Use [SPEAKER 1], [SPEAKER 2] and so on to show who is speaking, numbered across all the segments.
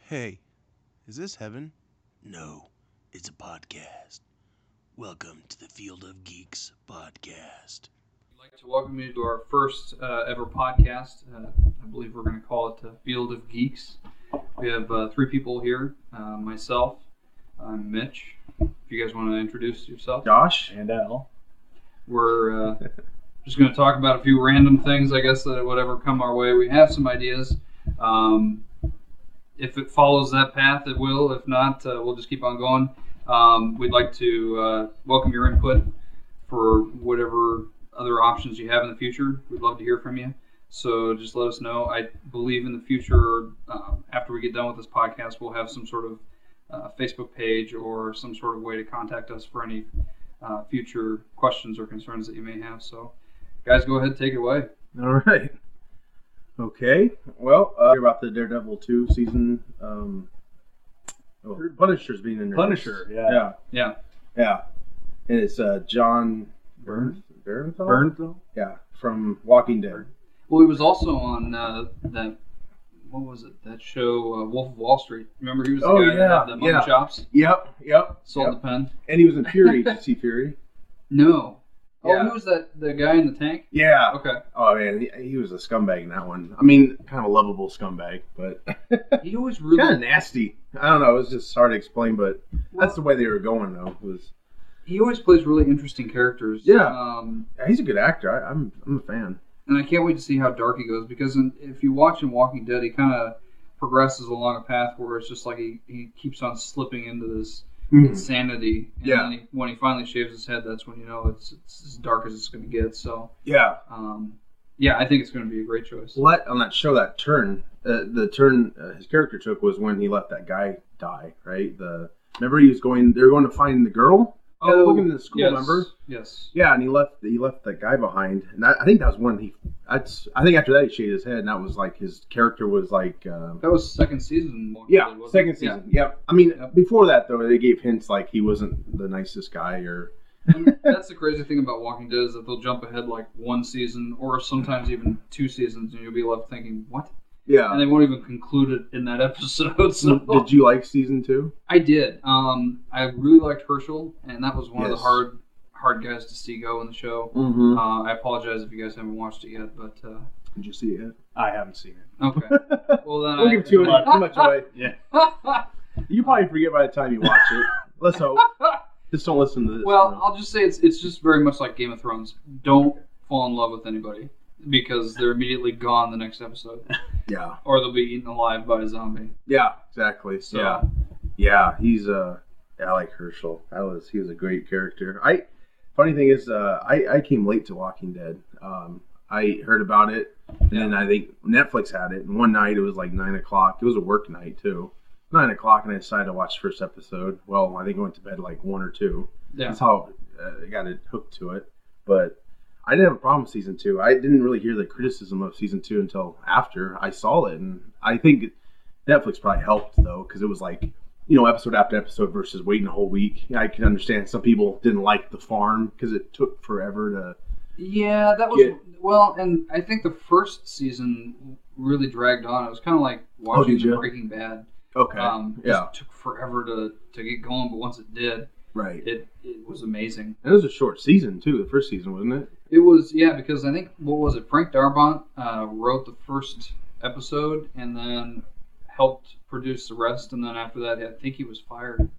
[SPEAKER 1] Hey, is this heaven?
[SPEAKER 2] No, it's a podcast. Welcome to the Field of Geeks podcast.
[SPEAKER 3] I'd like to welcome you to our first uh, ever podcast. Uh, I believe we're going to call it uh, Field of Geeks. We have uh, three people here uh, myself, I'm Mitch. If you guys want to introduce yourself,
[SPEAKER 4] Josh.
[SPEAKER 5] and Al.
[SPEAKER 3] we're uh, just going to talk about a few random things, I guess, that whatever come our way. We have some ideas. Um, if it follows that path, it will. If not, uh, we'll just keep on going. Um, we'd like to uh, welcome your input for whatever other options you have in the future. We'd love to hear from you. So just let us know. I believe in the future, uh, after we get done with this podcast, we'll have some sort of uh, Facebook page or some sort of way to contact us for any uh, future questions or concerns that you may have. So, guys, go ahead, take it away.
[SPEAKER 4] All right. Okay. Well, uh, hear about the Daredevil two season. Um, oh, Punisher's being in
[SPEAKER 5] Punisher, yeah.
[SPEAKER 4] Yeah.
[SPEAKER 3] Yeah.
[SPEAKER 4] Yeah. And it's uh, John Burns. Bernthal?
[SPEAKER 5] Burned
[SPEAKER 4] Yeah, from Walking Dead.
[SPEAKER 3] Well, he was also on uh, that. What was it? That show, uh, Wolf of Wall Street. Remember, he was the
[SPEAKER 4] Oh,
[SPEAKER 3] guy that
[SPEAKER 4] yeah,
[SPEAKER 3] had the mutton
[SPEAKER 4] yeah.
[SPEAKER 3] chops,
[SPEAKER 4] Yep. Yep.
[SPEAKER 3] sold
[SPEAKER 4] yep.
[SPEAKER 3] the pen.
[SPEAKER 4] And he was in Fury. Did you see Fury?
[SPEAKER 3] No. Oh,
[SPEAKER 4] Yeah.
[SPEAKER 3] who was that? The guy in the tank.
[SPEAKER 4] Yeah.
[SPEAKER 3] Okay.
[SPEAKER 4] Oh man, he, he was a scumbag in that one. I mean, kind of a lovable scumbag, but
[SPEAKER 3] He always
[SPEAKER 4] kind of
[SPEAKER 3] really.
[SPEAKER 4] nasty. I don't know. It was just hard to explain, but that's the
[SPEAKER 3] well,
[SPEAKER 4] way they were going though. Was
[SPEAKER 3] he always plays really interesting characters.
[SPEAKER 4] Yeah.
[SPEAKER 3] Um,
[SPEAKER 4] yeah, he's a good actor. I, I'm I'm a fan.
[SPEAKER 3] and I can't wait to see how dark he goes because in, if you watch in Walking Dead, he kind of progresses along a path where it's just like he, he keeps on slipping into this Mm-hmm. insanity. And
[SPEAKER 4] Mm-hmm. Yeah.
[SPEAKER 3] Then he, when he finally shaves his head, that's when you know it's, it's as dark as it's going to get. So,
[SPEAKER 4] Yeah.
[SPEAKER 3] um, yeah, I think it's going to be a great choice.
[SPEAKER 4] Let on that show that turn, uh, the turn uh, his character took was when he let that guy die, right? The remember he was going, they were going to find the girl. Yeah, they're looking in the school,
[SPEAKER 3] Oh, yes,
[SPEAKER 4] remember?
[SPEAKER 3] Yes.
[SPEAKER 4] Yeah, and he left he left that guy behind, and I, I think that was when he. That's I think after that he shaved his head, and that was like his character was like. Um,
[SPEAKER 3] That was second season. Walking
[SPEAKER 4] yeah,
[SPEAKER 3] Dead, wasn't
[SPEAKER 4] second
[SPEAKER 3] it? Yeah.
[SPEAKER 4] season. Yep. I mean, uh,
[SPEAKER 3] Yep.
[SPEAKER 4] before that though, they gave hints like he wasn't the nicest guy, or
[SPEAKER 3] And that's the crazy thing about Walking Dead is that they'll jump ahead like one season or sometimes even two seasons, and you'll be left thinking, "What?" And
[SPEAKER 4] yeah.
[SPEAKER 3] they won't even conclude it in that episode. So
[SPEAKER 4] Did you like season two?
[SPEAKER 3] I did. Um, I really liked Herschel, and that was one of the
[SPEAKER 4] Yes.
[SPEAKER 3] hard, hard guys to see go in the show.
[SPEAKER 4] Mm-hmm.
[SPEAKER 3] Uh, I apologize if you guys haven't watched it yet, but uh,
[SPEAKER 4] Did you see it?
[SPEAKER 5] I haven't seen it.
[SPEAKER 3] okay. Well then,
[SPEAKER 4] Don't
[SPEAKER 3] I,
[SPEAKER 4] give too much, too much away.
[SPEAKER 5] Yeah.
[SPEAKER 4] You probably forget by the time you watch it. Let's hope. Just don't listen to this.
[SPEAKER 3] well, I'll just say it's it's just very much like Game of Thrones. Don't fall in love with anybody because they're immediately gone the next episode,
[SPEAKER 4] yeah,
[SPEAKER 3] or they'll be eaten alive by a zombie.
[SPEAKER 4] yeah, exactly.
[SPEAKER 3] So,
[SPEAKER 4] yeah, yeah, he's uh, yeah, I like Herschel. That was he was a great character. I funny thing is, uh, I I came late to Walking Dead. Um, I heard about it, and then I think Netflix had it. And one night it was like nine o'clock. It was a work night too. Nine o'clock, and I decided to watch the first episode. Well, I think I went to bed like one or two.
[SPEAKER 3] yeah.
[SPEAKER 4] That's how uh, I got it hooked to it. But I didn't have a problem with season two. I didn't really hear the criticism of season two until after I saw it, and I think Netflix probably helped though because it was like you know episode after episode versus waiting a whole week. I can understand some people didn't like the farm because it took forever
[SPEAKER 3] Yeah, that was
[SPEAKER 4] Yeah.
[SPEAKER 3] well, and I think the first season really dragged on. It was kind of like watching
[SPEAKER 4] Oh, did ya?
[SPEAKER 3] Breaking Bad.
[SPEAKER 4] to. Okay.
[SPEAKER 3] Um, it
[SPEAKER 4] Yeah.
[SPEAKER 3] just took forever to, to get going, but once it did,
[SPEAKER 4] right.
[SPEAKER 3] it, it was amazing.
[SPEAKER 4] And it was a short season too. The first season wasn't it?
[SPEAKER 3] It was yeah because I think what was it? Frank Darabont uh, wrote the first episode and then helped produce the rest, and then after that, I think he was fired. Um,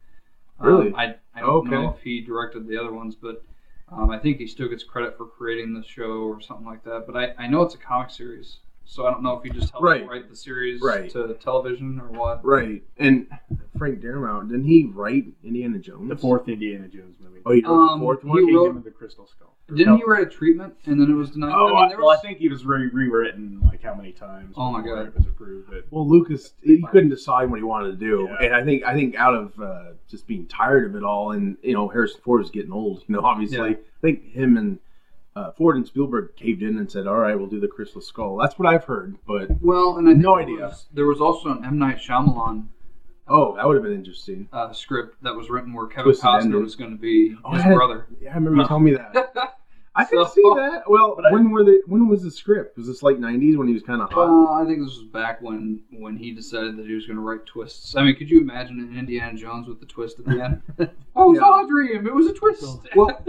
[SPEAKER 4] Really?
[SPEAKER 3] I I don't know
[SPEAKER 4] Okay.
[SPEAKER 3] if he directed the other ones, but. Um, I think he still gets credit for creating the show or something like that, but I, I know it's a comic series, so I don't know if he just helped
[SPEAKER 4] Right.
[SPEAKER 3] write the series
[SPEAKER 4] Right.
[SPEAKER 3] to television or what.
[SPEAKER 4] Right. And Frank Darabont didn't he write Indiana Jones?
[SPEAKER 5] The fourth Indiana Jones movie.
[SPEAKER 4] Oh, he wrote
[SPEAKER 3] Um,
[SPEAKER 4] the fourth
[SPEAKER 3] he
[SPEAKER 4] one.
[SPEAKER 5] Kingdom
[SPEAKER 3] wrote-
[SPEAKER 5] of the Crystal Skull.
[SPEAKER 3] Didn't he write a treatment and then it was denied?
[SPEAKER 5] Oh,
[SPEAKER 3] I
[SPEAKER 5] I
[SPEAKER 3] mean, there
[SPEAKER 5] well, I
[SPEAKER 3] was-
[SPEAKER 5] think he was re- rewritten like how many times?
[SPEAKER 3] Oh my
[SPEAKER 5] before
[SPEAKER 3] God.
[SPEAKER 5] it was approved. But
[SPEAKER 4] Well, Lucas, he couldn't decide what he wanted to do,
[SPEAKER 5] Yeah.
[SPEAKER 4] and I think I think out of uh, just being tired of it all, and you know Harrison Ford is getting old. You know, obviously,
[SPEAKER 3] Yeah.
[SPEAKER 4] I think him and uh, Ford and Spielberg caved in and said, "All right, we'll do the Crystal Skull." That's what I've heard, but
[SPEAKER 3] Well, and I think
[SPEAKER 4] No
[SPEAKER 3] there
[SPEAKER 4] idea.
[SPEAKER 3] was- there was also an M Night Shyamalan
[SPEAKER 4] oh, that would have been interesting.
[SPEAKER 3] uh, script that was written where Kevin
[SPEAKER 4] Twisted
[SPEAKER 3] Costner
[SPEAKER 4] Ending.
[SPEAKER 3] was going to be
[SPEAKER 4] Oh,
[SPEAKER 3] his
[SPEAKER 4] yeah.
[SPEAKER 3] brother.
[SPEAKER 4] Yeah, I remember you telling me that. I can
[SPEAKER 3] So-
[SPEAKER 4] see that. Well,
[SPEAKER 5] But I-
[SPEAKER 4] when were the when was the script? Was this late '90s when he was kind of hot?
[SPEAKER 5] Uh,
[SPEAKER 3] Well, Uh, I think this was back when when he decided that he was going to write twists. I mean, could you imagine an Indiana Jones with the twist at the end? oh, it's
[SPEAKER 4] Yeah.
[SPEAKER 3] all a dream. It was a twist.
[SPEAKER 4] Well,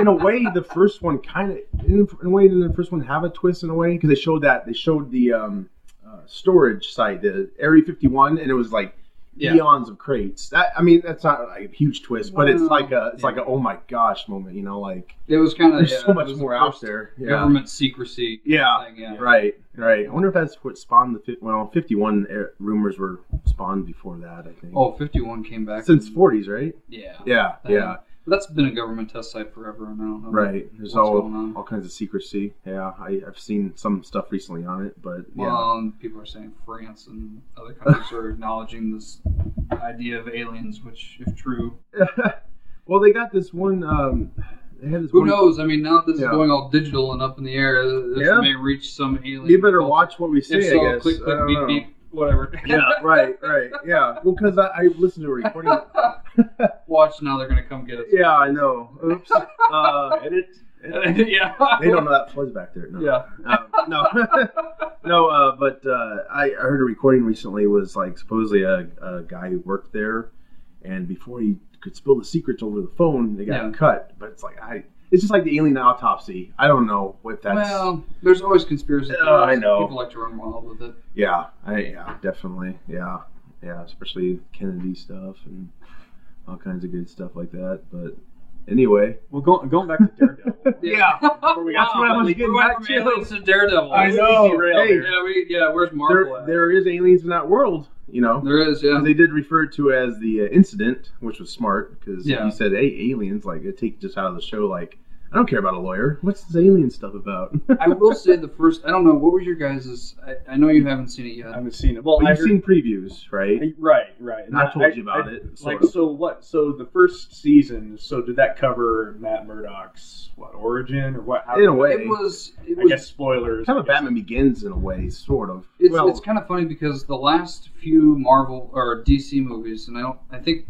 [SPEAKER 4] in a way, the first one kind of in, in a way didn't the first one have a twist in a way because they showed that they showed the um, uh, storage site, the Area 51, and it was like
[SPEAKER 3] Yeah.
[SPEAKER 4] eons of crates. That I mean, that's not like a huge twist, but it's
[SPEAKER 3] Well,
[SPEAKER 4] like a it's
[SPEAKER 1] yeah.
[SPEAKER 4] like a oh my gosh moment, you know, like
[SPEAKER 3] it was kind of
[SPEAKER 4] there's
[SPEAKER 3] Oh, yeah,
[SPEAKER 4] so
[SPEAKER 3] it
[SPEAKER 4] much
[SPEAKER 3] was the
[SPEAKER 4] more out
[SPEAKER 3] first
[SPEAKER 4] there. Yeah.
[SPEAKER 3] Government secrecy.
[SPEAKER 4] Yeah.
[SPEAKER 3] Thing, yeah.
[SPEAKER 4] Right, right. I wonder if that's what spawned the fif- well, fifty-one er- rumors were spawned before that. I think
[SPEAKER 3] Oh, 51 came back
[SPEAKER 4] since
[SPEAKER 3] in-
[SPEAKER 4] forties, right?
[SPEAKER 3] Yeah.
[SPEAKER 4] Yeah,
[SPEAKER 3] That-
[SPEAKER 4] yeah,
[SPEAKER 3] But that's been a government test site forever, and I don't know.
[SPEAKER 4] right. There's
[SPEAKER 3] What's going
[SPEAKER 4] all
[SPEAKER 3] on?
[SPEAKER 4] all kinds of secrecy. Yeah, I, I've seen some stuff recently on it, but yeah,
[SPEAKER 3] Well, and Um, people are saying France and other countries are acknowledging this idea of aliens, which, if true,
[SPEAKER 4] well, they got this one. Um, they had this
[SPEAKER 3] who
[SPEAKER 4] one.
[SPEAKER 3] knows? I mean, now that this
[SPEAKER 4] Yeah.
[SPEAKER 3] is going all digital and up in the air, uh, this
[SPEAKER 4] Yeah.
[SPEAKER 3] may reach some alien.
[SPEAKER 4] You better
[SPEAKER 3] culture.
[SPEAKER 4] watch what we say.
[SPEAKER 3] If so,
[SPEAKER 4] I guess.
[SPEAKER 3] click,
[SPEAKER 4] I
[SPEAKER 3] click,
[SPEAKER 4] don't
[SPEAKER 3] beep,
[SPEAKER 4] know.
[SPEAKER 3] beep, whatever.
[SPEAKER 4] Yeah, right, right, yeah. Well, because I, I listened to a recording.
[SPEAKER 3] watch now; they're gonna come get us.
[SPEAKER 4] yeah, I know. Oops. Uh,
[SPEAKER 5] Edit.
[SPEAKER 3] yeah.
[SPEAKER 4] they don't know that fuzz back there. No.
[SPEAKER 3] Yeah.
[SPEAKER 4] Um, no, no. Uh, but uh, I, I heard a recording recently was like supposedly a, a guy who worked there, and before he could spill the secrets over the phone, they got
[SPEAKER 3] Yeah.
[SPEAKER 4] cut. But it's like I, it's just like the alien autopsy. I don't know what that's.
[SPEAKER 3] Well, there's always conspiracy theories.
[SPEAKER 4] Oh, I know.
[SPEAKER 3] People like to run wild with it.
[SPEAKER 4] yeah, I, yeah, definitely, yeah, yeah. Especially Kennedy stuff and all kinds of good stuff like that. But anyway,
[SPEAKER 5] Well, go, going back to Daredevil.
[SPEAKER 4] Yeah.
[SPEAKER 3] Before we
[SPEAKER 4] That's
[SPEAKER 3] got-
[SPEAKER 4] what I was
[SPEAKER 3] we
[SPEAKER 4] getting
[SPEAKER 3] went
[SPEAKER 4] back
[SPEAKER 3] from
[SPEAKER 4] to.
[SPEAKER 3] aliens to Daredevil.
[SPEAKER 4] I know,
[SPEAKER 5] Derail
[SPEAKER 4] hey.
[SPEAKER 5] there.
[SPEAKER 3] Yeah, we, yeah. Where's Marvel?
[SPEAKER 4] there
[SPEAKER 3] at?
[SPEAKER 4] there is aliens in that world. You know,
[SPEAKER 3] there is. Yeah.
[SPEAKER 4] And they did refer to it as the uh, incident, which was smart because
[SPEAKER 3] Yeah.
[SPEAKER 4] you said, "Hey, aliens!" Like it take just out of the show. Like I don't care about a lawyer. What's this alien stuff about?
[SPEAKER 3] I will say the first. I don't know. What was your guys's? I, I know you haven't seen it
[SPEAKER 5] I
[SPEAKER 3] yet.
[SPEAKER 5] haven't seen it. Well,
[SPEAKER 4] But
[SPEAKER 5] I
[SPEAKER 4] you've
[SPEAKER 5] heard,
[SPEAKER 4] seen previews, right?
[SPEAKER 5] right, right.
[SPEAKER 4] And I told you about
[SPEAKER 5] I-
[SPEAKER 4] it. sort
[SPEAKER 5] Like
[SPEAKER 4] of.
[SPEAKER 5] so, what? So the first season. So did that cover Matt Murdock's what origin or what? How,
[SPEAKER 4] in a way,
[SPEAKER 3] It was. It
[SPEAKER 5] I
[SPEAKER 3] was.
[SPEAKER 5] guess spoilers.
[SPEAKER 4] kind
[SPEAKER 5] I
[SPEAKER 4] of
[SPEAKER 5] guess.
[SPEAKER 4] Batman Begins in a way, sort of.
[SPEAKER 3] it's,
[SPEAKER 4] well,
[SPEAKER 3] it's kind of funny because the last few Marvel or DC movies, and I don't. I think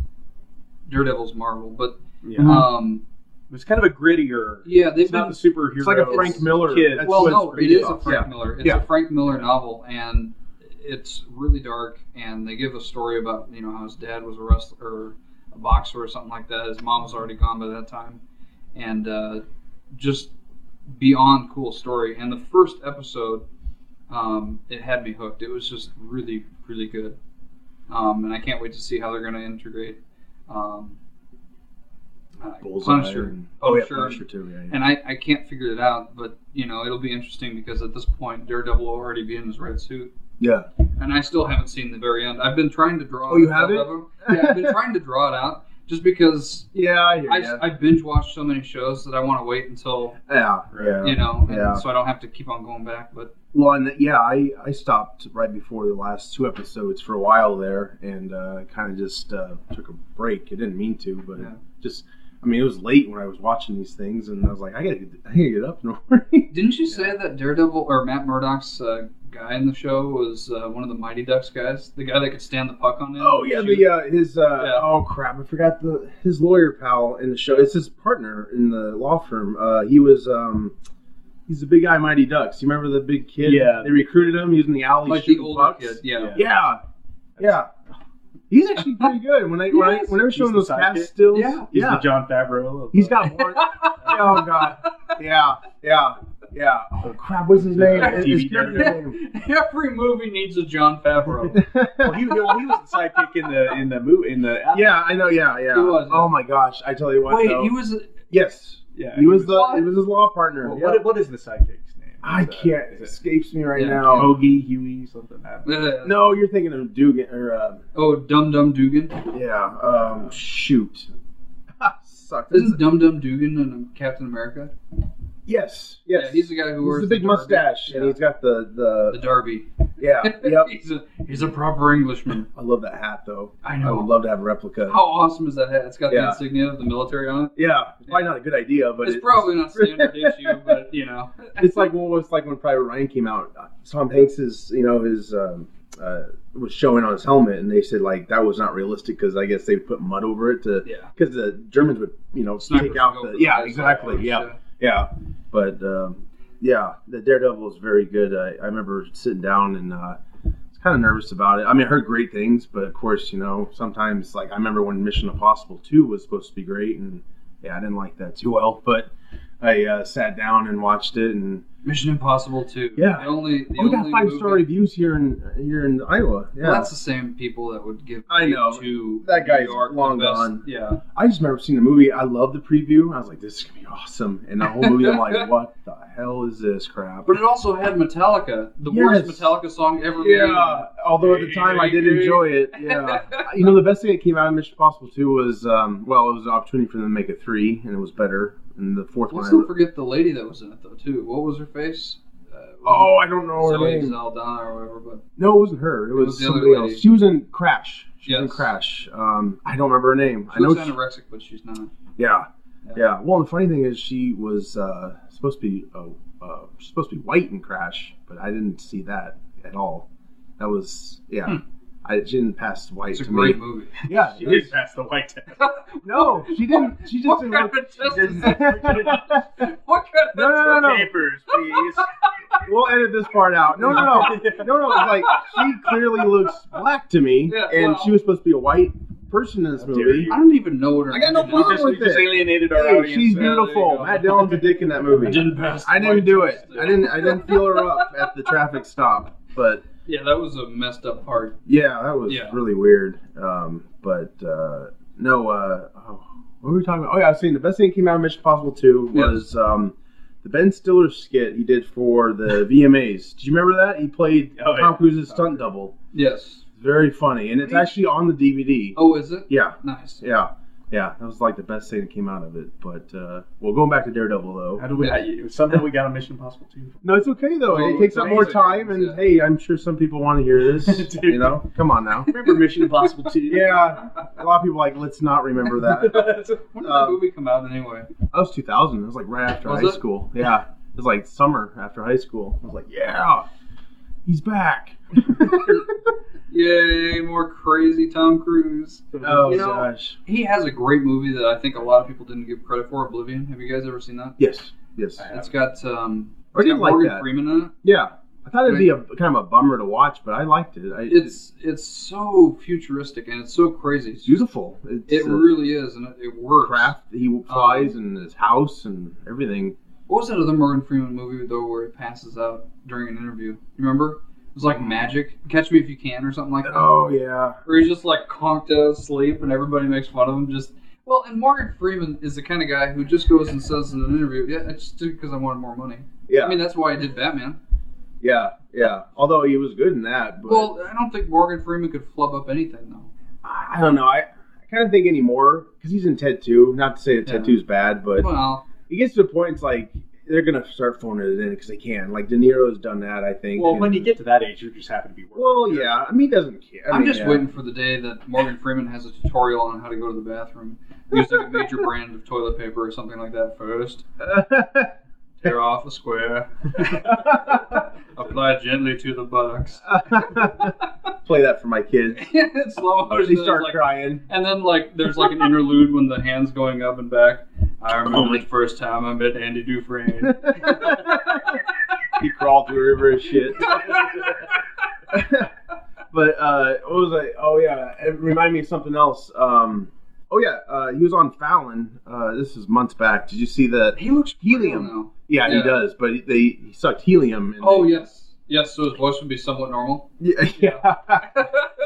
[SPEAKER 3] Daredevil's Marvel, but
[SPEAKER 5] Yeah.
[SPEAKER 3] um,
[SPEAKER 5] It was kind of a grittier.
[SPEAKER 3] yeah, they've
[SPEAKER 5] It's
[SPEAKER 3] been
[SPEAKER 5] not the superhero.
[SPEAKER 4] it's like a Frank Miller.
[SPEAKER 5] Kid.
[SPEAKER 4] that's
[SPEAKER 3] well,
[SPEAKER 4] what
[SPEAKER 3] no,
[SPEAKER 4] it's
[SPEAKER 3] it is a
[SPEAKER 4] about.
[SPEAKER 3] Frank
[SPEAKER 4] Yeah.
[SPEAKER 3] Miller. It's
[SPEAKER 4] Yeah.
[SPEAKER 3] a Frank Miller novel, and it's really dark. And they give a story about you know how his dad was a wrestler, or a boxer, or something like that. His mom was already gone by that time, and uh, just beyond cool story. And the first episode, um, it had me hooked. It was just really, really good, um, and I can't wait to see how they're going to integrate. Um, uh,
[SPEAKER 4] Bullseye
[SPEAKER 3] Punisher.
[SPEAKER 4] and-
[SPEAKER 3] Oh,
[SPEAKER 4] oh yeah,
[SPEAKER 3] sure.
[SPEAKER 4] Punisher too. Yeah, yeah.
[SPEAKER 3] And I, I can't figure it out, but you know it'll be interesting because at this point Daredevil will already be in his red suit,
[SPEAKER 4] yeah.
[SPEAKER 3] and I still haven't seen the very end. I've been trying to draw.
[SPEAKER 4] Oh, you have it?
[SPEAKER 3] Daredevil. Yeah, I've been trying to draw it out just because
[SPEAKER 4] Yeah, I hear
[SPEAKER 3] I,
[SPEAKER 4] ya.
[SPEAKER 3] I binge watched so many shows that I want to wait until
[SPEAKER 4] yeah, yeah.
[SPEAKER 5] Right.
[SPEAKER 3] you know, and
[SPEAKER 4] Yeah.
[SPEAKER 3] so I don't have to keep on going back. But
[SPEAKER 4] Well, and yeah, I, I stopped right before the last two episodes for a while there, and uh, kind of just uh, took a break. I didn't mean to, but
[SPEAKER 3] Yeah.
[SPEAKER 4] just I mean, it was late when I was watching these things, and I was like, I gotta get, I gotta get up in the morning.
[SPEAKER 3] didn't you say that Daredevil or Matt Murdock's uh, guy in the show was uh, one of the Mighty Ducks guys, the guy that could stand the puck on him?
[SPEAKER 4] Oh yeah,
[SPEAKER 3] Shoot.
[SPEAKER 4] the uh, his uh,
[SPEAKER 3] Yeah.
[SPEAKER 4] oh crap, I forgot the his lawyer pal in the show. It's his partner in the law firm. Uh, he was um, he's the big guy, Mighty Ducks. You remember the big kid?
[SPEAKER 5] Yeah.
[SPEAKER 4] they recruited him. He was in uh, the alley
[SPEAKER 3] like the
[SPEAKER 4] shooting
[SPEAKER 3] older
[SPEAKER 4] pucks.
[SPEAKER 3] kid, yeah.
[SPEAKER 4] Yeah, yeah. He's actually pretty good. When I when I
[SPEAKER 3] Yes.
[SPEAKER 4] when they were showing
[SPEAKER 5] He's
[SPEAKER 4] those
[SPEAKER 5] the
[SPEAKER 4] cast
[SPEAKER 5] sidekick.
[SPEAKER 4] stills,
[SPEAKER 3] Yeah.
[SPEAKER 5] He's
[SPEAKER 4] yeah,
[SPEAKER 5] the John Favreau. Of,
[SPEAKER 4] he's
[SPEAKER 5] uh,
[SPEAKER 4] got one. oh god, yeah, yeah, yeah. Oh crap, what's his name? His- his character name.
[SPEAKER 3] Every movie needs a John Favreau.
[SPEAKER 5] well, he, well, he was the sidekick in the in the movie in the
[SPEAKER 4] Yeah, I know. Yeah, yeah.
[SPEAKER 3] He was,
[SPEAKER 4] oh my gosh, I tell you what.
[SPEAKER 3] Wait,
[SPEAKER 4] though.
[SPEAKER 3] he was
[SPEAKER 4] yes,
[SPEAKER 5] yeah.
[SPEAKER 4] he was the
[SPEAKER 3] What?
[SPEAKER 4] he was his law partner.
[SPEAKER 5] Well,
[SPEAKER 4] Yeah.
[SPEAKER 5] what, what is the sidekick's name?
[SPEAKER 4] I
[SPEAKER 5] Is that-
[SPEAKER 4] can't. It
[SPEAKER 5] Is it
[SPEAKER 4] escapes me right
[SPEAKER 3] Yeah.
[SPEAKER 4] now.
[SPEAKER 5] Hoagie, Huey, something? I don't know.
[SPEAKER 3] uh,
[SPEAKER 4] No, you're thinking of Dugan or uh,
[SPEAKER 3] Oh, Dum Dum Dugan.
[SPEAKER 4] yeah. Um, shoot. Sucks.
[SPEAKER 3] Isn't Dum Dum Dugan in um, Captain America?
[SPEAKER 4] Yes, yes.
[SPEAKER 3] Yeah, he's the guy who
[SPEAKER 4] He's
[SPEAKER 3] wears
[SPEAKER 4] the big
[SPEAKER 3] derby.
[SPEAKER 4] mustache, and
[SPEAKER 3] Yeah,
[SPEAKER 4] he's got the
[SPEAKER 3] the
[SPEAKER 4] the
[SPEAKER 3] derby.
[SPEAKER 4] yeah. yep.
[SPEAKER 3] he's a he's a proper Englishman.
[SPEAKER 4] I love that hat though.
[SPEAKER 3] I
[SPEAKER 4] I would
[SPEAKER 3] know.
[SPEAKER 4] love to have a replica.
[SPEAKER 3] How awesome is that hat? It's got
[SPEAKER 4] Yeah.
[SPEAKER 3] the insignia of the military on it.
[SPEAKER 4] Yeah, probably not a good idea, but
[SPEAKER 3] it's probably not standard issue, but you know.
[SPEAKER 4] It's like well, it's like when Private Ryan came out. Tom Hanks's, you know, his um, uh, was showing on his helmet, and they said like that was not realistic because I guess they put mud over it to
[SPEAKER 3] Yeah.
[SPEAKER 4] because the Germans would you know
[SPEAKER 3] Snipers
[SPEAKER 4] take out
[SPEAKER 3] go
[SPEAKER 4] the
[SPEAKER 3] for
[SPEAKER 4] yeah
[SPEAKER 3] eyes,
[SPEAKER 4] exactly
[SPEAKER 3] of course,
[SPEAKER 4] yeah. Yeah, but um, yeah, the Daredevil is very good. I, I remember sitting down and uh, was kind of nervous about it. I mean, I heard great things, but of course, you know, sometimes like I remember when Mission Impossible Two was supposed to be great, and yeah, I didn't like that too well. But I uh, sat down and watched it, and
[SPEAKER 3] Mission Impossible Two.
[SPEAKER 4] Yeah.
[SPEAKER 3] The only. The
[SPEAKER 4] oh, we got
[SPEAKER 3] only
[SPEAKER 4] five
[SPEAKER 3] movie-
[SPEAKER 4] star reviews here in here in Iowa. Yeah,
[SPEAKER 3] Well, that's the same people that would give.
[SPEAKER 4] I know.
[SPEAKER 3] To
[SPEAKER 4] That guy's
[SPEAKER 3] New York the
[SPEAKER 4] long
[SPEAKER 3] best-
[SPEAKER 4] gone.
[SPEAKER 3] Yeah.
[SPEAKER 4] I just remember seeing the movie. I loved the preview. I was like, this is gonna be awesome, and the whole movie, I'm like, what the hell is this crap?
[SPEAKER 3] But it also had Metallica, the worst
[SPEAKER 4] Yes.
[SPEAKER 3] Metallica song ever
[SPEAKER 4] Yeah, although at the time I did enjoy it. Yeah, you know the best thing that came out of Mission Impossible Two was um, well, it was an opportunity for them to make a three, and it was better. And the fourth
[SPEAKER 3] made. Let's
[SPEAKER 4] one, I-
[SPEAKER 3] not forget the lady that was in it though too. What was her face? Uh,
[SPEAKER 4] oh, I don't know her
[SPEAKER 3] Zoe
[SPEAKER 4] name.
[SPEAKER 3] Saldana or whatever. But
[SPEAKER 4] No, it wasn't her. It was,
[SPEAKER 3] was the other
[SPEAKER 4] somebody
[SPEAKER 3] lady.
[SPEAKER 4] else. She was in Crash. She was in
[SPEAKER 3] Yes.
[SPEAKER 4] Crash. Um, I don't remember her name. I
[SPEAKER 3] she
[SPEAKER 4] know.
[SPEAKER 3] looks
[SPEAKER 4] She,
[SPEAKER 3] anorexic, but she's not.
[SPEAKER 4] yeah,
[SPEAKER 3] Yeah.
[SPEAKER 4] yeah. Well, the funny thing is, she was uh, supposed to be uh, uh, she's supposed to be white in Crash, but I didn't see that at all. That was yeah. I she didn't pass white
[SPEAKER 3] Hmm. It's a
[SPEAKER 4] to
[SPEAKER 3] great
[SPEAKER 4] me.
[SPEAKER 3] movie.
[SPEAKER 4] Yeah,
[SPEAKER 5] She
[SPEAKER 4] it was-
[SPEAKER 5] did pass the white test.
[SPEAKER 4] No, she didn't. She just
[SPEAKER 3] What
[SPEAKER 4] didn't.
[SPEAKER 3] kind
[SPEAKER 4] Look,
[SPEAKER 3] of
[SPEAKER 4] she didn't.
[SPEAKER 3] justice? What kind
[SPEAKER 4] no,
[SPEAKER 3] of
[SPEAKER 4] no, no, no.
[SPEAKER 5] Papers, please.
[SPEAKER 4] We'll edit this part out. No, no, no, no, no. It's like she clearly looks black to me,
[SPEAKER 3] Yeah,
[SPEAKER 4] and
[SPEAKER 3] well.
[SPEAKER 4] she was supposed to be a white person in this
[SPEAKER 5] dare
[SPEAKER 4] movie.
[SPEAKER 5] you.
[SPEAKER 3] I don't even know what her
[SPEAKER 4] I got
[SPEAKER 3] name
[SPEAKER 4] no
[SPEAKER 3] is.
[SPEAKER 5] We just, we
[SPEAKER 4] with
[SPEAKER 5] just
[SPEAKER 4] it?
[SPEAKER 5] alienated our
[SPEAKER 4] Hey,
[SPEAKER 5] audience.
[SPEAKER 4] she's
[SPEAKER 5] there.
[SPEAKER 3] there you
[SPEAKER 4] beautiful.
[SPEAKER 3] go.
[SPEAKER 4] Matt Dillon's a dick in that movie. I didn't,
[SPEAKER 3] pass.
[SPEAKER 4] do it. I didn't. I didn't feel her up at the traffic stop. But
[SPEAKER 3] Yeah, that was a messed up part.
[SPEAKER 4] yeah, that was
[SPEAKER 3] Yeah.
[SPEAKER 4] really weird. Um, but uh, no. Uh, oh, what were we talking about? Oh yeah, I was saying the best thing that came out of Mission Impossible Two
[SPEAKER 3] Yeah.
[SPEAKER 4] was. Um, the Ben Stiller skit he did for the VMAs. Do you remember that? He played
[SPEAKER 5] Oh, yeah.
[SPEAKER 4] Tom Cruise's stunt double.
[SPEAKER 3] Yes.
[SPEAKER 4] Very funny, and it's actually on the DVD.
[SPEAKER 3] Oh, is it?
[SPEAKER 4] Yeah,
[SPEAKER 3] Nice.
[SPEAKER 4] yeah, yeah. That was like the best thing that came out of it. But uh, well, going back to Daredevil though.
[SPEAKER 5] How do we? I, somehow we got a Mission Impossible too.
[SPEAKER 4] No, it's okay though.
[SPEAKER 3] Oh,
[SPEAKER 4] it takes up more
[SPEAKER 3] amazing.
[SPEAKER 4] time, and
[SPEAKER 3] Yeah.
[SPEAKER 4] hey, I'm sure some people want to hear this.
[SPEAKER 5] Dude.
[SPEAKER 4] you know, come on now.
[SPEAKER 5] Remember Mission Impossible too?
[SPEAKER 4] Yeah, a lot of people like let's not remember that.
[SPEAKER 3] When did
[SPEAKER 4] Uh,
[SPEAKER 3] that movie come out anyway?
[SPEAKER 4] That was 2000. It was like right after
[SPEAKER 3] Was
[SPEAKER 4] high
[SPEAKER 3] it?
[SPEAKER 4] school. Yeah, it was like summer after high school. I was like, yeah, he's back.
[SPEAKER 3] Yay, more crazy Tom Cruise.
[SPEAKER 4] oh
[SPEAKER 3] You know-
[SPEAKER 4] gosh.
[SPEAKER 3] He has a great movie that I think a lot of people didn't give credit for, Oblivion. Have you guys ever seen that?
[SPEAKER 4] Yes. Yes.
[SPEAKER 3] It's got um
[SPEAKER 4] I
[SPEAKER 3] it's
[SPEAKER 4] did
[SPEAKER 3] got
[SPEAKER 4] like
[SPEAKER 3] Morgan
[SPEAKER 4] that.
[SPEAKER 3] Freeman in it.
[SPEAKER 4] Yeah. I thought it'd be a kind of a bummer to watch, but I liked it. I,
[SPEAKER 3] It's it's so futuristic and it's so crazy. It's just-
[SPEAKER 4] beautiful. It's
[SPEAKER 3] it
[SPEAKER 4] a
[SPEAKER 3] really is and it, it works.
[SPEAKER 4] craft.
[SPEAKER 3] Oh.
[SPEAKER 4] He flies in his house and everything.
[SPEAKER 3] What was that other Morgan Freeman movie though where he passes out during an interview? Remember? It was like magic. Catch me if you can or something like that.
[SPEAKER 4] Oh yeah.
[SPEAKER 3] Where he's just like conked out asleep and everybody makes fun of him just well, and Morgan Freeman is the kind of guy who just goes and says in an interview, "Yeah, I just did because I wanted more money."
[SPEAKER 4] Yeah.
[SPEAKER 3] I mean, that's why I did Batman.
[SPEAKER 4] yeah. Yeah. Although he was good in that, but
[SPEAKER 3] Well, I don't think Morgan Freeman could flub up anything though.
[SPEAKER 4] I I don't know. I, I kind of think anymore because he's in Ted Two. Not to say that Ted
[SPEAKER 3] Yeah.
[SPEAKER 4] Two's bad, but
[SPEAKER 3] Well,
[SPEAKER 4] it gets to the point it's like they're gonna start phoning it in because they can. Like De Niro's done that, I think.
[SPEAKER 5] Well, when
[SPEAKER 4] and-
[SPEAKER 5] you get to that age, you just happen to be working.
[SPEAKER 4] well, yeah. I mean, he doesn't care. I
[SPEAKER 3] I'm
[SPEAKER 4] mean,
[SPEAKER 3] just
[SPEAKER 4] yeah.
[SPEAKER 3] waiting for the day that Morgan Freeman has a tutorial on how to go to the bathroom using a major brand of toilet paper or something like that. First, tear off a square, apply gently to the buttocks.
[SPEAKER 4] Play that for my kids.
[SPEAKER 3] it's slow motion.
[SPEAKER 4] They
[SPEAKER 3] it's
[SPEAKER 4] start
[SPEAKER 3] like-
[SPEAKER 4] crying.
[SPEAKER 3] And then like there's like an interlude when the hands going up and back. I remember the first time I met Andy Dufresne.
[SPEAKER 4] he crawled through a river of shit. but uh, what was I? Oh yeah, it reminded me of something else. Um, oh yeah, uh, he was on Fallon. Uh, this is months back. Did you see that?
[SPEAKER 3] he looks
[SPEAKER 4] Helium.
[SPEAKER 3] real now.
[SPEAKER 4] Yeah, he
[SPEAKER 3] Yeah.
[SPEAKER 4] does. But they he sucked helium. And
[SPEAKER 3] Oh yes, yes. So his voice would be somewhat normal.
[SPEAKER 4] yeah, yeah.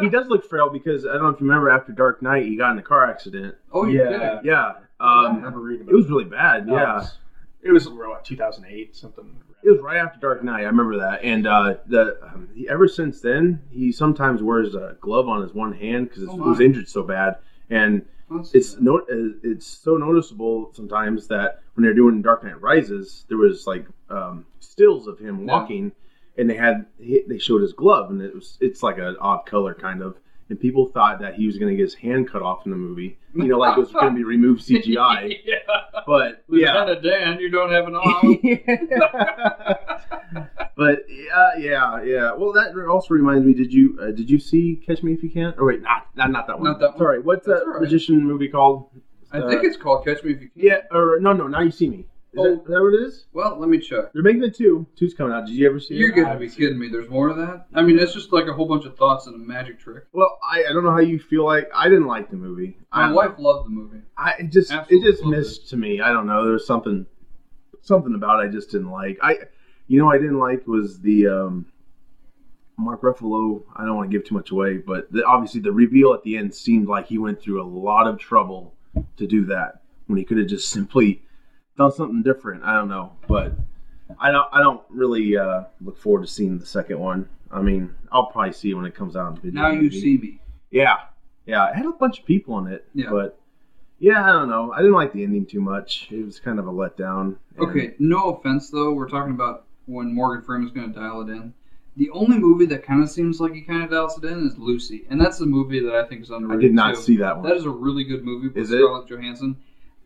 [SPEAKER 4] he does look frail because I don't know if you remember after Dark Knight he got in a car accident.
[SPEAKER 3] Oh
[SPEAKER 5] Yeah.
[SPEAKER 3] yeah.
[SPEAKER 4] Yeah,
[SPEAKER 5] I
[SPEAKER 4] um,
[SPEAKER 5] remember reading about
[SPEAKER 4] it was really bad. Yeah.
[SPEAKER 5] It was what 2008 something.
[SPEAKER 4] It was right after Dark Knight. I remember that. And uh, the um, he, ever since then, he sometimes wears a glove on his one hand because
[SPEAKER 3] Oh,
[SPEAKER 4] he
[SPEAKER 3] my.
[SPEAKER 4] was injured so bad. And it's no, uh, it's so noticeable sometimes that when they're doing Dark Knight Rises, there was like um, stills of
[SPEAKER 3] Yeah.
[SPEAKER 4] him walking, and they had he, they showed his glove, and it was it's like an odd color kind of. And people thought that he was going to get his hand cut off in the movie, you know, like it was going to be removed CGI.
[SPEAKER 3] yeah.
[SPEAKER 4] But yeah,
[SPEAKER 3] Lieutenant Dan, you don't have an arm.
[SPEAKER 4] but yeah, yeah, yeah. Well, that also reminds me. Did you uh, did you see Catch Me If You Can? Or wait, not not, not that one.
[SPEAKER 3] Not that one.
[SPEAKER 4] Sorry, what's
[SPEAKER 3] That's
[SPEAKER 4] that
[SPEAKER 3] all right. Uh,
[SPEAKER 4] magician movie called?
[SPEAKER 3] I think it's called Catch Me If You Can.
[SPEAKER 4] Yeah, or no, no. Now you see me. Is
[SPEAKER 3] Oh.
[SPEAKER 4] that, is that what it is?
[SPEAKER 3] Well, let me check.
[SPEAKER 4] They're making a two. Two's coming out. Did you ever see
[SPEAKER 3] You're
[SPEAKER 4] it?
[SPEAKER 3] gonna be kidding me. There's more to that. I mean, it's just like a whole bunch of thoughts and a magic trick.
[SPEAKER 4] Well, I, I don't know how you feel like I didn't like the movie.
[SPEAKER 3] My
[SPEAKER 4] I,
[SPEAKER 3] wife loved the movie.
[SPEAKER 4] I it just it
[SPEAKER 3] Absolutely
[SPEAKER 4] just
[SPEAKER 3] loved
[SPEAKER 4] missed to me. I don't know. There was something something about it I just didn't like. I you know what I didn't like was the um Mark Ruffalo. I don't want to give too much away, but the, obviously the reveal at the end seemed like he went through a lot of trouble to do that when he could have just simply done something different. I don't know, but I don't I don't really uh, look forward to seeing the second one. I mean, I'll probably see it when it comes out on video.
[SPEAKER 3] Now you
[SPEAKER 4] maybe.
[SPEAKER 3] see me.
[SPEAKER 4] Yeah, yeah. It had a bunch of people in it,
[SPEAKER 3] Yeah.
[SPEAKER 4] but yeah, I don't know. I didn't like the ending too much. It was kind of a letdown. And
[SPEAKER 3] Okay, no offense though. We're talking about when Morgan Freeman's going to dial it in. The only movie that kind of seems like he kind of dials it in is Lucy, and that's a movie that I think is
[SPEAKER 4] I
[SPEAKER 3] underrated.
[SPEAKER 4] did not
[SPEAKER 3] too.
[SPEAKER 4] see that one.
[SPEAKER 3] That is a really good movie with
[SPEAKER 4] Is it?
[SPEAKER 3] Scarlett Johansson.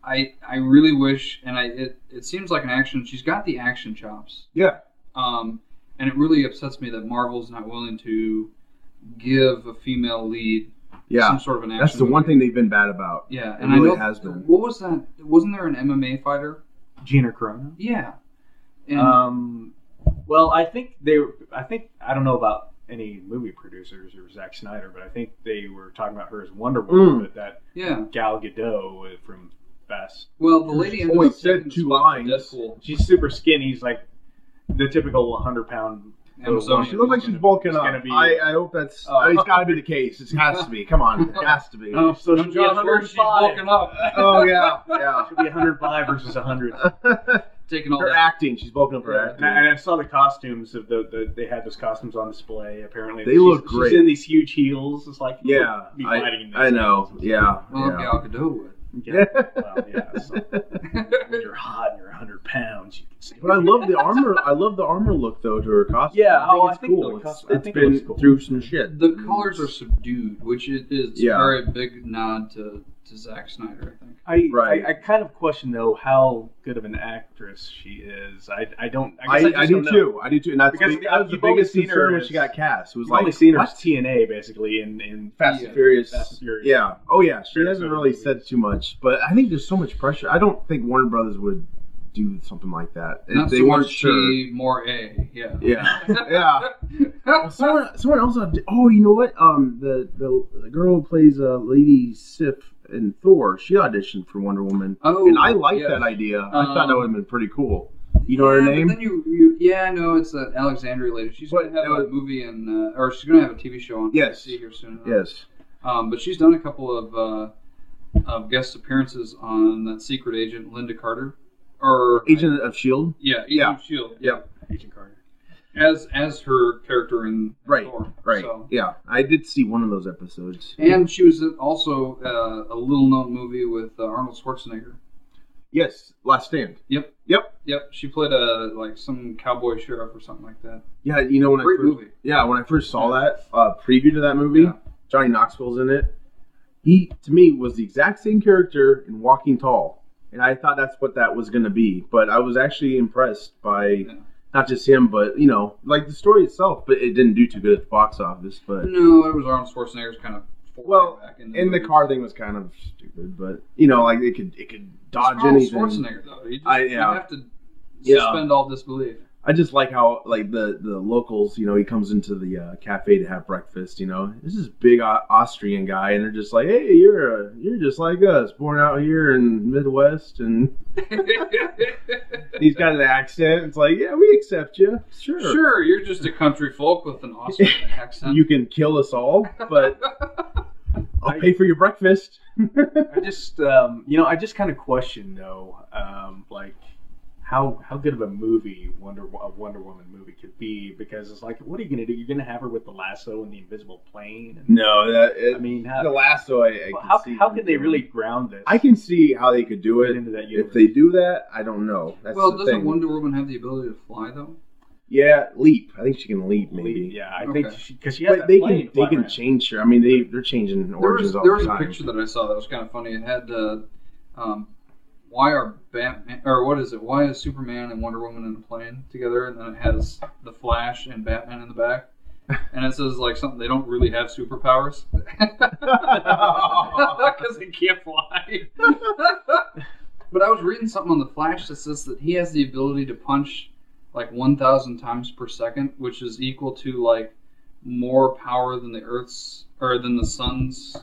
[SPEAKER 3] I I really wish, and I it, it seems like an action. She's got the action chops.
[SPEAKER 4] Yeah.
[SPEAKER 3] Um, and it really upsets me that Marvel's not willing to give a female lead
[SPEAKER 4] yeah,
[SPEAKER 3] some sort of an action.
[SPEAKER 4] that's the one
[SPEAKER 3] movie.
[SPEAKER 4] thing they've been bad about.
[SPEAKER 3] Yeah,
[SPEAKER 4] It
[SPEAKER 3] and
[SPEAKER 4] really
[SPEAKER 3] I know
[SPEAKER 4] has been.
[SPEAKER 3] What was that? Wasn't there an MMA fighter?
[SPEAKER 5] Gina Carano.
[SPEAKER 3] Yeah.
[SPEAKER 4] Mm.
[SPEAKER 3] And
[SPEAKER 4] Uh,
[SPEAKER 5] Um, well, I think they. were- I think I don't know about any movie producers or Zack Snyder, but I think they were talking about her as Wonder Woman,
[SPEAKER 4] Mm.
[SPEAKER 5] but that
[SPEAKER 3] yeah.
[SPEAKER 5] Gal Gadot from Fast.
[SPEAKER 3] Well, the lady ended
[SPEAKER 4] Only
[SPEAKER 3] up
[SPEAKER 4] said
[SPEAKER 3] taking the
[SPEAKER 4] two
[SPEAKER 3] spot for
[SPEAKER 4] lines.
[SPEAKER 3] Deadpool.
[SPEAKER 5] She's super skinny. She's like the typical 100 pound.
[SPEAKER 3] Amazonian.
[SPEAKER 4] She looks like she's bulking
[SPEAKER 5] it's
[SPEAKER 4] up.
[SPEAKER 5] gonna be-
[SPEAKER 4] I, I hope that's.
[SPEAKER 5] Oh.
[SPEAKER 4] I mean, it's got to be the case. It has to be. Come on, it has to be.
[SPEAKER 3] No,
[SPEAKER 5] So
[SPEAKER 3] no
[SPEAKER 5] she'd be
[SPEAKER 3] Josh, where she's
[SPEAKER 5] 105.
[SPEAKER 3] bulking up,
[SPEAKER 4] oh yeah, yeah.
[SPEAKER 5] She'll be 105 versus 100.
[SPEAKER 3] taking all
[SPEAKER 4] her
[SPEAKER 3] that.
[SPEAKER 4] acting. She's bulking up her
[SPEAKER 5] And I, and
[SPEAKER 4] acting.
[SPEAKER 5] I saw the costumes of the, the they had those costumes on display. Apparently,
[SPEAKER 4] They
[SPEAKER 5] She's-
[SPEAKER 4] look great.
[SPEAKER 5] She's in these huge heels. It's like you
[SPEAKER 4] Yeah,
[SPEAKER 5] would be
[SPEAKER 4] I-
[SPEAKER 5] fighting in these
[SPEAKER 4] I know.
[SPEAKER 5] heels.
[SPEAKER 4] Yeah,
[SPEAKER 3] Well,
[SPEAKER 4] yeah.
[SPEAKER 3] Gal Gadot would.
[SPEAKER 5] Yeah. well, yeah. So when
[SPEAKER 3] yeah,
[SPEAKER 5] you're hot and you're 100 pounds, you can stay.
[SPEAKER 4] But I love the armor. I love the armor look though to her costume.
[SPEAKER 5] Yeah, oh, I
[SPEAKER 4] it's
[SPEAKER 5] think the
[SPEAKER 4] cool. It's-
[SPEAKER 5] costume- I
[SPEAKER 4] it's
[SPEAKER 5] think it
[SPEAKER 4] been
[SPEAKER 5] looks cool.
[SPEAKER 4] through some shit.
[SPEAKER 3] The colors are subdued, which is, is
[SPEAKER 4] Mm. Yeah.
[SPEAKER 3] a very big nod to, to Zack Snyder, I think.
[SPEAKER 5] I,
[SPEAKER 4] Right.
[SPEAKER 5] I I kind of question though how good of an actress she is. I I don't.
[SPEAKER 4] I,
[SPEAKER 5] guess
[SPEAKER 4] I,
[SPEAKER 5] just
[SPEAKER 4] do
[SPEAKER 5] don't know.
[SPEAKER 4] too. I do too. And that's
[SPEAKER 5] Because
[SPEAKER 4] the, that was the
[SPEAKER 5] you've only
[SPEAKER 4] biggest
[SPEAKER 5] seen her
[SPEAKER 4] concern when
[SPEAKER 5] as-
[SPEAKER 4] she got cast. Was
[SPEAKER 5] You've
[SPEAKER 4] like
[SPEAKER 5] only seen her as
[SPEAKER 4] what?
[SPEAKER 5] TNA basically in in
[SPEAKER 4] Fast
[SPEAKER 3] Yeah.
[SPEAKER 4] and Furious.
[SPEAKER 5] Fast and Furious.
[SPEAKER 4] Yeah. Oh yeah. She
[SPEAKER 5] Furious
[SPEAKER 4] hasn't
[SPEAKER 5] movie.
[SPEAKER 4] really said too much, but I think there's so much pressure. I don't think Warner Brothers would do something like that. If
[SPEAKER 3] Not
[SPEAKER 4] they
[SPEAKER 3] so
[SPEAKER 4] weren't
[SPEAKER 3] much
[SPEAKER 4] sure.
[SPEAKER 3] G, more A, yeah.
[SPEAKER 4] Yeah. Yeah. Well, someone, someone else. aud- Oh, you know what? Um, the the, the girl who plays uh, Lady Sif in Thor. She auditioned for Wonder Woman,
[SPEAKER 3] oh,
[SPEAKER 4] and I like
[SPEAKER 3] yes.
[SPEAKER 4] that idea. I thought that
[SPEAKER 3] Um,
[SPEAKER 4] would have been pretty cool. You know her
[SPEAKER 3] Yeah, but
[SPEAKER 4] name?
[SPEAKER 3] Then you, you, yeah, I know it's an Alexandria lady. She's
[SPEAKER 4] But
[SPEAKER 3] going to have
[SPEAKER 4] that
[SPEAKER 3] a
[SPEAKER 4] was-
[SPEAKER 3] movie and, uh, or she's going to have a TV show on
[SPEAKER 4] Yes.
[SPEAKER 3] NBC here soon. enough.
[SPEAKER 4] Yes.
[SPEAKER 3] Um, but she's done a couple of uh, of guest appearances on that secret agent Linda Carter, or
[SPEAKER 4] Agent of Shield.
[SPEAKER 3] yeah, Agent
[SPEAKER 4] Yeah.
[SPEAKER 3] of Shield,
[SPEAKER 4] Yeah.
[SPEAKER 5] Agent Carter.
[SPEAKER 3] as as her character in
[SPEAKER 4] Right,
[SPEAKER 3] Thor,
[SPEAKER 4] Right.
[SPEAKER 3] So.
[SPEAKER 4] Yeah, I did see one of those episodes.
[SPEAKER 3] And she was also uh, a little known movie with uh, Arnold Schwarzenegger.
[SPEAKER 4] Yes, Last Stand.
[SPEAKER 3] Yep, she played a like some cowboy sheriff or something like that.
[SPEAKER 4] Yeah, you know when I
[SPEAKER 3] Great
[SPEAKER 4] first,
[SPEAKER 3] movie.
[SPEAKER 4] Yeah, when I first saw that uh, preview to that movie,
[SPEAKER 3] Yeah.
[SPEAKER 4] Johnny Knoxville's in it. He to me was the exact same character in Walking Tall, and I thought that's what that was going to be. But I was actually impressed by not just him, but you know, like the story itself. But it didn't do too good at the box office. But
[SPEAKER 3] No, it was Arnold Schwarzenegger's kind of foray
[SPEAKER 4] Well,
[SPEAKER 3] back in
[SPEAKER 4] and the car thing was kind of stupid. But you know, like it could it could dodge
[SPEAKER 3] Arnold
[SPEAKER 4] anything.
[SPEAKER 3] Schwarzenegger though, you, just,
[SPEAKER 4] I- yeah.
[SPEAKER 3] you have to
[SPEAKER 4] Yeah.
[SPEAKER 3] suspend all disbelief.
[SPEAKER 4] I just like how like the the locals, you know, he comes into the uh, cafe to have breakfast. You know, this is big Au- Austrian guy, and they're just like, "Hey, you're a, you're just like us, born out here in Midwest, and he's got an accent. It's like, yeah, we accept you, sure.
[SPEAKER 3] Sure, you're just a country folk with an Austrian accent.
[SPEAKER 4] You can kill us all, but I'll pay for your breakfast."
[SPEAKER 5] uh, I just um, you know I just kind of question though um, like how how good of a movie Wonder a Wonder Woman movie could be because it's like what are you gonna do you're gonna have her with the lasso and the invisible plane and
[SPEAKER 4] No, that it,
[SPEAKER 5] I mean
[SPEAKER 4] the
[SPEAKER 5] how
[SPEAKER 4] lasso. I, I
[SPEAKER 5] well,
[SPEAKER 4] can
[SPEAKER 5] how,
[SPEAKER 4] see
[SPEAKER 5] how
[SPEAKER 4] them
[SPEAKER 5] can they
[SPEAKER 4] doing.
[SPEAKER 5] really ground this
[SPEAKER 4] I can see how they could do
[SPEAKER 5] get
[SPEAKER 4] it.
[SPEAKER 5] into that universe?
[SPEAKER 4] If they do that, I don't know. That's
[SPEAKER 3] well,
[SPEAKER 4] the
[SPEAKER 3] doesn't
[SPEAKER 4] thing.
[SPEAKER 3] Wonder Woman have the ability to fly though?
[SPEAKER 4] Yeah, leap. I think she can leap, maybe.
[SPEAKER 5] yeah I
[SPEAKER 3] Okay.
[SPEAKER 5] think because she, has
[SPEAKER 4] but
[SPEAKER 5] that
[SPEAKER 4] they
[SPEAKER 5] plane
[SPEAKER 4] can they
[SPEAKER 5] flying
[SPEAKER 4] can
[SPEAKER 5] around.
[SPEAKER 4] change her. I mean, they they're changing
[SPEAKER 3] There was
[SPEAKER 4] origins
[SPEAKER 3] there was
[SPEAKER 4] all the
[SPEAKER 3] a
[SPEAKER 4] time.
[SPEAKER 3] picture that I saw that was kind of funny. It had uh, um, why are Batman or what is it? Why is Superman and Wonder Woman in a plane together? And then it has the Flash and Batman in the back, and it says like something they don't really have superpowers because they can't fly. But I was reading something on the Flash that says that he has the ability to punch like 1,000 times per second, which is equal to like more power than the Earth's or than the sun's.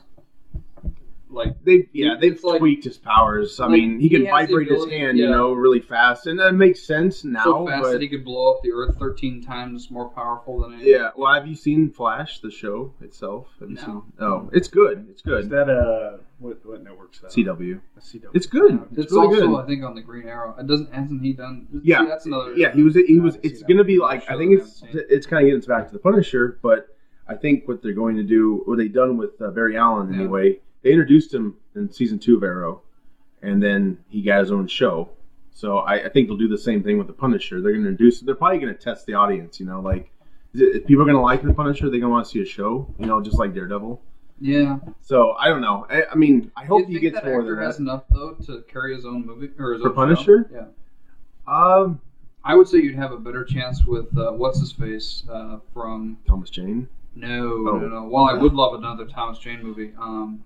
[SPEAKER 3] Like
[SPEAKER 4] They yeah they've
[SPEAKER 3] It's like-
[SPEAKER 4] tweaked his powers. I
[SPEAKER 3] like,
[SPEAKER 4] mean, he can
[SPEAKER 3] he has the
[SPEAKER 4] vibrate his
[SPEAKER 3] ability-
[SPEAKER 4] hand,
[SPEAKER 3] yeah.
[SPEAKER 4] you know, really fast, and that makes sense now.
[SPEAKER 3] so fast
[SPEAKER 4] but
[SPEAKER 3] that he could blow up the Earth 13 times more powerful than anything.
[SPEAKER 4] yeah, well, have you seen Flash the show itself? Have you
[SPEAKER 3] No.
[SPEAKER 4] seen? Oh, it's good. It's
[SPEAKER 5] Is
[SPEAKER 4] good.
[SPEAKER 5] that uh what what network's that?
[SPEAKER 4] CW.
[SPEAKER 5] A CW.
[SPEAKER 4] It's good.
[SPEAKER 5] Okay.
[SPEAKER 3] It's,
[SPEAKER 4] It's really
[SPEAKER 3] also,
[SPEAKER 4] good.
[SPEAKER 3] I think, on the Green Arrow. It doesn't hasn't he done? see,
[SPEAKER 4] Yeah.
[SPEAKER 3] that's another.
[SPEAKER 4] Yeah, he was. He
[SPEAKER 5] Uh,
[SPEAKER 4] was.
[SPEAKER 5] I've
[SPEAKER 4] It's
[SPEAKER 5] seen
[SPEAKER 4] gonna
[SPEAKER 5] that
[SPEAKER 4] be
[SPEAKER 3] one.
[SPEAKER 4] like.
[SPEAKER 3] Sure,
[SPEAKER 4] I think
[SPEAKER 3] I
[SPEAKER 4] it's.
[SPEAKER 3] haven't seen
[SPEAKER 4] It's kind of getting us back to the Punisher, but I think what they're going to do, what they done with uh, Barry Allen
[SPEAKER 3] Yeah.
[SPEAKER 4] anyway, they introduced him in season two of Arrow, and then he got his own show. So I, I think they'll do the same thing with the Punisher. They're gonna introduce. They're probably gonna test the audience. You know, like is it- if people are gonna like the Punisher, they're gonna want to see a show. You know, just like Daredevil.
[SPEAKER 3] Yeah.
[SPEAKER 4] So I don't know. I, I mean, I hope
[SPEAKER 3] Do
[SPEAKER 4] he
[SPEAKER 3] you think that
[SPEAKER 4] gets more
[SPEAKER 3] actor
[SPEAKER 4] than
[SPEAKER 3] has
[SPEAKER 4] that.
[SPEAKER 3] enough though to carry his own movie or his
[SPEAKER 4] For
[SPEAKER 3] own
[SPEAKER 4] Punisher?
[SPEAKER 3] Show? Yeah.
[SPEAKER 4] Um,
[SPEAKER 3] I would say you'd have a better chance with uh, what's his face uh, from
[SPEAKER 4] Thomas Jane.
[SPEAKER 3] no,
[SPEAKER 4] Oh.
[SPEAKER 3] no, no. While I would love another Thomas Jane movie, um,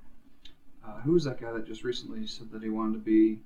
[SPEAKER 3] uh, who was that guy that just recently said that he wanted to be?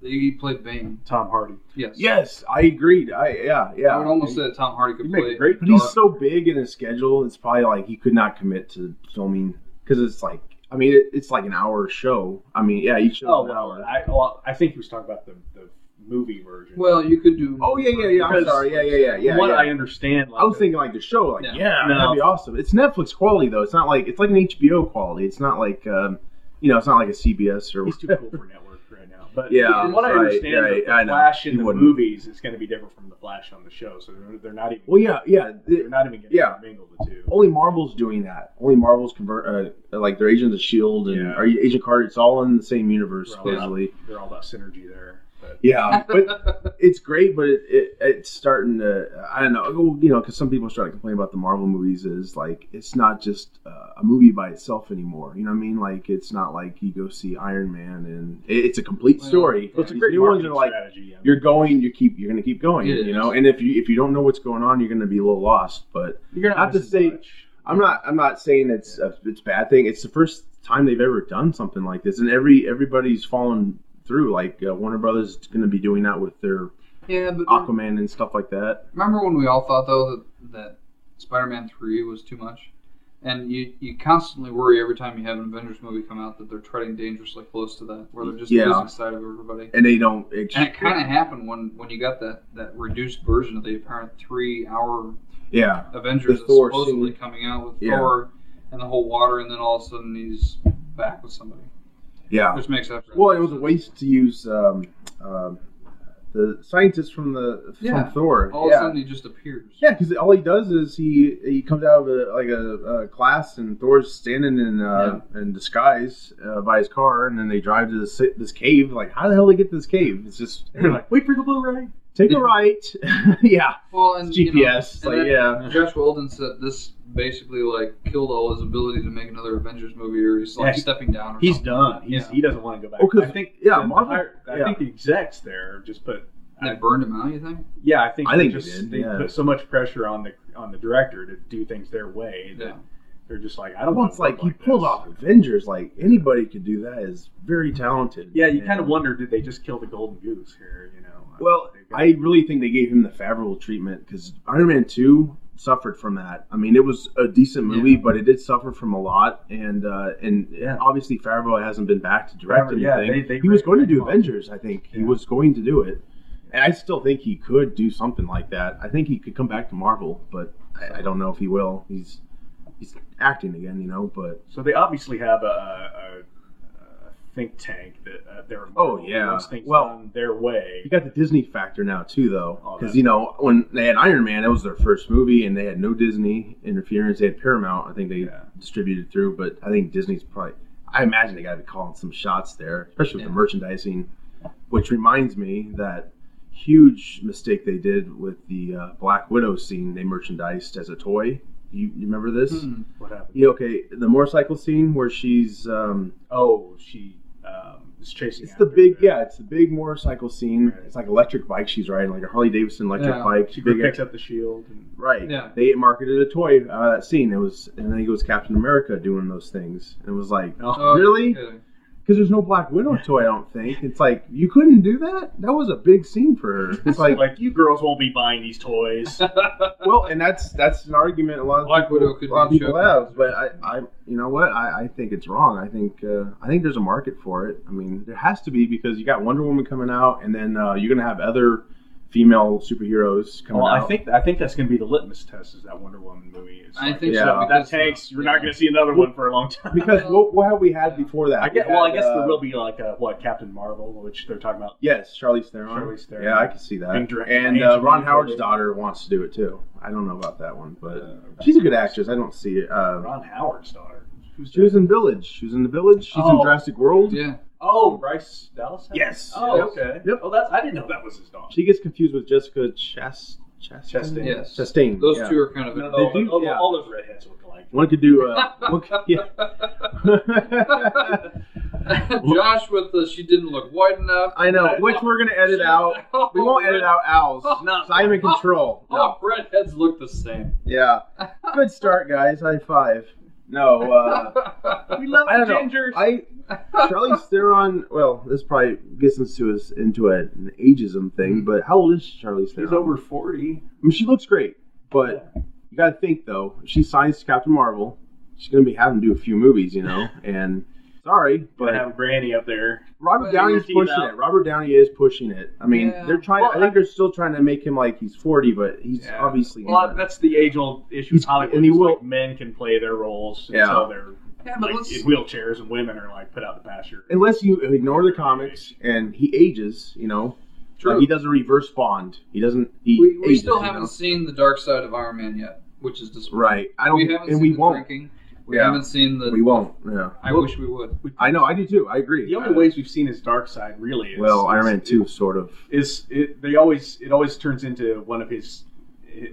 [SPEAKER 3] that He played Bane.
[SPEAKER 5] Tom Hardy.
[SPEAKER 3] Yes.
[SPEAKER 4] Yes, I agreed. I yeah yeah.
[SPEAKER 3] I would almost say that Tom Hardy could
[SPEAKER 5] He'd
[SPEAKER 3] play.
[SPEAKER 5] make a great
[SPEAKER 4] But he's
[SPEAKER 5] dark-
[SPEAKER 4] so big in his schedule, it's probably like he could not commit to filming because it's like, I mean, it, it's like an hour show. I mean, yeah, each show's
[SPEAKER 5] Oh
[SPEAKER 4] an
[SPEAKER 5] well,
[SPEAKER 4] hour.
[SPEAKER 5] I well, I think he was talking about the, the movie version.
[SPEAKER 3] Well, you could do.
[SPEAKER 4] oh yeah, yeah, yeah. I'm
[SPEAKER 5] Because-
[SPEAKER 4] sorry. Yeah, yeah, yeah, yeah.
[SPEAKER 5] From what
[SPEAKER 4] yeah.
[SPEAKER 5] I understand, like
[SPEAKER 4] I was
[SPEAKER 5] the-
[SPEAKER 4] thinking like the show, like
[SPEAKER 3] Yeah.
[SPEAKER 4] yeah,
[SPEAKER 5] No.
[SPEAKER 4] that'd be awesome. It's Netflix quality though. It's not like it's like an HBO quality. It's not like um, you know, it's not like a CBS or
[SPEAKER 5] he's too cool for network right now. But
[SPEAKER 4] Yeah,
[SPEAKER 5] from what I
[SPEAKER 4] right,
[SPEAKER 5] understand,
[SPEAKER 4] right,
[SPEAKER 5] the
[SPEAKER 4] I know.
[SPEAKER 5] Flash in
[SPEAKER 4] He
[SPEAKER 5] the
[SPEAKER 4] wouldn't.
[SPEAKER 5] movies is going to be different from the Flash on the show. So they're, they're not even.
[SPEAKER 4] Well, yeah, Oh. yeah. it-
[SPEAKER 5] they're not even going to
[SPEAKER 4] yeah.
[SPEAKER 5] mingle the two.
[SPEAKER 4] only Marvel's doing that. Only Marvel's convert uh, like their Agents of Shield and
[SPEAKER 5] Yeah.
[SPEAKER 4] or Agent Carter. It's all in the same universe
[SPEAKER 5] Right.
[SPEAKER 4] supposedly.
[SPEAKER 5] They're all about synergy there. But
[SPEAKER 4] Yeah, but it's great, but it, it it's starting to I don't know, well, you know, because some people start to complain about the Marvel movies is like it's not just uh, a movie by itself anymore. You know what I mean? Like it's not like you go see Iron Man and it, it's a complete
[SPEAKER 3] Well,
[SPEAKER 4] story.
[SPEAKER 5] Well, it's a
[SPEAKER 4] These
[SPEAKER 5] great
[SPEAKER 4] new ones
[SPEAKER 5] marketing
[SPEAKER 4] are like
[SPEAKER 5] strategy. I mean,
[SPEAKER 4] you're going, you keep, you're gonna keep going,
[SPEAKER 3] It
[SPEAKER 4] you
[SPEAKER 3] is.
[SPEAKER 4] know. And if you if you don't know what's going on, you're gonna be a little lost. But
[SPEAKER 5] you're
[SPEAKER 4] not to
[SPEAKER 5] missing
[SPEAKER 4] say-
[SPEAKER 5] much.
[SPEAKER 4] I'm not I'm not saying it's a, it's a bad thing. It's the first time they've ever done something like this, and every everybody's fallen through. Like uh, Warner Brothers is gonna be doing that with their
[SPEAKER 3] Yeah, but
[SPEAKER 4] Aquaman and stuff like that.
[SPEAKER 3] Remember when we all thought though that, that Spider-Man three was too much, and you you constantly worry every time you have an Avengers movie come out that they're treading dangerously close to that, where they're just
[SPEAKER 4] Yeah.
[SPEAKER 3] losing sight of everybody.
[SPEAKER 4] And they don't. Ex-
[SPEAKER 3] And it kind of happened when when you got that that reduced version of the apparent three hour
[SPEAKER 4] yeah.
[SPEAKER 3] Avengers
[SPEAKER 4] The
[SPEAKER 3] that's
[SPEAKER 4] Thor
[SPEAKER 3] supposedly
[SPEAKER 4] scene.
[SPEAKER 3] coming out with
[SPEAKER 4] Yeah.
[SPEAKER 3] Thor and the whole water, and then all of a sudden he's back with somebody,
[SPEAKER 4] Yeah.
[SPEAKER 3] which makes sense.
[SPEAKER 4] Well, it was a waste to use um, um, the scientists from the from
[SPEAKER 3] Yeah.
[SPEAKER 4] Thor.
[SPEAKER 3] All of a
[SPEAKER 4] yeah.
[SPEAKER 3] sudden he just appears.
[SPEAKER 4] Yeah, because all he does is he he comes out of a, like a, a class and Thor's standing in uh, in disguise uh, by his car, and then they drive to this this cave. Like, how the hell they get to this cave? It's just
[SPEAKER 5] They're like, wait for the Blu-ray.
[SPEAKER 4] take a right. yeah,
[SPEAKER 3] Well, and
[SPEAKER 4] it's
[SPEAKER 3] you know,
[SPEAKER 4] GPS.
[SPEAKER 3] and
[SPEAKER 4] like,
[SPEAKER 3] that-
[SPEAKER 4] yeah.
[SPEAKER 3] Josh Weldon said this basically like killed all his ability to make another Avengers movie, or he's like
[SPEAKER 5] Yeah, he-
[SPEAKER 3] stepping down. Or
[SPEAKER 5] He's
[SPEAKER 3] something.
[SPEAKER 5] done. He's,
[SPEAKER 3] Yeah.
[SPEAKER 5] He doesn't want to go back.
[SPEAKER 4] Oh, 'cause-
[SPEAKER 5] I think
[SPEAKER 4] yeah,
[SPEAKER 5] the
[SPEAKER 4] Marvel-
[SPEAKER 5] hire- I
[SPEAKER 4] yeah.
[SPEAKER 5] think the execs there just put
[SPEAKER 3] And they burned him out. You think?
[SPEAKER 5] Yeah, I think
[SPEAKER 4] I
[SPEAKER 5] they
[SPEAKER 4] think they
[SPEAKER 5] just
[SPEAKER 4] did,
[SPEAKER 5] they
[SPEAKER 4] yeah.
[SPEAKER 5] put so much pressure on the on the director to do things their way that
[SPEAKER 3] Yeah.
[SPEAKER 5] they're just like, I don't
[SPEAKER 4] Well,
[SPEAKER 5] want
[SPEAKER 4] it's like he
[SPEAKER 5] like
[SPEAKER 4] pulled
[SPEAKER 5] this.
[SPEAKER 4] off Avengers. Like anybody could do that. Is very talented.
[SPEAKER 5] Yeah, you
[SPEAKER 4] And-
[SPEAKER 5] kind of wonder did they just kill the golden goose here? You know.
[SPEAKER 4] Well,
[SPEAKER 5] They've got-
[SPEAKER 4] I really think they gave him the Favreau treatment because Iron Man Two suffered from that. I mean, it was a decent movie,
[SPEAKER 3] Yeah.
[SPEAKER 4] but it did suffer from a lot, and uh, and
[SPEAKER 5] Yeah.
[SPEAKER 4] obviously Favreau hasn't been back to direct
[SPEAKER 5] Favreau, yeah,
[SPEAKER 4] anything.
[SPEAKER 5] they- they
[SPEAKER 4] he was
[SPEAKER 5] ran-
[SPEAKER 4] going to
[SPEAKER 5] ran
[SPEAKER 4] do
[SPEAKER 5] off.
[SPEAKER 4] Avengers, I think. He
[SPEAKER 5] Yeah.
[SPEAKER 4] was going to do it, and I still think he could do something like that. I think he could come back to Marvel, but I, I don't know if he will. He's he's acting again, you know. But
[SPEAKER 5] So they obviously have a, a, a think tank that uh, they're
[SPEAKER 4] Oh, yeah.
[SPEAKER 5] those things
[SPEAKER 4] Well-
[SPEAKER 5] done their way.
[SPEAKER 4] You got the Disney factor now too, though,
[SPEAKER 5] Oh,
[SPEAKER 4] because
[SPEAKER 5] that's-
[SPEAKER 4] you know when they had Iron Man, it was their first movie, and they had no Disney interference. They had Paramount, I think they
[SPEAKER 5] Yeah.
[SPEAKER 4] distributed through, but I think Disney's probably. I imagine they got to be calling some shots there, especially with
[SPEAKER 3] Yeah.
[SPEAKER 4] the merchandising. Which reminds me that huge mistake they did with the uh, Black Widow scene. They merchandised as a toy. You, you remember this?
[SPEAKER 3] Hmm.
[SPEAKER 5] What happened?
[SPEAKER 4] You know, okay, the motorcycle scene where she's um,
[SPEAKER 5] Oh, she um, is chasing.
[SPEAKER 4] It's the
[SPEAKER 5] after
[SPEAKER 4] big, yeah, it's the big motorcycle scene.
[SPEAKER 5] Right.
[SPEAKER 4] It's like electric bike she's riding, like a Harley Davidson electric
[SPEAKER 3] Yeah.
[SPEAKER 4] bike.
[SPEAKER 5] She
[SPEAKER 4] big,
[SPEAKER 5] picks up the shield. And,
[SPEAKER 4] right.
[SPEAKER 3] Yeah.
[SPEAKER 4] They marketed a toy out of that scene. It was, and I think it was Captain America doing those things. And it was like,
[SPEAKER 5] no.
[SPEAKER 3] Oh,
[SPEAKER 4] Really?
[SPEAKER 3] okay.
[SPEAKER 4] because there's no Black Widow toy. I don't think it's like you couldn't do that. That was a big scene for her. It's like
[SPEAKER 5] like you girls won't be buying these toys.
[SPEAKER 4] well, and that's that's an argument a lot of
[SPEAKER 3] Black
[SPEAKER 4] people,
[SPEAKER 3] Widow could
[SPEAKER 4] a lot of
[SPEAKER 3] be
[SPEAKER 4] people
[SPEAKER 3] shown.
[SPEAKER 4] have. But I, I, you know what? I, I think it's wrong. I think uh, I think there's a market for it. I mean, there has to be because you got Wonder Woman coming out, and then uh, you're gonna have other female superheroes coming
[SPEAKER 5] Well,
[SPEAKER 4] out.
[SPEAKER 5] I think I think that's going to be the litmus test is that Wonder Woman movie. It's
[SPEAKER 3] I
[SPEAKER 5] like,
[SPEAKER 3] think
[SPEAKER 4] Yeah.
[SPEAKER 3] so.
[SPEAKER 5] that
[SPEAKER 3] because-
[SPEAKER 5] tanks. You're not going to see another one for a long time.
[SPEAKER 4] because what, what have we had before that?
[SPEAKER 5] I guess,
[SPEAKER 4] We
[SPEAKER 5] well, I
[SPEAKER 4] had,
[SPEAKER 5] guess there
[SPEAKER 4] uh,
[SPEAKER 5] will be like a, what Captain Marvel, which they're talking about.
[SPEAKER 4] Yes, Charlize Theron.
[SPEAKER 5] Charlize Theron.
[SPEAKER 4] Yeah, I can see that.
[SPEAKER 5] Being
[SPEAKER 4] And,
[SPEAKER 5] directed by
[SPEAKER 4] uh,
[SPEAKER 5] Angelina
[SPEAKER 4] Ron Howard's
[SPEAKER 5] Jolie.
[SPEAKER 4] daughter wants to do it too. I don't know about that one, but
[SPEAKER 5] Uh,
[SPEAKER 4] she's a good actress. I don't see it. Uh,
[SPEAKER 5] Ron Howard's daughter. Who's
[SPEAKER 4] she was in Village. She was in the Village. She's in
[SPEAKER 5] Oh.
[SPEAKER 4] Jurassic World.
[SPEAKER 3] Yeah.
[SPEAKER 5] Oh, Bryce Dallas. Howard?
[SPEAKER 4] Yes.
[SPEAKER 5] Oh,
[SPEAKER 3] Yes.
[SPEAKER 5] okay.
[SPEAKER 4] Yep.
[SPEAKER 5] Oh, that's I didn't know that was his daughter.
[SPEAKER 4] She gets confused with Jessica Chast-
[SPEAKER 5] Chastain.
[SPEAKER 4] Chastain.
[SPEAKER 3] Yes.
[SPEAKER 4] Chastain.
[SPEAKER 3] Those
[SPEAKER 4] yeah.
[SPEAKER 3] two are kind of.
[SPEAKER 5] No, no,
[SPEAKER 4] They
[SPEAKER 5] all,
[SPEAKER 4] do-
[SPEAKER 5] all-
[SPEAKER 4] yeah.
[SPEAKER 5] all those redheads look alike.
[SPEAKER 4] One could do. Uh, one could- yeah.
[SPEAKER 3] Josh with the she didn't look white enough.
[SPEAKER 4] I know, which we're gonna edit out. We won't edit out Al's.
[SPEAKER 5] No.
[SPEAKER 4] So I'm in control.
[SPEAKER 3] Oh,
[SPEAKER 4] No.
[SPEAKER 3] redheads look the same.
[SPEAKER 4] Yeah. Good start, guys. High five. No. Uh,
[SPEAKER 5] We love
[SPEAKER 4] I don't
[SPEAKER 5] the
[SPEAKER 4] know.
[SPEAKER 5] gingers.
[SPEAKER 4] I Charlize Theron. Well, this probably gets into us into an ageism thing, but how old is Charlize Theron?
[SPEAKER 5] He's over forty.
[SPEAKER 4] I mean, she looks great, but you got to think though. if She signs to Captain Marvel. She's gonna be having to do a few movies, you know. And sorry,
[SPEAKER 5] But
[SPEAKER 4] but
[SPEAKER 5] have Granny up there.
[SPEAKER 4] Robert
[SPEAKER 3] But
[SPEAKER 4] Downey's
[SPEAKER 5] you're
[SPEAKER 4] pushing
[SPEAKER 5] female.
[SPEAKER 4] it. Robert Downey is pushing it. I mean,
[SPEAKER 3] Yeah.
[SPEAKER 4] they're trying.
[SPEAKER 5] Well,
[SPEAKER 4] I think they're still trying to make him like he's forty, but he's
[SPEAKER 5] Yeah.
[SPEAKER 4] obviously
[SPEAKER 5] Well,
[SPEAKER 4] not.
[SPEAKER 5] that's the age-old issue with
[SPEAKER 4] He's-
[SPEAKER 5] Hollywood.
[SPEAKER 4] and he
[SPEAKER 5] is,
[SPEAKER 4] will-
[SPEAKER 5] like, men can play their roles
[SPEAKER 4] Yeah.
[SPEAKER 5] until they're
[SPEAKER 3] Yeah, but
[SPEAKER 5] like,
[SPEAKER 3] let's.
[SPEAKER 5] in wheelchairs, and women are like put out the pasture.
[SPEAKER 4] Unless you ignore the comics and he ages, you know,
[SPEAKER 3] True.
[SPEAKER 4] Like, he doesn't reverse bond. He doesn't. He
[SPEAKER 3] we, we
[SPEAKER 4] ages,
[SPEAKER 3] still
[SPEAKER 4] you
[SPEAKER 3] haven't
[SPEAKER 4] know?
[SPEAKER 3] seen the dark side of Iron Man yet, which is disappointing.
[SPEAKER 4] Right. I don't.
[SPEAKER 3] We haven't
[SPEAKER 4] and
[SPEAKER 3] seen
[SPEAKER 4] we
[SPEAKER 3] the
[SPEAKER 4] won't.
[SPEAKER 3] drinking. We
[SPEAKER 4] Yeah.
[SPEAKER 3] haven't seen the.
[SPEAKER 4] We won't. Yeah.
[SPEAKER 3] I wish we would.
[SPEAKER 4] I know. I do too. I agree.
[SPEAKER 5] The only ways we've seen his dark side really is
[SPEAKER 4] well, Iron
[SPEAKER 5] is-
[SPEAKER 4] Man two sort of.
[SPEAKER 5] is it they always it always turns into one of his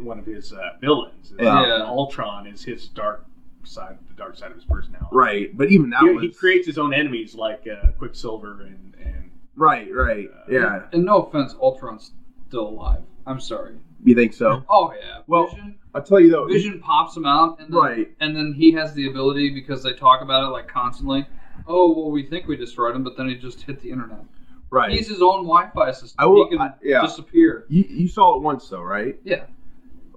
[SPEAKER 5] one of his uh, villains.
[SPEAKER 4] Yeah.
[SPEAKER 3] Yeah.
[SPEAKER 5] Ultron is his dark side, the dark side of his personality.
[SPEAKER 4] Right, but even that
[SPEAKER 5] He,
[SPEAKER 4] was
[SPEAKER 5] he creates his own enemies like uh, Quicksilver and and
[SPEAKER 4] Right, right, yeah.
[SPEAKER 3] And no offense, Ultron's still alive. I'm sorry.
[SPEAKER 4] You think so?
[SPEAKER 3] Oh yeah.
[SPEAKER 4] Well-
[SPEAKER 3] Vision,
[SPEAKER 4] I'll tell you though.
[SPEAKER 3] Vision pops him out, and then,
[SPEAKER 4] Right.
[SPEAKER 3] and then he has the ability because they talk about it like constantly. Oh well, we think we destroyed him, but then he just hit the internet.
[SPEAKER 4] Right.
[SPEAKER 3] He's his own Wi-Fi system.
[SPEAKER 4] I will-
[SPEAKER 3] he can
[SPEAKER 4] I- yeah.
[SPEAKER 3] disappear.
[SPEAKER 4] you, you saw it once though, right?
[SPEAKER 3] Yeah.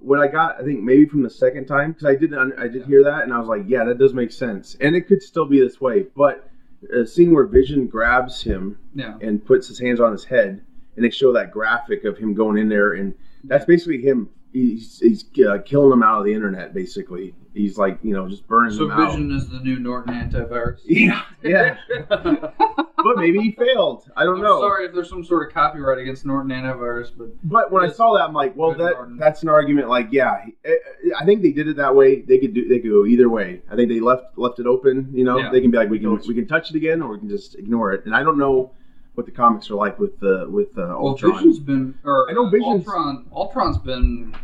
[SPEAKER 4] What I got, I think maybe from the second time because I did un- I did hear that and I was like, yeah, that does make sense, and it could still be this way. But uh, seeing where Vision grabs him
[SPEAKER 3] Yeah.
[SPEAKER 4] and puts his hands on his head, and they show that graphic of him going in there, and that's basically him. He's, he's uh, killing him out of the internet. Basically, he's like you know just burning
[SPEAKER 3] So
[SPEAKER 4] him out.
[SPEAKER 3] Vision is the new Norton antivirus.
[SPEAKER 4] Yeah, yeah. but maybe he failed. I don't
[SPEAKER 3] I'm
[SPEAKER 4] know.
[SPEAKER 3] sorry if there's some sort of copyright against Norton antivirus, but
[SPEAKER 4] But when I saw that, I'm like, well,
[SPEAKER 3] Good
[SPEAKER 4] that
[SPEAKER 3] garden.
[SPEAKER 4] that's an argument. Like, yeah, I- I think they did it that way. They could do. They could go either way. I think they left left it open. You know,
[SPEAKER 3] Yeah.
[SPEAKER 4] they can be like, we can we can touch it again, or we can just ignore it. And I don't know what the comics are like with the with uh,
[SPEAKER 3] well,
[SPEAKER 4] Ultron.
[SPEAKER 3] Vision's been or
[SPEAKER 4] I know
[SPEAKER 3] uh,
[SPEAKER 4] Vision's-
[SPEAKER 3] Ultron. Ultron's been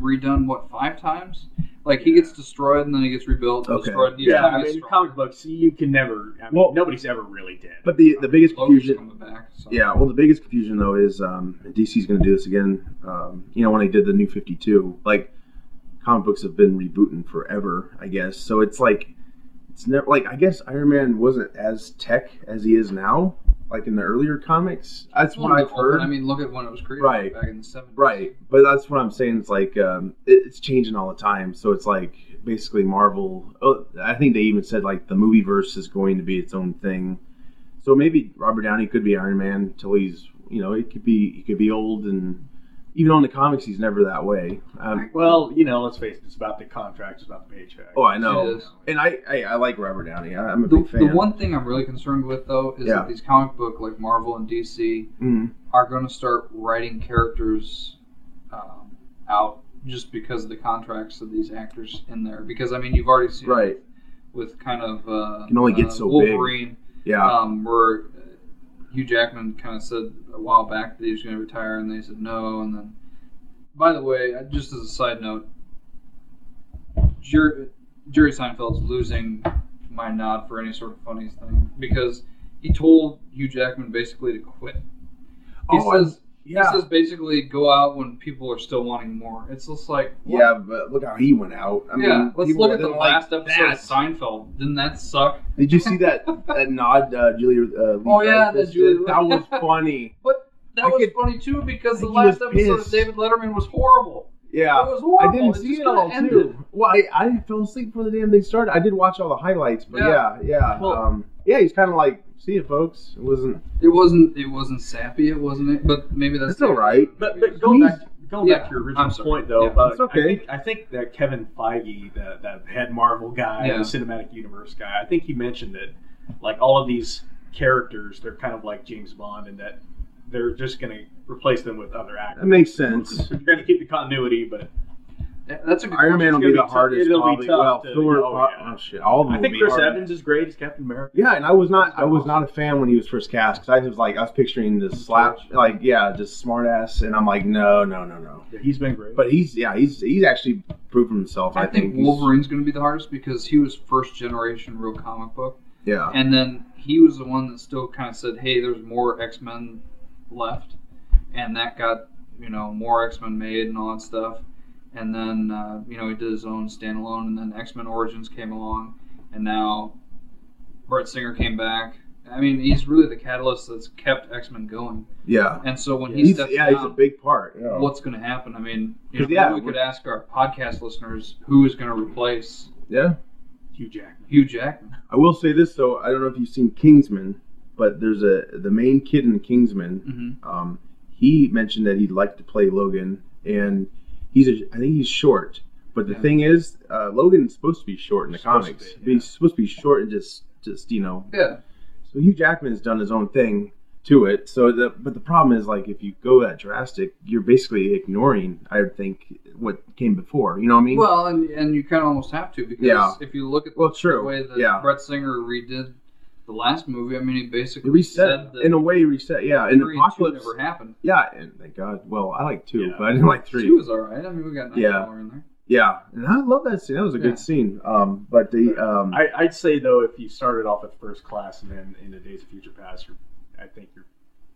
[SPEAKER 3] redone what five times? Like he gets destroyed and then he gets rebuilt. and
[SPEAKER 4] Okay.
[SPEAKER 3] Destroyed. And each
[SPEAKER 5] yeah.
[SPEAKER 3] time
[SPEAKER 5] I
[SPEAKER 3] he gets
[SPEAKER 5] mean,
[SPEAKER 3] stronger.
[SPEAKER 5] comic books you can never. I mean,
[SPEAKER 4] Well-
[SPEAKER 5] nobody's ever really dead.
[SPEAKER 4] but the the biggest
[SPEAKER 3] Logan's
[SPEAKER 4] confusion.
[SPEAKER 3] coming back. So.
[SPEAKER 4] Yeah, well, the biggest confusion though is um, DC's going to do this again. Um, you know, when they did the New Fifty Two, like comic books have been rebooting forever, I guess. So it's like it's never like I guess Iron Man wasn't as tech as he is now, like in the earlier comics. That's
[SPEAKER 3] Well,
[SPEAKER 4] what I've
[SPEAKER 3] Ultron,
[SPEAKER 4] heard.
[SPEAKER 3] I mean, look at when it was created
[SPEAKER 4] Right.
[SPEAKER 3] back in the seventies.
[SPEAKER 4] Right, but that's what I'm saying. It's like um, it- it's changing all the time. So it's like basically Marvel. Oh, I think they even said like the movie verse is going to be its own thing. So maybe Robert Downey could be Iron Man till he's you know it could be he could be old and even on the comics he's never that way. Um,
[SPEAKER 5] well, you know, let's face it. It's about the contract. It's about the paycheck.
[SPEAKER 4] oh, I
[SPEAKER 3] It
[SPEAKER 4] know.
[SPEAKER 3] is.
[SPEAKER 4] And I, I I like Robert Downey. I, I'm a
[SPEAKER 3] The,
[SPEAKER 4] big
[SPEAKER 3] the
[SPEAKER 4] fan.
[SPEAKER 3] one thing I'm really concerned with though is
[SPEAKER 4] Yeah.
[SPEAKER 3] that these comic book like Marvel and DC
[SPEAKER 4] Mm.
[SPEAKER 3] are going to start writing characters um, out just because of the contracts of these actors in there. Because I mean, you've already seen it
[SPEAKER 4] Right.
[SPEAKER 3] with kind of uh,
[SPEAKER 4] Can only get
[SPEAKER 3] uh,
[SPEAKER 4] so big.
[SPEAKER 3] Wolverine.
[SPEAKER 4] Yeah.
[SPEAKER 3] um, where uh, Hugh Jackman kind of said a while back that he was going to retire, and they said no. And then, by the way, uh, just as a side note, Jer- Jerry Seinfeld's losing my nod for any sort of funny thing because he told Hugh Jackman basically to quit. He
[SPEAKER 4] Oh, I-
[SPEAKER 3] says
[SPEAKER 5] Yeah.
[SPEAKER 3] This is basically go out when people are still wanting more. It's just like what?
[SPEAKER 4] Yeah, but look how he went out. I
[SPEAKER 3] yeah.
[SPEAKER 4] mean,
[SPEAKER 3] Let's
[SPEAKER 4] people
[SPEAKER 3] look at the
[SPEAKER 4] didn't like
[SPEAKER 3] last episode
[SPEAKER 4] that.
[SPEAKER 3] of Seinfeld. Didn't that suck?
[SPEAKER 4] Did you see that, that nod uh, Julie? Uh, Lee
[SPEAKER 3] Oh, yeah,
[SPEAKER 4] Dreyfus
[SPEAKER 3] the Julie-
[SPEAKER 4] did? That was funny.
[SPEAKER 3] But that
[SPEAKER 4] I
[SPEAKER 3] was
[SPEAKER 4] could-
[SPEAKER 3] funny too because the
[SPEAKER 4] He
[SPEAKER 3] last
[SPEAKER 4] was
[SPEAKER 3] episode of
[SPEAKER 4] pissed.
[SPEAKER 3] David Letterman was horrible. It
[SPEAKER 4] Yeah.
[SPEAKER 3] was horrible.
[SPEAKER 4] I didn't
[SPEAKER 3] It
[SPEAKER 4] see
[SPEAKER 3] Oh, just
[SPEAKER 4] it
[SPEAKER 3] kinda
[SPEAKER 4] all
[SPEAKER 3] ended.
[SPEAKER 4] too. Well, I, I fell asleep before the damn thing started. I did watch all the highlights, but
[SPEAKER 3] Yeah.
[SPEAKER 4] yeah, yeah,
[SPEAKER 5] Well-
[SPEAKER 4] um, yeah. He's kind of like, see you, folks. It wasn't.
[SPEAKER 3] It wasn't. It wasn't sappy. It wasn't. It, but maybe that's
[SPEAKER 4] It's all right.
[SPEAKER 5] But, but going back, going back
[SPEAKER 3] Yeah,
[SPEAKER 5] to your
[SPEAKER 3] I'm
[SPEAKER 5] original
[SPEAKER 3] sorry.
[SPEAKER 5] point though,
[SPEAKER 3] Yeah,
[SPEAKER 5] about
[SPEAKER 4] it's okay.
[SPEAKER 5] I think, I think that Kevin Feige, the, the head Marvel guy,
[SPEAKER 3] Yeah.
[SPEAKER 5] the cinematic universe guy, I think he mentioned that like all of these characters, they're kind of like James Bond, and that they're just going to replace them with other
[SPEAKER 4] That
[SPEAKER 5] actors.
[SPEAKER 4] makes sense.
[SPEAKER 5] They're going to keep the continuity, but
[SPEAKER 3] Yeah, That's a good
[SPEAKER 4] Iron Man will
[SPEAKER 5] It's
[SPEAKER 4] be
[SPEAKER 5] gonna
[SPEAKER 4] the
[SPEAKER 5] be tough-
[SPEAKER 4] hardest.
[SPEAKER 5] it'll be
[SPEAKER 4] probably.
[SPEAKER 5] tough
[SPEAKER 4] well,
[SPEAKER 5] to-
[SPEAKER 4] Thor.
[SPEAKER 5] oh,
[SPEAKER 4] pro-
[SPEAKER 5] yeah.
[SPEAKER 4] oh, shit, all of them.
[SPEAKER 5] I think
[SPEAKER 4] will be
[SPEAKER 5] Chris
[SPEAKER 4] hard.
[SPEAKER 5] Evans is great as Captain America.
[SPEAKER 4] Yeah, and I was not. I was not a fan when he was first cast because I was like, I was picturing this slap, like yeah, just smart ass, and I'm like, no, no, no, no.
[SPEAKER 5] Yeah, he's been great.
[SPEAKER 4] But he's yeah, he's he's actually proven himself. I,
[SPEAKER 3] I think
[SPEAKER 4] he's-
[SPEAKER 3] Wolverine's going to be the hardest because he was first generation real comic book,
[SPEAKER 4] Yeah,
[SPEAKER 3] and then he was the one that still kind of said, "Hey, there's more X Men left," and that got you know more X Men made and all that stuff. And then uh, you know he did his own standalone, and then X Men Origins came along, and now Bert Singer came back. I mean, he's really the catalyst that's kept X Men going.
[SPEAKER 4] yeah,
[SPEAKER 3] And so when he
[SPEAKER 4] he's,
[SPEAKER 3] steps
[SPEAKER 4] yeah,
[SPEAKER 3] down,
[SPEAKER 4] he's a big part. Yeah.
[SPEAKER 3] um, what's going to happen? I mean, you know,
[SPEAKER 4] 'Cause, yeah,
[SPEAKER 3] maybe we
[SPEAKER 4] we're-
[SPEAKER 3] could ask our podcast listeners who is going to replace
[SPEAKER 4] yeah,
[SPEAKER 5] Hugh Jackman.
[SPEAKER 3] Hugh Jackman.
[SPEAKER 4] I will say this though. I don't know if you've seen Kingsman, but there's a the main kid in Kingsman.
[SPEAKER 3] Mm-hmm.
[SPEAKER 4] Um, he mentioned that he'd like to play Logan, and he's a, I think he's short. But the
[SPEAKER 3] Yeah.
[SPEAKER 4] thing is, uh, Logan's supposed to be short in the
[SPEAKER 5] Supposed to
[SPEAKER 4] comics.
[SPEAKER 5] be,
[SPEAKER 4] But He's supposed to be short and just just you know
[SPEAKER 3] Yeah,
[SPEAKER 4] So Hugh Jackman's done his own thing to it. So the but the problem is like if you go that drastic, you're basically ignoring, I would think, what came before. You know what I mean?
[SPEAKER 3] well, and and you kind of almost have to because
[SPEAKER 4] Yeah.
[SPEAKER 3] if you look at
[SPEAKER 4] Well,
[SPEAKER 3] the
[SPEAKER 4] true.
[SPEAKER 3] way that
[SPEAKER 4] yeah.
[SPEAKER 3] Brett Singer redid the last movie, I mean, he basically
[SPEAKER 4] It reset
[SPEAKER 3] said that
[SPEAKER 4] in a way. Reset. Yeah. In
[SPEAKER 3] three and two
[SPEAKER 4] apocalypse.
[SPEAKER 3] never happened.
[SPEAKER 4] Yeah. And thank God. Well, I like two,
[SPEAKER 5] Yeah.
[SPEAKER 4] but I didn't like three.
[SPEAKER 3] Two was all right. I mean, we got Nightcrawler
[SPEAKER 4] Yeah.
[SPEAKER 3] in there.
[SPEAKER 4] Yeah. And I love that scene. That was a
[SPEAKER 3] Yeah.
[SPEAKER 4] good scene. Um, but the um,
[SPEAKER 5] I, I'd say though, if you started off with First Class and then in the Days of Future Past, you're, I think you're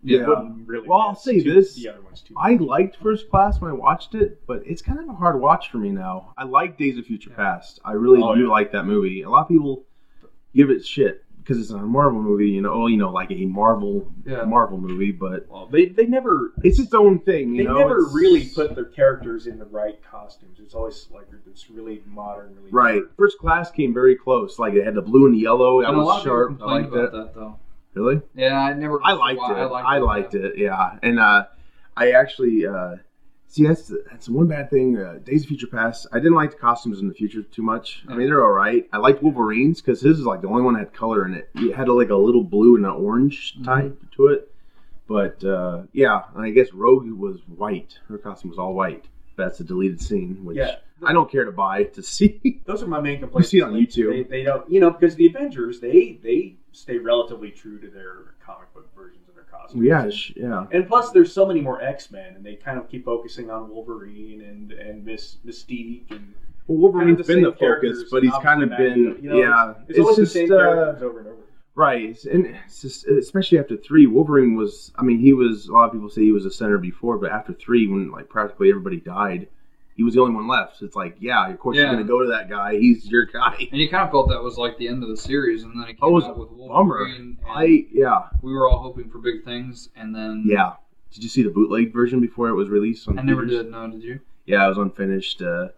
[SPEAKER 4] yeah.
[SPEAKER 5] wouldn't really.
[SPEAKER 4] Well, I'll
[SPEAKER 5] miss
[SPEAKER 4] say
[SPEAKER 5] too-
[SPEAKER 4] this.
[SPEAKER 5] The other one's too.
[SPEAKER 4] I liked First Class when I watched it, but it's kind of a hard watch for me now. I like Days of Future
[SPEAKER 3] Yeah.
[SPEAKER 4] Past. I really
[SPEAKER 5] Oh,
[SPEAKER 4] do
[SPEAKER 5] yeah.
[SPEAKER 4] like that movie. A lot of people give it shit because it's not a Marvel movie, you know, oh, you know, like a Marvel
[SPEAKER 3] Yeah.
[SPEAKER 4] Marvel movie, but
[SPEAKER 5] well, they they never
[SPEAKER 4] it's its own thing. You
[SPEAKER 5] they
[SPEAKER 4] know?
[SPEAKER 5] never
[SPEAKER 4] It's-
[SPEAKER 5] really put their characters in the right costumes. It's always like it's really modern, really
[SPEAKER 4] right. First Class came very close. Like it had the blue and the yellow. That
[SPEAKER 3] and a lot of
[SPEAKER 4] was
[SPEAKER 3] people
[SPEAKER 4] sharp. I
[SPEAKER 3] complained
[SPEAKER 4] liked that.
[SPEAKER 3] about that. though.
[SPEAKER 4] Really?
[SPEAKER 3] Yeah, I never.
[SPEAKER 4] I liked
[SPEAKER 3] why
[SPEAKER 4] it. I liked it. Yeah, and uh, I actually uh, see that's that's the one bad thing. Uh, Days of Future Past. I didn't like the costumes in the future too much. I
[SPEAKER 3] Yeah.
[SPEAKER 4] mean, they're all right. I liked Wolverine's because his is like the only one that had color in it. It had like a little blue and an orange
[SPEAKER 5] Mm-hmm.
[SPEAKER 4] type to it. But uh, yeah, and I guess Rogue was white. Her costume was all white. That's a deleted scene, which
[SPEAKER 5] Yeah.
[SPEAKER 4] I don't care to buy to see.
[SPEAKER 5] Those are my main complaints.
[SPEAKER 4] see it on
[SPEAKER 5] Like,
[SPEAKER 4] YouTube.
[SPEAKER 5] They, they don't, you know, because the Avengers they they stay relatively true to their comic book versions of their costumes.
[SPEAKER 4] yeah, sh- yeah.
[SPEAKER 5] And plus, there's so many more X Men, and they kind of keep focusing on Wolverine and and Miss Mystique, and
[SPEAKER 4] Well,
[SPEAKER 5] kind of
[SPEAKER 4] Wolverine's
[SPEAKER 5] the
[SPEAKER 4] been
[SPEAKER 5] same
[SPEAKER 4] the focus,
[SPEAKER 5] characters,
[SPEAKER 4] but he's kind of
[SPEAKER 5] obviously
[SPEAKER 4] been
[SPEAKER 5] back, you know,
[SPEAKER 4] yeah.
[SPEAKER 5] It's, always the same
[SPEAKER 4] uh,
[SPEAKER 5] characters over and over.
[SPEAKER 4] Right, it's- and it's just, especially after three, Wolverine was. I mean, he was. A lot of people say he was a center before, but after three, when like practically everybody died, he was the only one left. So it's like, yeah, of course
[SPEAKER 3] Yeah.
[SPEAKER 4] you're going to go to that guy. He's your guy.
[SPEAKER 3] And you kind of felt that was like the end of the series, and then it
[SPEAKER 4] Oh,
[SPEAKER 3] came
[SPEAKER 4] it was
[SPEAKER 3] out with
[SPEAKER 4] bummer.
[SPEAKER 3] Wolverine. and
[SPEAKER 4] I yeah
[SPEAKER 3] we were all hoping for big things, and then
[SPEAKER 4] yeah. Did you see the bootleg version before it was released? On
[SPEAKER 3] I never
[SPEAKER 4] theaters?
[SPEAKER 3] did. No, did you?
[SPEAKER 4] Yeah, it was unfinished. Uh,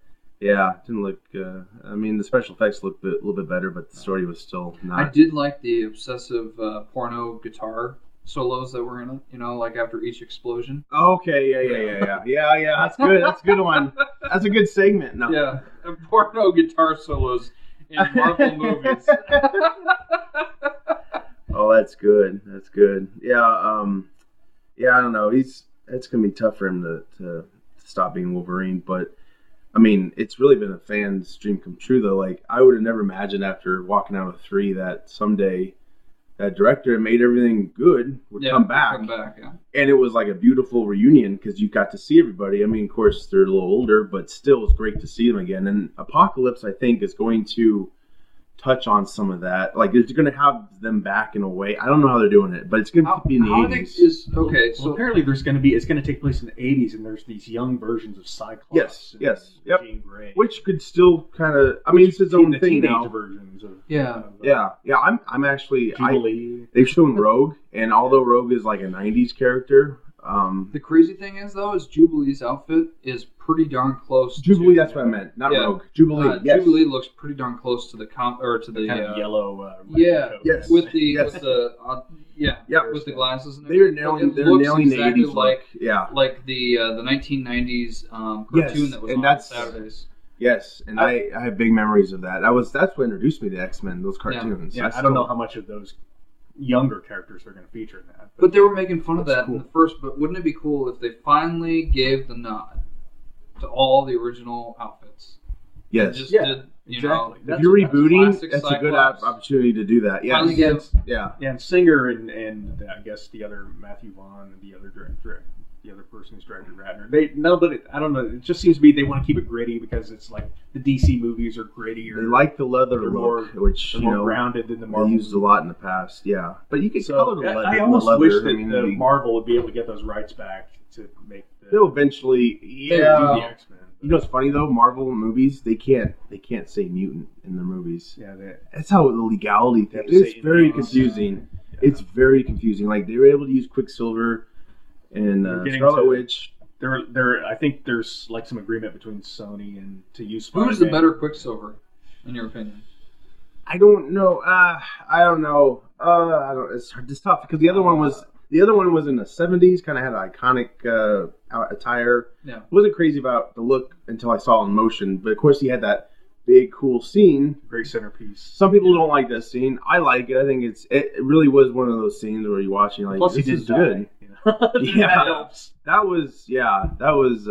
[SPEAKER 4] yeah, didn't look. Uh, I mean, the special effects looked a little bit better, but the story was still
[SPEAKER 3] I
[SPEAKER 4] not.
[SPEAKER 3] did like the obsessive uh, porno guitar solos that were in it. You know, like after each explosion.
[SPEAKER 4] Okay, yeah, yeah, yeah, yeah, yeah, yeah. That's good. That's a good one. That's a good segment. No,
[SPEAKER 3] Yeah, the porno guitar solos in Marvel movies.
[SPEAKER 4] Oh, that's good. That's good. Yeah. Um. Yeah, I don't know. He's it's gonna be tough for him to, to stop being Wolverine, but I mean, it's really been a fan's dream come true though. Like I would have never imagined after walking out of three that someday that director that made everything good would
[SPEAKER 3] Yeah,
[SPEAKER 4] come back,
[SPEAKER 3] Come back. Yeah.
[SPEAKER 4] and it was like a beautiful reunion because you got to see everybody. I mean, of course, they're a little older, but still, it's great to see them again. And Apocalypse, I think, is going to touch on some of that. Like it's going to have them back in a way. I don't know how they're doing it, but it's going to
[SPEAKER 3] How,
[SPEAKER 4] be in the
[SPEAKER 3] how they-
[SPEAKER 4] eighties.
[SPEAKER 3] is okay?
[SPEAKER 5] well,
[SPEAKER 3] So
[SPEAKER 5] apparently there's going to be it's going to take place in the 80s and there's these young versions of Cyclops.
[SPEAKER 4] Yes,
[SPEAKER 5] and
[SPEAKER 4] yes, yep.
[SPEAKER 5] Jean Grey.
[SPEAKER 4] which could still kind of. I mean, it's his own
[SPEAKER 5] the
[SPEAKER 4] thing
[SPEAKER 5] teenage
[SPEAKER 4] now.
[SPEAKER 5] versions of
[SPEAKER 3] Yeah.
[SPEAKER 5] of, uh,
[SPEAKER 4] Yeah, yeah. I'm I'm actually. I,
[SPEAKER 5] Jubilee.
[SPEAKER 4] they've shown Rogue, and although Rogue is like a '90s character, um,
[SPEAKER 3] the crazy thing is though is Jubilee's outfit is pretty darn close.
[SPEAKER 4] Jubilee.
[SPEAKER 3] To,
[SPEAKER 4] That's what I meant. Not
[SPEAKER 3] Yeah.
[SPEAKER 4] Rogue. Jubilee.
[SPEAKER 3] uh,
[SPEAKER 4] yes.
[SPEAKER 3] Jubilee looks pretty darn close to the comp or to the,
[SPEAKER 5] kind
[SPEAKER 3] uh,
[SPEAKER 5] of yellow. Uh,
[SPEAKER 3] yeah,
[SPEAKER 5] raincoat.
[SPEAKER 4] yes.
[SPEAKER 3] with the
[SPEAKER 4] Yes.
[SPEAKER 3] with the uh, yeah
[SPEAKER 4] Yeah.
[SPEAKER 3] with the glasses. and
[SPEAKER 4] They're
[SPEAKER 3] everything.
[SPEAKER 4] nailing.
[SPEAKER 3] It
[SPEAKER 4] They're
[SPEAKER 3] looks
[SPEAKER 4] nailing
[SPEAKER 3] exactly
[SPEAKER 4] the '80s.
[SPEAKER 3] like
[SPEAKER 4] Like, yeah.
[SPEAKER 3] like the uh, the 1990s um,
[SPEAKER 4] Yes,
[SPEAKER 3] cartoon that was
[SPEAKER 4] and
[SPEAKER 3] on
[SPEAKER 4] that's-
[SPEAKER 3] Saturdays.
[SPEAKER 4] Yes, and I, I have big memories of that. I was that's what introduced me to X Men. Those
[SPEAKER 3] Yeah.
[SPEAKER 4] cartoons.
[SPEAKER 5] Yeah, I don't know how much of those younger characters are going to feature in that.
[SPEAKER 3] But they were making fun of
[SPEAKER 5] That's
[SPEAKER 3] that in the first. But wouldn't it be cool if they finally gave the nod to all the original outfits?
[SPEAKER 4] Yes.
[SPEAKER 3] just
[SPEAKER 5] Yeah,
[SPEAKER 3] did you know
[SPEAKER 5] exactly.
[SPEAKER 4] if
[SPEAKER 5] That's-
[SPEAKER 4] you're
[SPEAKER 5] that's
[SPEAKER 4] rebooting,
[SPEAKER 3] classic
[SPEAKER 4] that's a good
[SPEAKER 3] Cyclops.
[SPEAKER 4] op- opportunity to do that. Yes.
[SPEAKER 3] finally give
[SPEAKER 4] Yeah.
[SPEAKER 5] Yeah, and Singer and and I guess the other Matthew Vaughn and the other director, the other person who's directed Ratner. They no, but it, I don't know. It just seems to be they want to keep it gritty because it's like the DC movies are grittier.
[SPEAKER 4] They like the leather
[SPEAKER 5] They're
[SPEAKER 4] look,
[SPEAKER 5] more-
[SPEAKER 4] which
[SPEAKER 5] they're
[SPEAKER 4] you
[SPEAKER 5] more
[SPEAKER 4] know
[SPEAKER 5] grounded than the
[SPEAKER 4] they
[SPEAKER 5] Marvel.
[SPEAKER 4] used a lot in the past. Yeah, but you could
[SPEAKER 5] So,
[SPEAKER 4] color the
[SPEAKER 5] I-
[SPEAKER 4] leather.
[SPEAKER 5] I almost
[SPEAKER 4] the leather,
[SPEAKER 5] wish
[SPEAKER 4] I
[SPEAKER 5] that
[SPEAKER 4] mean,
[SPEAKER 5] the
[SPEAKER 4] it'd be-
[SPEAKER 5] Marvel would be able to get those rights back to make the,
[SPEAKER 4] they'll eventually.
[SPEAKER 5] do
[SPEAKER 4] Yeah.
[SPEAKER 5] the X Men.
[SPEAKER 4] You know, it's funny though. Marvel movies, they can't they can't say mutant in their movies.
[SPEAKER 5] yeah, they,
[SPEAKER 4] That's how the legality
[SPEAKER 5] They
[SPEAKER 4] thing.
[SPEAKER 5] have to
[SPEAKER 4] It's
[SPEAKER 5] say
[SPEAKER 4] very
[SPEAKER 5] in-
[SPEAKER 4] confusing.
[SPEAKER 5] yeah.
[SPEAKER 4] It's very confusing. Like they were able to use Quicksilver and
[SPEAKER 5] We're
[SPEAKER 4] uh,
[SPEAKER 5] getting
[SPEAKER 4] Scarlet
[SPEAKER 5] to-
[SPEAKER 4] Witch.
[SPEAKER 5] there, there. I think there's like some agreement between Sony and to use. Spider-Man.
[SPEAKER 3] Who's the better Quicksilver, in your opinion?
[SPEAKER 4] I don't know. Uh, I don't know. Uh, I don't. It's, hard- it's tough because the other one was the other one was in the seventies. Kind of had an iconic uh, out- attire.
[SPEAKER 3] Yeah.
[SPEAKER 4] wasn't crazy about the look until I saw it in motion. But of course, he had that big cool scene.
[SPEAKER 5] Great centerpiece.
[SPEAKER 4] Some people don't like this scene. I like it. I think it's it it really was one of those scenes where you watch and you're like,
[SPEAKER 5] Plus, he
[SPEAKER 4] this
[SPEAKER 5] did
[SPEAKER 4] is good.
[SPEAKER 5] You know?
[SPEAKER 4] Yeah.
[SPEAKER 5] that helps.
[SPEAKER 4] That was yeah. That was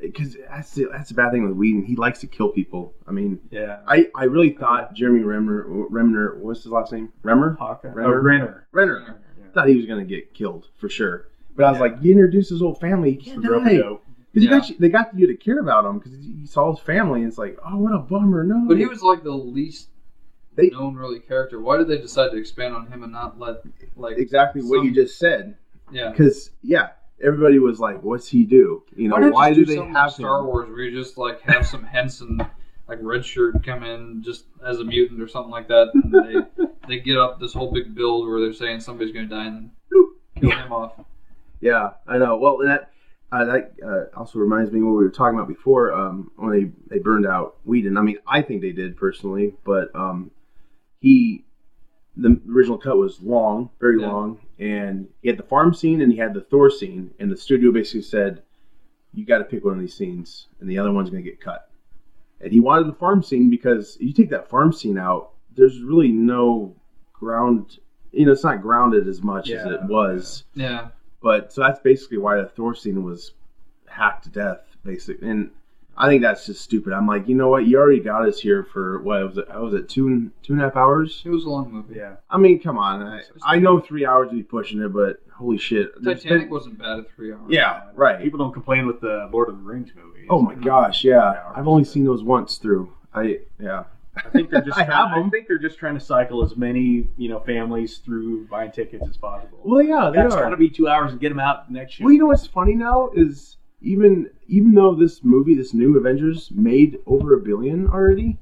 [SPEAKER 4] because that's the, that's the bad thing with Whedon. He likes to kill people. I mean,
[SPEAKER 5] Yeah.
[SPEAKER 4] I, I really thought Jeremy Remner Remner what's his last name Remmer
[SPEAKER 5] Hawkeye. Oh,
[SPEAKER 4] Renner.
[SPEAKER 5] Renner.
[SPEAKER 4] Renner.
[SPEAKER 5] Yeah.
[SPEAKER 4] I thought he was gonna get killed for sure. But I was
[SPEAKER 5] Yeah.
[SPEAKER 4] like, you introduced his whole family. He
[SPEAKER 5] It's
[SPEAKER 4] can't
[SPEAKER 5] the
[SPEAKER 4] die
[SPEAKER 5] rubber
[SPEAKER 4] because
[SPEAKER 5] dope.
[SPEAKER 4] you
[SPEAKER 3] Yeah.
[SPEAKER 4] got you, they got you to care about him because you saw his family. and It's like, oh, what a bummer. No,
[SPEAKER 3] But he was like the least
[SPEAKER 4] They-
[SPEAKER 3] known really character. Why did they decide to expand on him and not let like
[SPEAKER 4] exactly what
[SPEAKER 3] some-
[SPEAKER 4] you just said.
[SPEAKER 3] yeah?
[SPEAKER 4] Because yeah, everybody was like, what's he do? You know,
[SPEAKER 3] not
[SPEAKER 4] why,
[SPEAKER 3] just
[SPEAKER 4] do they
[SPEAKER 3] something
[SPEAKER 4] have
[SPEAKER 3] like Star
[SPEAKER 4] him?
[SPEAKER 3] Wars where you just like have some Henson like red shirt come in just as a mutant or something like that, and they they get up this whole big build where they're saying somebody's going to die and then boop, kill him off.
[SPEAKER 4] Yeah, I know. Well, and that uh, that uh, also reminds me what we were talking about before um, when they, they burned out Whedon. I mean, I think they did personally, but um, he the original cut was long, very
[SPEAKER 3] Yeah.
[SPEAKER 4] long, and he had the farm scene and he had the Thor scene, and the studio basically said, "You got to pick one of these scenes, and the other one's going to get cut." And he wanted the farm scene because if you take that farm scene out, there's really no ground. You know, it's not grounded as much as
[SPEAKER 5] Yeah,
[SPEAKER 4] it was.
[SPEAKER 3] Yeah,
[SPEAKER 4] But so that's basically why the Thor scene was hacked to death, basically. And I think that's just stupid. I'm like, you know what? You already got us here for what was it? How was it two and two and a half hours?
[SPEAKER 3] it was a long movie.
[SPEAKER 5] Yeah.
[SPEAKER 4] I mean, come on. I, I know three hours would be pushing it, but holy shit! There's
[SPEAKER 3] Titanic
[SPEAKER 4] been-
[SPEAKER 3] wasn't bad at three hours.
[SPEAKER 4] yeah, right.
[SPEAKER 5] People don't complain with the Lord of the Rings movies.
[SPEAKER 4] Oh my gosh, yeah. I've only seen those once through. I yeah.
[SPEAKER 5] I think they're just.
[SPEAKER 4] I have
[SPEAKER 5] trying, I
[SPEAKER 4] them.
[SPEAKER 5] think they're just trying to cycle as many you know families through buying tickets as possible.
[SPEAKER 4] Well, yeah, they
[SPEAKER 5] that's got
[SPEAKER 4] are.
[SPEAKER 5] to be two hours and get them out next year.
[SPEAKER 4] Well, you know what's funny now is even even though this movie, this new Avengers, made over a billion already,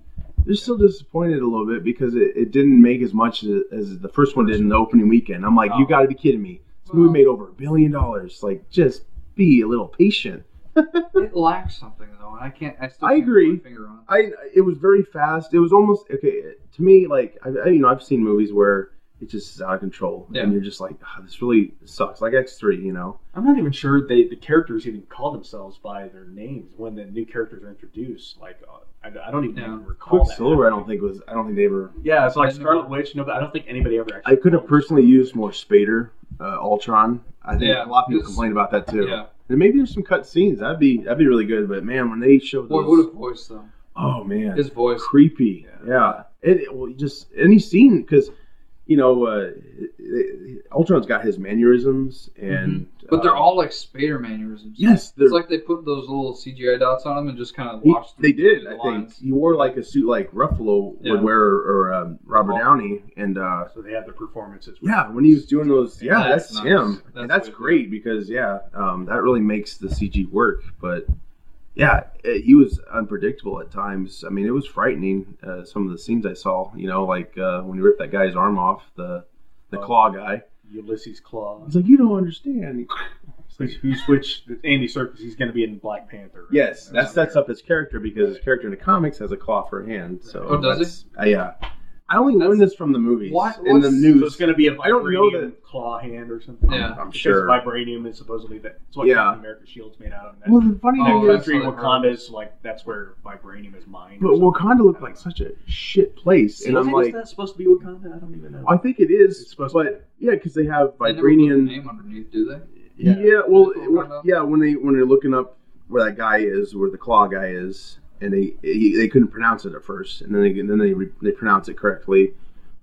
[SPEAKER 4] they're still disappointed a little bit because it, it didn't make as much as, as the first one did in the opening weekend. I'm like, you got to be kidding me! This
[SPEAKER 3] Oh. Well-
[SPEAKER 4] movie made over a billion dollars. Like, just be a little patient.
[SPEAKER 3] It lacks something though, and I can't. I still
[SPEAKER 4] I
[SPEAKER 3] can't put
[SPEAKER 4] agree.
[SPEAKER 3] my finger on it.
[SPEAKER 4] I it was very fast. It was almost okay to me. Like I, I- you know, I've seen movies where it just is out of control,
[SPEAKER 3] Yeah.
[SPEAKER 4] and you're just like, oh, this really sucks. Like X three, you know.
[SPEAKER 5] I'm not even sure they the characters even call themselves by their names when the new characters are introduced. Like uh, I, I don't even,
[SPEAKER 3] Yeah.
[SPEAKER 5] recall that.
[SPEAKER 4] Quicksilver, I don't think was. I don't think they ever
[SPEAKER 5] Yeah, it's like
[SPEAKER 3] I
[SPEAKER 5] Scarlet
[SPEAKER 3] never-
[SPEAKER 5] Witch. No, but I don't think anybody ever.
[SPEAKER 4] I
[SPEAKER 5] Actually
[SPEAKER 4] could have personally used more Spader, uh, Ultron. I think
[SPEAKER 3] Yeah,
[SPEAKER 4] a lot of people
[SPEAKER 3] it's-
[SPEAKER 4] complain about that too.
[SPEAKER 3] Yeah,
[SPEAKER 4] And maybe there's some cut scenes. That'd be that'd be really good. But man, when they show
[SPEAKER 3] boy,
[SPEAKER 4] those,
[SPEAKER 3] what a voice though.
[SPEAKER 4] oh man,
[SPEAKER 3] His voice.
[SPEAKER 4] creepy.
[SPEAKER 5] Yeah.
[SPEAKER 4] Yeah, It, it- well, just any scene because you know, uh, Ultron's got his mannerisms, and
[SPEAKER 3] Mm-hmm. But they're
[SPEAKER 4] uh,
[SPEAKER 3] all like spader mannerisms.
[SPEAKER 4] yes, they're,
[SPEAKER 3] It's like they put those little CGI dots on them and just kind of
[SPEAKER 4] he-
[SPEAKER 3] washed.
[SPEAKER 4] they
[SPEAKER 3] through
[SPEAKER 4] did.
[SPEAKER 3] the
[SPEAKER 4] I think
[SPEAKER 3] lines.
[SPEAKER 4] he wore like a suit like Ruffalo
[SPEAKER 3] Yeah.
[SPEAKER 4] would wear, or um, Robert
[SPEAKER 5] Oh.
[SPEAKER 4] Downey, and uh,
[SPEAKER 5] So they had the performances.
[SPEAKER 4] yeah, when he was doing those, yeah,
[SPEAKER 3] That's
[SPEAKER 4] that's,
[SPEAKER 3] nice.
[SPEAKER 4] him,
[SPEAKER 3] That's
[SPEAKER 4] and that's
[SPEAKER 3] what it
[SPEAKER 4] great because yeah, um, that really makes the CG work, but. Yeah, it, he was unpredictable at times. I mean, it was frightening. Uh, some of the scenes I saw, you know, like uh, when he ripped that guy's arm off, the the
[SPEAKER 5] Oh.
[SPEAKER 4] claw guy.
[SPEAKER 5] Ulysses Claw.
[SPEAKER 4] He's like, you don't understand.
[SPEAKER 5] Who- Who switched Andy Serkis? He's going to be in Black Panther. right?
[SPEAKER 4] Yes,
[SPEAKER 5] Or
[SPEAKER 4] that sets
[SPEAKER 5] something.
[SPEAKER 4] up his character because his character in the comics has a claw for a hand. So
[SPEAKER 3] Oh, does
[SPEAKER 4] that's- uh, yeah, I only learned this from the movies
[SPEAKER 3] What-
[SPEAKER 4] in the
[SPEAKER 3] what's-
[SPEAKER 5] So it's
[SPEAKER 4] news.
[SPEAKER 5] going to be a vibranium
[SPEAKER 4] I don't know that-
[SPEAKER 5] claw hand or something.
[SPEAKER 3] Yeah.
[SPEAKER 4] I'm
[SPEAKER 5] Because
[SPEAKER 4] sure.
[SPEAKER 5] vibranium is supposedly that. It's what
[SPEAKER 4] Yeah.
[SPEAKER 5] Captain America's shield's made out of. That,
[SPEAKER 4] Well, the funny
[SPEAKER 3] Oh,
[SPEAKER 5] that
[SPEAKER 4] thing
[SPEAKER 3] that's
[SPEAKER 4] is,
[SPEAKER 5] country,
[SPEAKER 3] what I heard.
[SPEAKER 5] Wakanda, is like that's where vibranium is mined.
[SPEAKER 4] but
[SPEAKER 5] or something.
[SPEAKER 4] Wakanda looked like such a shit place, and I'm like,
[SPEAKER 5] that supposed to be Wakanda? I don't even know.
[SPEAKER 4] I think it is,
[SPEAKER 5] It's supposed to
[SPEAKER 4] but yeah, because they have
[SPEAKER 3] They never put the
[SPEAKER 4] vibranium.
[SPEAKER 3] name underneath, do they?
[SPEAKER 4] Yeah, well, it-
[SPEAKER 3] Wakanda.
[SPEAKER 4] yeah, when they when they're looking up where that guy is, where the claw guy is, and they he, they couldn't pronounce it at first, and then they and then they re, they pronounce it correctly,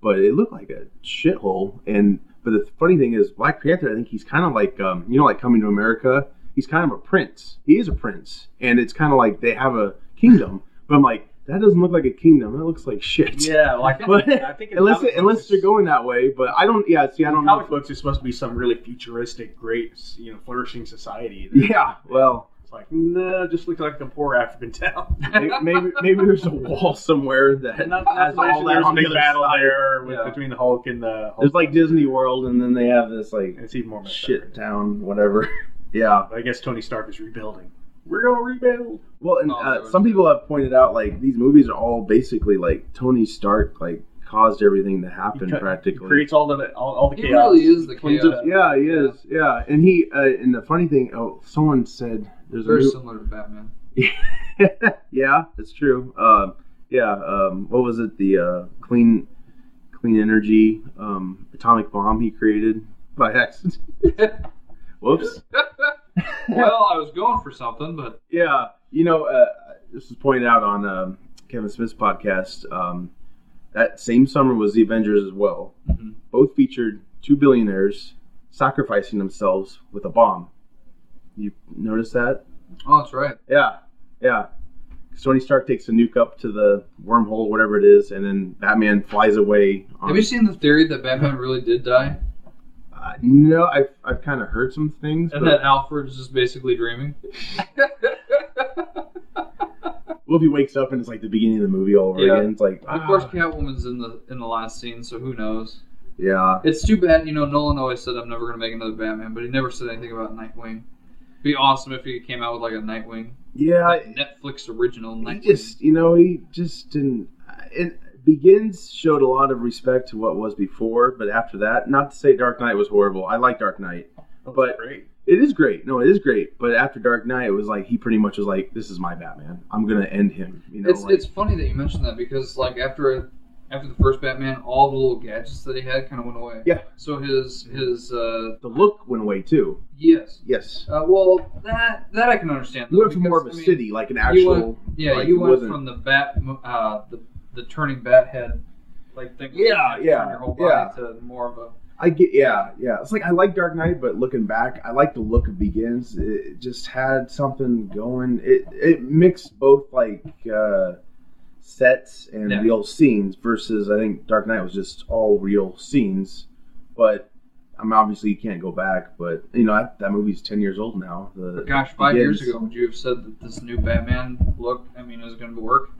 [SPEAKER 4] but it looked like a shithole. And but the funny thing is, Black Panther, I think he's kind of like um, you know, like coming to America. He's kind of a prince. He is a prince, and it's kind of like they have a kingdom. But I'm like, that doesn't look like a kingdom. That looks like shit.
[SPEAKER 5] Yeah, like
[SPEAKER 4] But-
[SPEAKER 5] I think in
[SPEAKER 4] Unless
[SPEAKER 5] comic
[SPEAKER 4] it, unless
[SPEAKER 5] books-
[SPEAKER 4] they're going that way, but I don't. Yeah, see, I
[SPEAKER 5] in
[SPEAKER 4] don't know.
[SPEAKER 5] comic books is supposed to be some really futuristic, great, you know, flourishing society.
[SPEAKER 4] Yeah, well,
[SPEAKER 5] It's like, no, it just looks like a poor African town.
[SPEAKER 4] maybe maybe maybe there's a wall somewhere that
[SPEAKER 5] Not,
[SPEAKER 4] has
[SPEAKER 5] not
[SPEAKER 4] all that
[SPEAKER 5] there's a
[SPEAKER 4] on the
[SPEAKER 5] big
[SPEAKER 4] other
[SPEAKER 5] battle
[SPEAKER 4] side.
[SPEAKER 5] there with,
[SPEAKER 3] Yeah.
[SPEAKER 5] between the Hulk and the. Hulk.
[SPEAKER 4] There's like Disney World, and then they have this like
[SPEAKER 5] it's even more messed up right
[SPEAKER 4] shit
[SPEAKER 5] now.
[SPEAKER 4] town, whatever. yeah.
[SPEAKER 5] I guess Tony Stark is rebuilding. We're gonna rebuild.
[SPEAKER 4] Well, and
[SPEAKER 3] Oh, there
[SPEAKER 4] uh,
[SPEAKER 3] was-
[SPEAKER 4] some people have pointed out like these movies are all basically like Tony Stark like caused everything to happen
[SPEAKER 5] He ca- He
[SPEAKER 4] practically.
[SPEAKER 5] creates all the all, all the
[SPEAKER 3] He
[SPEAKER 5] chaos.
[SPEAKER 3] really is the
[SPEAKER 5] cleans
[SPEAKER 3] chaos.
[SPEAKER 5] it up.
[SPEAKER 4] yeah, he is. Yeah, and he uh, and the funny thing, oh, someone said there's a
[SPEAKER 3] Very
[SPEAKER 4] new-
[SPEAKER 3] similar to Batman.
[SPEAKER 4] yeah, it's true. Um, yeah, um, what was it? The uh, clean, clean energy um, atomic bomb he created by accident. Whoops.
[SPEAKER 3] well, I was going for something, but
[SPEAKER 4] Yeah, you know, uh, this was pointed out on um Kevin Smith's podcast. Um, that same summer was the Avengers as well.
[SPEAKER 3] Mhm.
[SPEAKER 4] Both featured two billionaires sacrificing themselves with a bomb. You notice that?
[SPEAKER 3] oh, that's right.
[SPEAKER 4] Yeah, yeah. Sony Stark takes a nuke up to the wormhole, whatever it is, and then Batman flies away. On,
[SPEAKER 3] Have you seen the theory that Batman really did die,
[SPEAKER 4] uh, no, I've, I've kind of heard some things.
[SPEAKER 3] and
[SPEAKER 4] but,
[SPEAKER 3] that Alfred's just basically dreaming?
[SPEAKER 4] well, if he wakes up and it's like the beginning of the movie all over
[SPEAKER 3] Yeah.
[SPEAKER 4] again, it's like,
[SPEAKER 3] Of
[SPEAKER 4] ah,
[SPEAKER 3] course, Catwoman's in the in the last scene, so who knows?
[SPEAKER 4] yeah,
[SPEAKER 3] It's too bad, you know. Nolan always said I'm never gonna make another Batman, but he never said anything about Nightwing. Be awesome if he came out with like a Nightwing,
[SPEAKER 4] yeah.
[SPEAKER 3] Netflix original
[SPEAKER 4] He
[SPEAKER 3] Nightwing.
[SPEAKER 4] just, you know, he just didn't. uh, It begins showed a lot of respect to what was before, but after that, not to say Dark Knight was horrible. I like Dark Knight.
[SPEAKER 5] That was
[SPEAKER 4] But-
[SPEAKER 5] great.
[SPEAKER 4] It is great. No, it is great. But after Dark Knight, it was like he pretty much was like, "This is my Batman. I'm gonna end him." You know,
[SPEAKER 3] it's
[SPEAKER 4] like,
[SPEAKER 3] it's funny that you mentioned that because like after after the first Batman, all the little gadgets that he had kind of went away.
[SPEAKER 4] Yeah.
[SPEAKER 3] So his his uh
[SPEAKER 4] the look went away too.
[SPEAKER 3] yes.
[SPEAKER 4] Yes.
[SPEAKER 3] Uh, well, that that I can understand.
[SPEAKER 4] You went from
[SPEAKER 3] because,
[SPEAKER 4] more of a
[SPEAKER 3] I mean,
[SPEAKER 4] city, like an actual.
[SPEAKER 3] Yeah,
[SPEAKER 4] like,
[SPEAKER 3] you
[SPEAKER 4] it
[SPEAKER 3] went
[SPEAKER 4] wasn't-
[SPEAKER 3] from the bat uh the the turning bat head like thing.
[SPEAKER 4] Yeah,
[SPEAKER 3] turn
[SPEAKER 4] yeah,
[SPEAKER 3] Your whole
[SPEAKER 4] yeah.
[SPEAKER 3] body to more of a
[SPEAKER 4] I get, yeah, yeah. It's like I like Dark Knight, but looking back, I like the look of Begins. It just had something going. It it mixed both like uh, sets and
[SPEAKER 3] Yeah.
[SPEAKER 4] real scenes. Versus, I think Dark Knight was just all real scenes. But I'm obviously you can't go back. But you know that, that movie's ten years old now. The,
[SPEAKER 3] But gosh, five years
[SPEAKER 4] Begins.
[SPEAKER 3] ago, would you have said that this new Batman look, I mean, is going to work?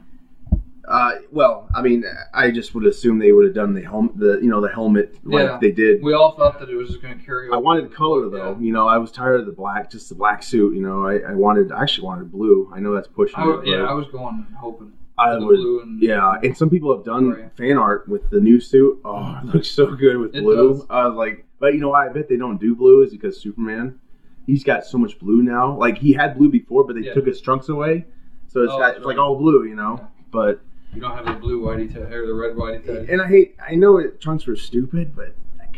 [SPEAKER 4] Uh, well, I mean, I just would assume they would have done the helm, the you know the helmet like
[SPEAKER 3] Yeah.
[SPEAKER 4] they did.
[SPEAKER 3] We all thought that it was just going to carry over.
[SPEAKER 4] I wanted color though. You know, I was tired of the black, just the black suit. You know, I, I wanted, I actually wanted blue. I know that's pushing
[SPEAKER 3] I,
[SPEAKER 4] it,
[SPEAKER 3] w-
[SPEAKER 4] but
[SPEAKER 3] Oh, yeah, I was going and hoping.
[SPEAKER 4] I
[SPEAKER 3] the
[SPEAKER 4] would.
[SPEAKER 3] blue and
[SPEAKER 4] Yeah, and some people have done
[SPEAKER 3] Right.
[SPEAKER 4] fan art with the new suit. Oh, it looks so good with
[SPEAKER 3] Mm-hmm. It
[SPEAKER 4] blue.
[SPEAKER 3] does.
[SPEAKER 4] I was like, but you know why I bet they don't do blue is because Superman, he's got so much blue now. Like he had blue before, but they
[SPEAKER 3] Yeah.
[SPEAKER 4] took his trunks away, so it's
[SPEAKER 3] Oh,
[SPEAKER 4] got
[SPEAKER 3] that's
[SPEAKER 4] it's like
[SPEAKER 3] right.
[SPEAKER 4] all blue. You know,
[SPEAKER 3] Yeah.
[SPEAKER 4] but
[SPEAKER 3] You don't have the blue whitey tag or the red whitey tag.
[SPEAKER 4] And I hate. I know it, trunks were stupid, but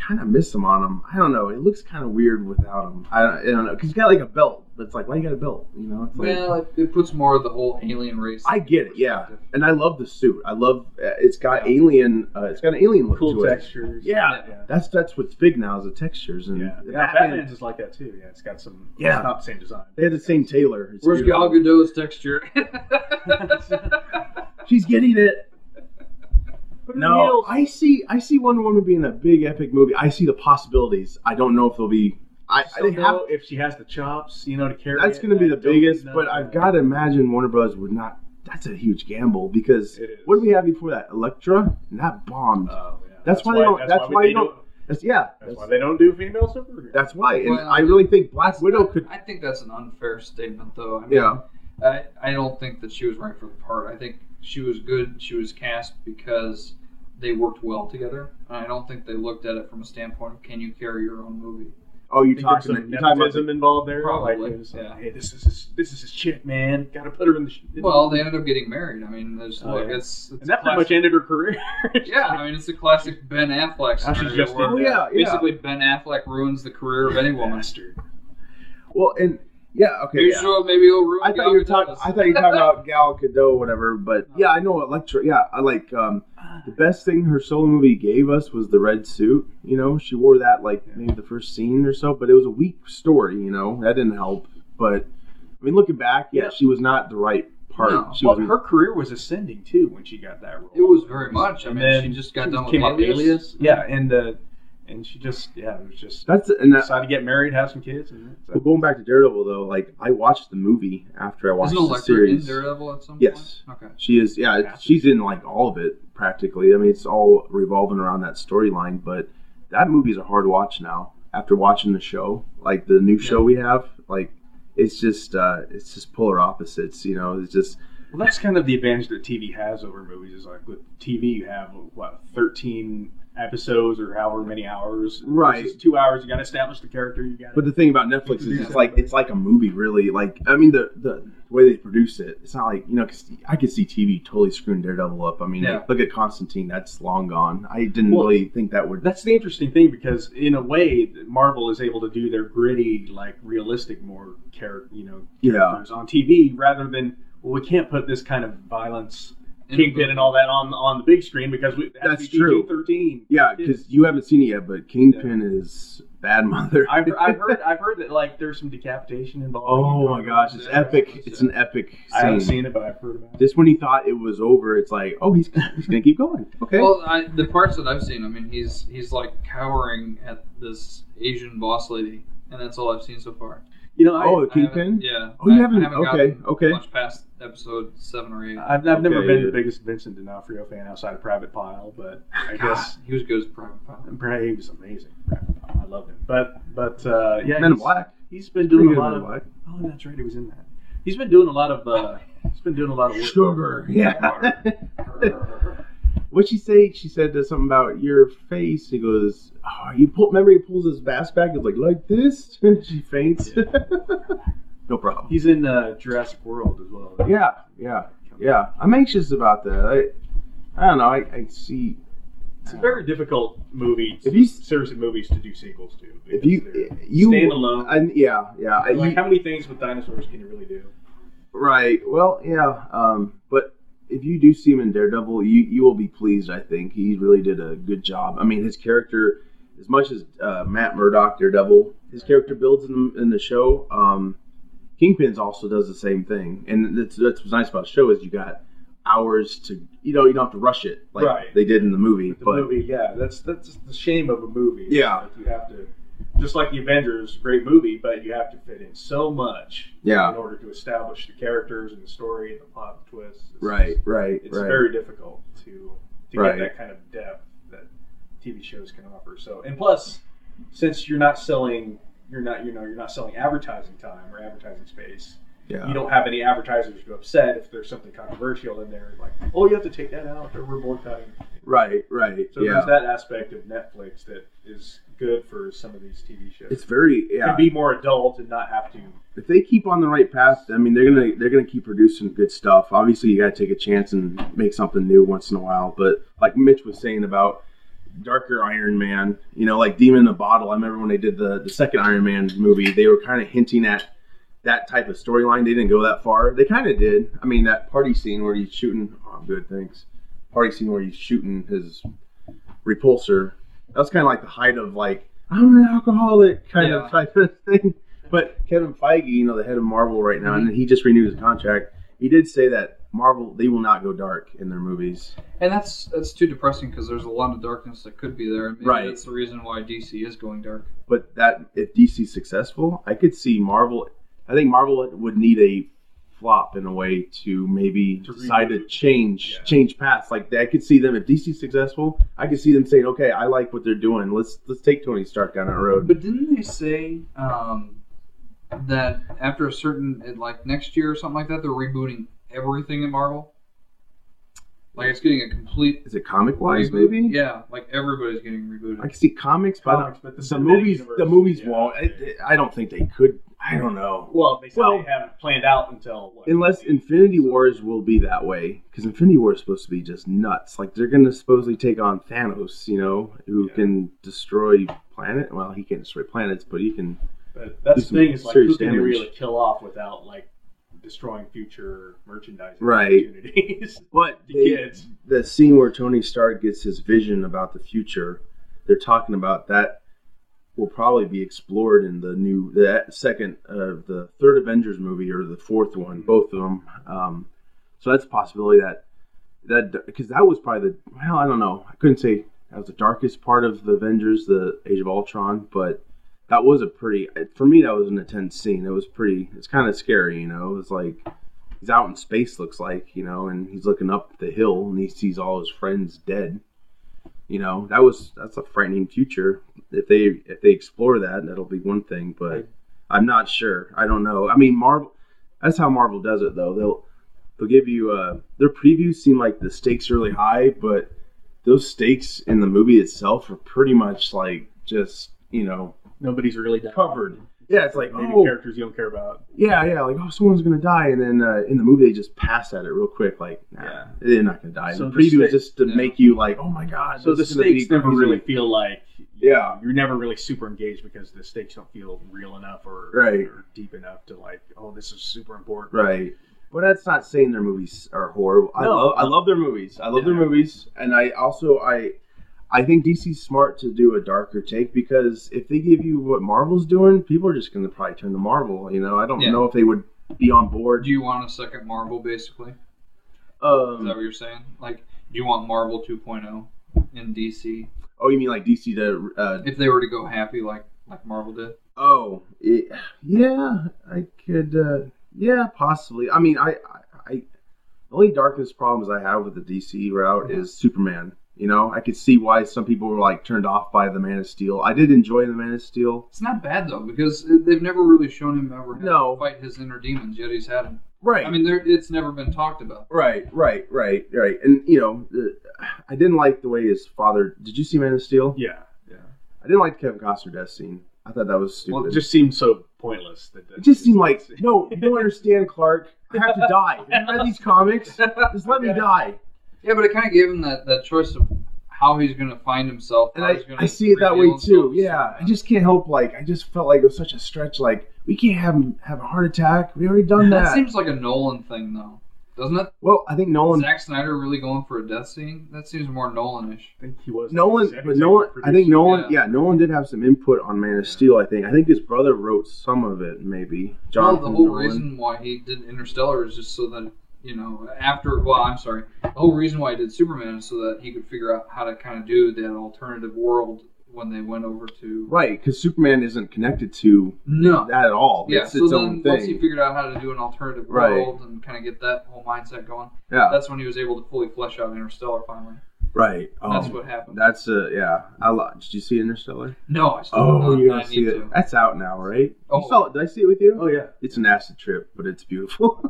[SPEAKER 4] kind of miss him on him. I don't know. It looks kind of weird without him. I, I don't know because he's got like a belt, but it's like why you got a belt? You know, it's like,
[SPEAKER 3] Well, it, it puts more of the whole alien race.
[SPEAKER 4] I get it, yeah.
[SPEAKER 3] perspective.
[SPEAKER 4] and I love the suit. I love uh, it's got alien. Uh, it's got an alien look
[SPEAKER 5] Cool
[SPEAKER 4] to it.
[SPEAKER 5] textures.
[SPEAKER 4] Yeah.
[SPEAKER 5] yeah.
[SPEAKER 4] That's that's what's big now is the textures and
[SPEAKER 5] Yeah,
[SPEAKER 4] the
[SPEAKER 5] Batman,
[SPEAKER 4] Batman-
[SPEAKER 5] is like that too. Yeah, it's got some.
[SPEAKER 4] Yeah.
[SPEAKER 5] it's not the same design.
[SPEAKER 4] They had the same tailor. It's
[SPEAKER 3] Where's Gal
[SPEAKER 4] beautiful.
[SPEAKER 3] Gadot's texture?
[SPEAKER 4] She's getting it.
[SPEAKER 5] Put her
[SPEAKER 4] No,
[SPEAKER 5] heels.
[SPEAKER 4] I see. I see Wonder Woman being a big epic movie. I see the possibilities. I don't know if they'll be. I,
[SPEAKER 5] Just
[SPEAKER 4] I
[SPEAKER 5] don't
[SPEAKER 4] they have
[SPEAKER 5] know if she has the chops, you know, to carry.
[SPEAKER 4] That's
[SPEAKER 5] it.
[SPEAKER 4] going to be
[SPEAKER 5] I
[SPEAKER 4] the
[SPEAKER 5] don't
[SPEAKER 4] biggest,
[SPEAKER 5] know.
[SPEAKER 4] but I've got to imagine Warner Bros. would not. That's a huge gamble because
[SPEAKER 5] It is.
[SPEAKER 4] what do we have before that? Electra, and that bombed.
[SPEAKER 5] Oh, yeah.
[SPEAKER 4] That's why they don't- that's why
[SPEAKER 5] they
[SPEAKER 4] you don't- That's- yeah,
[SPEAKER 5] That's
[SPEAKER 4] that's,
[SPEAKER 5] why they don't do female superheroes.
[SPEAKER 4] that's why. And
[SPEAKER 3] Well,
[SPEAKER 4] I really think Black Widow could.
[SPEAKER 3] I think that's an unfair statement, though. I mean,
[SPEAKER 4] Yeah,
[SPEAKER 3] I, I don't think that she was right for the part. I think she was good. She was cast because they worked well together. And I don't think they looked at it from a standpoint of can you carry your own movie?
[SPEAKER 4] Oh, you're
[SPEAKER 5] Think there's
[SPEAKER 4] talking.
[SPEAKER 5] some
[SPEAKER 4] You're talking about.
[SPEAKER 5] nepotism
[SPEAKER 4] the-
[SPEAKER 5] involved there.
[SPEAKER 3] Probably,
[SPEAKER 5] Like, it was like,
[SPEAKER 3] yeah.
[SPEAKER 5] Hey, this is his, this is his chick, man. Got to put her in the. Sh- in-
[SPEAKER 3] Well, they ended up getting married. I mean, there's
[SPEAKER 5] Oh,
[SPEAKER 3] like
[SPEAKER 5] yeah.
[SPEAKER 3] it's, it's
[SPEAKER 5] and that pretty much
[SPEAKER 3] classic-
[SPEAKER 5] ended her career.
[SPEAKER 3] yeah. I mean, it's a classic Ben Affleck
[SPEAKER 5] Now she's
[SPEAKER 3] scenario
[SPEAKER 5] just
[SPEAKER 3] where
[SPEAKER 4] Oh yeah, yeah.
[SPEAKER 3] basically Ben Affleck ruins the career of any woman.
[SPEAKER 5] Bastard.
[SPEAKER 4] Well, and yeah,
[SPEAKER 3] Are
[SPEAKER 4] okay.
[SPEAKER 3] you
[SPEAKER 4] yeah.
[SPEAKER 3] sure maybe he'll ruin
[SPEAKER 4] I thought
[SPEAKER 3] Gal
[SPEAKER 4] you were talking.
[SPEAKER 3] Gadot's?
[SPEAKER 4] I thought you were talking about Gal Gadot, whatever. But yeah, I know Electra. Yeah, I like. Um, the best thing her solo movie gave us was the red suit. You know, she wore that like maybe the first scene or so. But it was a weak story. You know, that didn't help. But I mean, looking back, yeah,
[SPEAKER 5] Yeah.
[SPEAKER 4] she was not the right part.
[SPEAKER 3] No,
[SPEAKER 4] she
[SPEAKER 5] Well,
[SPEAKER 4] was
[SPEAKER 5] her career was ascending too when she got that role.
[SPEAKER 3] It was very much. I
[SPEAKER 5] And
[SPEAKER 3] mean,
[SPEAKER 5] then
[SPEAKER 3] she just got
[SPEAKER 5] she
[SPEAKER 3] done with
[SPEAKER 5] came up
[SPEAKER 3] Alias.
[SPEAKER 5] Yeah, and uh, and she just yeah, it was just
[SPEAKER 4] That's and that,
[SPEAKER 5] decided to get married, have some kids, and that's
[SPEAKER 4] well, going back to Daredevil though. Like I watched the movie after I watched
[SPEAKER 3] Isn't
[SPEAKER 4] the
[SPEAKER 3] Electra in
[SPEAKER 4] series.
[SPEAKER 3] Daredevil at some
[SPEAKER 4] Yes.
[SPEAKER 3] point? Okay.
[SPEAKER 4] She is, yeah. it- She's in like all of it practically. I mean, it's all revolving around that storyline. But that movie's a hard watch now. After watching the show, like the new show we have, like it's just, uh it's just polar opposites. You know, it's just
[SPEAKER 5] Well, that's kind of the advantage that TV has over movies. Is like with TV, you have what thirteen episodes or however many hours.
[SPEAKER 4] Right.
[SPEAKER 5] Versus two hours. You got to establish the character. You got.
[SPEAKER 4] But the thing about Netflix is
[SPEAKER 5] Yeah.
[SPEAKER 4] it's like it's like a movie, really. Like I mean, the the way they produce it, it's not like you know. 'cause I could see TV totally screwing Daredevil up. I mean,
[SPEAKER 3] Yeah.
[SPEAKER 4] like, look at Constantine; that's long gone. I didn't
[SPEAKER 5] Well,
[SPEAKER 4] really think that would.
[SPEAKER 5] that's the interesting thing because in a way, Marvel is able to do their gritty, like realistic, more character, you know,
[SPEAKER 4] Yeah,
[SPEAKER 5] characters on TV rather than well, we can't put this kind of violence, kingpin, and all that on on the big screen because we,
[SPEAKER 4] That's true.
[SPEAKER 5] Thirteen.
[SPEAKER 4] yeah, because you haven't seen it yet, but Kingpin is bad mother.
[SPEAKER 5] I've, I've heard I've heard that like there's some decapitation involved.
[SPEAKER 4] oh my gosh, it's epic! It's an epic scene.
[SPEAKER 5] I haven't seen it, but I've heard about it.
[SPEAKER 4] Just when he thought it was over, it's like, oh, he's he's gonna keep going. Okay.
[SPEAKER 3] Well, I, the parts that I've seen, I mean, he's he's like cowering at this Asian boss lady, and that's all I've seen so far.
[SPEAKER 5] You know, I,
[SPEAKER 4] oh,
[SPEAKER 3] I haven't-
[SPEAKER 4] Kingpin.
[SPEAKER 3] Yeah.
[SPEAKER 4] Oh, you
[SPEAKER 3] I- I
[SPEAKER 4] haven't- okay,
[SPEAKER 3] gotten
[SPEAKER 4] okay.
[SPEAKER 3] Much past episode seven or eight.
[SPEAKER 5] I've, I've never
[SPEAKER 4] Okay,
[SPEAKER 5] been
[SPEAKER 4] yeah.
[SPEAKER 5] the biggest Vincent D'Onofrio fan outside of Private Pile, but I
[SPEAKER 3] God,
[SPEAKER 5] guess
[SPEAKER 3] he was good as Private Pilot.
[SPEAKER 5] Brad- he was amazing. Private Pile, I loved him. But but uh, yeah,
[SPEAKER 4] Men in
[SPEAKER 5] he's-
[SPEAKER 4] Black.
[SPEAKER 5] He's been doing
[SPEAKER 4] Pretty good
[SPEAKER 5] a lot
[SPEAKER 4] Men in
[SPEAKER 5] of.
[SPEAKER 4] Black.
[SPEAKER 5] Oh, that's right, he was in that. He's been doing a lot of. Uh, he's been doing a lot of work.
[SPEAKER 4] Sugar, yeah. What'd she say? She said uh, something about your face. He goes, "Oh, you pull." Remember, he pulls his mask back. It's like like this. she faints. no problem.
[SPEAKER 5] He's in uh, Jurassic World as well.
[SPEAKER 4] Yeah, yeah, yeah. I'm anxious about that. I, I don't know. I, I see.
[SPEAKER 5] It's a very difficult movie.
[SPEAKER 4] If you-
[SPEAKER 5] series of movies to do sequels to,
[SPEAKER 4] If
[SPEAKER 5] because
[SPEAKER 4] you
[SPEAKER 5] they're
[SPEAKER 4] you
[SPEAKER 5] Standalone.
[SPEAKER 4] I- yeah, yeah. I-
[SPEAKER 5] like
[SPEAKER 4] you-
[SPEAKER 5] how many things with dinosaurs can you really do?
[SPEAKER 4] Right. Well, yeah. Um, but if you do see him in Daredevil, you you will be pleased. I think he really did a good job. I mean, his character, as much as uh, Matt Murdock Daredevil, his character builds in in the show. Um, Kingpin's also does the same thing, and that's that's what's nice about the show is you got hours to you know you don't have to rush it like
[SPEAKER 5] Right.
[SPEAKER 4] they did in the movie.
[SPEAKER 5] the
[SPEAKER 4] but
[SPEAKER 5] movie, yeah, that's that's just the shame of a movie. It's
[SPEAKER 4] Yeah.
[SPEAKER 5] like you have to, just like the Avengers, great movie, but you have to fit in so much
[SPEAKER 4] yeah,
[SPEAKER 5] in order to establish the characters and the story and the plot and twists. It's
[SPEAKER 4] right,
[SPEAKER 5] just-
[SPEAKER 4] right,
[SPEAKER 5] it's
[SPEAKER 4] right.
[SPEAKER 5] very difficult to to
[SPEAKER 4] Right.
[SPEAKER 5] get that kind of depth that TV shows can offer. So, and plus, since you're not selling, you're not you know you're not selling advertising time or advertising space.
[SPEAKER 4] yeah.
[SPEAKER 5] You don't have any advertisers to upset if there's something controversial in there, like oh you have to take that out or we're boycotting.
[SPEAKER 4] right, right.
[SPEAKER 5] So
[SPEAKER 4] yeah.
[SPEAKER 5] there's that aspect of Netflix that is good for some of these TV shows.
[SPEAKER 4] It's very yeah.
[SPEAKER 5] Can be more adult and not have to.
[SPEAKER 4] if they keep on the right path, I mean, they're gonna they're gonna keep producing good stuff. Obviously, you gotta take a chance and make something new once in a while. But like Mitch was saying about darker Iron Man, you know, like Demon in a Bottle. I remember when they did the the second Iron Man movie, they were kind of hinting at that type of storyline. They didn't go that far. They kind of did. I mean, that party scene where he's shooting. Oh, I'm good, thanks. Party scene where he's shooting his repulsor. That was kind of like the height of like I'm an alcoholic kind
[SPEAKER 3] Yeah.
[SPEAKER 4] of type of thing. But Kevin Feige, you know, the head of Marvel right now, and he just renewed his contract. He did say that Marvel they will not go dark in their movies.
[SPEAKER 3] And that's that's too depressing because there's a lot of darkness that could be there. And maybe
[SPEAKER 4] Right.
[SPEAKER 3] That's the reason why DC is going dark.
[SPEAKER 4] but that if DC's successful, I could see Marvel. I think Marvel would need a flop in a way to maybe
[SPEAKER 5] To
[SPEAKER 4] decide to
[SPEAKER 5] reboot.
[SPEAKER 4] change
[SPEAKER 5] Yeah.
[SPEAKER 4] change paths. Like I could see them if DC's successful, I could see them saying, "Okay, I like what they're doing. Let's let's take Tony Stark down that road."
[SPEAKER 3] But didn't they say um, that after a certain it- like next year or something like that, they're rebooting everything at Marvel? Like it's getting a complete
[SPEAKER 4] Is it comic wise,
[SPEAKER 3] reboot.
[SPEAKER 4] maybe?
[SPEAKER 3] Yeah, like everybody's getting rebooted.
[SPEAKER 4] I could see comics, but
[SPEAKER 5] Comics, but the
[SPEAKER 4] the
[SPEAKER 5] cinematic
[SPEAKER 4] movies the
[SPEAKER 5] universe,
[SPEAKER 4] movies
[SPEAKER 5] yeah.
[SPEAKER 4] won't. I, I don't think they could. I don't know.
[SPEAKER 5] Well, they said
[SPEAKER 4] Well-
[SPEAKER 5] they haven't planned out until what,
[SPEAKER 4] Unless Infinity Wars will be that way, because Infinity War is supposed to be just nuts. Like they're gonna supposedly take on Thanos, you know, who
[SPEAKER 5] Yeah.
[SPEAKER 4] can destroy planet. Well, he can't destroy planets, but he can.
[SPEAKER 5] But that's the
[SPEAKER 4] some
[SPEAKER 5] thing is like
[SPEAKER 4] serious
[SPEAKER 5] who can they
[SPEAKER 4] damage.
[SPEAKER 5] really kill off without like destroying future merchandising
[SPEAKER 4] Right.
[SPEAKER 5] opportunities?
[SPEAKER 4] But
[SPEAKER 5] the
[SPEAKER 4] they,
[SPEAKER 5] kids.
[SPEAKER 4] the scene where Tony Stark gets his vision about the future, they're talking about that will probably be explored in the new that second uh, the third Avengers movie or the fourth one, both of them. Um, so that's a possibility that that because that was probably the well, I don't know, I couldn't say that was the darkest part of the Avengers, the Age of Ultron, but that was a pretty for me that was an intense scene. It was pretty. It's kind of scary, you know. It was like he's out in space looks like you know and he's looking up the hill and he sees all his friends dead you know that was that's a frightening future if they if they explore that that'll be one thing but i'm not sure i don't know i mean marvel that's how marvel does it though they'll they'll give you uh their previews seem like the stakes are really high but those stakes in the movie itself are pretty much like just you know
[SPEAKER 5] Nobody's really done.
[SPEAKER 4] covered yeah it's like
[SPEAKER 5] Maybe
[SPEAKER 4] oh,
[SPEAKER 5] characters you don't care about.
[SPEAKER 4] yeah, yeah, like oh, someone's gonna die, and then uh, in the movie they just pass at it real quick, like nah,
[SPEAKER 5] Yeah.
[SPEAKER 4] they're not gonna die.
[SPEAKER 5] So
[SPEAKER 4] So the
[SPEAKER 5] the
[SPEAKER 4] preview
[SPEAKER 5] stakes-
[SPEAKER 4] is just to
[SPEAKER 3] yeah.
[SPEAKER 4] make you like, oh my god.
[SPEAKER 5] So the
[SPEAKER 4] this is gonna be
[SPEAKER 5] stakes never
[SPEAKER 4] crazy.
[SPEAKER 5] really feel like
[SPEAKER 4] Yeah.
[SPEAKER 5] you're never really super engaged because the stakes don't feel real enough or,
[SPEAKER 4] Right.
[SPEAKER 5] or deep enough to like oh this is super important.
[SPEAKER 4] right. But that's not saying their movies are horrible. I
[SPEAKER 5] No.
[SPEAKER 4] love I love their movies. I love their
[SPEAKER 5] Yeah.
[SPEAKER 4] movies, and I also I I think DC's smart to do a darker take because if they give you what Marvel's doing, people are just gonna probably turn to Marvel. You know, I don't
[SPEAKER 3] Yeah.
[SPEAKER 4] know if they would be on board.
[SPEAKER 3] Do you want a second Marvel, basically? Is that
[SPEAKER 4] Um,
[SPEAKER 3] what you're saying? Like, do you want Marvel 2.0 in DC?
[SPEAKER 4] oh, you mean like DC to uh,
[SPEAKER 3] If they were to go happy like like Marvel did?
[SPEAKER 4] Oh, it, yeah, I could. Uh, yeah, possibly. I mean, I, I, I, the only darkness problems I have with the DC route
[SPEAKER 5] Mm-hmm.
[SPEAKER 4] is Superman. You know, I could see why some people were like turned off by the Man of Steel. I did enjoy the Man of Steel.
[SPEAKER 3] It's not bad though because they've never really shown him ever have to
[SPEAKER 4] No.
[SPEAKER 3] fight his inner demons. Yet he's had them.
[SPEAKER 4] Right.
[SPEAKER 3] I mean, there, it's never been talked about.
[SPEAKER 4] right, right, right, right. And you know, the, I didn't like the way his father. Did you see Man of Steel?
[SPEAKER 5] Yeah. Yeah.
[SPEAKER 4] I didn't like Kevin Costner death scene. I thought that was stupid.
[SPEAKER 5] Well, it just seems so pointless. That, that
[SPEAKER 4] It just seemed like, no, you don't understand, Clark. I have to die. Have you read these comics? Just let me die.
[SPEAKER 3] Yeah, but it kind of gave him that, that choice of how he's going to find himself.
[SPEAKER 4] and
[SPEAKER 3] how
[SPEAKER 4] I,
[SPEAKER 3] he's gonna
[SPEAKER 4] I see it that way
[SPEAKER 3] reveal
[SPEAKER 4] too.
[SPEAKER 3] himself.
[SPEAKER 4] Yeah, I just can't help like I just felt like it was such a stretch. Like we can't have him have a heart attack. We already done that.
[SPEAKER 3] that seems like a Nolan thing though, doesn't it?
[SPEAKER 4] well, I think Nolan,
[SPEAKER 3] Zack Snyder really going for a death scene? That seems more Nolan-ish.
[SPEAKER 5] I think he was
[SPEAKER 4] Nolan,
[SPEAKER 5] executive
[SPEAKER 4] but Nolan, I think
[SPEAKER 5] producer.
[SPEAKER 4] Nolan,
[SPEAKER 3] yeah.
[SPEAKER 4] yeah. Nolan did have some input on Man of Steel. I think I think his brother wrote some of it, maybe.
[SPEAKER 3] Well,
[SPEAKER 4] Jonathan
[SPEAKER 3] the whole
[SPEAKER 4] Nolan.
[SPEAKER 3] reason why he did Interstellar is just so that you know after well, I'm sorry, the whole reason why he did Superman is so that he could figure out how to kind of do that alternative world when they went over to
[SPEAKER 4] right? Because Superman isn't connected to
[SPEAKER 3] no.
[SPEAKER 4] that at all.
[SPEAKER 3] Yeah,
[SPEAKER 4] it's
[SPEAKER 3] so
[SPEAKER 4] its
[SPEAKER 3] then
[SPEAKER 4] own
[SPEAKER 3] once he
[SPEAKER 4] thing.
[SPEAKER 3] figured out how to do an alternative
[SPEAKER 4] Right.
[SPEAKER 3] world and kind of get that whole mindset going,
[SPEAKER 4] yeah,
[SPEAKER 3] that's when he was able to fully flesh out Interstellar finally.
[SPEAKER 4] right. Um,
[SPEAKER 3] That's what happened.
[SPEAKER 4] That's a yeah. I lo- did you see Interstellar?
[SPEAKER 3] No, I still
[SPEAKER 4] Oh,
[SPEAKER 3] not,
[SPEAKER 4] you
[SPEAKER 3] I
[SPEAKER 4] gotta
[SPEAKER 3] need
[SPEAKER 4] see it.
[SPEAKER 3] to.
[SPEAKER 4] That's out now, right?
[SPEAKER 3] Oh.
[SPEAKER 4] You saw it? Did I see it with you?
[SPEAKER 5] Oh yeah.
[SPEAKER 4] It's an acid trip, but it's beautiful.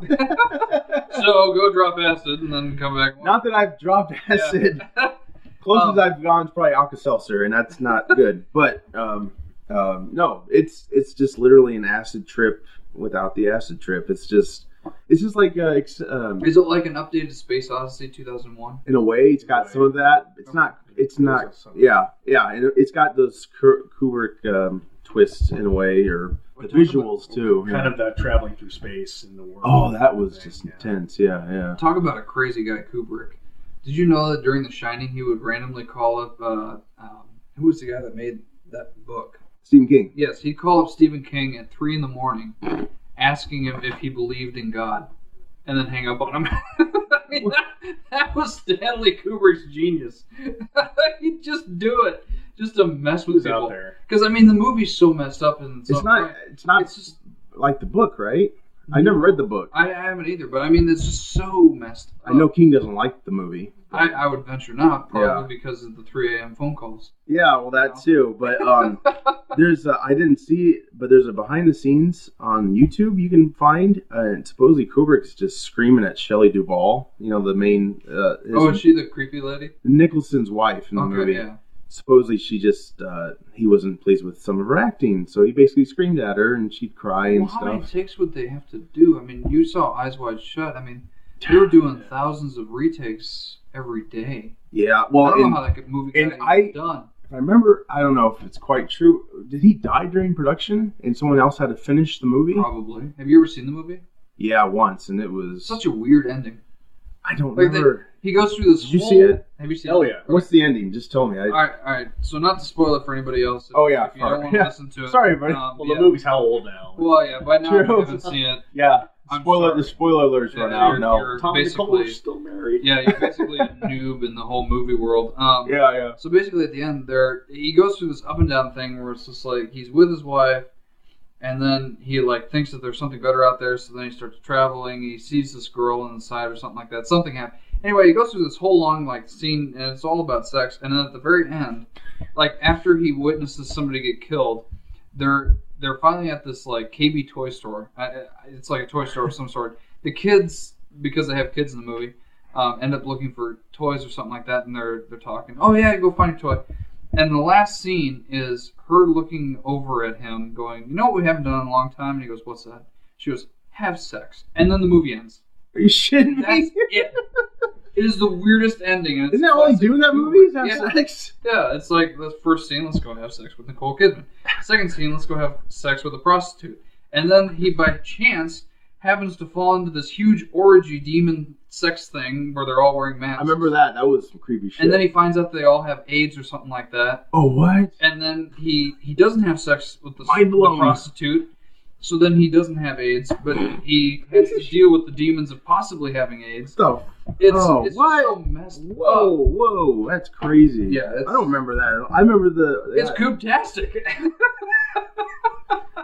[SPEAKER 3] So go drop acid and then come back.
[SPEAKER 4] not that I've dropped acid.
[SPEAKER 3] Um,
[SPEAKER 4] Closest I've gone is probably Alka Seltzer, and that's not good. But um, um, no, it's it's just literally an acid trip without the acid trip. It's just it's just like uh, ex- um,
[SPEAKER 3] Is it like an updated Space Odyssey 2001?
[SPEAKER 4] in a way, it's got some of that. It's not It's not-
[SPEAKER 5] Is that something-
[SPEAKER 4] Yeah, yeah, and it's got those Ku- Kubrick um, twists in a way, or
[SPEAKER 5] We're
[SPEAKER 4] the
[SPEAKER 5] talking
[SPEAKER 4] visuals
[SPEAKER 5] about
[SPEAKER 4] too.
[SPEAKER 5] Kind
[SPEAKER 4] yeah.
[SPEAKER 5] of that traveling through space in the world.
[SPEAKER 4] Oh, that was
[SPEAKER 5] thing,
[SPEAKER 4] just
[SPEAKER 5] yeah.
[SPEAKER 4] intense. Yeah, yeah.
[SPEAKER 3] Talk about a crazy guy, Kubrick. Did you know that during The Shining, he would randomly call up uh, um, who was the guy that made that book?
[SPEAKER 4] Stephen King.
[SPEAKER 3] Yes, he'd call up Stephen King at three in the morning, asking him if he believed in God, and then hang up on him. I mean, that, that was Stanley Kubrick's genius. he'd just do it, just to mess with
[SPEAKER 5] Who's out
[SPEAKER 3] people.
[SPEAKER 5] there?
[SPEAKER 3] Because I mean, the movie's so messed up, and
[SPEAKER 4] It's not. It's not
[SPEAKER 3] It's just
[SPEAKER 4] like the book, right? I never read the book.
[SPEAKER 3] I, I haven't either, but I mean, it's just so messed.
[SPEAKER 4] I
[SPEAKER 3] up.
[SPEAKER 4] know King doesn't like the movie.
[SPEAKER 3] I, I would venture not, probably
[SPEAKER 4] Yeah.
[SPEAKER 3] because of the 3 a.m. phone calls.
[SPEAKER 4] Yeah, well, that too. But um, there's I I didn't see it, but there's a behind the scenes on YouTube you can find, uh, and supposedly Kubrick's just screaming at Shelley Duvall, you know, the main uh, his-
[SPEAKER 3] Oh, is she the creepy lady?
[SPEAKER 4] Nicholson's wife in the
[SPEAKER 3] Okay,
[SPEAKER 4] movie.
[SPEAKER 3] yeah.
[SPEAKER 4] Supposedly she just uh, he wasn't pleased with some of her acting, so he basically screamed at her and she'd cry and
[SPEAKER 3] Well, how many
[SPEAKER 4] stuff.
[SPEAKER 3] takes would they have to do? I mean, you saw Eyes Wide Shut. I mean, they were doing thousands of retakes every day.
[SPEAKER 4] Yeah,
[SPEAKER 3] I
[SPEAKER 4] well,
[SPEAKER 3] don't
[SPEAKER 4] and
[SPEAKER 3] know how that could movie
[SPEAKER 4] and
[SPEAKER 3] got
[SPEAKER 4] I-
[SPEAKER 3] done.
[SPEAKER 4] I remember I don't know if it's quite true. Did he die during production and someone else had to finish the movie?
[SPEAKER 3] Probably. Have you ever seen the movie?
[SPEAKER 4] Yeah, once, and it was
[SPEAKER 3] It's such a weird ending.
[SPEAKER 4] I don't
[SPEAKER 3] Like, they-
[SPEAKER 4] remember.
[SPEAKER 3] He goes through this.
[SPEAKER 4] Did you
[SPEAKER 3] whole-
[SPEAKER 4] see it?
[SPEAKER 3] Have you seen?
[SPEAKER 5] Hell
[SPEAKER 3] it?
[SPEAKER 5] yeah.
[SPEAKER 4] What's the ending? Just tell me. I,
[SPEAKER 3] All right, all right. So not to spoil it for anybody else. If,
[SPEAKER 4] Oh, yeah,
[SPEAKER 3] if you don't
[SPEAKER 4] sorry.
[SPEAKER 3] want to
[SPEAKER 4] Yeah.
[SPEAKER 3] listen to it.
[SPEAKER 4] Sorry, buddy.
[SPEAKER 3] um,
[SPEAKER 5] Well,
[SPEAKER 3] yeah.
[SPEAKER 5] the movie's how old now?
[SPEAKER 3] Well, yeah. By now, if you
[SPEAKER 4] True.
[SPEAKER 3] haven't seen it,
[SPEAKER 4] yeah.
[SPEAKER 3] I'm
[SPEAKER 4] Spoiler.
[SPEAKER 3] sorry.
[SPEAKER 4] The spoiler alerts
[SPEAKER 3] Yeah,
[SPEAKER 4] run out.
[SPEAKER 3] you're-
[SPEAKER 4] No.
[SPEAKER 3] you're
[SPEAKER 5] Tom and Nicole
[SPEAKER 3] basically-
[SPEAKER 5] are still married.
[SPEAKER 3] yeah, you're basically a noob in the whole movie world. Um,
[SPEAKER 4] Yeah, yeah.
[SPEAKER 3] So basically, at the end, there he goes through this up and down thing where it's just like he's with his wife, and then he like thinks that there's something better out there. So then he starts traveling. He sees this girl on the side or something like that. Something happened. Anyway, he goes through this whole long like scene, and it's all about sex. And then at the very end, like after he witnesses somebody get killed, they're they're finally at this like KB toy store. I- I- It's like a toy store of some sort. The kids, because they have kids in the movie, um, end up looking for toys or something like that, and they're they're talking. Oh yeah, go find your toy. And the last scene is her looking over at him, going, "You know what we haven't done in a long time?" And he goes, "What's that?" She goes, "Have sex." And then the movie ends.
[SPEAKER 4] Are you shitting
[SPEAKER 3] That's
[SPEAKER 4] me?
[SPEAKER 3] it. It is the weirdest ending. And it's
[SPEAKER 4] Isn't that all they
[SPEAKER 3] classic
[SPEAKER 4] do in that
[SPEAKER 3] humor.
[SPEAKER 4] movie? Is have
[SPEAKER 3] Yeah.
[SPEAKER 4] sex?
[SPEAKER 3] Yeah, it's like the first scene, let's go have sex with Nicole Kidman. Second scene, let's go have sex with a prostitute. And then he, by chance, happens to fall into this huge orgy demon sex thing where they're all wearing masks.
[SPEAKER 4] I remember that. That was some creepy shit.
[SPEAKER 3] And then he finds out they all have AIDS or something like that.
[SPEAKER 4] Oh what?
[SPEAKER 3] And then he he doesn't have sex with the,
[SPEAKER 4] Mind
[SPEAKER 3] the
[SPEAKER 4] blown.
[SPEAKER 3] prostitute. So then he doesn't have AIDS, but he has to deal with the demons of possibly having AIDS.
[SPEAKER 4] Stuff.
[SPEAKER 3] It's,
[SPEAKER 4] Oh,
[SPEAKER 3] it's
[SPEAKER 4] what?
[SPEAKER 3] so messed
[SPEAKER 4] Whoa,
[SPEAKER 3] up.
[SPEAKER 4] whoa, that's crazy.
[SPEAKER 3] Yeah, it's-
[SPEAKER 4] I don't remember that. At all. I remember the.
[SPEAKER 3] It's
[SPEAKER 4] that-
[SPEAKER 3] cooptastic.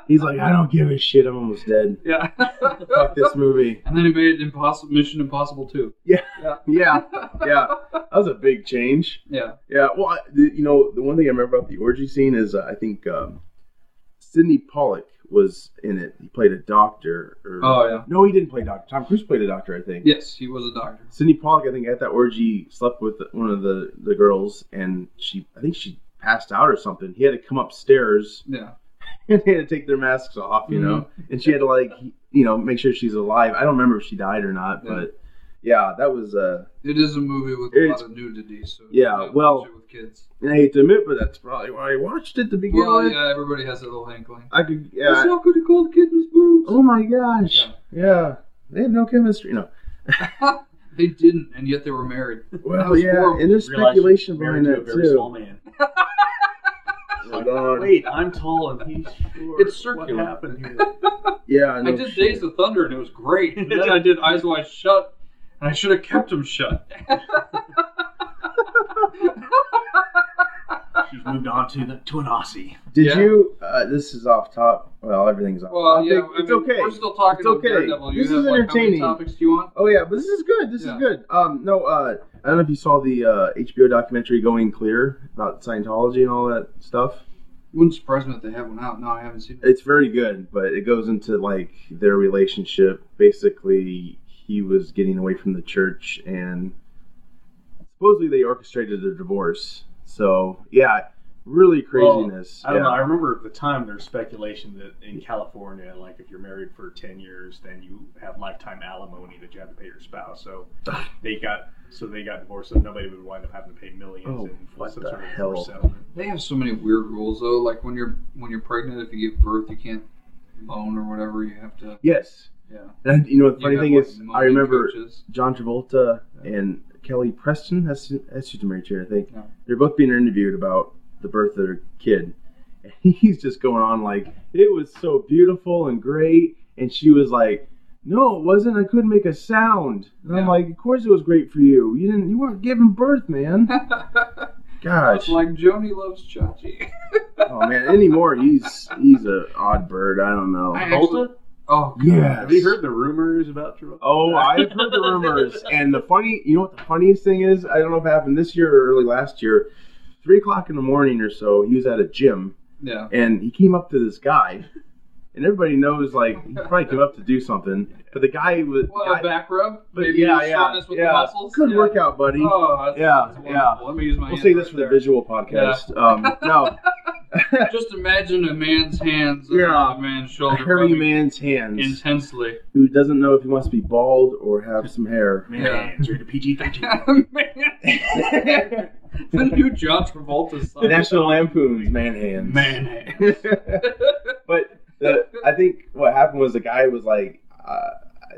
[SPEAKER 4] He's like, I don't give a shit. I'm almost dead.
[SPEAKER 3] yeah.
[SPEAKER 4] Fuck this movie.
[SPEAKER 3] And then he made Impossible Mission Impossible too.
[SPEAKER 4] Yeah, yeah. That was a big change.
[SPEAKER 3] Yeah.
[SPEAKER 4] Yeah, well, I, the, you know, the one thing I remember about the orgy scene is uh, I think um, Sidney Pollock was in it. He played a doctor. Or,
[SPEAKER 3] Oh yeah.
[SPEAKER 4] no, he didn't play doctor. Tom Cruise played a doctor, I think.
[SPEAKER 3] Yes, he was a doctor.
[SPEAKER 4] Sidney Pollock, I think, at that orgy slept with one of the, the girls, and she, I think, she passed out or something. He had to come upstairs
[SPEAKER 3] Yeah.
[SPEAKER 4] and they had to take their masks off, you know,
[SPEAKER 3] Mm-hmm.
[SPEAKER 4] and she had to like, you know, make sure she's alive. I don't remember if she died or not,
[SPEAKER 3] Yeah.
[SPEAKER 4] but yeah, that was. Uh,
[SPEAKER 3] It is a movie with a
[SPEAKER 4] It's-
[SPEAKER 3] lot of nudity, so
[SPEAKER 4] Yeah,
[SPEAKER 3] don't watch
[SPEAKER 4] well-
[SPEAKER 3] it with kids.
[SPEAKER 4] and I hate to admit, but that's probably why I watched it to begin
[SPEAKER 3] Well,
[SPEAKER 4] with.
[SPEAKER 3] yeah, everybody has that little hankling.
[SPEAKER 4] I could, yeah.
[SPEAKER 3] It's not good to call the kittens boobs.
[SPEAKER 4] Oh my gosh. Yeah. They have no chemistry. No.
[SPEAKER 3] They didn't, and yet they were married. That
[SPEAKER 4] Well,
[SPEAKER 3] was
[SPEAKER 4] yeah.
[SPEAKER 3] horrible.
[SPEAKER 4] And there's
[SPEAKER 5] Realize
[SPEAKER 4] speculation
[SPEAKER 5] she's married
[SPEAKER 4] behind
[SPEAKER 5] to a
[SPEAKER 4] that,
[SPEAKER 5] very small
[SPEAKER 4] too.
[SPEAKER 5] man.
[SPEAKER 4] Oh, God.
[SPEAKER 5] Wait, I'm tall and he's short.
[SPEAKER 3] It's circular.
[SPEAKER 5] What happened here?
[SPEAKER 4] Yeah, I
[SPEAKER 3] I
[SPEAKER 4] know.
[SPEAKER 3] did Days of Thunder, and it was great. And then I did Eyes Wide Shut, and I should have kept them shut.
[SPEAKER 5] She's moved on to the, to an Aussie.
[SPEAKER 4] Did
[SPEAKER 3] Yeah.
[SPEAKER 4] you? Uh, this is off top. Well, everything's off.
[SPEAKER 3] Well,
[SPEAKER 4] I
[SPEAKER 3] yeah,
[SPEAKER 4] think
[SPEAKER 3] I
[SPEAKER 4] it's
[SPEAKER 3] mean,
[SPEAKER 4] okay.
[SPEAKER 3] We're still talking
[SPEAKER 4] It's
[SPEAKER 3] about
[SPEAKER 4] okay.
[SPEAKER 3] Daredevil. You
[SPEAKER 4] This
[SPEAKER 3] have,
[SPEAKER 4] is
[SPEAKER 3] like, how many
[SPEAKER 4] entertaining.
[SPEAKER 3] topics do you want?
[SPEAKER 4] Oh yeah, but this is good. This
[SPEAKER 3] Yeah.
[SPEAKER 4] is good. Um, no, uh, I don't know if you saw the uh, HBO documentary Going Clear about Scientology and all that stuff.
[SPEAKER 3] Wouldn't surprise me if they have one out. No, I haven't seen it.
[SPEAKER 4] It's very good, but it goes into like their relationship. Basically, he was getting away from the church, and supposedly they orchestrated a divorce. So yeah, really craziness.
[SPEAKER 5] I don't know.
[SPEAKER 4] Yeah.
[SPEAKER 5] I remember at the time there's speculation that in California, like if you're married for ten years, then you have lifetime alimony that you have to pay your spouse. So they got so they got divorced, so nobody would wind up having to pay millions
[SPEAKER 4] Oh,
[SPEAKER 5] in
[SPEAKER 4] what
[SPEAKER 5] some
[SPEAKER 4] the
[SPEAKER 5] sort of
[SPEAKER 4] hell?
[SPEAKER 5] divorce settlement.
[SPEAKER 3] They have so many weird rules though. Like when you're when you're pregnant, if you give birth, you can't loan or whatever. You have to.
[SPEAKER 4] Yes.
[SPEAKER 3] Yeah.
[SPEAKER 4] And you know the funny
[SPEAKER 3] You have,
[SPEAKER 4] thing
[SPEAKER 3] like,
[SPEAKER 4] is, I
[SPEAKER 3] money
[SPEAKER 4] remember
[SPEAKER 3] coaches.
[SPEAKER 4] John Travolta and Kelly Preston. That's that's who's married to, I think.
[SPEAKER 3] Yeah.
[SPEAKER 4] They're both being interviewed about the birth of their kid, and he's just going on like it was so beautiful and great, and she was like, "No, it wasn't. I couldn't make a sound." And I'm
[SPEAKER 3] Yeah.
[SPEAKER 4] like, "Of course it was great for you. You didn't. You weren't giving birth, man.
[SPEAKER 3] It's
[SPEAKER 4] Gosh.
[SPEAKER 3] like Joni loves Chachi.
[SPEAKER 4] oh man. Anymore, he's he's a odd bird. I don't know.
[SPEAKER 3] I actually- Oh God.
[SPEAKER 4] Yes.
[SPEAKER 5] Have you heard the rumors about Travolta?
[SPEAKER 4] Oh, I've heard the rumors. And the funny, you know what the funniest thing is? I don't know if it happened this year or early last year. Three o'clock in the morning or so, he was at a gym
[SPEAKER 3] Yeah.
[SPEAKER 4] and he came up to this guy. And everybody knows, like, he probably came up to do something. But the guy was.
[SPEAKER 3] Well,
[SPEAKER 4] guy-
[SPEAKER 3] a back rub.
[SPEAKER 4] but
[SPEAKER 3] Maybe
[SPEAKER 4] yeah,
[SPEAKER 3] the
[SPEAKER 4] yeah,
[SPEAKER 3] shortness with
[SPEAKER 4] yeah.
[SPEAKER 3] the muscles.
[SPEAKER 4] good
[SPEAKER 3] yeah.
[SPEAKER 4] workout, buddy.
[SPEAKER 3] Oh, that's,
[SPEAKER 4] Yeah,
[SPEAKER 3] that's
[SPEAKER 4] yeah.
[SPEAKER 3] wonderful. Let me use my.
[SPEAKER 4] we'll
[SPEAKER 3] hand
[SPEAKER 4] say this
[SPEAKER 3] right
[SPEAKER 4] for the
[SPEAKER 3] there.
[SPEAKER 4] visual podcast. Um, no,
[SPEAKER 3] Just imagine a man's hands on
[SPEAKER 4] Yeah.
[SPEAKER 3] a man's
[SPEAKER 4] a
[SPEAKER 3] shoulder.
[SPEAKER 4] hairy
[SPEAKER 3] rubbing
[SPEAKER 4] man's hands
[SPEAKER 3] Intensely.
[SPEAKER 4] who doesn't know if he wants to be bald or have some hair.
[SPEAKER 5] Man,
[SPEAKER 3] Yeah.
[SPEAKER 5] it's rated PG thirteen.
[SPEAKER 3] Man,
[SPEAKER 4] the
[SPEAKER 3] the new John Travolta song.
[SPEAKER 4] National Lampoon's man hands.
[SPEAKER 3] Man.
[SPEAKER 4] But the, I think what happened was the guy was like, uh,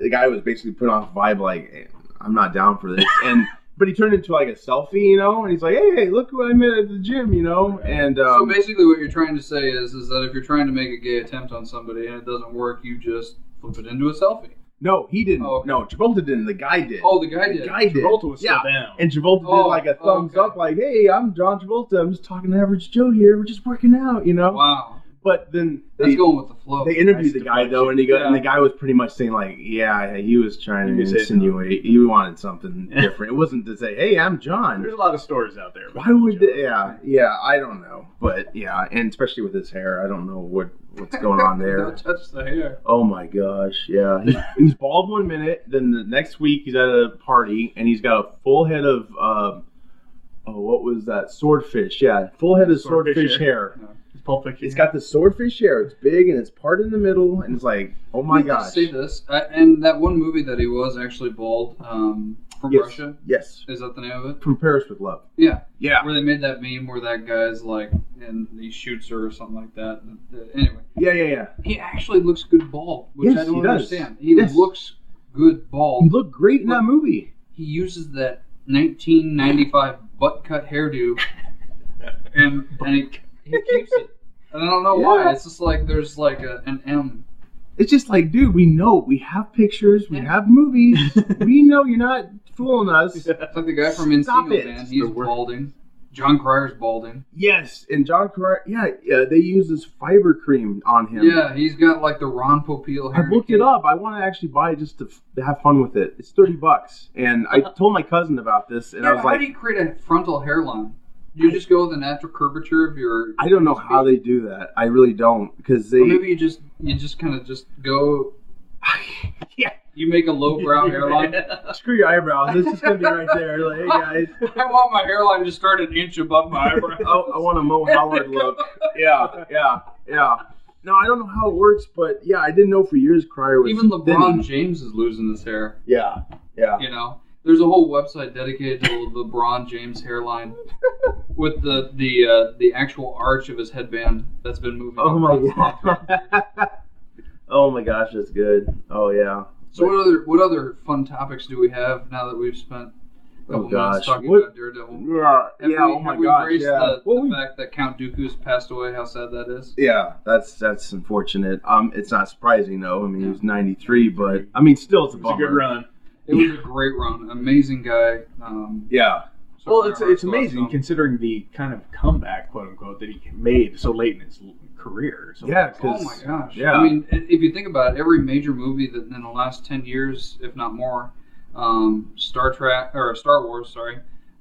[SPEAKER 4] the guy was basically putting off vibe like, "Eh, I'm not down for this, and but he turned into like a selfie, you know, and he's like, hey, hey, look who I met at the gym, you know, and
[SPEAKER 3] so
[SPEAKER 4] um,
[SPEAKER 3] basically, what you're trying to say is, is that if you're trying to make a gay attempt on somebody and it doesn't work, you just flip it into a selfie.
[SPEAKER 4] no, he didn't.
[SPEAKER 3] Oh, okay.
[SPEAKER 4] No, Travolta didn't. The guy did.
[SPEAKER 3] Oh, the guy
[SPEAKER 4] the
[SPEAKER 3] did.
[SPEAKER 4] guy did.
[SPEAKER 5] Travolta was
[SPEAKER 4] yeah.
[SPEAKER 5] still down.
[SPEAKER 4] And Travolta
[SPEAKER 3] Oh,
[SPEAKER 4] did like a
[SPEAKER 3] oh,
[SPEAKER 4] thumbs
[SPEAKER 3] okay.
[SPEAKER 4] up, like, "Hey, I'm John Travolta. I'm just talking to average Joe here. We're just working out, you know."
[SPEAKER 3] Wow,
[SPEAKER 4] But then
[SPEAKER 3] that's
[SPEAKER 4] they,
[SPEAKER 3] going with the flow.
[SPEAKER 5] Oh,
[SPEAKER 4] they interviewed
[SPEAKER 5] Nice
[SPEAKER 4] the guy though,
[SPEAKER 5] deflection.
[SPEAKER 4] and he go, and the
[SPEAKER 3] Yeah.
[SPEAKER 4] guy was pretty much saying like, yeah, he was trying
[SPEAKER 5] He
[SPEAKER 4] to
[SPEAKER 5] was hitting
[SPEAKER 4] insinuate he wanted something different. It wasn't to say, hey, I'm
[SPEAKER 5] There's
[SPEAKER 4] John.
[SPEAKER 5] a lot of stories out there.
[SPEAKER 4] Why would they, yeah, yeah, I don't know, but yeah, and especially with his hair, I don't know what what's going on
[SPEAKER 3] Don't
[SPEAKER 4] there.
[SPEAKER 3] touch the hair.
[SPEAKER 4] Oh my gosh, yeah, he's, he's bald one minute, then the next week he's at a party and he's got a full head of. Um, Oh, what was that? Swordfish. Yeah, full head of
[SPEAKER 5] Swordfish
[SPEAKER 4] swordfish,
[SPEAKER 5] hair.
[SPEAKER 4] hair.
[SPEAKER 5] It's Pulp Fiction.
[SPEAKER 4] It's got the swordfish hair. It's big and it's part in the middle, and it's like, oh my
[SPEAKER 3] Did you
[SPEAKER 4] gosh.
[SPEAKER 3] see this? Uh, and that one movie that he was actually bald um, from
[SPEAKER 4] Yes.
[SPEAKER 3] Russia.
[SPEAKER 4] Yes.
[SPEAKER 3] Is that the name of it?
[SPEAKER 4] From Paris with Love.
[SPEAKER 3] Yeah.
[SPEAKER 4] Yeah.
[SPEAKER 3] Where they made that meme where that guy's like, and he shoots her or something like that. Uh, Anyway,
[SPEAKER 4] Yeah, yeah, yeah.
[SPEAKER 3] he actually looks good bald, which
[SPEAKER 4] Yes,
[SPEAKER 3] I don't
[SPEAKER 4] he does.
[SPEAKER 3] understand. He
[SPEAKER 4] Yes.
[SPEAKER 3] looks good bald.
[SPEAKER 4] You look great in that movie.
[SPEAKER 3] he uses that 1995 butt cut hairdo, and and he, he keeps it. And I don't know
[SPEAKER 4] Yeah.
[SPEAKER 3] why. It's just like there's like a, an M.
[SPEAKER 4] It's just like, dude, we know we have pictures, we
[SPEAKER 3] Yeah.
[SPEAKER 4] have movies, we know you're not fooling us.
[SPEAKER 3] It's like the guy from
[SPEAKER 4] Stop
[SPEAKER 3] Encino
[SPEAKER 4] it.
[SPEAKER 3] Man.
[SPEAKER 4] It's
[SPEAKER 3] He's
[SPEAKER 5] the worst.
[SPEAKER 3] balding. John Cryer's balding.
[SPEAKER 4] Yes, and John Carr, yeah, yeah, they use this fiber cream on him.
[SPEAKER 3] Yeah, he's got like the Ron Popeil
[SPEAKER 4] I
[SPEAKER 3] hair.
[SPEAKER 4] looked it up. I want to actually buy it just to, f- to have fun with it. It's thirty bucks, and I told my cousin about this, and
[SPEAKER 3] Uh-huh. Yeah,
[SPEAKER 4] I was
[SPEAKER 3] how
[SPEAKER 4] like,
[SPEAKER 3] do you create a frontal hairline? You just go with the natural curvature of your.
[SPEAKER 4] I don't know how they do that. I really don't, because they.
[SPEAKER 3] Or maybe you just you just kind of just go.
[SPEAKER 4] Yeah.
[SPEAKER 3] You make a low brow hairline.
[SPEAKER 4] Screw your eyebrows. It's just gonna be right there. Like, hey guys,
[SPEAKER 3] I want my hairline to start an inch above my eyebrow.
[SPEAKER 4] oh, I want a Mo Howard look. Yeah, yeah, yeah. No, I don't know how it works, but yeah, I didn't know for years Cryer was
[SPEAKER 3] Even LeBron
[SPEAKER 4] thinning.
[SPEAKER 3] James is losing his hair.
[SPEAKER 4] Yeah, yeah.
[SPEAKER 3] You know, there's a whole website dedicated to LeBron James hairline with the the uh, the actual arch of his headband that's been moving.
[SPEAKER 4] Oh my
[SPEAKER 3] across.
[SPEAKER 4] god. oh my gosh, that's good. Oh yeah.
[SPEAKER 3] So what other what other fun topics do we have now that we've spent a
[SPEAKER 4] Oh
[SPEAKER 3] couple
[SPEAKER 4] gosh.
[SPEAKER 3] months talking
[SPEAKER 4] What-
[SPEAKER 3] about Daredevil?
[SPEAKER 4] Yeah.
[SPEAKER 3] Have
[SPEAKER 4] yeah.
[SPEAKER 3] we,
[SPEAKER 4] oh my
[SPEAKER 3] have we
[SPEAKER 4] gosh.
[SPEAKER 3] embraced
[SPEAKER 4] Yeah.
[SPEAKER 3] the, the
[SPEAKER 4] Well, we-
[SPEAKER 3] fact that Count Dooku's passed away? How sad that is.
[SPEAKER 4] yeah. That's that's unfortunate. Um, it's not surprising though. I mean, he was 93, but I mean, still, it's a
[SPEAKER 5] It was a
[SPEAKER 4] bummer.
[SPEAKER 5] good run.
[SPEAKER 3] It was a great run, amazing guy. Um,
[SPEAKER 4] Yeah.
[SPEAKER 3] so
[SPEAKER 5] Well, it's
[SPEAKER 3] our
[SPEAKER 5] it's
[SPEAKER 3] thoughts
[SPEAKER 5] amazing
[SPEAKER 3] on-
[SPEAKER 5] considering the kind of comeback, quote unquote, that he made so late in his l- career. So
[SPEAKER 4] Yeah,
[SPEAKER 3] Oh my
[SPEAKER 4] 'cause-
[SPEAKER 3] gosh!
[SPEAKER 4] yeah.
[SPEAKER 3] I mean, i- if you think about it, every major movie that in the last ten years, if not more, um, Star Trek or Star Wars, sorry,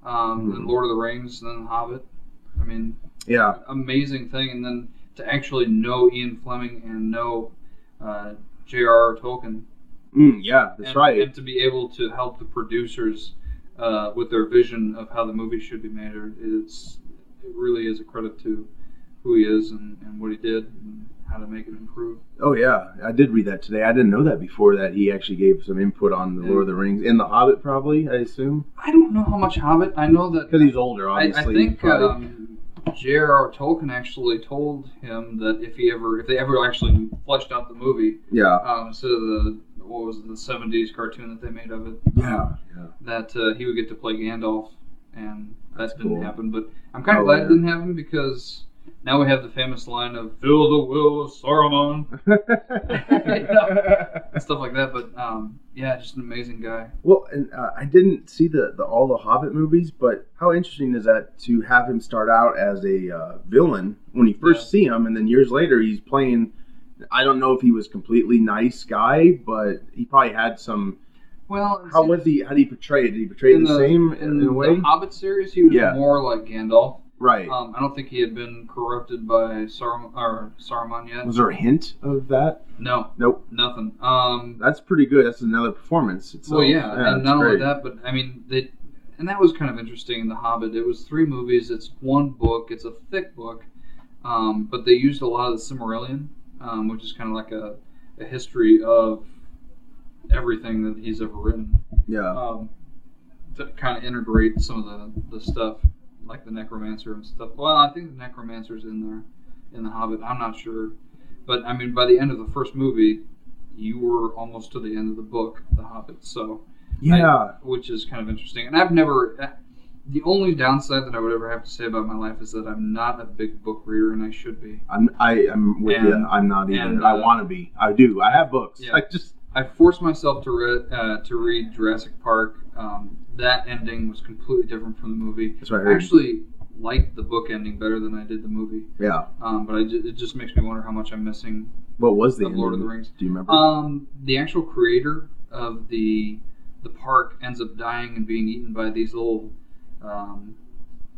[SPEAKER 3] um,
[SPEAKER 4] Mhm.
[SPEAKER 3] then Lord of the Rings, then Hobbit. I mean,
[SPEAKER 4] Yeah.
[SPEAKER 3] amazing thing. And then to actually know Ian Fleming and know uh, J.R.R. Tolkien,
[SPEAKER 4] Mm, yeah. That's
[SPEAKER 3] and,
[SPEAKER 4] right.
[SPEAKER 3] and to be able to help the producers uh, with their vision of how the movie should be made, or it's it really is a credit to who he is and, and what he did and how to make it improve.
[SPEAKER 4] Oh yeah, I did read that today. I didn't know that before that he actually gave some input on the
[SPEAKER 3] Yeah.
[SPEAKER 4] Lord of the Rings and the Hobbit, probably. I assume
[SPEAKER 3] I don't know how much Hobbit. I know that
[SPEAKER 4] because he's older,
[SPEAKER 3] I,
[SPEAKER 4] obviously.
[SPEAKER 3] I think
[SPEAKER 4] probably.
[SPEAKER 3] um, J.R.R. Tolkien actually told him that if he ever, if they ever actually fleshed out the movie
[SPEAKER 4] yeah,
[SPEAKER 3] um, instead of the what was it, the '70s cartoon that they made of it,
[SPEAKER 4] yeah, yeah.
[SPEAKER 3] that uh, he would get to play Gandalf, and that
[SPEAKER 4] That's
[SPEAKER 3] didn't
[SPEAKER 4] cool.
[SPEAKER 3] happen. But I'm kind of
[SPEAKER 4] Oh,
[SPEAKER 3] glad
[SPEAKER 4] yeah.
[SPEAKER 3] it didn't happen because now we have the famous line of "Fill the will of Saruman" and stuff like that. But um, yeah, just an amazing guy.
[SPEAKER 4] Well, and uh, I didn't see the, the all the Hobbit movies, but how interesting is that to have him start out as a uh, villain when you first see him, and then years later he's playing. I don't know if he was completely nice guy, but he probably had some.
[SPEAKER 3] Well,
[SPEAKER 4] How was he? How did he portray it? Did he portray it the, same in, a way?
[SPEAKER 3] the Hobbit series, he was
[SPEAKER 4] Yeah.
[SPEAKER 3] more like Gandalf.
[SPEAKER 4] right.
[SPEAKER 3] Um, I don't think he had been corrupted by Sarum- or Saruman yet.
[SPEAKER 4] was there a hint of that?
[SPEAKER 3] No,
[SPEAKER 4] Nope.
[SPEAKER 3] nothing. Um,
[SPEAKER 4] That's pretty good. That's another performance. itself.
[SPEAKER 3] well, yeah, and
[SPEAKER 4] it's
[SPEAKER 3] not only
[SPEAKER 4] great.
[SPEAKER 3] that, but I mean, they, and that was kind of interesting in The Hobbit. It was three movies. It's one book. It's a thick book, um, but they used a lot of the Silmarillion, um, which is kind of like a, a history of everything that he's ever written.
[SPEAKER 4] Yeah.
[SPEAKER 3] um, to kind of integrate some of the, the stuff like the necromancer and stuff. Well, I think the necromancer's in there in the Hobbit. I'm not sure, but I mean, by the end of the first movie, you were almost to the end of the book, The Hobbit. So,
[SPEAKER 4] Yeah.
[SPEAKER 3] which is kind of interesting. And I've never. eh, The only downside that I would ever have to say about my life is that I'm not a big book reader, and I should be.
[SPEAKER 4] I'm. I, I'm with
[SPEAKER 3] And-
[SPEAKER 4] you. I'm not either.
[SPEAKER 3] and,
[SPEAKER 4] I
[SPEAKER 3] uh,
[SPEAKER 4] want to be. I do. I have books.
[SPEAKER 3] Yeah.
[SPEAKER 4] I just.
[SPEAKER 3] I forced myself to read uh, to read Jurassic Park. Um, that ending was completely different from the movie.
[SPEAKER 4] That's what I
[SPEAKER 3] I
[SPEAKER 4] heard.
[SPEAKER 3] actually liked the book ending better than I did the movie,
[SPEAKER 4] yeah.
[SPEAKER 3] um, but I ju- it just makes me wonder how much I'm missing
[SPEAKER 4] What was the
[SPEAKER 3] of Lord of the
[SPEAKER 4] ending?
[SPEAKER 3] Rings.
[SPEAKER 4] Do you remember?
[SPEAKER 3] Um, the actual creator of the the park ends up dying and being eaten by these little um,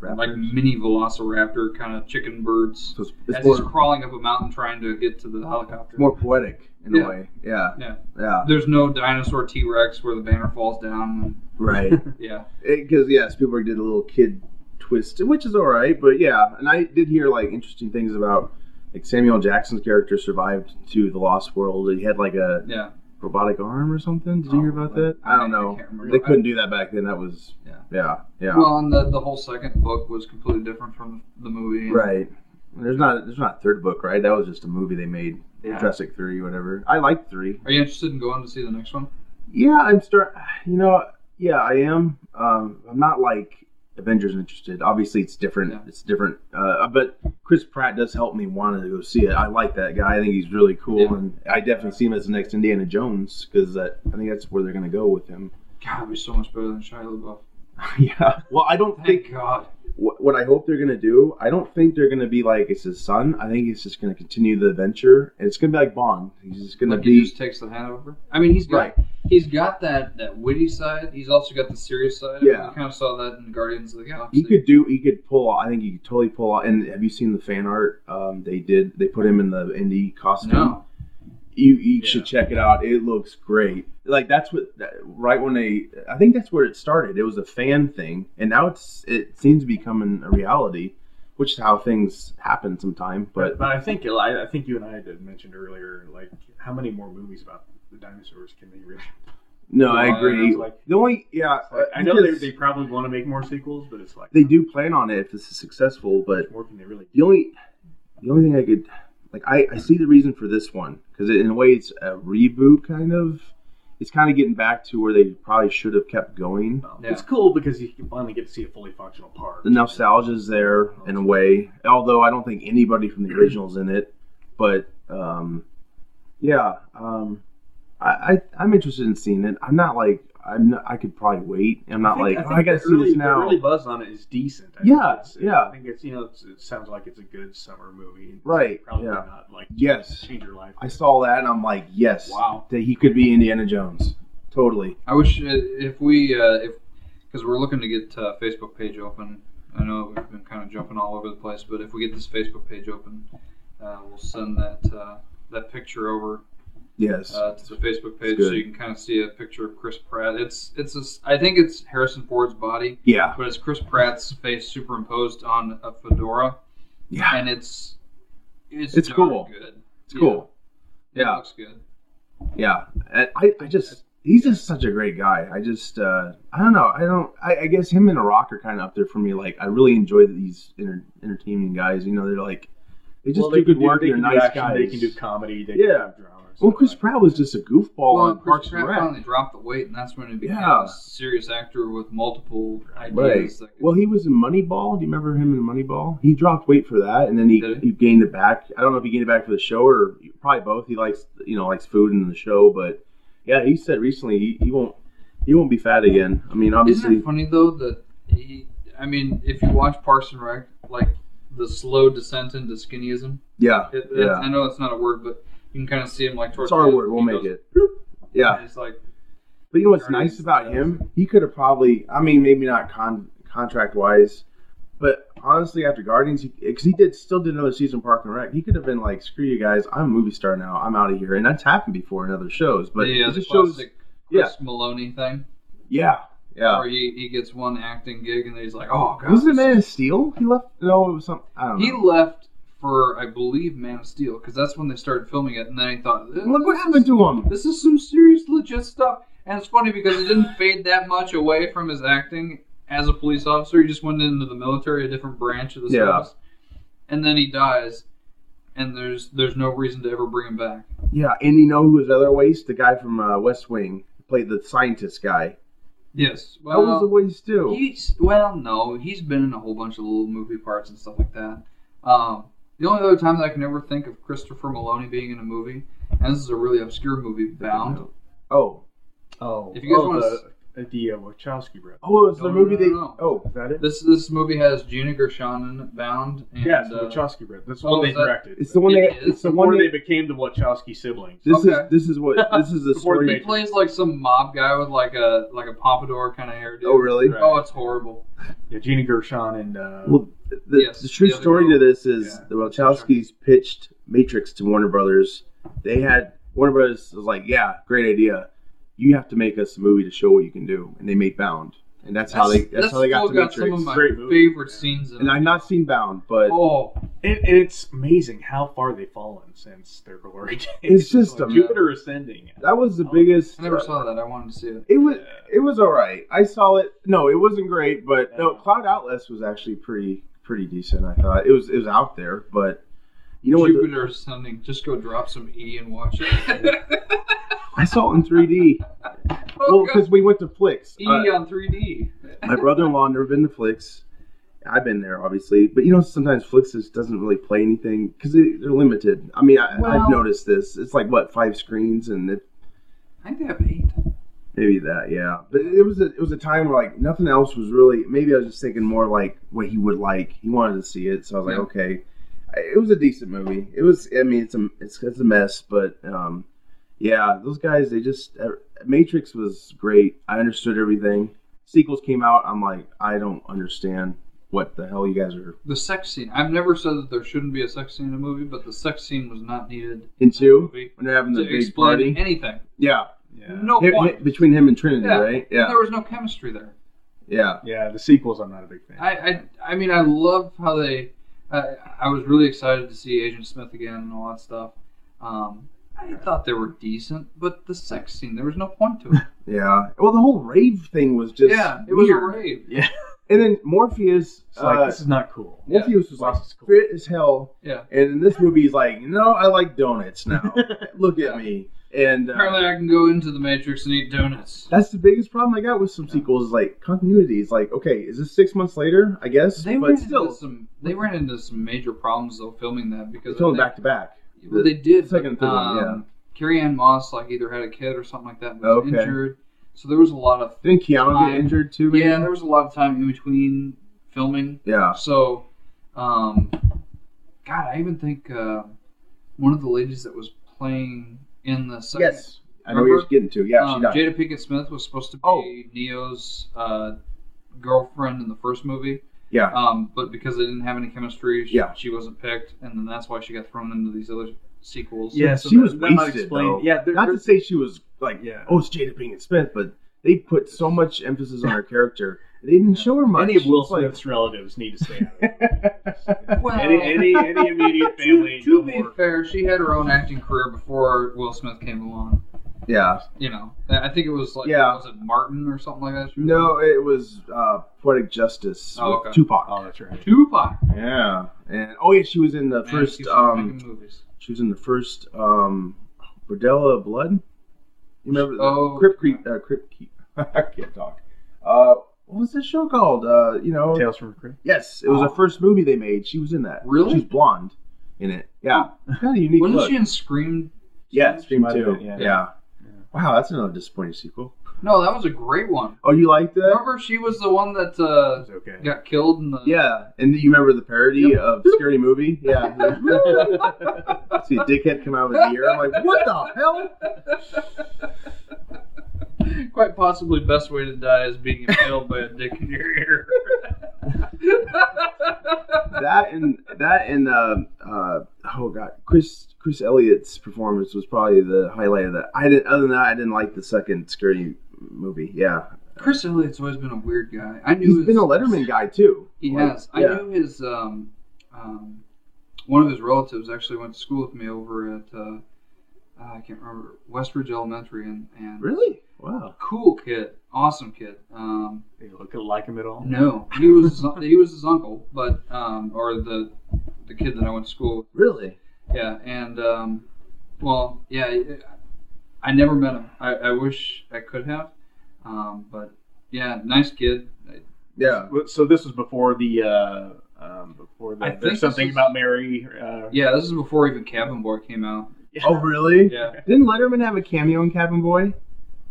[SPEAKER 4] Raptors?
[SPEAKER 3] like mini velociraptor kind of chicken birds
[SPEAKER 4] so it's,
[SPEAKER 3] as
[SPEAKER 4] it's
[SPEAKER 3] he's
[SPEAKER 4] more,
[SPEAKER 3] crawling up a mountain trying to get to the helicopter.
[SPEAKER 4] more poetic in
[SPEAKER 3] Yeah.
[SPEAKER 4] a way. Yeah.
[SPEAKER 3] Yeah.
[SPEAKER 4] Yeah.
[SPEAKER 3] There's no dinosaur T Rex where the banner falls down.
[SPEAKER 4] Right.
[SPEAKER 3] And, yeah,
[SPEAKER 4] Because yeah, Spielberg did a little kid twist, which is all right. But yeah, and I did hear like interesting things about like Samuel L. Jackson's character survived to the Lost World. He had like a
[SPEAKER 3] yeah.
[SPEAKER 4] robotic arm or something. Did you hear
[SPEAKER 3] Oh,
[SPEAKER 4] about that? I don't know.
[SPEAKER 3] can't remember.
[SPEAKER 4] They couldn't do that back then. That was
[SPEAKER 3] Yeah.
[SPEAKER 4] yeah, yeah.
[SPEAKER 3] Well, and the, the whole second book was completely different from the movie. and-
[SPEAKER 4] right. There's not there's not a third book, right? That was just a movie they made,
[SPEAKER 3] Yeah.
[SPEAKER 4] Jurassic Three, whatever. I liked three.
[SPEAKER 3] Are you interested in going to see the next one?
[SPEAKER 4] Yeah, I'm start. You know, yeah, I am. Um, I'm not like Avengers interested. Obviously, it's different.
[SPEAKER 3] Yeah.
[SPEAKER 4] It's different. Uh, but Chris Pratt does help me want to go see it. I like that guy. I think he's really cool,
[SPEAKER 3] Yeah.
[SPEAKER 4] and I definitely see him as the next Indiana Jones because I think that's where they're gonna go with him.
[SPEAKER 3] God, it'd be so much better than Shia LaBeouf.
[SPEAKER 4] yeah. Well, I don't think
[SPEAKER 3] Thank God.
[SPEAKER 4] what, what I hope they're gonna do. I don't think they're gonna be like it's his son. I think he's just gonna continue the adventure, and it's gonna be like Bond. He's just gonna
[SPEAKER 3] Like he
[SPEAKER 4] be
[SPEAKER 3] just takes the hat over. I mean, he's got
[SPEAKER 4] right.
[SPEAKER 3] he's got that that witty side. He's also got the serious side.
[SPEAKER 4] Yeah.
[SPEAKER 3] we kind of saw that in Guardians of the Galaxy.
[SPEAKER 4] He could do. He could pull. I think he could totally pull. Off, and have you seen the fan art? Um, they did. They put him in the indie costume.
[SPEAKER 3] no,
[SPEAKER 4] You, you should check it out. It looks great. Like that's what. That, right when they, I think that's where it started. It was a fan thing, and now it's. It seems to be becoming a reality, which is how things happen sometimes.
[SPEAKER 5] But,
[SPEAKER 4] But
[SPEAKER 5] but I think I, I think you and I had mentioned earlier, like how many more movies about the dinosaurs can they really?
[SPEAKER 4] no, I
[SPEAKER 3] Yeah,
[SPEAKER 4] agree.
[SPEAKER 5] it's like-
[SPEAKER 4] the only yeah, uh,
[SPEAKER 5] Like, I know they,
[SPEAKER 4] because
[SPEAKER 5] they probably want to make more sequels, but it's like
[SPEAKER 4] they do plan on it if this is successful, but
[SPEAKER 5] More can they really?
[SPEAKER 4] the only the only thing I could like I, I see the reason for this one because in a way it's a reboot kind of it's kind of getting back to where they probably should have kept going.
[SPEAKER 5] Um,
[SPEAKER 3] Yeah.
[SPEAKER 5] It's cool because you can finally get to see a fully functional park.
[SPEAKER 4] The nostalgia's there in a way, although I don't think anybody from the original's in it. But um, yeah, um, I, I I'm interested in seeing it. I'm not like I'm not, I could probably wait. I'm not
[SPEAKER 5] think-
[SPEAKER 4] like
[SPEAKER 5] think
[SPEAKER 4] "Oh, I, gotta
[SPEAKER 5] the
[SPEAKER 4] see
[SPEAKER 5] early-
[SPEAKER 4] this
[SPEAKER 5] the
[SPEAKER 4] now.
[SPEAKER 5] early buzz on it is decent. I
[SPEAKER 4] Yeah,
[SPEAKER 5] think it's-
[SPEAKER 4] yeah.
[SPEAKER 5] I think it's you know it's, it sounds like it's a good summer movie.
[SPEAKER 4] Right,
[SPEAKER 5] Probably
[SPEAKER 4] yeah.
[SPEAKER 5] not like
[SPEAKER 4] Yes.
[SPEAKER 5] change your life.
[SPEAKER 4] I saw that and I'm like, yes,
[SPEAKER 5] Wow.
[SPEAKER 4] that he could be Indiana Jones. Totally.
[SPEAKER 3] I wish uh, if we uh, if because we're looking to get uh, Facebook page open. I know we've been kind of jumping all over the place, but if we get this Facebook page open, uh, we'll send that uh, that picture over
[SPEAKER 4] Yes.
[SPEAKER 3] uh, to the Facebook page,
[SPEAKER 4] It's
[SPEAKER 3] so
[SPEAKER 4] good.
[SPEAKER 3] you can kind of see a picture of Chris Pratt. It's it's a s I think it's Harrison Ford's body,
[SPEAKER 4] yeah.
[SPEAKER 3] but it's Chris Pratt's face superimposed on a fedora,
[SPEAKER 4] Yeah.
[SPEAKER 3] and it's it's
[SPEAKER 4] It's
[SPEAKER 3] darn
[SPEAKER 4] cool.
[SPEAKER 3] Good.
[SPEAKER 4] it's cool.
[SPEAKER 3] Yeah,
[SPEAKER 4] Yeah.
[SPEAKER 3] It looks good.
[SPEAKER 4] Yeah. And I, I just he's just such a great guy. I just uh I don't know. I don't I, I guess him and The Rock are kind of up there for me. Like I really enjoy these enter, entertaining guys. You know, they're like they just
[SPEAKER 5] Well,
[SPEAKER 4] do
[SPEAKER 5] they
[SPEAKER 4] good
[SPEAKER 5] can do-
[SPEAKER 4] work.
[SPEAKER 5] They
[SPEAKER 4] They're
[SPEAKER 5] can do
[SPEAKER 4] nice
[SPEAKER 5] action,
[SPEAKER 4] guys.
[SPEAKER 5] They can do comedy. They
[SPEAKER 4] Yeah.
[SPEAKER 5] can do drama.
[SPEAKER 4] well,
[SPEAKER 5] stuff
[SPEAKER 4] Chris
[SPEAKER 5] like
[SPEAKER 4] Pratt was just a goofball
[SPEAKER 3] Well,
[SPEAKER 4] on
[SPEAKER 3] and Chris
[SPEAKER 4] Parks
[SPEAKER 3] Pratt
[SPEAKER 4] and Rec.
[SPEAKER 3] finally dropped the weight, and that's when he became
[SPEAKER 4] Yeah.
[SPEAKER 3] a serious actor with multiple ideas.
[SPEAKER 4] Right.
[SPEAKER 3] that could-
[SPEAKER 4] Well, he was in Moneyball. Do you remember him in Moneyball? He dropped weight for that, and then he,
[SPEAKER 3] Did he?
[SPEAKER 4] he gained it back. I don't know if he gained it back for the show or probably both. He likes you know likes food and the show, but yeah, he said recently he, he won't he won't be fat again. I mean,
[SPEAKER 3] Isn't
[SPEAKER 4] obviously,
[SPEAKER 3] it funny though that he? I mean, if you watch Parks and Rec, like the slow descent into skinnyism.
[SPEAKER 4] yeah,
[SPEAKER 3] It,
[SPEAKER 4] yeah.
[SPEAKER 3] that's I know it's not a word, but you can kind of see him like towards.
[SPEAKER 4] It's our
[SPEAKER 3] the end,
[SPEAKER 4] word. We'll
[SPEAKER 3] he
[SPEAKER 4] make
[SPEAKER 3] goes,
[SPEAKER 4] it. Bloop. Yeah,
[SPEAKER 3] It's like
[SPEAKER 4] but you know what's
[SPEAKER 3] Ernie
[SPEAKER 4] nice about
[SPEAKER 3] Stelz.
[SPEAKER 4] him? He could have probably. I mean, maybe not con contract wise. But honestly, after Guardians, because he, did still did another season of Park and Rec, he could have been like, "Screw you guys, I'm a movie star now, I'm out of here," and that's happened before in other shows. But
[SPEAKER 3] the, uh,
[SPEAKER 4] it
[SPEAKER 3] the
[SPEAKER 4] just shows,
[SPEAKER 3] classic
[SPEAKER 4] yeah.
[SPEAKER 3] Chris Maloney thing,
[SPEAKER 4] yeah, yeah.
[SPEAKER 3] where he, he gets one acting gig and then he's like, oh god.
[SPEAKER 4] Was it
[SPEAKER 3] this-
[SPEAKER 4] Man of Steel? He left? No, it was some. I don't
[SPEAKER 3] He
[SPEAKER 4] know.
[SPEAKER 3] left for I believe Man of Steel because that's when they started filming it, and then he thought, "Eh,
[SPEAKER 4] Look what
[SPEAKER 3] this
[SPEAKER 4] happened
[SPEAKER 3] is-
[SPEAKER 4] to him.
[SPEAKER 3] This is some serious legit stuff, and it's funny because it didn't fade that much away from his acting as a police officer. He just went into the military, a different branch of the
[SPEAKER 4] Yeah.
[SPEAKER 3] service, and then he dies, and there's there's no reason to ever bring him back.
[SPEAKER 4] Yeah, and you know who was other waste? The guy from uh, West Wing played the scientist guy.
[SPEAKER 3] Yes.
[SPEAKER 4] That was a waste too.
[SPEAKER 3] He's well, no, he's been in a whole bunch of little movie parts and stuff like that. Um, the only other time that I can ever think of Christopher Maloney being in a movie, and this is a really obscure movie, Bound.
[SPEAKER 4] Oh,
[SPEAKER 5] that. Oh,
[SPEAKER 3] If you guys
[SPEAKER 5] oh,
[SPEAKER 3] wanna
[SPEAKER 5] the, the uh, Wachowski brothers.
[SPEAKER 4] oh, it was
[SPEAKER 3] No,
[SPEAKER 4] the
[SPEAKER 3] no,
[SPEAKER 4] movie
[SPEAKER 3] no,
[SPEAKER 4] they.
[SPEAKER 3] no.
[SPEAKER 4] Oh,
[SPEAKER 5] Is that it?
[SPEAKER 3] This this movie has Gina Gershon in it, Bound. And,
[SPEAKER 5] yes, Mm, the
[SPEAKER 3] uh,
[SPEAKER 5] Wachowski brothers. That's
[SPEAKER 3] oh,
[SPEAKER 5] one they
[SPEAKER 3] is that-
[SPEAKER 5] directed.
[SPEAKER 4] it's the
[SPEAKER 3] It
[SPEAKER 4] one they.
[SPEAKER 3] is.
[SPEAKER 4] It's the
[SPEAKER 5] before
[SPEAKER 4] one
[SPEAKER 5] they
[SPEAKER 4] they.
[SPEAKER 5] became the Wachowski siblings.
[SPEAKER 4] This
[SPEAKER 3] Okay.
[SPEAKER 4] is this is what this is the
[SPEAKER 5] Before the
[SPEAKER 3] he
[SPEAKER 4] story.
[SPEAKER 5] major-
[SPEAKER 3] plays like some mob guy with like a like a pompadour kind of hairdo.
[SPEAKER 4] Oh, really?
[SPEAKER 5] Right.
[SPEAKER 3] Oh, it's horrible.
[SPEAKER 5] Yeah, Gina Gershon and uh,
[SPEAKER 4] Well, the,
[SPEAKER 3] Yes,
[SPEAKER 4] the true
[SPEAKER 3] the other
[SPEAKER 4] story
[SPEAKER 3] girl.
[SPEAKER 4] to this is
[SPEAKER 5] Yeah.
[SPEAKER 4] the Wachowskis pitched Matrix to Warner Brothers. They had Warner Brothers was like, "Yeah, great idea. You have to make us a movie to show what you can do," and they made Bound, and that's, how they that's, how they got
[SPEAKER 3] still
[SPEAKER 4] to
[SPEAKER 3] got
[SPEAKER 4] Matrix.
[SPEAKER 3] some of my
[SPEAKER 5] Great movie.
[SPEAKER 3] favorite
[SPEAKER 5] Yeah.
[SPEAKER 3] scenes in
[SPEAKER 4] and
[SPEAKER 3] it.
[SPEAKER 4] I've not seen Bound, but
[SPEAKER 3] Oh,
[SPEAKER 5] and, and it's amazing how far they've fallen since their glory days.
[SPEAKER 4] it's just a,
[SPEAKER 3] like
[SPEAKER 5] Jupiter ascending.
[SPEAKER 4] that was the
[SPEAKER 5] Oh,
[SPEAKER 4] biggest.
[SPEAKER 3] I
[SPEAKER 4] uh,
[SPEAKER 3] never saw that. I wanted to see it.
[SPEAKER 4] It was it was all right. I saw it. No, it wasn't great, but no,
[SPEAKER 5] Yeah.
[SPEAKER 4] Cloud Atlas was actually pretty pretty decent. I thought it was it was out there, but you know what? the-
[SPEAKER 3] Jupiter ascending. Just go drop some E and watch it.
[SPEAKER 4] I saw it in 3D.
[SPEAKER 3] oh,
[SPEAKER 4] Well,
[SPEAKER 3] God.
[SPEAKER 4] because we went to Flix.
[SPEAKER 3] E
[SPEAKER 4] Uh,
[SPEAKER 3] on 3D.
[SPEAKER 4] my brother-in-law never been to Flix. I've been there, obviously, but you know sometimes Flix just doesn't really play anything because they, they're limited. I mean, I,
[SPEAKER 3] Well-
[SPEAKER 4] I've noticed this. It's like what five screens and it,
[SPEAKER 3] I think they have eight.
[SPEAKER 4] maybe that, yeah. But it was a, it was a time where like nothing else was really. Maybe I was just thinking more like what he would like. He wanted to see it, so I was
[SPEAKER 3] Yeah.
[SPEAKER 4] like, okay. I- It was a decent movie. It was. I mean, it's a it's, it's a mess, but um, yeah, those guys they just uh, Matrix was great. I understood everything. Sequels came out. I'm like, I don't understand what the hell you guys are
[SPEAKER 3] The sex scene. I've never said that there shouldn't be a sex scene in a movie, but the sex scene was not needed in the
[SPEAKER 4] into
[SPEAKER 3] movie
[SPEAKER 4] when they're having the
[SPEAKER 3] to
[SPEAKER 4] big
[SPEAKER 3] explain
[SPEAKER 4] party.
[SPEAKER 3] anything.
[SPEAKER 4] yeah,
[SPEAKER 5] Yeah.
[SPEAKER 3] No
[SPEAKER 4] Hi-
[SPEAKER 3] point.
[SPEAKER 4] hi- between him and Trinity,
[SPEAKER 3] Yeah.
[SPEAKER 4] right? Yeah,
[SPEAKER 3] There was no chemistry there.
[SPEAKER 4] yeah,
[SPEAKER 5] Yeah, the sequels I'm not a big fan.
[SPEAKER 3] I, I, I mean, I love how they. I, I was really excited to see Agent Smith again and all that stuff. Um, I thought they were decent, but the sex scene, there was no point to it.
[SPEAKER 4] yeah. Well, the whole rave thing was just
[SPEAKER 3] yeah, it was a
[SPEAKER 4] weird.
[SPEAKER 3] rave.
[SPEAKER 4] And then Morpheus,
[SPEAKER 5] It's like
[SPEAKER 4] uh,
[SPEAKER 5] this is not cool.
[SPEAKER 3] Yeah.
[SPEAKER 4] Morpheus was like
[SPEAKER 5] Morpheus is cool.
[SPEAKER 4] fit as hell,
[SPEAKER 3] Yeah.
[SPEAKER 4] and in this movie he's like, no, I like donuts now. Look at me, and uh,
[SPEAKER 3] Apparently, I can go into the Matrix and eat donuts.
[SPEAKER 4] that's the biggest problem I got with some sequels is like continuity. It's like, okay, is this six months later? I guess,
[SPEAKER 3] They
[SPEAKER 4] but
[SPEAKER 3] ran
[SPEAKER 4] still,
[SPEAKER 3] into some. They ran into some major problems though filming that because
[SPEAKER 4] it's going
[SPEAKER 3] I
[SPEAKER 4] back to back.
[SPEAKER 3] think- Well, they did.
[SPEAKER 4] second and
[SPEAKER 3] but,
[SPEAKER 4] third one, yeah.
[SPEAKER 3] um, Carrie Ann Moss like either had a kid or something like that and was
[SPEAKER 4] Okay.
[SPEAKER 3] injured, so there was a lot of
[SPEAKER 4] Didn't Keanu
[SPEAKER 3] Time.
[SPEAKER 4] get injured too? maybe?
[SPEAKER 3] yeah, there was a lot of time in between filming
[SPEAKER 4] yeah.
[SPEAKER 3] So, um, God, I even think uh, one of the ladies that was playing in the second,
[SPEAKER 4] Yes, I know what
[SPEAKER 3] Remember?
[SPEAKER 4] you're getting to. Yeah,
[SPEAKER 3] um,
[SPEAKER 4] she died.
[SPEAKER 3] Jada Pinkett Smith was supposed to be
[SPEAKER 4] Oh.
[SPEAKER 3] Neo's uh, girlfriend in the first movie,
[SPEAKER 4] yeah,
[SPEAKER 3] um, but because they didn't have any chemistry, she,
[SPEAKER 4] Yeah.
[SPEAKER 3] she wasn't picked, and then that's why she got thrown into these other sequels.
[SPEAKER 5] Yeah,
[SPEAKER 4] she
[SPEAKER 5] that-
[SPEAKER 4] was
[SPEAKER 5] that might
[SPEAKER 4] wasted,
[SPEAKER 5] explain-
[SPEAKER 4] though.
[SPEAKER 5] Yeah, there-
[SPEAKER 4] Not to
[SPEAKER 5] there's-
[SPEAKER 4] say she was like,
[SPEAKER 5] Yeah.
[SPEAKER 4] oh, it's Jada Pinkett Smith, but they put so much emphasis on her character. They didn't show her much.
[SPEAKER 5] Any of Will
[SPEAKER 4] It's like-
[SPEAKER 5] Smith's relatives need to stay out.
[SPEAKER 3] Well,
[SPEAKER 5] Any, any, any immediate family.
[SPEAKER 3] to, to
[SPEAKER 5] no
[SPEAKER 3] be
[SPEAKER 5] more.
[SPEAKER 3] fair, she had her own acting career before Will Smith came along.
[SPEAKER 4] yeah.
[SPEAKER 3] You know, I I think it was like
[SPEAKER 4] Yeah.
[SPEAKER 3] was it Martin or something like that? She was
[SPEAKER 4] No, it was uh, Poetic Justice
[SPEAKER 3] Oh,
[SPEAKER 4] with
[SPEAKER 3] okay.
[SPEAKER 4] Tupac.
[SPEAKER 5] Oh, that's right.
[SPEAKER 3] Tupac.
[SPEAKER 4] Yeah, and oh yeah, she was in the
[SPEAKER 3] Man,
[SPEAKER 4] first.
[SPEAKER 3] she's
[SPEAKER 4] Um,
[SPEAKER 3] making movies.
[SPEAKER 4] she was in the first um, Bordella of Blood. You remember the
[SPEAKER 3] Oh.
[SPEAKER 4] Crip Creek? Uh, Crip Creek. I can't talk. Uh, what was this show called? Uh, you know,
[SPEAKER 5] Tales from the Crypt.
[SPEAKER 4] yes, it was
[SPEAKER 3] Oh.
[SPEAKER 4] the first movie they made. She was in that.
[SPEAKER 3] Really? Oh.
[SPEAKER 4] She was blonde in it. Yeah, kind of unique
[SPEAKER 3] Wasn't
[SPEAKER 4] look.
[SPEAKER 3] she in Scream?
[SPEAKER 4] yeah, Scream
[SPEAKER 5] might have
[SPEAKER 4] Two.
[SPEAKER 5] been,
[SPEAKER 4] Yeah.
[SPEAKER 5] yeah. Yeah.
[SPEAKER 4] Wow, that's another disappointing sequel.
[SPEAKER 3] No, that was a great one.
[SPEAKER 4] Oh, you liked that?
[SPEAKER 3] Remember, she was the one that
[SPEAKER 5] That
[SPEAKER 3] uh,
[SPEAKER 5] was okay.
[SPEAKER 3] got killed in the.
[SPEAKER 4] Yeah, and you remember the parody
[SPEAKER 3] Yep.
[SPEAKER 4] of Scary Movie? Yeah. See a dickhead come out with an ear. I'm like, what the hell?
[SPEAKER 3] Quite possibly, best way to die is being impaled by a dick in your ear.
[SPEAKER 4] that and that and uh, uh, oh god, Chris Chris Elliott's performance was probably the highlight of that. I didn't. Other than that, I didn't like the second scary movie. Yeah,
[SPEAKER 3] Chris Elliott's always been a weird guy. I knew
[SPEAKER 4] he's
[SPEAKER 3] his-
[SPEAKER 4] been a Letterman guy too.
[SPEAKER 3] He
[SPEAKER 4] Like,
[SPEAKER 3] has. I
[SPEAKER 4] Yeah.
[SPEAKER 3] knew his um, um, one of his relatives actually went to school with me over at uh, uh, I can't remember Westridge Elementary and and
[SPEAKER 4] Really? Wow.
[SPEAKER 3] cool kid, awesome kid. Um,
[SPEAKER 5] They look like him at all.
[SPEAKER 3] no, he was his, he was his uncle, but um, or the the kid that I went to school with.
[SPEAKER 4] Really?
[SPEAKER 3] Yeah, and um, well, yeah, I- I never met him. I, I wish I could have, um, but yeah, nice kid.
[SPEAKER 4] Yeah.
[SPEAKER 5] Well, So this was before the uh, um, before the
[SPEAKER 3] I think
[SPEAKER 5] there's something
[SPEAKER 3] this is-
[SPEAKER 5] about Mary. Uh,
[SPEAKER 3] Yeah, this is before even Cabin Boy came out.
[SPEAKER 4] Oh really?
[SPEAKER 3] Yeah,
[SPEAKER 4] Didn't Letterman have a cameo in Cabin Boy?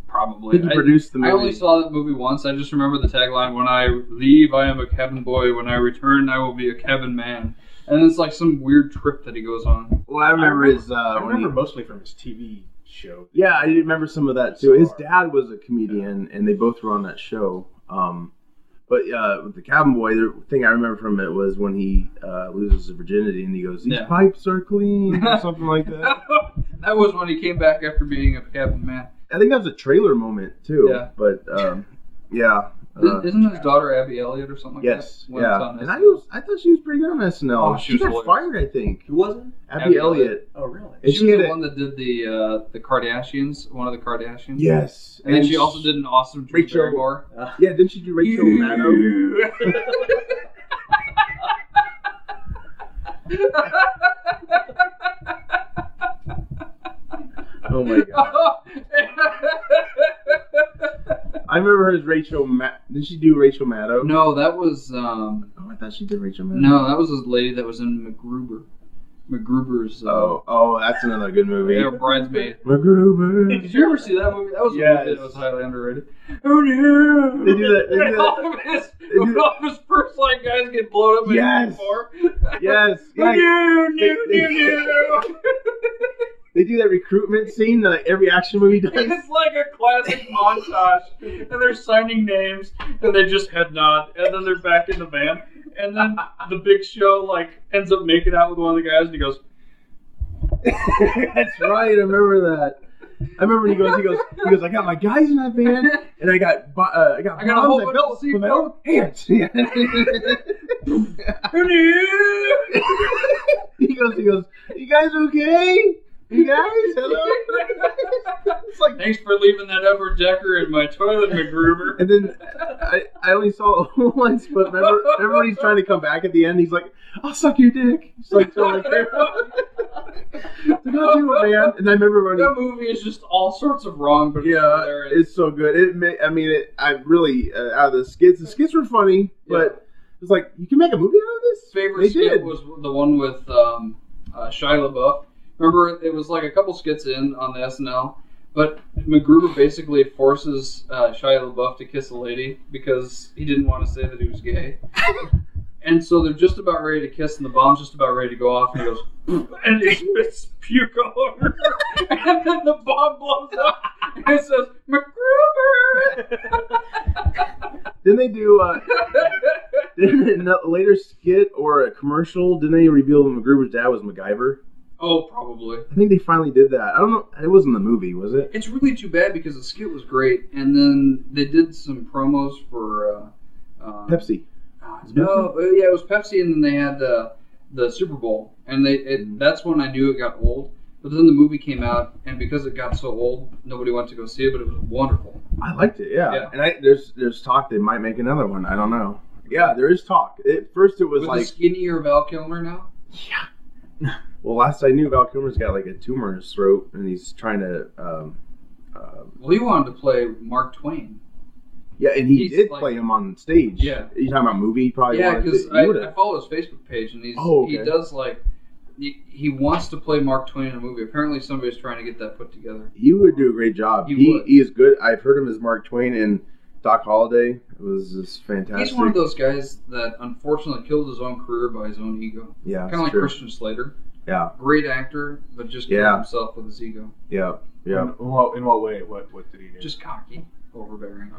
[SPEAKER 3] probably.
[SPEAKER 4] Did he
[SPEAKER 3] I-
[SPEAKER 4] produce the movie?
[SPEAKER 3] I only saw that movie once. I just remember the tagline: "When I leave, I am a cabin boy. When I return, I will be a cabin man." And it's like some weird trip that he goes on.
[SPEAKER 4] well, I remember his. Uh,
[SPEAKER 5] I
[SPEAKER 4] when he-
[SPEAKER 5] remember mostly from his TV show.
[SPEAKER 4] Yeah, I remember some of that too. His dad was a comedian, and they both were on that show. Um, but uh, with the Cabin Boy, the thing I remember from it was when he uh, loses his virginity and he goes, "These
[SPEAKER 3] Yeah.
[SPEAKER 4] pipes are clean," or something like that.
[SPEAKER 3] that was when he came back after being a cabin man.
[SPEAKER 4] I think that was a trailer moment too.
[SPEAKER 3] Yeah.
[SPEAKER 4] But um, yeah, uh,
[SPEAKER 3] Isn't his daughter Abby Elliott or something?
[SPEAKER 4] yes,
[SPEAKER 3] like that? When it's
[SPEAKER 4] yeah.
[SPEAKER 3] on
[SPEAKER 4] And I
[SPEAKER 3] SNL.
[SPEAKER 4] was, I thought she was pretty good on SNL.
[SPEAKER 3] Oh, she
[SPEAKER 4] she,
[SPEAKER 3] was
[SPEAKER 4] got
[SPEAKER 3] hilarious.
[SPEAKER 4] fired, I think.
[SPEAKER 5] He wasn't.
[SPEAKER 4] Abby,
[SPEAKER 3] Abby
[SPEAKER 4] Elliott.
[SPEAKER 5] Oh, really?
[SPEAKER 4] And
[SPEAKER 3] She,
[SPEAKER 4] she
[SPEAKER 3] was
[SPEAKER 4] had
[SPEAKER 3] the
[SPEAKER 4] a-
[SPEAKER 3] one that did the uh, the Kardashians, one of the Kardashians.
[SPEAKER 4] yes,
[SPEAKER 3] And, then she also did an awesome Drew
[SPEAKER 4] Rachel-
[SPEAKER 3] Barrymore.
[SPEAKER 5] Uh,
[SPEAKER 4] Yeah, didn't she do Rachel Maddow? Oh my god. I remember her as Rachel. Ma- Did she do Rachel Maddow?
[SPEAKER 3] no, that was um,
[SPEAKER 4] Oh, I thought she did Rachel Maddow.
[SPEAKER 3] no, that was this lady that was in MacGruber. MacGruber's. Uh,
[SPEAKER 4] Oh, oh, that's another good movie.
[SPEAKER 3] They were bridesmaid. Did
[SPEAKER 4] MacGruber.
[SPEAKER 3] you ever see that movie? That was a
[SPEAKER 4] Yes.
[SPEAKER 3] movie that was highly underrated. Oh no!
[SPEAKER 4] They do that- they do
[SPEAKER 3] And
[SPEAKER 4] that-
[SPEAKER 3] all of his,
[SPEAKER 4] do-
[SPEAKER 3] all of his first line guys get blown up in
[SPEAKER 4] Yes.
[SPEAKER 3] uniform.
[SPEAKER 4] Yes.
[SPEAKER 3] Oh no!
[SPEAKER 4] Yeah,
[SPEAKER 3] No!
[SPEAKER 4] they-
[SPEAKER 3] No! No!
[SPEAKER 4] they do that recruitment scene that every action movie does.
[SPEAKER 3] It's like a classic montage, and they're signing names, and they just head nod, and then they're back in the van, and then the Big Show like ends up making out with one of the guys, and he goes,
[SPEAKER 4] that's right. I remember that. I remember when he goes, he goes, he goes. I got my guys in that van, and I got, bo- uh, I got,
[SPEAKER 3] I got a
[SPEAKER 4] bombs
[SPEAKER 3] whole
[SPEAKER 4] I
[SPEAKER 3] bunch
[SPEAKER 4] built
[SPEAKER 3] of sea
[SPEAKER 4] with my own hands. Yeah.
[SPEAKER 3] "Oh, no!"
[SPEAKER 4] he goes, he goes. You guys okay? You guys, hello. It's like
[SPEAKER 3] Thanks for leaving that upper decker in my toilet, McGruber.
[SPEAKER 4] And then I, I only saw it once, but remember, remember when he's trying to come back at the end? He's like, I'll suck your dick. He's like, totally fair. I'll do it, man. And I remember when.
[SPEAKER 3] that movie is just all sorts of wrong, but
[SPEAKER 4] yeah,
[SPEAKER 3] it's
[SPEAKER 4] it's so good. It, ma- I mean, it, I really uh, out of the skits. The skits were funny, but it's like you can make a movie out of this.
[SPEAKER 3] His favorite
[SPEAKER 4] they
[SPEAKER 3] skit
[SPEAKER 4] did.
[SPEAKER 3] was the one with um, uh, Shia LaBeouf. Remember, it was like a couple skits in on the SNL, but MacGruber basically forces uh, Shia LaBeouf to kiss a lady because he didn't want to say that he was gay. and so they're just about ready to kiss, and the bomb's just about ready to go off, and he goes, and he spits puke all over. her. and then the bomb blows up, and it says,
[SPEAKER 4] Didn't they do? Uh,
[SPEAKER 3] MacGruber!
[SPEAKER 4] didn't in a later skit or a commercial? Didn't they reveal MacGruber's dad was MacGyver?
[SPEAKER 3] Oh, probably.
[SPEAKER 4] I think they finally did that. I don't know. It wasn't the movie, was it?
[SPEAKER 3] It's really too bad because the skit was great, and then they did some promos for uh, uh,
[SPEAKER 4] Pepsi.
[SPEAKER 3] Uh, no, uh, yeah, it was Pepsi, and then they had the the Super Bowl, and they
[SPEAKER 4] Mm.
[SPEAKER 3] it, that's when I knew it got old. But then the movie came out, and because it got so old, nobody wanted to go see it. But it was wonderful.
[SPEAKER 4] I liked it. Yeah.
[SPEAKER 3] Yeah.
[SPEAKER 4] And I there's there's talk they might make another one. I don't know. Yeah, there is talk. At first, it was
[SPEAKER 3] With
[SPEAKER 4] like
[SPEAKER 3] a skinnier Val Kilmer now.
[SPEAKER 4] Yeah. well, last I knew, Val Kilmer's got like a tumor in his throat, and he's trying to. Um, uh,
[SPEAKER 3] Well, he wanted to play Mark Twain.
[SPEAKER 4] yeah, and he
[SPEAKER 3] He's
[SPEAKER 4] did
[SPEAKER 3] like-
[SPEAKER 4] play him on stage.
[SPEAKER 3] Yeah.
[SPEAKER 4] you talking about movie? He probably
[SPEAKER 3] yeah,
[SPEAKER 4] wanted to-
[SPEAKER 3] because
[SPEAKER 4] he
[SPEAKER 3] I,
[SPEAKER 4] would've-
[SPEAKER 3] I follow his Facebook page, and he's
[SPEAKER 4] Oh,
[SPEAKER 3] he
[SPEAKER 4] okay.
[SPEAKER 3] does like he, he wants to play Mark Twain in a movie. Apparently, somebody's trying to get that put together.
[SPEAKER 4] he would do a great job.
[SPEAKER 3] He
[SPEAKER 4] He,
[SPEAKER 3] would.
[SPEAKER 4] he, is good. I've heard him as Mark Twain and Doc Holliday. It was just fantastic.
[SPEAKER 3] He's one of those guys that unfortunately killed his own career by his own ego.
[SPEAKER 4] yeah,
[SPEAKER 3] Kind
[SPEAKER 4] it's
[SPEAKER 3] of like
[SPEAKER 4] true.
[SPEAKER 3] Christian Slater,
[SPEAKER 4] Yeah,
[SPEAKER 3] great actor, but just killed
[SPEAKER 4] Yeah.
[SPEAKER 3] himself with his ego.
[SPEAKER 4] yeah, yeah.
[SPEAKER 5] In, what, in what way? What what did he do?
[SPEAKER 3] Just cocky, overbearing.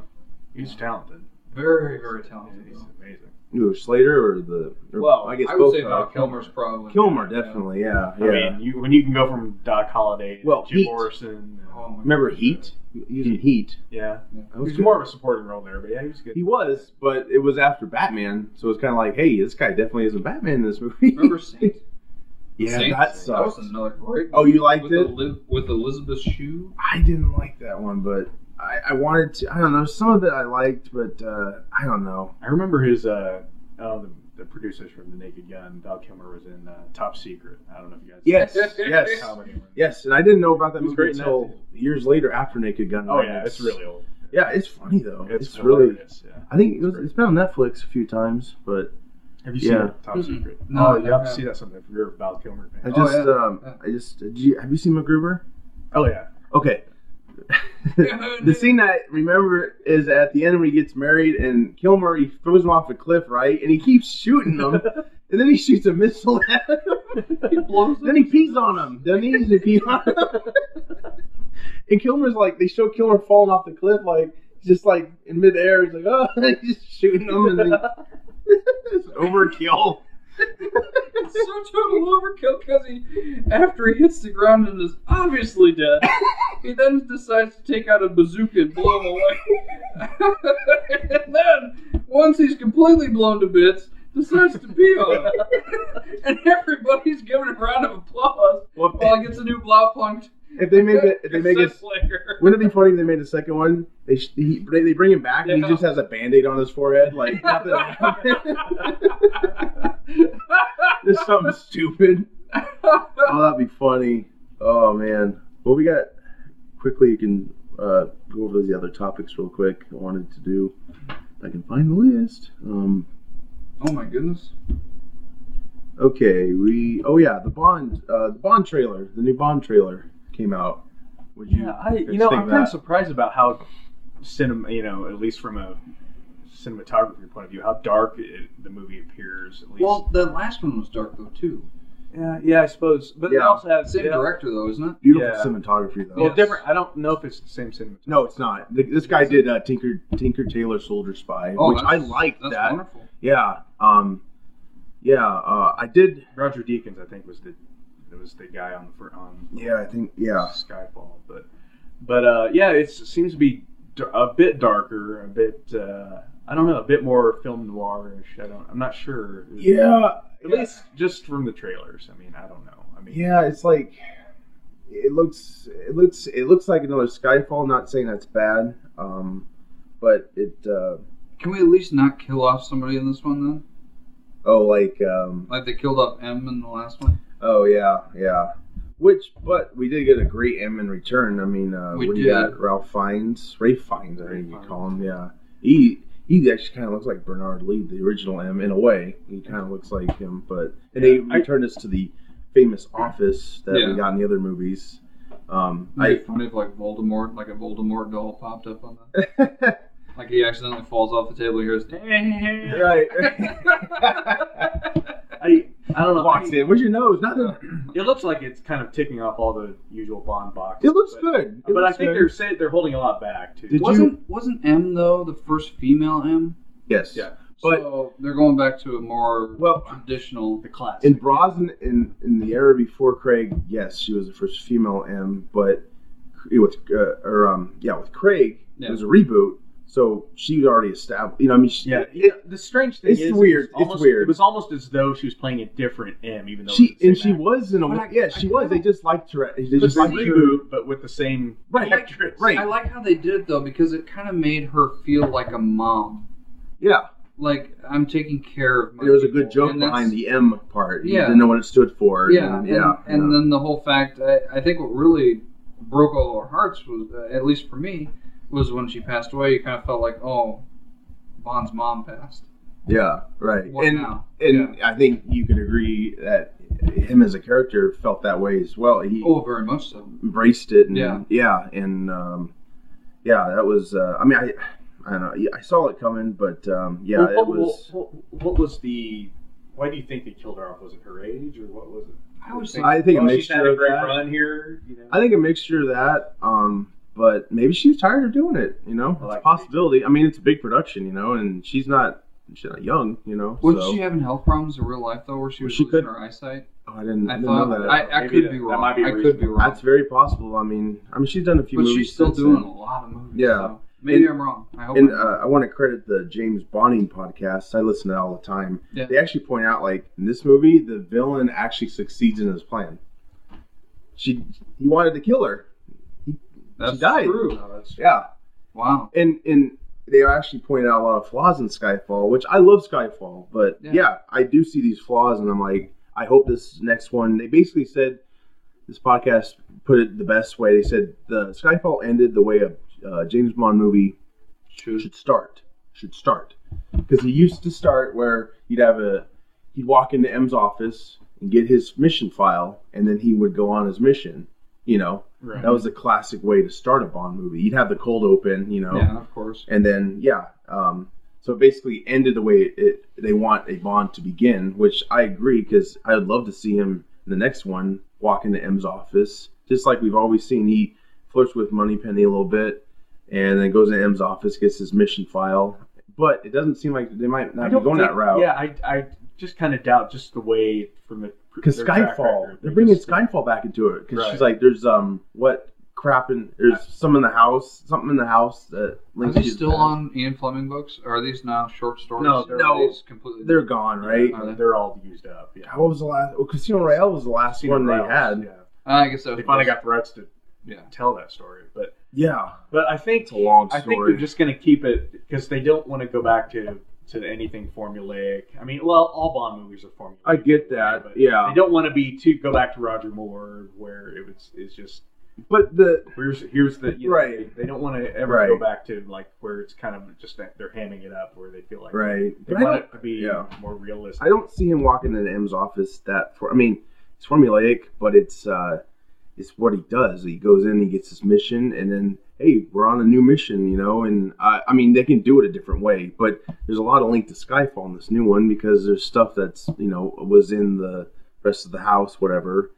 [SPEAKER 5] he's talented.
[SPEAKER 3] Very, very talented.
[SPEAKER 5] He's
[SPEAKER 3] though.
[SPEAKER 5] amazing.
[SPEAKER 4] Ooh, Slater or the? Or,
[SPEAKER 5] Well,
[SPEAKER 4] I guess
[SPEAKER 3] I would
[SPEAKER 4] both
[SPEAKER 3] say
[SPEAKER 4] Val
[SPEAKER 3] Val Kilmer's probably.
[SPEAKER 4] Kilmer,
[SPEAKER 3] Yeah.
[SPEAKER 4] definitely. Yeah, yeah.
[SPEAKER 5] I mean, you, when you can go from Doc Holliday,
[SPEAKER 4] Well,
[SPEAKER 5] well, Jim
[SPEAKER 4] Heat.
[SPEAKER 5] Morrison,
[SPEAKER 3] Oh my
[SPEAKER 4] Remember
[SPEAKER 3] God.
[SPEAKER 4] Heat? He was in Heat.
[SPEAKER 5] yeah,
[SPEAKER 3] Yeah.
[SPEAKER 4] That
[SPEAKER 5] he was
[SPEAKER 4] good.
[SPEAKER 5] more of a supporting role there, but yeah, he was good.
[SPEAKER 4] He was, but it was after Batman, so it's kind of like, hey, this guy definitely isn't Batman in this movie.
[SPEAKER 3] Remember Saint?
[SPEAKER 4] yeah,
[SPEAKER 3] Saint?
[SPEAKER 4] that
[SPEAKER 3] That was
[SPEAKER 4] sucks.
[SPEAKER 3] another great.
[SPEAKER 4] Oh, you liked
[SPEAKER 3] with
[SPEAKER 4] it?
[SPEAKER 3] Eli- with Elizabeth Shue.
[SPEAKER 4] I didn't like that one, but I, I wanted to. I don't know. Some of it I liked, but uh, I don't know.
[SPEAKER 5] I remember his uh, oh, the, the producers from The Naked Gun. Val Kilmer was in uh, Top Secret. I don't know if you guys.
[SPEAKER 4] Yes, yes,
[SPEAKER 5] Comedy.
[SPEAKER 4] yes. And I didn't know about that
[SPEAKER 5] It was
[SPEAKER 4] movie
[SPEAKER 5] great in that,
[SPEAKER 4] until years later after Naked Gun.
[SPEAKER 5] Oh
[SPEAKER 4] Right?
[SPEAKER 5] yeah, it's really old.
[SPEAKER 4] Yeah, it's funny though. It's,
[SPEAKER 5] It's,
[SPEAKER 4] really.
[SPEAKER 5] hilarious, yeah.
[SPEAKER 4] I think it was, it's been on Netflix a few times, but
[SPEAKER 5] Have you
[SPEAKER 4] seen Yeah.
[SPEAKER 5] seen Top
[SPEAKER 3] Mhm.
[SPEAKER 5] Secret?
[SPEAKER 3] No,
[SPEAKER 5] oh,
[SPEAKER 3] I
[SPEAKER 5] you have to
[SPEAKER 3] haven't.
[SPEAKER 5] see that sometime if you're a Val Kilmer
[SPEAKER 4] I
[SPEAKER 5] fan.
[SPEAKER 3] Oh,
[SPEAKER 4] just,
[SPEAKER 3] yeah.
[SPEAKER 4] um, I just. Did you, have you seen MacGruber?
[SPEAKER 5] Oh yeah,
[SPEAKER 4] Okay. the scene I remember is at the end when he gets married and Kilmer he throws him off a cliff, right? And he keeps shooting him, and then he shoots a missile at him.
[SPEAKER 3] He blows
[SPEAKER 4] then he pees on him. Then he needs to pee on him. and Kilmer's like, they show Kilmer falling off the cliff, like just like in midair. He's like, oh, and he's just shooting him, and then it's overkill.
[SPEAKER 3] It's so total overkill because he, after he hits the ground and is obviously dead, he then decides to take out a bazooka and blow him away. and then, once he's completely blown to bits, decides to pee on him. and everybody's giving a round of applause
[SPEAKER 4] Well,
[SPEAKER 3] while he gets a new blau plunked.
[SPEAKER 4] if they make it, if they make it.
[SPEAKER 3] player.
[SPEAKER 4] Wouldn't it be funny if they made a second one? They sh- he, they they bring him back and
[SPEAKER 3] Yeah.
[SPEAKER 4] he just has a band aid on his forehead, like nothing happened. just something stupid. Oh, that'd be funny. Oh man. Well, we got quickly. You can uh, go over the other topics real quick. I wanted to do. If I can find the list. Um,
[SPEAKER 3] oh my goodness.
[SPEAKER 4] okay. We. Oh yeah, the Bond. Uh, the Bond trailer. The new Bond trailer came out. Would you?
[SPEAKER 5] yeah. I
[SPEAKER 4] guys
[SPEAKER 5] you know
[SPEAKER 4] think
[SPEAKER 5] I'm kind
[SPEAKER 4] that?
[SPEAKER 5] of surprised about how cinema you know at least from a cinematography point of view how dark it, the movie appears at least.
[SPEAKER 3] Well, that last one was dark though too.
[SPEAKER 5] yeah, yeah, I suppose. But
[SPEAKER 4] Yeah.
[SPEAKER 5] have
[SPEAKER 3] Same
[SPEAKER 5] yeah.
[SPEAKER 3] director though, isn't it?
[SPEAKER 4] Beautiful
[SPEAKER 5] Yeah.
[SPEAKER 4] cinematography though.
[SPEAKER 5] Well,
[SPEAKER 3] Yes.
[SPEAKER 5] different. I don't know if it's the same cinema.
[SPEAKER 4] No, it's not. Th- This guy did uh, Tinker Tinker Tailor Soldier Spy, which I
[SPEAKER 3] that's-
[SPEAKER 4] liked
[SPEAKER 3] Oh, That's
[SPEAKER 4] that.
[SPEAKER 3] wonderful.
[SPEAKER 4] Yeah, um, yeah, uh, I did.
[SPEAKER 5] Roger Deakins, I think, was the it was the guy on the fir- on
[SPEAKER 4] Yeah, I think. Yeah,
[SPEAKER 5] Skyfall, but but uh, yeah, it's, it seems to be d- a bit darker, a bit uh, I don't know, a bit more film noirish. I don't, I'm not sure.
[SPEAKER 4] yeah,
[SPEAKER 5] at least just from the trailers. I mean, I don't know. I mean,
[SPEAKER 4] yeah. It's like it looks, it looks, it looks like another Skyfall. Not saying that's bad, um, but it. Uh,
[SPEAKER 3] Can we at least not kill off somebody in this one then?
[SPEAKER 4] oh, like, um,
[SPEAKER 3] Like they killed off M in the last one.
[SPEAKER 4] oh yeah, yeah. Which, but we did get a great M in return. I mean, uh,
[SPEAKER 3] We
[SPEAKER 4] what do you
[SPEAKER 3] did.
[SPEAKER 4] got? Ralph Fiennes, Ray Fiennes, I think you
[SPEAKER 5] Fiennes.
[SPEAKER 4] call him. Yeah, he he actually kind of looks like Bernard Lee, the original M, in a way. He kind of looks like him, but and they
[SPEAKER 5] Yeah, I-
[SPEAKER 4] returned us to the famous office that
[SPEAKER 3] Yeah.
[SPEAKER 4] we got in the other movies. Um,
[SPEAKER 3] It'd
[SPEAKER 4] I
[SPEAKER 3] be funny if like Voldemort, like a Voldemort doll popped up on that. Like he accidentally falls off the table. and Hears.
[SPEAKER 4] right
[SPEAKER 5] I I don't know.
[SPEAKER 4] walks
[SPEAKER 5] I-
[SPEAKER 4] in. Where's your nose? Nothing.
[SPEAKER 5] It looks like it's kind of ticking off all the usual Bond boxes.
[SPEAKER 4] It looks
[SPEAKER 5] but,
[SPEAKER 4] good. It
[SPEAKER 5] But I
[SPEAKER 4] looks
[SPEAKER 5] think
[SPEAKER 4] good.
[SPEAKER 5] they're saying they're holding a lot back too.
[SPEAKER 4] Did you-
[SPEAKER 3] wasn't wasn't M though the first female M?
[SPEAKER 4] yes.
[SPEAKER 5] Yeah.
[SPEAKER 4] But-
[SPEAKER 3] so they're going back to a more
[SPEAKER 4] Well,
[SPEAKER 3] traditional.
[SPEAKER 5] The class.
[SPEAKER 4] in Brosnan, in in the era before Craig, yes, she was the first female M, but with uh, or um yeah with Craig,
[SPEAKER 3] Yeah.
[SPEAKER 4] it was a reboot, so she was already established. You know, I mean, she,
[SPEAKER 5] yeah,
[SPEAKER 4] it-
[SPEAKER 5] the strange thing
[SPEAKER 4] it's
[SPEAKER 5] is, it was
[SPEAKER 4] weird, it's
[SPEAKER 5] almost-
[SPEAKER 4] weird.
[SPEAKER 5] It was almost as though she was playing a different M, even though
[SPEAKER 4] she
[SPEAKER 5] it
[SPEAKER 4] and
[SPEAKER 5] the
[SPEAKER 4] she
[SPEAKER 5] same
[SPEAKER 4] was in a
[SPEAKER 5] But I-
[SPEAKER 4] yeah she
[SPEAKER 5] I
[SPEAKER 4] was. They
[SPEAKER 5] kinda-
[SPEAKER 4] just liked her. They
[SPEAKER 5] actor.
[SPEAKER 4] just
[SPEAKER 5] It was
[SPEAKER 4] liked
[SPEAKER 5] a
[SPEAKER 4] her.
[SPEAKER 5] reboot, but with the same
[SPEAKER 4] Right,
[SPEAKER 5] actress.
[SPEAKER 4] right.
[SPEAKER 3] I like how they did it though because it kind of made her feel like a mom.
[SPEAKER 4] Yeah,
[SPEAKER 3] Like I'm taking care of. My
[SPEAKER 4] there was a good
[SPEAKER 3] people.
[SPEAKER 4] joke
[SPEAKER 3] And that's-
[SPEAKER 4] behind the M part. You
[SPEAKER 3] Yeah.
[SPEAKER 4] didn't know what it stood for.
[SPEAKER 3] Yeah,
[SPEAKER 4] and,
[SPEAKER 3] and,
[SPEAKER 4] yeah,
[SPEAKER 3] and
[SPEAKER 4] yeah.
[SPEAKER 3] then the whole fact. I, I think what really broke all our hearts was, uh, at least for me, was when she passed away. You kind of felt like, oh, Bond's mom passed.
[SPEAKER 4] yeah, right.
[SPEAKER 3] What
[SPEAKER 4] and
[SPEAKER 3] now?
[SPEAKER 4] and I think you could agree that him as a character felt that way as well. He
[SPEAKER 3] Oh, very much so.
[SPEAKER 4] embraced it. And,
[SPEAKER 3] Yeah.
[SPEAKER 4] yeah, and um, yeah, that was. Uh, I mean, I, I don't know. Yeah, I saw it coming, but um, yeah,
[SPEAKER 5] Well,
[SPEAKER 4] it
[SPEAKER 5] what,
[SPEAKER 4] was.
[SPEAKER 5] What, what, what was the? Why do you think they killed her off? Was it her age, or what was it?
[SPEAKER 3] I always think.
[SPEAKER 4] I think a
[SPEAKER 5] oh, she's had
[SPEAKER 4] mixture
[SPEAKER 5] a
[SPEAKER 4] of
[SPEAKER 5] great
[SPEAKER 4] that.
[SPEAKER 5] run here. You know,
[SPEAKER 4] I think a mixture of that. Um, but maybe she's tired of doing it. You know, it's a
[SPEAKER 5] Well, that could be.
[SPEAKER 4] possibility. I mean, it's a big production, you know, and she's not she's not young, you know.
[SPEAKER 3] wasn't
[SPEAKER 4] so-
[SPEAKER 3] she having health problems in real life though, where she was
[SPEAKER 4] She
[SPEAKER 3] losing
[SPEAKER 4] could-
[SPEAKER 3] her eyesight?
[SPEAKER 4] oh, I didn't, I
[SPEAKER 3] I
[SPEAKER 4] didn't
[SPEAKER 3] thought
[SPEAKER 4] know that.
[SPEAKER 3] I, I
[SPEAKER 5] Maybe
[SPEAKER 3] could
[SPEAKER 5] that-
[SPEAKER 3] be
[SPEAKER 5] that
[SPEAKER 3] wrong.
[SPEAKER 5] might be
[SPEAKER 3] I could be
[SPEAKER 5] reasonable.
[SPEAKER 3] wrong.
[SPEAKER 4] That's very possible. I mean, I mean, she's done a few
[SPEAKER 3] but
[SPEAKER 4] movies.
[SPEAKER 3] she's still
[SPEAKER 4] since
[SPEAKER 3] doing
[SPEAKER 4] then.
[SPEAKER 3] a lot of movies.
[SPEAKER 4] Yeah.
[SPEAKER 3] so maybe
[SPEAKER 4] And-
[SPEAKER 3] I'm wrong. I hope.
[SPEAKER 4] And
[SPEAKER 3] I'm
[SPEAKER 4] uh, I want to credit the James Bonding podcast. I listen to that all the time.
[SPEAKER 3] Yeah.
[SPEAKER 4] They actually point out, like in this movie, the villain actually succeeds in his plan. She, he wanted to kill her.
[SPEAKER 3] That's
[SPEAKER 4] died.
[SPEAKER 3] True.
[SPEAKER 5] No, that's-
[SPEAKER 4] Yeah,
[SPEAKER 3] Wow.
[SPEAKER 4] and and they actually pointed out a lot of flaws in Skyfall, which I love Skyfall, but
[SPEAKER 3] Yeah.
[SPEAKER 4] yeah. I do see these flaws, and I'm like, I hope this next one. They basically said this podcast put it the best way. They said the Skyfall ended the way a uh, James Bond movie should start. Should start because he used to start where you'd have a he'd walk into M's office and get his mission file, and then he would go on his mission. You know,
[SPEAKER 5] Right.
[SPEAKER 4] that was the classic way to start a Bond movie. You'd have the cold open, you know,
[SPEAKER 3] Yeah, of course.
[SPEAKER 4] and then yeah um, so it basically ended the way it, they want a bond to begin which i agree because i would love to see him in the next one walk into m's office just like we've always seen he flirts with moneypenny a little bit and then goes to m's office gets his mission file but it doesn't seem like they might
[SPEAKER 5] I
[SPEAKER 4] not be
[SPEAKER 5] don't
[SPEAKER 4] going
[SPEAKER 5] think-
[SPEAKER 4] that route
[SPEAKER 5] Yeah, I, I just kind of doubt just the way from the
[SPEAKER 4] because
[SPEAKER 5] their track
[SPEAKER 4] skyfall
[SPEAKER 5] record,
[SPEAKER 4] they're
[SPEAKER 5] they
[SPEAKER 4] bringing
[SPEAKER 5] just-
[SPEAKER 4] skyfall back into it because
[SPEAKER 5] Right.
[SPEAKER 4] she's like there's um what crap in there's some in the house something in the house that
[SPEAKER 3] Are
[SPEAKER 4] links
[SPEAKER 3] they
[SPEAKER 4] you to
[SPEAKER 3] still
[SPEAKER 4] the past.
[SPEAKER 3] on Ian Fleming books? Or are these now short stories?
[SPEAKER 5] No,
[SPEAKER 3] Or are
[SPEAKER 4] no.
[SPEAKER 3] these completely.
[SPEAKER 4] they're gone right
[SPEAKER 5] uh, They're all used up. Yeah.
[SPEAKER 4] God, what was the last? Well, Casino Royale was the last
[SPEAKER 5] Casino
[SPEAKER 4] one
[SPEAKER 5] Royale,
[SPEAKER 4] they had.
[SPEAKER 5] Yeah.
[SPEAKER 3] I guess that was
[SPEAKER 5] They finally got the rights to
[SPEAKER 3] Yeah.
[SPEAKER 5] tell that story, but
[SPEAKER 4] Yeah,
[SPEAKER 5] but I think
[SPEAKER 4] it's a long
[SPEAKER 5] I
[SPEAKER 4] story.
[SPEAKER 5] think they're just going to keep it because they don't want to go back to to anything formulaic. I mean, well, all Bond movies are formulaic.
[SPEAKER 4] I get that,
[SPEAKER 5] but
[SPEAKER 4] yeah.
[SPEAKER 5] they don't want to be to go back to Roger Moore where it was it's just
[SPEAKER 4] but the
[SPEAKER 5] here's here's the you know,
[SPEAKER 4] Right.
[SPEAKER 5] They, they don't want to ever
[SPEAKER 4] Right.
[SPEAKER 5] go back to like where it's kind of just that they're hamming it up where they feel like
[SPEAKER 4] right,
[SPEAKER 5] they
[SPEAKER 4] but I
[SPEAKER 5] want
[SPEAKER 4] don't,
[SPEAKER 5] it to be
[SPEAKER 4] yeah.
[SPEAKER 5] more realistic.
[SPEAKER 4] I don't see him walking into M's office that. For, I mean, it's formulaic, but it's uh, it's what he does. He goes in, he gets his mission, and then hey, we're on a new mission, you know. And I, I mean, they can do it a different way, but there's a lot of link to Skyfall in this new one because there's stuff that's you know was in the rest of the house, whatever.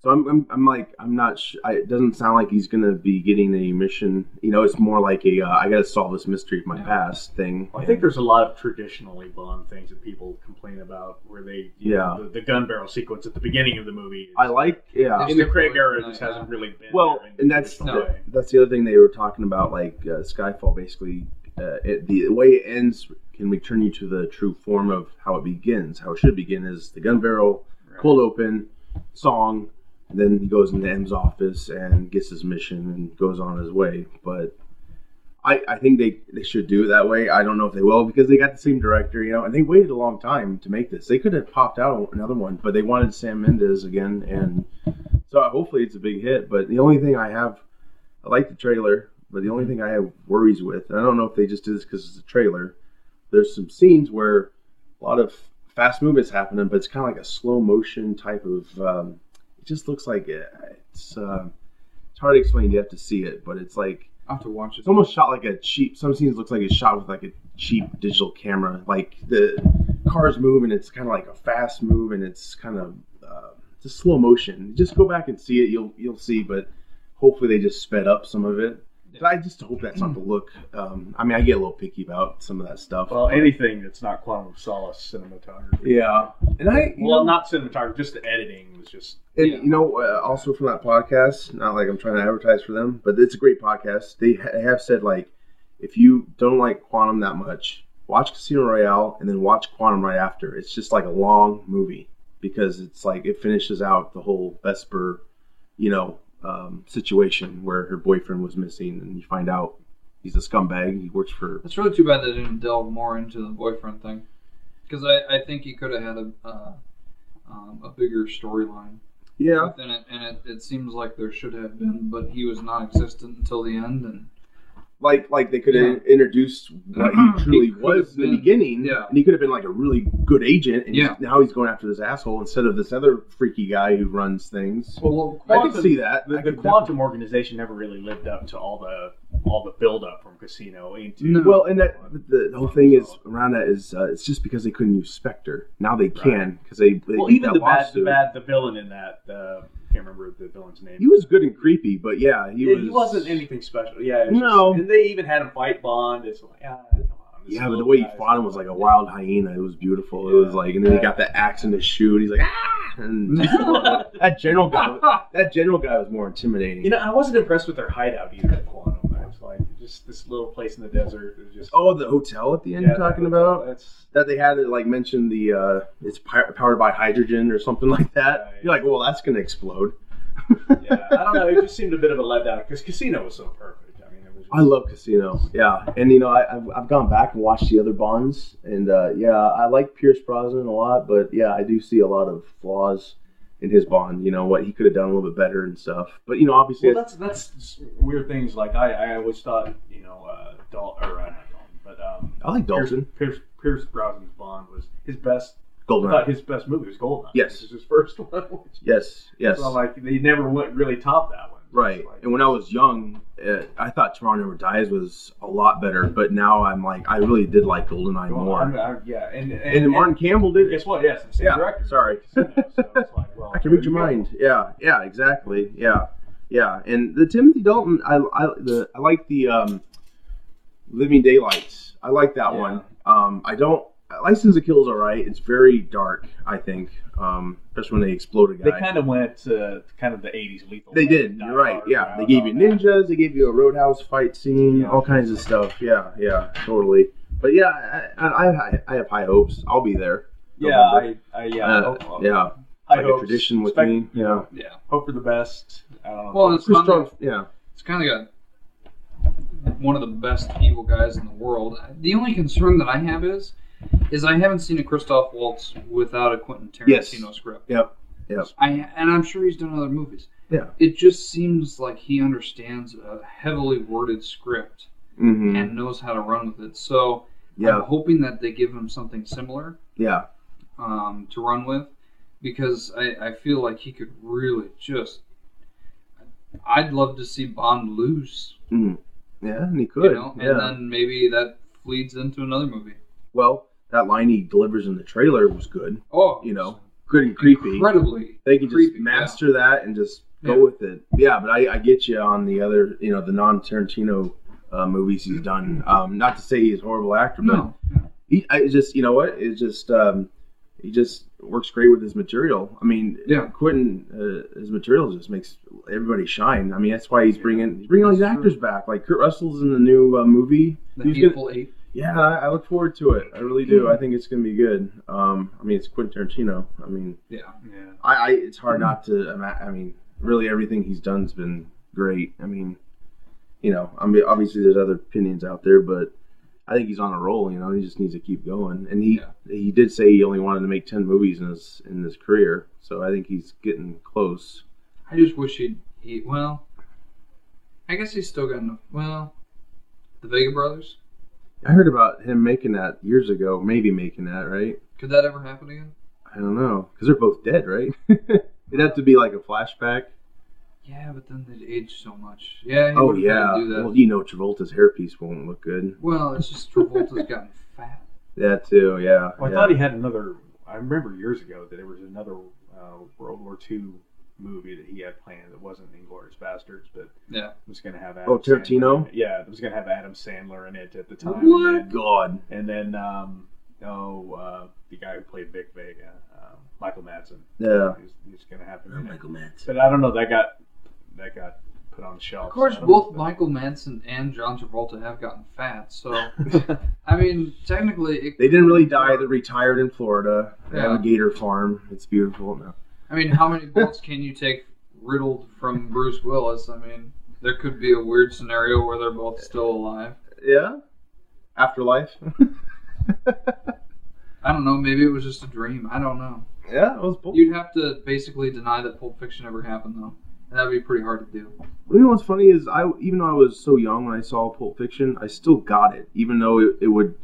[SPEAKER 4] So I'm, I'm, I'm like I'm not. Sh- I, it doesn't sound like he's gonna be getting a mission. You know, it's more like a uh, I gotta solve this mystery of my past thing.
[SPEAKER 5] I think there's a lot of traditionally Bond things that people complain about, where they, you know, the, the gun barrel sequence at the beginning of the movie. is-
[SPEAKER 4] I like yeah.
[SPEAKER 5] in the Craig era, it just hasn't really been.
[SPEAKER 4] Well,
[SPEAKER 5] there in
[SPEAKER 4] and that's
[SPEAKER 5] traditional
[SPEAKER 4] the,
[SPEAKER 5] way.
[SPEAKER 4] that's the other thing they were talking about, like uh, Skyfall. Basically, uh, it, the way it ends can return you to the true form of how it begins. How it should begin is the gun barrel,
[SPEAKER 5] Right.
[SPEAKER 4] cold open, song. And then he goes into M's office and gets his mission and goes on his way. But I, I think they, they should do it that way. I don't know if they will because they got the same director, you know, and they waited a long time to make this. They could have popped out another one, but they wanted Sam Mendes again, and so hopefully it's a big hit. But the only thing I have, I like the trailer, but the only thing I have worries with, and I don't know if they just did this because it's a trailer. There's some scenes where a lot of fast movements happening, but it's kind of like a slow motion type of. Um, it just looks like it, it's. Uh, it's hard to explain. You have to see it, but it's like
[SPEAKER 3] I have to watch it.
[SPEAKER 4] it's almost shot like a cheap. Some scenes looks like it's shot with like a cheap digital camera. Like the cars move and it's kind of like a fast move and it's kind of uh, just slow motion. Just go back and see it. You'll you'll see. But hopefully they just sped up some of it. But I just hope that's not the look. Um, I mean, I get a little picky about some of that stuff.
[SPEAKER 5] Well,
[SPEAKER 4] but-
[SPEAKER 5] anything that's not Quantum of Solace cinematography.
[SPEAKER 4] yeah, and I, you know,
[SPEAKER 5] Well, not cinematography, just the editing was just.
[SPEAKER 4] and,
[SPEAKER 3] yeah.
[SPEAKER 4] you know, uh, also from that podcast. Not like I'm trying to advertise for them, but it's a great podcast. They ha- have said like, if you don't like Quantum that much, watch Casino Royale and then watch Quantum right after. It's just like a long movie because it's like it finishes out the whole Vesper, you know, um, situation where her boyfriend was missing, and you find out he's a scumbag. He works for
[SPEAKER 3] It's really too bad they didn't delve more into the boyfriend thing, because I, I think he could have had a uh, um, a bigger storyline
[SPEAKER 4] yeah.
[SPEAKER 3] within it, and it, it seems like there should have been, but he was non-existent until the end, and
[SPEAKER 4] like like they could have
[SPEAKER 3] Yeah.
[SPEAKER 4] introduced what he truly
[SPEAKER 3] He could
[SPEAKER 4] was
[SPEAKER 3] have
[SPEAKER 4] in the
[SPEAKER 3] been-
[SPEAKER 4] beginning,
[SPEAKER 3] yeah.
[SPEAKER 4] and he could have been like a really good agent. And he's-
[SPEAKER 3] Yeah.
[SPEAKER 4] now he's going after this asshole instead of this other freaky guy who runs things.
[SPEAKER 3] well,
[SPEAKER 4] I
[SPEAKER 5] Quantum-
[SPEAKER 4] could see that.
[SPEAKER 5] The,
[SPEAKER 4] I
[SPEAKER 5] the
[SPEAKER 4] could
[SPEAKER 5] quantum organization never really lived up to all the all the buildup from Casino into
[SPEAKER 3] No.
[SPEAKER 4] definitely- Well, and that but the, the whole thing is around that is uh, it's just because they couldn't use Spectre. Now they can because they, they
[SPEAKER 5] well
[SPEAKER 4] beat
[SPEAKER 5] even
[SPEAKER 4] that
[SPEAKER 5] the bad, the
[SPEAKER 4] lawsuit.
[SPEAKER 5] bad the villain in that uh, can't remember the villain's name.
[SPEAKER 4] He was good and creepy, but yeah, he
[SPEAKER 5] Yeah,
[SPEAKER 4] was.
[SPEAKER 5] he wasn't anything special. Yeah, it was
[SPEAKER 4] No.
[SPEAKER 5] just- and they even had him fight Bond. It's like, ah, come on. this
[SPEAKER 4] Yeah, but the
[SPEAKER 5] little
[SPEAKER 4] way he
[SPEAKER 5] guy's-
[SPEAKER 4] fought him was like a wild hyena. It was beautiful. It
[SPEAKER 5] Yeah.
[SPEAKER 4] was like, and then he got the axe in his shoe, and he's like, ah! And that general guy, that general guy was more intimidating.
[SPEAKER 5] You know, I wasn't impressed with their hideout either. At Quantum. I was like, just this little place in the desert. It was just
[SPEAKER 4] Oh, the hotel at the end
[SPEAKER 5] Yeah,
[SPEAKER 4] you're talking
[SPEAKER 5] that's-
[SPEAKER 4] about?
[SPEAKER 5] That's
[SPEAKER 4] That they had it like mentioned the uh, it's pi- powered by hydrogen or something like that.
[SPEAKER 5] Right.
[SPEAKER 4] You're like, well, that's gonna explode.
[SPEAKER 5] yeah. I don't know. It just seemed a bit of a letdown because Casino was so perfect. I mean, it was. Just,
[SPEAKER 4] I love Casino. Yeah, and you know I, I've I've gone back and watched the other Bonds, and uh, yeah, I like Pierce Brosnan a lot, but yeah, I do see a lot of flaws in his Bond. You know what he could have done a little bit better and stuff. But you know, obviously,
[SPEAKER 5] Well, that's that's just weird things. Like I, I always thought, you know, uh, Dal or uh, not Dalton, but um,
[SPEAKER 4] I like Dalton.
[SPEAKER 5] Pierce, Pierce, Pierce Brosnan's Bond was his best. I
[SPEAKER 4] Goldeneye.
[SPEAKER 5] thought his best movie was Goldeneye.
[SPEAKER 4] Yes.
[SPEAKER 5] this is his first one. which-
[SPEAKER 4] Yes, yes.
[SPEAKER 5] So like they never went really top that one.
[SPEAKER 4] Right.
[SPEAKER 5] Like,
[SPEAKER 4] And when I was young, uh, I thought Toronto Never Dies was a lot better, but now I'm like, I really did like Goldeneye
[SPEAKER 5] Goldeneye,
[SPEAKER 4] more.
[SPEAKER 5] I'm- I'm- yeah, and and,
[SPEAKER 4] and then Martin Campbell
[SPEAKER 5] and
[SPEAKER 4] did it.
[SPEAKER 5] guess what? Yes, the same
[SPEAKER 4] Yeah,
[SPEAKER 5] director.
[SPEAKER 4] sorry.
[SPEAKER 5] So it's like, well,
[SPEAKER 4] I can
[SPEAKER 5] there
[SPEAKER 4] read
[SPEAKER 5] you
[SPEAKER 4] your
[SPEAKER 5] go.
[SPEAKER 4] mind. Yeah, yeah, exactly. Yeah, yeah. And the Timothy Dalton, I, I, the, I like the um, Living Daylights. I like that
[SPEAKER 5] Yeah.
[SPEAKER 4] one. Um, I don't. License to Kill is all right. It's very dark. I think, um, especially when they explode a guy.
[SPEAKER 5] They kind of went uh, kind of the '80s lethal.
[SPEAKER 4] They did.
[SPEAKER 5] Die
[SPEAKER 4] You're right.
[SPEAKER 5] Hard
[SPEAKER 4] Yeah,
[SPEAKER 5] route
[SPEAKER 4] they
[SPEAKER 5] and
[SPEAKER 4] gave
[SPEAKER 5] all
[SPEAKER 4] you
[SPEAKER 5] that.
[SPEAKER 4] ninjas. They gave you a roadhouse fight scene.
[SPEAKER 5] Yeah.
[SPEAKER 4] All kinds of stuff. Yeah, yeah, totally. But yeah, I, I, I- I have high hopes. I'll be there.
[SPEAKER 5] Yeah, I, I yeah,
[SPEAKER 4] Uh,
[SPEAKER 5] hope- hope-
[SPEAKER 4] Yeah,
[SPEAKER 5] I
[SPEAKER 4] like a
[SPEAKER 5] hope-
[SPEAKER 4] tradition with
[SPEAKER 5] expect-
[SPEAKER 4] me. Yeah,
[SPEAKER 3] yeah.
[SPEAKER 5] Hope for the best. I don't know.
[SPEAKER 3] Well, it's
[SPEAKER 4] It's a
[SPEAKER 3] kind
[SPEAKER 4] strong.
[SPEAKER 3] of,
[SPEAKER 4] Yeah,
[SPEAKER 3] it's kind of got one of the best evil guys in the world. The only concern that I have is, is I haven't seen a Christoph Waltz without a Quentin Tarantino
[SPEAKER 4] Yes.
[SPEAKER 3] script.
[SPEAKER 4] yep, yep.
[SPEAKER 3] I and I'm sure he's done other movies.
[SPEAKER 4] Yeah.
[SPEAKER 3] It just seems like he understands a heavily worded script
[SPEAKER 4] hmm
[SPEAKER 3] and knows how to run with it. So I'm
[SPEAKER 4] Yeah,
[SPEAKER 3] hoping that they give him something similar
[SPEAKER 4] yeah.
[SPEAKER 3] um, to run with, because I, I feel like he could really just. I'd love to see Bond lose,
[SPEAKER 4] Mm. Yeah, and he could.
[SPEAKER 3] you know, and
[SPEAKER 4] yeah.
[SPEAKER 3] then maybe that leads into another movie.
[SPEAKER 4] well, that line he delivers in the trailer was good.
[SPEAKER 3] Oh,
[SPEAKER 4] You know, good and creepy.
[SPEAKER 3] incredibly.
[SPEAKER 4] they can
[SPEAKER 3] creepy,
[SPEAKER 4] just master that and just go
[SPEAKER 3] Yeah.
[SPEAKER 4] with it. Yeah, but I, I get you on the other, you know, the non-Tarantino uh, movies he's done. Um, not to say he's a horrible actor, but
[SPEAKER 3] No,
[SPEAKER 4] he I it's just, you know what, it's just um, he just works great with his material. I mean,
[SPEAKER 3] Yeah.
[SPEAKER 4] Quentin, uh, his material just makes everybody shine. I mean, that's why he's bringing he's bringing all these
[SPEAKER 3] That's
[SPEAKER 4] actors back. Like Kurt Russell's in the new uh, movie.
[SPEAKER 3] the
[SPEAKER 4] He's gonna-
[SPEAKER 3] hateful eight.
[SPEAKER 4] Yeah, I I look forward to it. I really do. I think it's gonna be good. Um, I mean, it's Quentin Tarantino. I mean.
[SPEAKER 3] Yeah,
[SPEAKER 5] yeah.
[SPEAKER 4] I, I it's hard not to. ima- I mean, really, everything he's done's been great. I mean, you know, I mean, obviously there's other opinions out there, but I think he's on a roll. You know, he just needs to keep going. And he
[SPEAKER 3] Yeah.
[SPEAKER 4] he did say he only wanted to make ten movies in his in his career, so I think he's getting close.
[SPEAKER 3] I just wish he'd he well. I guess he's still got enough. Well, the Vega brothers.
[SPEAKER 4] I heard about him making that years ago, maybe making that right.
[SPEAKER 3] Could that ever happen again?
[SPEAKER 4] I don't know because they're both dead, right? It'd have to be like a flashback.
[SPEAKER 3] Yeah, but then they'd age so much. Yeah. he
[SPEAKER 4] Oh
[SPEAKER 3] would've had
[SPEAKER 4] yeah.
[SPEAKER 3] to Do that.
[SPEAKER 4] Well, you know, Travolta's hairpiece won't look good.
[SPEAKER 3] Well, it's just Travolta's gotten fat.
[SPEAKER 4] That too. Yeah.
[SPEAKER 5] Well, Oh, I
[SPEAKER 4] yeah.
[SPEAKER 5] thought he had another. I remember years ago that there was another uh, World War II movie that he had planned that wasn't Inglorious Bastards, but
[SPEAKER 3] Yeah.
[SPEAKER 5] it was going to have Adam
[SPEAKER 4] Oh, Tarantino?
[SPEAKER 5] Sandler- Yeah, it was going to have Adam Sandler in it at the time.
[SPEAKER 4] What?
[SPEAKER 5] And then,
[SPEAKER 4] Oh, God.
[SPEAKER 5] and then um, oh, uh, the guy who played Vic Vega, um Michael Madsen.
[SPEAKER 4] Yeah.
[SPEAKER 5] He was, he was going to have him
[SPEAKER 2] Oh,
[SPEAKER 5] in it.
[SPEAKER 2] Michael Madsen.
[SPEAKER 5] But I don't know. That got that got put on the
[SPEAKER 4] Oh,
[SPEAKER 5] shelf.
[SPEAKER 3] Of course,
[SPEAKER 5] so I don't
[SPEAKER 3] both
[SPEAKER 5] know if
[SPEAKER 3] Michael Manson and John Travolta have gotten fat, so
[SPEAKER 5] that-
[SPEAKER 3] I mean, technically, it,
[SPEAKER 4] They didn't really die. They retired in Florida. They have
[SPEAKER 3] Yeah.
[SPEAKER 4] a gator farm. It's beautiful. No.
[SPEAKER 3] I mean, how many bullets can you take riddled from Bruce Willis? I mean, there could be a weird scenario where they're both still alive.
[SPEAKER 4] Yeah. Afterlife.
[SPEAKER 3] I don't know. Maybe it was just a dream. I don't know.
[SPEAKER 4] yeah, it was bull.
[SPEAKER 3] You'd have to basically deny that Pulp Fiction ever happened, though, and that'd be pretty hard to do.
[SPEAKER 4] You know what's funny is I even though I was so young when I saw Pulp Fiction, I still got it. Even though it, it would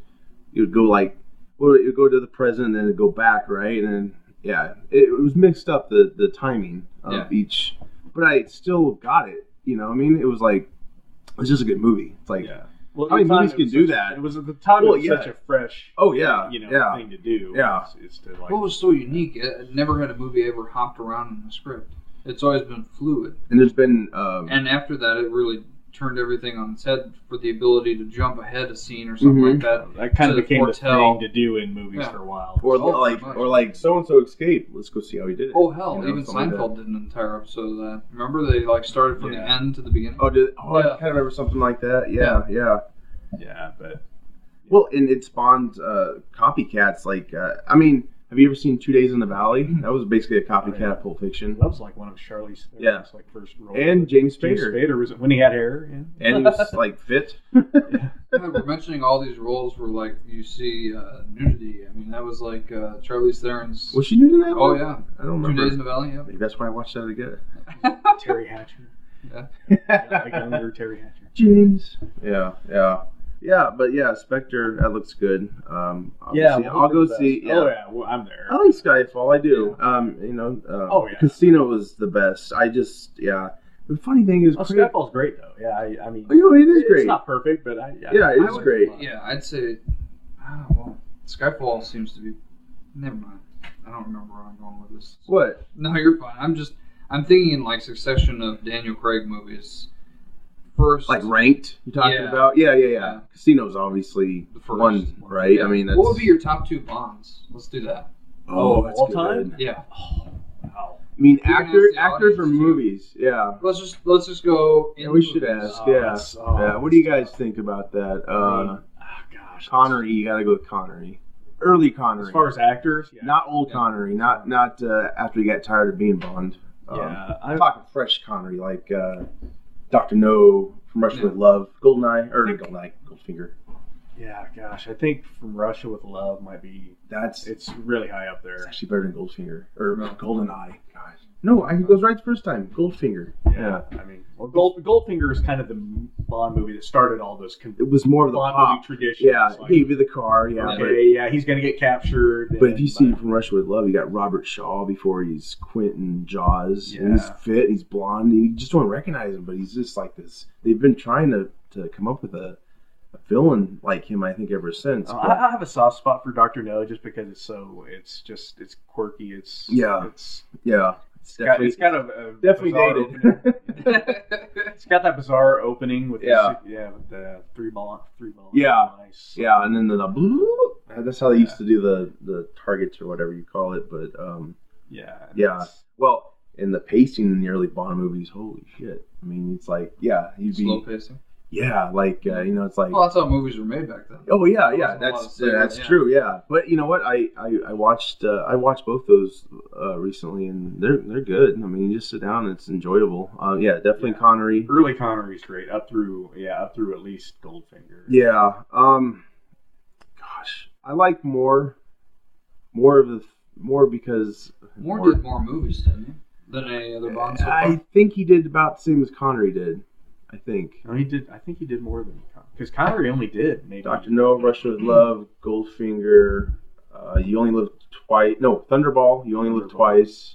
[SPEAKER 4] it would go like well, it would go to the present and then it'd go back, right? And then, yeah, it, it was mixed up the the timing of
[SPEAKER 3] Yeah.
[SPEAKER 4] each, but I still got it. You know, what I mean, it was like it's just a good movie. It's like
[SPEAKER 5] yeah. Well,
[SPEAKER 4] How
[SPEAKER 5] at the
[SPEAKER 4] many
[SPEAKER 5] time,
[SPEAKER 4] movies
[SPEAKER 5] it
[SPEAKER 4] can
[SPEAKER 5] was
[SPEAKER 4] do
[SPEAKER 5] such-
[SPEAKER 4] that?
[SPEAKER 5] It was at the time.
[SPEAKER 4] Well,
[SPEAKER 5] it was
[SPEAKER 4] yeah.
[SPEAKER 5] such a fresh,
[SPEAKER 4] oh yeah,
[SPEAKER 5] you know,
[SPEAKER 4] yeah,
[SPEAKER 5] thing to do.
[SPEAKER 4] Yeah.
[SPEAKER 5] is, is to like.
[SPEAKER 3] What was so unique? It, it never had a movie ever hopped around in the script. It's always been fluid.
[SPEAKER 4] and there's been um,
[SPEAKER 3] And after that, it really turned everything on its head for the ability to jump ahead a scene or something like that.
[SPEAKER 5] that kind of
[SPEAKER 3] to
[SPEAKER 5] became
[SPEAKER 3] foretell-
[SPEAKER 5] the thing to do in movies
[SPEAKER 3] Yeah.
[SPEAKER 5] for a while.
[SPEAKER 4] or
[SPEAKER 3] Oh,
[SPEAKER 4] like
[SPEAKER 3] pretty much.
[SPEAKER 4] or like so and so escaped. Let's go see how he did it.
[SPEAKER 3] Oh hell!
[SPEAKER 4] You know,
[SPEAKER 3] even
[SPEAKER 4] something like
[SPEAKER 3] Seinfeld did an entire episode of that. Remember they like started from the
[SPEAKER 5] Yeah.
[SPEAKER 3] end to the beginning.
[SPEAKER 4] Oh, did, oh I
[SPEAKER 3] Yeah.
[SPEAKER 4] kind of remember something like that. Yeah, yeah.
[SPEAKER 5] Yeah, but
[SPEAKER 4] Well, and it spawned uh, copycats. Like, uh, I mean, have you ever seen Two Days in the Valley? That was basically a copycat
[SPEAKER 5] Mm-hmm. Oh, yeah.
[SPEAKER 4] of Pulp Fiction.
[SPEAKER 5] that was like one of Charlie's
[SPEAKER 4] Yeah.
[SPEAKER 5] like first roles.
[SPEAKER 4] And James Spader.
[SPEAKER 5] James Spader was it when he had hair? Yeah.
[SPEAKER 4] And he was like fit.
[SPEAKER 3] Yeah, we're mentioning all these roles where like you see uh, nudity. I mean that was like uh, Charlize Theron's.
[SPEAKER 4] Was she new to that?
[SPEAKER 3] Oh
[SPEAKER 4] one?
[SPEAKER 3] yeah,
[SPEAKER 4] I don't
[SPEAKER 3] two
[SPEAKER 4] remember.
[SPEAKER 3] days in the valley. Yeah.
[SPEAKER 4] Maybe that's why I watched that again.
[SPEAKER 5] Terry Hatcher, like younger Terry Hatcher.
[SPEAKER 4] James. Yeah, yeah. Yeah, but yeah, Spectre, that looks good. Um, I'll see- I'll go see. Yeah.
[SPEAKER 5] Oh yeah, well, I'm there.
[SPEAKER 4] I like Skyfall. I do. Um, you know, uh,
[SPEAKER 5] Oh, yeah.
[SPEAKER 4] Casino was the best. I just, yeah. The funny thing is,
[SPEAKER 5] Oh,
[SPEAKER 4] Creed-
[SPEAKER 5] Skyfall's great though. Yeah, I, I mean,
[SPEAKER 4] Oh, you know, it is
[SPEAKER 5] It's
[SPEAKER 4] great.
[SPEAKER 5] not perfect, but I
[SPEAKER 4] yeah,
[SPEAKER 3] I
[SPEAKER 4] it is
[SPEAKER 3] would-
[SPEAKER 4] great.
[SPEAKER 3] Yeah, I'd say. Ah, well, Skyfall seems to be. Never mind. I don't remember where I'm going with this.
[SPEAKER 4] What?
[SPEAKER 3] No, you're fine. I'm just. I'm thinking in like succession of Daniel Craig movies. First,
[SPEAKER 4] like ranked you talking
[SPEAKER 3] Yeah.
[SPEAKER 4] about yeah yeah yeah
[SPEAKER 3] Yeah.
[SPEAKER 4] casinos obviously
[SPEAKER 3] The first
[SPEAKER 4] one
[SPEAKER 3] one.
[SPEAKER 4] right
[SPEAKER 3] Yeah.
[SPEAKER 4] i mean that's,
[SPEAKER 3] what would be your top two Bonds? Let's do that.
[SPEAKER 4] oh that's
[SPEAKER 5] all
[SPEAKER 4] good.
[SPEAKER 5] time?
[SPEAKER 3] Yeah.
[SPEAKER 5] Wow.
[SPEAKER 4] i mean
[SPEAKER 3] can
[SPEAKER 4] actor
[SPEAKER 3] ask the
[SPEAKER 4] actors or
[SPEAKER 3] audience, too.
[SPEAKER 4] movies yeah
[SPEAKER 3] Let's just let's just go.
[SPEAKER 4] Yeah,
[SPEAKER 3] in
[SPEAKER 4] we should
[SPEAKER 3] movies.
[SPEAKER 4] ask
[SPEAKER 5] Oh,
[SPEAKER 4] yeah
[SPEAKER 5] that's- oh,
[SPEAKER 4] yeah what do you guys think about that
[SPEAKER 5] I
[SPEAKER 4] uh
[SPEAKER 5] mean, ah, gosh,
[SPEAKER 4] connery you gotta go with connery early connery
[SPEAKER 5] As far as actors, yeah,
[SPEAKER 4] not old
[SPEAKER 3] Yeah.
[SPEAKER 4] connery not not uh, after he got tired of being bond um,
[SPEAKER 5] yeah,
[SPEAKER 4] i'm
[SPEAKER 5] I,
[SPEAKER 4] talking fresh connery like uh dr no from Russia
[SPEAKER 3] Yeah.
[SPEAKER 4] with Love, Goldeneye, or
[SPEAKER 5] Think-
[SPEAKER 4] Goldeneye, Goldfinger.
[SPEAKER 5] yeah, gosh, I think from Russia with Love might be
[SPEAKER 4] That's
[SPEAKER 5] it's really high up
[SPEAKER 4] It's
[SPEAKER 5] there.
[SPEAKER 4] actually better than Goldfinger or
[SPEAKER 3] No.
[SPEAKER 4] Goldeneye. Gosh. No, I, he goes right the first time. Goldfinger. Yeah.
[SPEAKER 5] I mean, well, Gold, Goldfinger is kind of the Bond movie that started all those con-
[SPEAKER 4] It was more of the
[SPEAKER 5] Bond
[SPEAKER 4] pop.
[SPEAKER 5] movie traditions.
[SPEAKER 4] Yeah,
[SPEAKER 5] like,
[SPEAKER 4] gave you the car. Yeah,
[SPEAKER 5] okay, yeah, he's gonna get captured.
[SPEAKER 4] but, but if
[SPEAKER 5] and-
[SPEAKER 4] you see him from Russia with Love, you got Robert Shaw before he's Quentin Jaws, and he's
[SPEAKER 5] Yeah.
[SPEAKER 4] fit, he's blonde, and you just don't recognize him. But he's just like this. They've been trying to, to come up with a, a villain like him, Oh, I think, ever since.
[SPEAKER 5] Uh,
[SPEAKER 4] but-
[SPEAKER 5] I, I have a soft spot for Doctor No just because it's so it's just it's quirky. It's
[SPEAKER 4] Yeah.
[SPEAKER 5] it's
[SPEAKER 4] yeah, it's
[SPEAKER 5] got,
[SPEAKER 4] definitely,
[SPEAKER 5] it's kind of a
[SPEAKER 4] definitely
[SPEAKER 5] bizarre
[SPEAKER 4] dated.
[SPEAKER 5] opening. It's got that bizarre opening with
[SPEAKER 4] Yeah.
[SPEAKER 5] the, yeah, with the three ball, three ball.
[SPEAKER 4] Yeah.
[SPEAKER 5] nice.
[SPEAKER 4] Yeah, and then the, the that's how they used to do the the targets or whatever you call it. But um,
[SPEAKER 5] yeah, and
[SPEAKER 4] Yeah.
[SPEAKER 5] it's-
[SPEAKER 4] well, in the pacing in the early Bond movies, holy shit! I mean, it's like yeah, you'd be
[SPEAKER 3] Slow pacing.
[SPEAKER 4] yeah, like uh, you know, it's like
[SPEAKER 3] Well, that's how movies were made back then.
[SPEAKER 4] oh yeah,
[SPEAKER 3] there
[SPEAKER 4] yeah,
[SPEAKER 3] wasn't a lot of
[SPEAKER 4] that's
[SPEAKER 3] flavor,
[SPEAKER 4] that's
[SPEAKER 3] yeah.
[SPEAKER 4] true, yeah. But you know what? I I, I watched uh, I watched both those uh, recently, and they're they're good. I mean, you just sit down, and it's enjoyable. Uh, yeah, definitely
[SPEAKER 5] Yeah.
[SPEAKER 4] Connery.
[SPEAKER 5] early Connery's great up through yeah up through at least Goldfinger.
[SPEAKER 4] Yeah. Um. Gosh, I like more, more of the more because
[SPEAKER 3] Moore,
[SPEAKER 4] Moore-
[SPEAKER 3] did more movies, didn't he? Than any other Bond. so far.
[SPEAKER 4] I think he did about the same as Connery did. I think.
[SPEAKER 5] No, he did. I think he did more than Connery because Connery only did maybe
[SPEAKER 4] Doctor No, Russia with Love, Goldfinger, uh, You Only Live Twice. No, Thunderball. You Only Live
[SPEAKER 5] Thunderball.
[SPEAKER 4] Twice.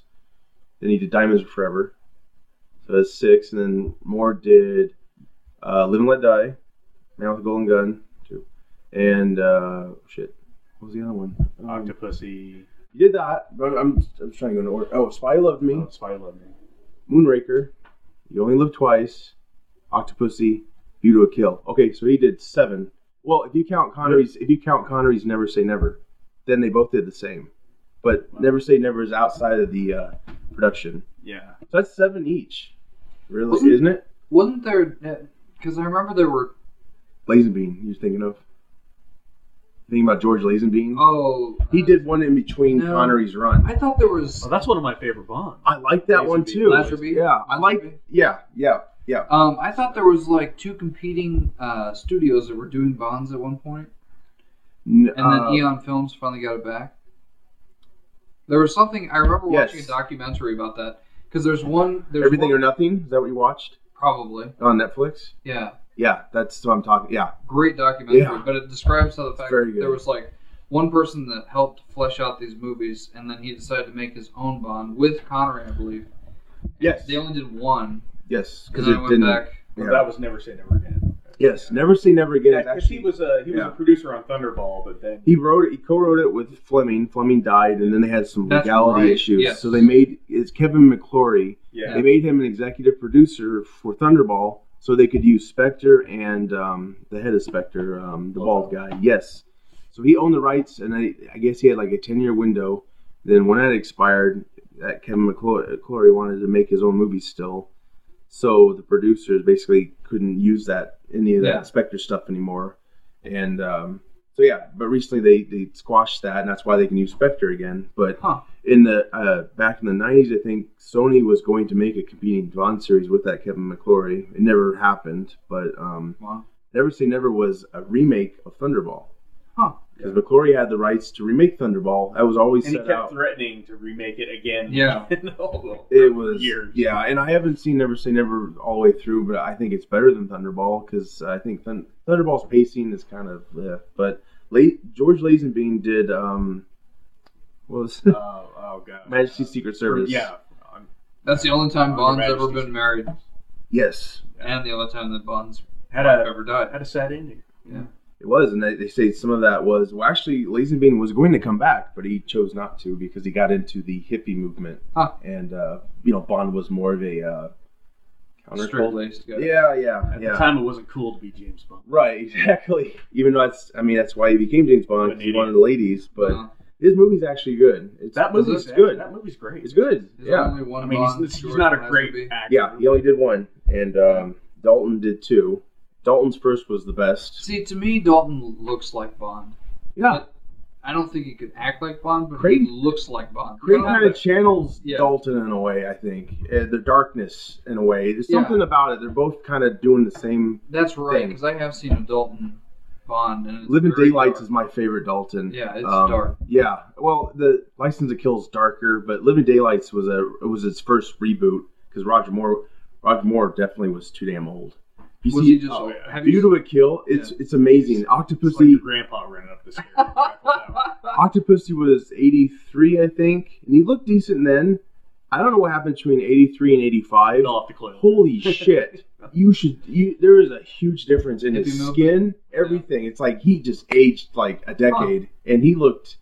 [SPEAKER 4] Then he did Diamonds Are Forever. So that's six, and then Moore did uh, Live and Let Die, Man with a Golden Gun, two, and uh, shit. What was the other one? Um,
[SPEAKER 5] Octopussy,
[SPEAKER 4] He did that. But I'm, I'm trying to go in order. Oh, Spy Loved Me.
[SPEAKER 5] oh, Spy Love Me.
[SPEAKER 4] Moonraker, You Only Live Twice, Octopussy, View to a Kill. Okay, so he did seven. Well, if you count Connery's, if you count Connery's Never Say Never, then they both did the same. But Never Say Never is outside of the uh, production,
[SPEAKER 5] Yeah.
[SPEAKER 4] so that's seven each. Really,
[SPEAKER 3] Wasn't-
[SPEAKER 4] isn't it?
[SPEAKER 3] Wasn't there? Because I remember there were.
[SPEAKER 4] Lazenbean, you're thinking of. Thinking about George Lazenbean.
[SPEAKER 3] Oh,
[SPEAKER 4] He
[SPEAKER 3] uh,
[SPEAKER 4] did one in between
[SPEAKER 3] No.
[SPEAKER 4] Connery's run.
[SPEAKER 3] I thought there was
[SPEAKER 5] Well, that's one of my favorite Bonds.
[SPEAKER 4] I like that one
[SPEAKER 5] Lazenby.
[SPEAKER 4] too.
[SPEAKER 3] Lazenby?
[SPEAKER 4] Yeah, I like. Yeah, yeah, yeah.
[SPEAKER 3] Um, I thought there was like two competing uh, studios that were doing Bonds at one point,
[SPEAKER 4] N-
[SPEAKER 3] and then
[SPEAKER 4] uh,
[SPEAKER 3] Eon Films finally got it back. There was something I remember
[SPEAKER 4] Yes.
[SPEAKER 3] watching a documentary about that because there's one. There's
[SPEAKER 4] Everything
[SPEAKER 3] one,
[SPEAKER 4] or Nothing. Is that what you watched
[SPEAKER 3] probably.
[SPEAKER 4] on Netflix?
[SPEAKER 3] Yeah,
[SPEAKER 4] Yeah, that's what I'm talking. Yeah,
[SPEAKER 3] great documentary,
[SPEAKER 4] Yeah.
[SPEAKER 3] but it describes how the fact
[SPEAKER 4] Very
[SPEAKER 3] that
[SPEAKER 4] good.
[SPEAKER 3] there was like one person that helped flesh out these movies, and then he decided to make his own Bond with Connery, I believe.
[SPEAKER 4] yes,
[SPEAKER 3] They only did one,
[SPEAKER 4] yes,
[SPEAKER 3] and
[SPEAKER 4] because
[SPEAKER 3] then
[SPEAKER 4] it
[SPEAKER 3] I went
[SPEAKER 4] didn't.
[SPEAKER 3] back.
[SPEAKER 4] Yeah.
[SPEAKER 5] That was Never Say Never Again.
[SPEAKER 4] Yes, Never Say Never Again.
[SPEAKER 5] Yeah,
[SPEAKER 4] is
[SPEAKER 5] 'cause
[SPEAKER 4] actually,
[SPEAKER 5] he was a he was
[SPEAKER 4] yeah.
[SPEAKER 5] a producer on Thunderball, but then
[SPEAKER 4] he wrote it. He co-wrote it with Fleming. Fleming died, and then they had some
[SPEAKER 3] That's
[SPEAKER 4] legality
[SPEAKER 3] right,
[SPEAKER 4] issues.
[SPEAKER 3] yes.
[SPEAKER 4] So they made it's Kevin McClory.
[SPEAKER 5] yeah,
[SPEAKER 4] They made him an executive producer for Thunderball, so they could use Spectre and um, the head of Spectre, um, the bald guy. Yes. So he owned the rights, and I, I guess he had like a ten-year window. Then when that expired, that Kevin McClo- McClory wanted to make his own movie still, so the producers basically couldn't use that any of that
[SPEAKER 3] Yeah.
[SPEAKER 4] Spectre stuff anymore. And um, so yeah, but recently they they squashed that, and that's why they can use Spectre again. But
[SPEAKER 3] Huh.
[SPEAKER 4] in the uh, back in the nineties, I think Sony was going to make a competing Bond series with that Kevin McClory. It never happened, but um,
[SPEAKER 3] Wow.
[SPEAKER 4] Never Say Never was a remake of Thunderball.
[SPEAKER 3] Huh.
[SPEAKER 4] Because McClory had the rights to remake Thunderball. That was always
[SPEAKER 5] and he
[SPEAKER 4] set
[SPEAKER 5] kept
[SPEAKER 4] out.
[SPEAKER 5] threatening to remake it again.
[SPEAKER 3] Yeah.
[SPEAKER 5] and all the-
[SPEAKER 4] It was
[SPEAKER 5] years.
[SPEAKER 4] yeah, and I haven't seen Never Say Never all the way through, but I think it's better than Thunderball because I think Thun- Thunderball's pacing is kind of eh. but late George Lazenbean did um what was
[SPEAKER 5] Uh, oh god,
[SPEAKER 4] Majesty's Secret Service
[SPEAKER 5] Yeah, um,
[SPEAKER 3] That's the only time
[SPEAKER 5] Your
[SPEAKER 3] Bond's ever
[SPEAKER 5] Majesty's-
[SPEAKER 3] been married,
[SPEAKER 4] yes
[SPEAKER 3] and the only time that Bond's
[SPEAKER 5] had a
[SPEAKER 3] ever died.
[SPEAKER 5] had a sad ending.
[SPEAKER 4] it was and they, they say some of that was well actually Lazenbean was going to come back but he chose not to because he got into the hippie movement
[SPEAKER 3] Huh.
[SPEAKER 4] and uh, you know Bond was more of a uh,
[SPEAKER 3] straight
[SPEAKER 4] counterculture
[SPEAKER 3] laced guy.
[SPEAKER 4] yeah yeah
[SPEAKER 5] At the
[SPEAKER 4] yeah
[SPEAKER 5] time, it wasn't cool to be James Bond.
[SPEAKER 4] Right, exactly. Even though that's, I mean, that's why he became James Bond. 'cause He wanted the ladies, but
[SPEAKER 3] Uh,
[SPEAKER 4] his movie's actually good. It's,
[SPEAKER 5] That
[SPEAKER 4] was
[SPEAKER 5] movie's
[SPEAKER 4] good.
[SPEAKER 5] That movie's great.
[SPEAKER 4] It's good.
[SPEAKER 3] there's
[SPEAKER 4] Yeah,
[SPEAKER 3] only one
[SPEAKER 5] I mean,
[SPEAKER 3] Bond.
[SPEAKER 5] he's, he's
[SPEAKER 3] George
[SPEAKER 5] not a
[SPEAKER 3] Lazenby.
[SPEAKER 5] great actor.
[SPEAKER 4] yeah. He only did one, and um, Dalton did two. Dalton's first was the best.
[SPEAKER 3] See, to me, Dalton looks like Bond.
[SPEAKER 4] Yeah,
[SPEAKER 3] I don't think he could act like Bond, but
[SPEAKER 4] Craig-
[SPEAKER 3] he looks like Bond.
[SPEAKER 4] Craig
[SPEAKER 3] I don't
[SPEAKER 4] kind of channels
[SPEAKER 3] Yeah.
[SPEAKER 4] Dalton in a way. I think uh, the darkness in a way. There's
[SPEAKER 3] Yeah.
[SPEAKER 4] something about it. They're both kind of doing the same.
[SPEAKER 3] That's right,
[SPEAKER 4] thing.
[SPEAKER 3] because I have seen a Dalton Bond. And it's
[SPEAKER 4] Living
[SPEAKER 3] very
[SPEAKER 4] Daylights
[SPEAKER 3] dark.
[SPEAKER 4] is my favorite Dalton.
[SPEAKER 3] Yeah, it's
[SPEAKER 4] Um,
[SPEAKER 3] dark.
[SPEAKER 4] Yeah, well, the License to Kill is darker, but Living Daylights was a it was its first reboot because Roger Moore Roger Moore definitely was too damn old. You
[SPEAKER 3] Was
[SPEAKER 4] see,
[SPEAKER 3] he just?
[SPEAKER 5] oh, yeah.
[SPEAKER 3] Have
[SPEAKER 4] View
[SPEAKER 3] you?
[SPEAKER 4] to a Kill, it's it's amazing.
[SPEAKER 5] It's like
[SPEAKER 4] Octopussy
[SPEAKER 5] your grandpa running up the stairs. That
[SPEAKER 4] Octopussy was eighty three, I think, and he looked decent then. I don't know what happened between eighty three and eighty five.
[SPEAKER 5] fell off the cliff.
[SPEAKER 4] Holy shit! You should. You, there is a huge difference in
[SPEAKER 3] If
[SPEAKER 4] his
[SPEAKER 3] you move-
[SPEAKER 4] skin, everything. It's like he just aged like a decade, and he looked.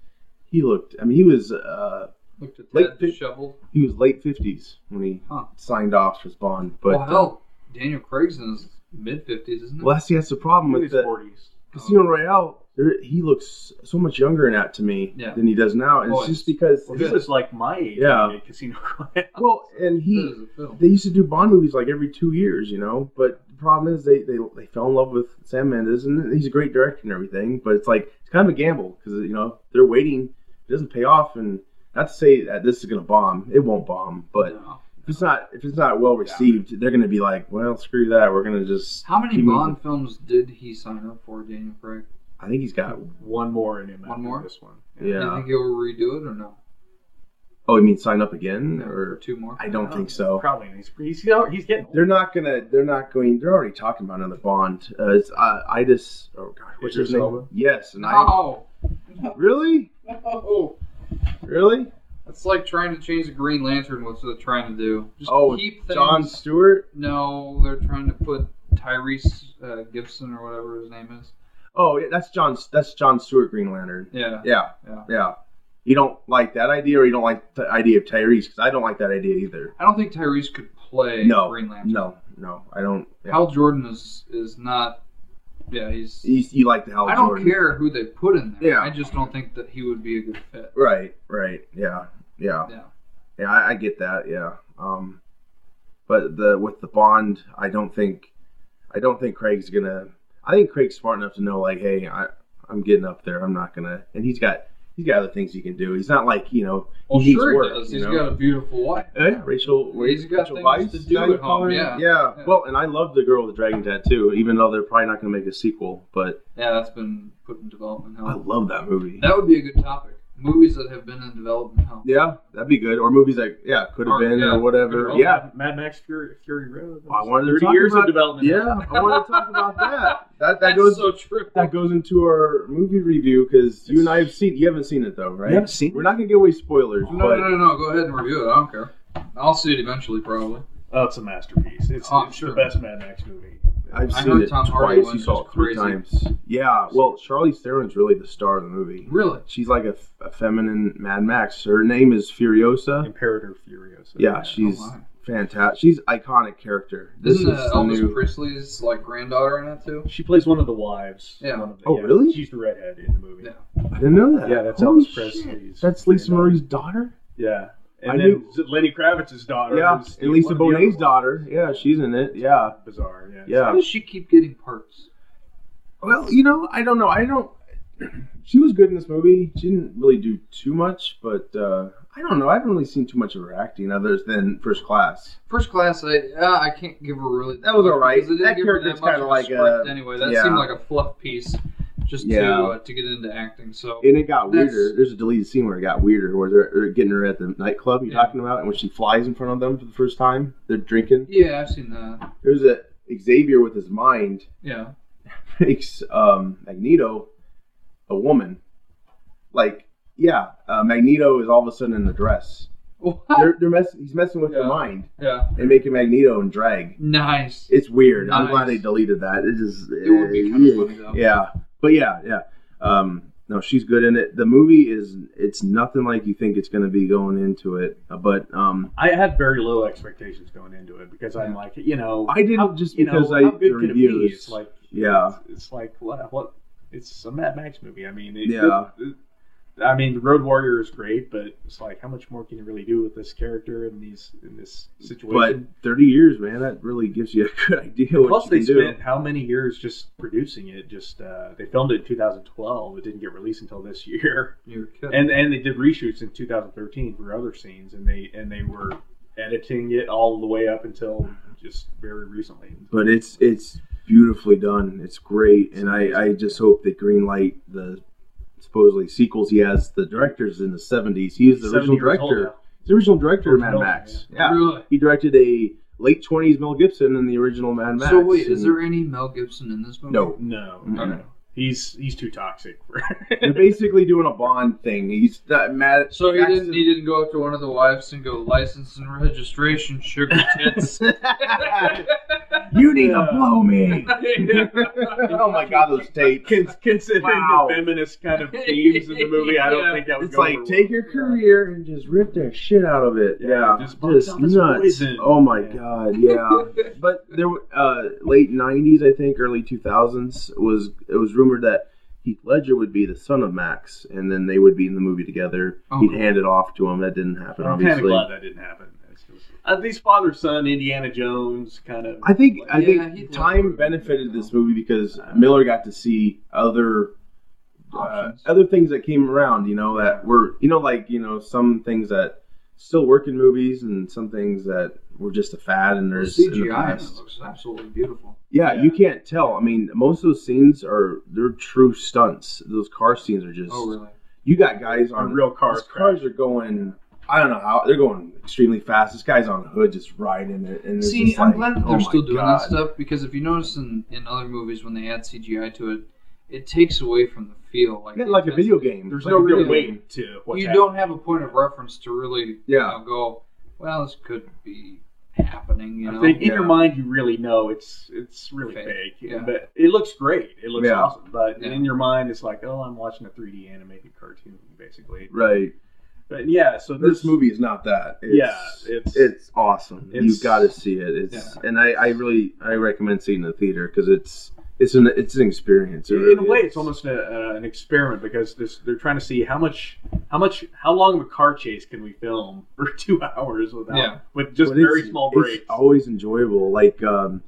[SPEAKER 4] He looked. I mean, he was. uh
[SPEAKER 3] Looked at
[SPEAKER 4] Like
[SPEAKER 3] that
[SPEAKER 4] the-
[SPEAKER 3] disheveled.
[SPEAKER 4] he was late fifties when he
[SPEAKER 3] Huh.
[SPEAKER 4] signed off as Bond. But uh,
[SPEAKER 3] well, Oh, hell, Daniel Craig's in his mid fifties, isn't it?
[SPEAKER 4] well, that's, that's the problem
[SPEAKER 5] In
[SPEAKER 4] with
[SPEAKER 5] his
[SPEAKER 4] the
[SPEAKER 5] 40s.
[SPEAKER 4] Casino Royale. There, he looks so much younger in that to me
[SPEAKER 3] Yeah.
[SPEAKER 4] than he does now. And
[SPEAKER 3] Oh,
[SPEAKER 4] it's just because,
[SPEAKER 5] Well, this is like my age.
[SPEAKER 4] Yeah.
[SPEAKER 5] when I did Casino Royale.
[SPEAKER 4] well, and
[SPEAKER 3] That
[SPEAKER 4] he
[SPEAKER 3] is a film.
[SPEAKER 4] they used to do Bond movies like every two years, you know. But the problem is they they, they fell in love with Sam Mendes, and he's a great director and everything. But it's like it's kind of a gamble because you know they're waiting. It doesn't pay off, and not to say that this is gonna bomb. It won't bomb, but
[SPEAKER 3] No.
[SPEAKER 4] if it's not if it's not well received, they're gonna be like, well, screw that. We're gonna just.
[SPEAKER 3] How many
[SPEAKER 4] keep moving."
[SPEAKER 3] Bond films did he sign up for, Daniel Craig?
[SPEAKER 4] I think he's got.
[SPEAKER 5] One more in him.
[SPEAKER 3] One
[SPEAKER 5] after
[SPEAKER 3] more?
[SPEAKER 5] This one.
[SPEAKER 3] Do you
[SPEAKER 4] Yeah.
[SPEAKER 3] think he'll redo it or no?
[SPEAKER 4] Oh, you mean sign up again, or
[SPEAKER 3] two more?
[SPEAKER 4] I don't think so.
[SPEAKER 5] Oh, Probably. He's he's, he's getting. old.
[SPEAKER 4] They're not gonna. They're not going. They're already talking about another Bond. Uh, it's uh, Idis. Oh gosh, what's his
[SPEAKER 5] Idris
[SPEAKER 4] name?
[SPEAKER 5] Elba? Oh.
[SPEAKER 4] Yes, and I
[SPEAKER 3] No,
[SPEAKER 4] really,
[SPEAKER 3] no.
[SPEAKER 4] really.
[SPEAKER 3] It's like trying to change the Green Lantern. What's they're trying to do? Just
[SPEAKER 4] Oh,
[SPEAKER 3] keep things.
[SPEAKER 4] John Stewart.
[SPEAKER 3] No, they're trying to put Tyrese uh, Gibson or whatever his name is.
[SPEAKER 4] Oh, yeah, that's John. That's John Stewart Green Lantern.
[SPEAKER 3] Yeah.
[SPEAKER 4] Yeah,
[SPEAKER 3] Yeah.
[SPEAKER 4] yeah. you don't like that idea, or you don't like the idea of Tyrese because I don't like that idea either.
[SPEAKER 3] I don't think Tyrese could play
[SPEAKER 4] No,
[SPEAKER 3] Green Lantern.
[SPEAKER 4] No, no, I don't. Yeah.
[SPEAKER 3] Hal Jordan is is not. Yeah, he's.
[SPEAKER 4] You, you like the Hal
[SPEAKER 3] I don't
[SPEAKER 4] Jordan.
[SPEAKER 3] care who they put in there.
[SPEAKER 4] Yeah.
[SPEAKER 3] I just don't think that he would be a good fit.
[SPEAKER 4] Right, right, yeah, yeah,
[SPEAKER 3] Yeah.
[SPEAKER 4] yeah. I, I get that, yeah. Um, but the with the bond, I don't think, I don't think Craig's gonna. I think Craig's smart enough to know, like, hey, I, I'm getting up there. I'm not gonna. And he's got, he's got other things he can do. He's not like you know,
[SPEAKER 3] Well,
[SPEAKER 4] needs
[SPEAKER 3] sure
[SPEAKER 4] work,
[SPEAKER 3] he does.
[SPEAKER 4] you
[SPEAKER 3] He's
[SPEAKER 4] know?
[SPEAKER 3] got a beautiful wife.
[SPEAKER 4] eh, Rachel.
[SPEAKER 3] He's got
[SPEAKER 4] Rachel
[SPEAKER 3] things
[SPEAKER 4] Weisz,
[SPEAKER 3] to
[SPEAKER 4] is
[SPEAKER 3] do
[SPEAKER 4] that you
[SPEAKER 3] at
[SPEAKER 4] call
[SPEAKER 3] home,
[SPEAKER 4] her?
[SPEAKER 3] yeah.
[SPEAKER 4] yeah.
[SPEAKER 3] Yeah.
[SPEAKER 4] Well, and I love the girl with the dragon tattoo, even though they're probably not gonna make a sequel. But
[SPEAKER 3] Yeah, that's been put in development
[SPEAKER 4] I
[SPEAKER 3] hell.
[SPEAKER 4] love that movie.
[SPEAKER 3] That would be a good topic. Movies that have been in development hell.
[SPEAKER 4] yeah, that'd be good. Or movies like yeah, could have
[SPEAKER 3] Or-
[SPEAKER 4] been
[SPEAKER 3] yeah, Oh.
[SPEAKER 4] or whatever.
[SPEAKER 3] could've-
[SPEAKER 4] Yeah,
[SPEAKER 5] Mad Max Fury, Fury Road.
[SPEAKER 4] I wanted to
[SPEAKER 5] 30
[SPEAKER 4] talk
[SPEAKER 5] years
[SPEAKER 4] about-
[SPEAKER 5] of development.
[SPEAKER 4] Yeah, I want to talk about that. That that
[SPEAKER 3] That's
[SPEAKER 4] goes
[SPEAKER 3] so true.
[SPEAKER 4] that goes into our movie review because you and I have seen. You haven't seen it though, right?
[SPEAKER 5] You haven't seen it?
[SPEAKER 4] We're not gonna give away spoilers.
[SPEAKER 3] No,
[SPEAKER 4] but
[SPEAKER 3] no, no, no. Go ahead and review it. I don't care. I'll see it eventually, probably.
[SPEAKER 5] Oh, it's a masterpiece. It's,
[SPEAKER 3] Oh, I'm
[SPEAKER 5] it's
[SPEAKER 3] sure.
[SPEAKER 5] the best Mad Max movie.
[SPEAKER 4] I've
[SPEAKER 3] I
[SPEAKER 4] seen
[SPEAKER 3] heard
[SPEAKER 4] it
[SPEAKER 3] Tom Hardy
[SPEAKER 4] twice.
[SPEAKER 3] one
[SPEAKER 4] You saw
[SPEAKER 3] was
[SPEAKER 4] it three
[SPEAKER 3] crazy.
[SPEAKER 4] times. Yeah. Well, Charlize Theron's really the star of the movie.
[SPEAKER 3] Really?
[SPEAKER 4] She's like a, a feminine Mad Max. Her name is Furiosa.
[SPEAKER 5] Imperator Furiosa.
[SPEAKER 4] Yeah, she's
[SPEAKER 3] Oh, my.
[SPEAKER 4] fantastic. She's iconic character. This
[SPEAKER 3] Isn't
[SPEAKER 4] is
[SPEAKER 3] uh,
[SPEAKER 4] the
[SPEAKER 3] Elvis
[SPEAKER 4] new.
[SPEAKER 3] Presley's like granddaughter in that too?
[SPEAKER 5] She plays one of the wives.
[SPEAKER 3] Yeah.
[SPEAKER 5] One of the,
[SPEAKER 4] Oh, really?
[SPEAKER 5] She's the redhead in the movie.
[SPEAKER 3] Yeah.
[SPEAKER 4] I didn't know that.
[SPEAKER 5] Yeah, that's
[SPEAKER 4] Holy
[SPEAKER 5] Elvis
[SPEAKER 4] shit.
[SPEAKER 5] Presley's
[SPEAKER 4] That's Lisa
[SPEAKER 5] granddaughter.
[SPEAKER 4] Murray's daughter.
[SPEAKER 5] Yeah. And
[SPEAKER 4] I
[SPEAKER 5] then
[SPEAKER 4] knew-
[SPEAKER 5] Z- Lenny Kravitz's daughter.
[SPEAKER 4] Yeah,
[SPEAKER 5] is
[SPEAKER 4] and Lisa
[SPEAKER 5] one of the other
[SPEAKER 4] Bonet's
[SPEAKER 5] ones.
[SPEAKER 4] daughter. Yeah, she's in it. Yeah.
[SPEAKER 5] Bizarre. Yeah.
[SPEAKER 4] Yeah.
[SPEAKER 3] How does she keep getting parts?
[SPEAKER 4] Well, you know, I don't know. I don't. She was good in this movie. She didn't really do too much, but uh, I don't know. I haven't really seen too much of her acting other than First Class.
[SPEAKER 3] First class, I uh, I can't give her really.
[SPEAKER 4] That was
[SPEAKER 3] much
[SPEAKER 4] alright.
[SPEAKER 3] because they didn't
[SPEAKER 4] That
[SPEAKER 3] give her
[SPEAKER 4] character's
[SPEAKER 3] much
[SPEAKER 4] kinda
[SPEAKER 3] of
[SPEAKER 4] like
[SPEAKER 3] script
[SPEAKER 4] a-
[SPEAKER 3] anyway. That
[SPEAKER 4] yeah.
[SPEAKER 3] seemed like a fluff piece, just
[SPEAKER 4] Yeah.
[SPEAKER 3] to uh, to get into acting. So
[SPEAKER 4] And it got
[SPEAKER 3] That's-
[SPEAKER 4] weirder. There's a deleted scene where it got weirder, where they're, they're getting her at the nightclub you're
[SPEAKER 3] Yeah.
[SPEAKER 4] talking about, and when she flies in front of them for the first time, they're drinking.
[SPEAKER 3] yeah, I've seen that.
[SPEAKER 4] There's a Xavier with his mind
[SPEAKER 3] Yeah,
[SPEAKER 4] makes um, Magneto a woman. Like, yeah, uh, Magneto is all of a sudden in a dress.
[SPEAKER 3] what?
[SPEAKER 4] They're, they're mess- he's messing with her
[SPEAKER 3] Yeah.
[SPEAKER 4] mind
[SPEAKER 3] yeah,
[SPEAKER 4] and making Magneto and drag.
[SPEAKER 3] nice.
[SPEAKER 4] It's weird. I'm
[SPEAKER 3] Nice.
[SPEAKER 4] glad they deleted that. It just eh,
[SPEAKER 3] It would be kinda funny, though.
[SPEAKER 4] Yeah, but yeah, yeah. Um, no, she's good in it. The movie is it's nothing like you think it's going to be going into it. uh, But um,
[SPEAKER 5] I had very low expectations going into it because I'm
[SPEAKER 3] Yeah.
[SPEAKER 5] like, you know,
[SPEAKER 4] I didn't just
[SPEAKER 5] you know,
[SPEAKER 4] because I
[SPEAKER 5] how good
[SPEAKER 4] the
[SPEAKER 5] could it be?
[SPEAKER 4] reviews.
[SPEAKER 5] It's like,
[SPEAKER 4] yeah,
[SPEAKER 5] it's, it's like what what? It's a Mad Max movie. I mean, it,
[SPEAKER 4] Yeah.
[SPEAKER 5] it- I mean, Road Warrior is great, but it's like, how much more can you really do with this character in these in this
[SPEAKER 4] but
[SPEAKER 5] situation?
[SPEAKER 4] 30 years, man, that really gives you a good idea what
[SPEAKER 5] Plus,
[SPEAKER 4] you
[SPEAKER 5] they
[SPEAKER 4] can do.
[SPEAKER 5] spent how many years just producing it? Just uh, they filmed it in 2012. It didn't get released until this year.
[SPEAKER 3] You're kidding.
[SPEAKER 5] and and they did reshoots in 2013 for other scenes, and they and they were editing it all the way up until just very recently.
[SPEAKER 4] but it's it's beautifully done. It's great, and I, I just hope that Greenlight the supposedly sequels he has the directors in the seventies. He is the
[SPEAKER 5] 70
[SPEAKER 4] original
[SPEAKER 5] years old
[SPEAKER 4] director.
[SPEAKER 5] now.
[SPEAKER 4] He's the original director of Mad
[SPEAKER 5] Original,
[SPEAKER 4] Max. Yeah,
[SPEAKER 3] really.
[SPEAKER 4] he directed a late twenties Mel Gibson in the original Mad Max.
[SPEAKER 3] So wait, is
[SPEAKER 4] and-
[SPEAKER 3] there any Mel Gibson in this movie?
[SPEAKER 4] no?
[SPEAKER 5] No,
[SPEAKER 3] Mm-hmm.
[SPEAKER 4] Mm-mm.
[SPEAKER 5] no. he's he's too toxic. For
[SPEAKER 4] They're basically doing a Bond thing. He's not Mad.
[SPEAKER 3] So he
[SPEAKER 4] Max
[SPEAKER 3] didn't.
[SPEAKER 4] is-
[SPEAKER 3] He didn't go up to one of the wives and go license and registration, sugar tits.
[SPEAKER 4] you need to blow me.
[SPEAKER 3] Yeah.
[SPEAKER 4] oh my god, those tapes.
[SPEAKER 5] Con- considering
[SPEAKER 4] Wow.
[SPEAKER 5] the feminist kind of themes in the movie, I don't
[SPEAKER 3] Yeah.
[SPEAKER 5] think that would
[SPEAKER 4] It's
[SPEAKER 5] go
[SPEAKER 4] like
[SPEAKER 5] over
[SPEAKER 4] take
[SPEAKER 5] well.
[SPEAKER 4] your career and just rip the shit out of it.
[SPEAKER 5] Yeah,
[SPEAKER 4] Yeah, just,
[SPEAKER 5] just bump it up as
[SPEAKER 4] nuts.
[SPEAKER 5] poison.
[SPEAKER 4] Oh my
[SPEAKER 5] Yeah.
[SPEAKER 4] god, yeah. but there, were, uh, late '90s, I think, early 2000s was it was rumored that Heath Ledger would be the son of Max, and then they would be in the movie together.
[SPEAKER 3] Oh,
[SPEAKER 4] He'd
[SPEAKER 3] cool.
[SPEAKER 4] hand it off to him. That didn't happen,
[SPEAKER 5] I'm kind of
[SPEAKER 4] obviously.
[SPEAKER 5] glad that didn't happen. It's just- Uh, these father son Indiana Jones kind of.
[SPEAKER 4] I think I
[SPEAKER 3] Yeah,
[SPEAKER 4] think
[SPEAKER 3] Heath Ledger
[SPEAKER 4] time
[SPEAKER 3] would be
[SPEAKER 4] benefited
[SPEAKER 3] good,
[SPEAKER 4] this movie because Miller got to see other uh,
[SPEAKER 3] Options.
[SPEAKER 4] other things that came around, you know, that were, you know, like, you know, some things that still work in movies and some things that were just a fad and there's in the
[SPEAKER 3] CGI in it
[SPEAKER 4] past.
[SPEAKER 3] looks absolutely beautiful.
[SPEAKER 4] Yeah,
[SPEAKER 5] Yeah.
[SPEAKER 4] you can't tell. I mean, most of those scenes are, they're true stunts. Those car scenes are just,
[SPEAKER 3] Oh really?
[SPEAKER 4] you got guys on
[SPEAKER 5] real cars
[SPEAKER 4] These cars are going, I don't know how, they're going extremely fast. This guy's on a hood just riding it. And it's
[SPEAKER 3] See,
[SPEAKER 4] just
[SPEAKER 3] I'm
[SPEAKER 4] like,
[SPEAKER 3] glad that
[SPEAKER 4] oh
[SPEAKER 3] they're
[SPEAKER 4] my
[SPEAKER 3] still doing
[SPEAKER 4] God.
[SPEAKER 3] that stuff because if you notice in, in other movies when they add CGI to it, it takes away from the feel. Like
[SPEAKER 4] Yeah, like a
[SPEAKER 3] because
[SPEAKER 4] video game.
[SPEAKER 5] There's
[SPEAKER 4] Like
[SPEAKER 5] no
[SPEAKER 4] a
[SPEAKER 5] real
[SPEAKER 4] video game.
[SPEAKER 5] weight to what's
[SPEAKER 3] You
[SPEAKER 5] happening.
[SPEAKER 3] don't have a point of reference to really you
[SPEAKER 4] Yeah.
[SPEAKER 3] know, go. Well, this could be happening. You know,
[SPEAKER 5] I think in
[SPEAKER 4] Yeah.
[SPEAKER 5] your mind you really know it's it's really
[SPEAKER 3] Fake,
[SPEAKER 5] fake,
[SPEAKER 3] yeah.
[SPEAKER 5] but it looks great. It looks
[SPEAKER 4] Yeah.
[SPEAKER 5] awesome, but
[SPEAKER 3] Yeah.
[SPEAKER 5] in your mind it's like, oh, I'm watching a 3D animated cartoon, basically.
[SPEAKER 4] Right.
[SPEAKER 5] But yeah, so
[SPEAKER 4] This,
[SPEAKER 5] this,
[SPEAKER 4] movie is not that. It's,
[SPEAKER 5] Yeah, it's-
[SPEAKER 4] it's awesome.
[SPEAKER 5] it's-
[SPEAKER 4] You've got to see it. It's and I, I really I recommend seeing it in the theater because it's it's an it's an experience. It
[SPEAKER 5] in a
[SPEAKER 4] really
[SPEAKER 5] way,
[SPEAKER 4] is.
[SPEAKER 5] it's almost a, uh, an experiment because this, they're trying to see how much, how much, how long of a car chase can we film for two hours without,
[SPEAKER 3] Yeah.
[SPEAKER 5] with just
[SPEAKER 4] But
[SPEAKER 5] very
[SPEAKER 4] it's-
[SPEAKER 5] small
[SPEAKER 4] It's
[SPEAKER 5] breaks.
[SPEAKER 4] always enjoyable. Like um,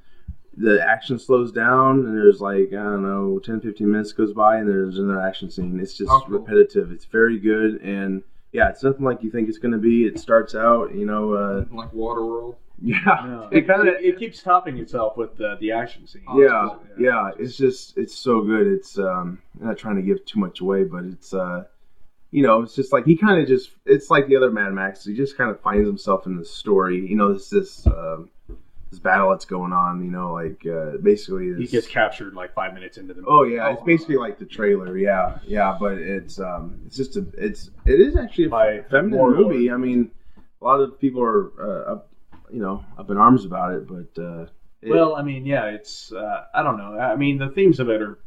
[SPEAKER 4] the action slows down, and there's like I don't know, 10, 15 minutes goes by, and there's another action scene. It's just
[SPEAKER 3] Oh, cool.
[SPEAKER 4] repetitive. It's very good, and yeah, it's nothing like you think it's going to be. It starts out, you know, uh,
[SPEAKER 3] like Waterworld.
[SPEAKER 4] yeah,
[SPEAKER 5] No,
[SPEAKER 4] it
[SPEAKER 5] it,
[SPEAKER 4] kinda-
[SPEAKER 5] it, it keeps topping itself with the, the action scene.
[SPEAKER 4] yeah, yeah. It's just it's so good. It's um, I'm not trying to give too much away, but it's uh. You know, it's just like he kind of just, it's like the other Mad Max. He just kind of finds himself in the story. You know, this, this, um, this battle that's going on, you know, like, uh, basically.
[SPEAKER 5] he
[SPEAKER 4] this-
[SPEAKER 5] gets captured like five minutes into the movie.
[SPEAKER 4] Oh yeah, it's
[SPEAKER 3] Oh.
[SPEAKER 4] basically like the trailer. Yeah, yeah, but it's um, it's just a, it's it is actually a
[SPEAKER 5] By
[SPEAKER 4] feminine
[SPEAKER 5] Warlord.
[SPEAKER 4] movie. I mean, a lot of people are uh, up, you know up in arms about it, but uh, it,
[SPEAKER 5] Well, I mean, yeah, it's uh, I don't know. I mean, the themes of it are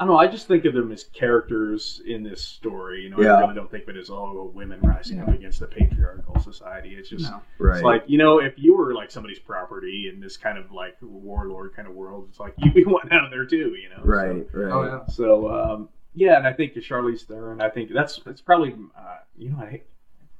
[SPEAKER 5] I don't know. I just think of them as characters in this story. You know, I
[SPEAKER 4] Yeah.
[SPEAKER 5] really don't think of it as all women rising up against the patriarchal society. It's just
[SPEAKER 3] No.
[SPEAKER 4] right,
[SPEAKER 5] it's like you know, if you were like somebody's property in this kind of like warlord kind of world, it's like you'd be wanting out of there too. You know,
[SPEAKER 4] right, right.
[SPEAKER 3] Oh yeah.
[SPEAKER 5] So, so, um, yeah, and I think Charlize Theron. I think that's it's probably uh, you know I hate.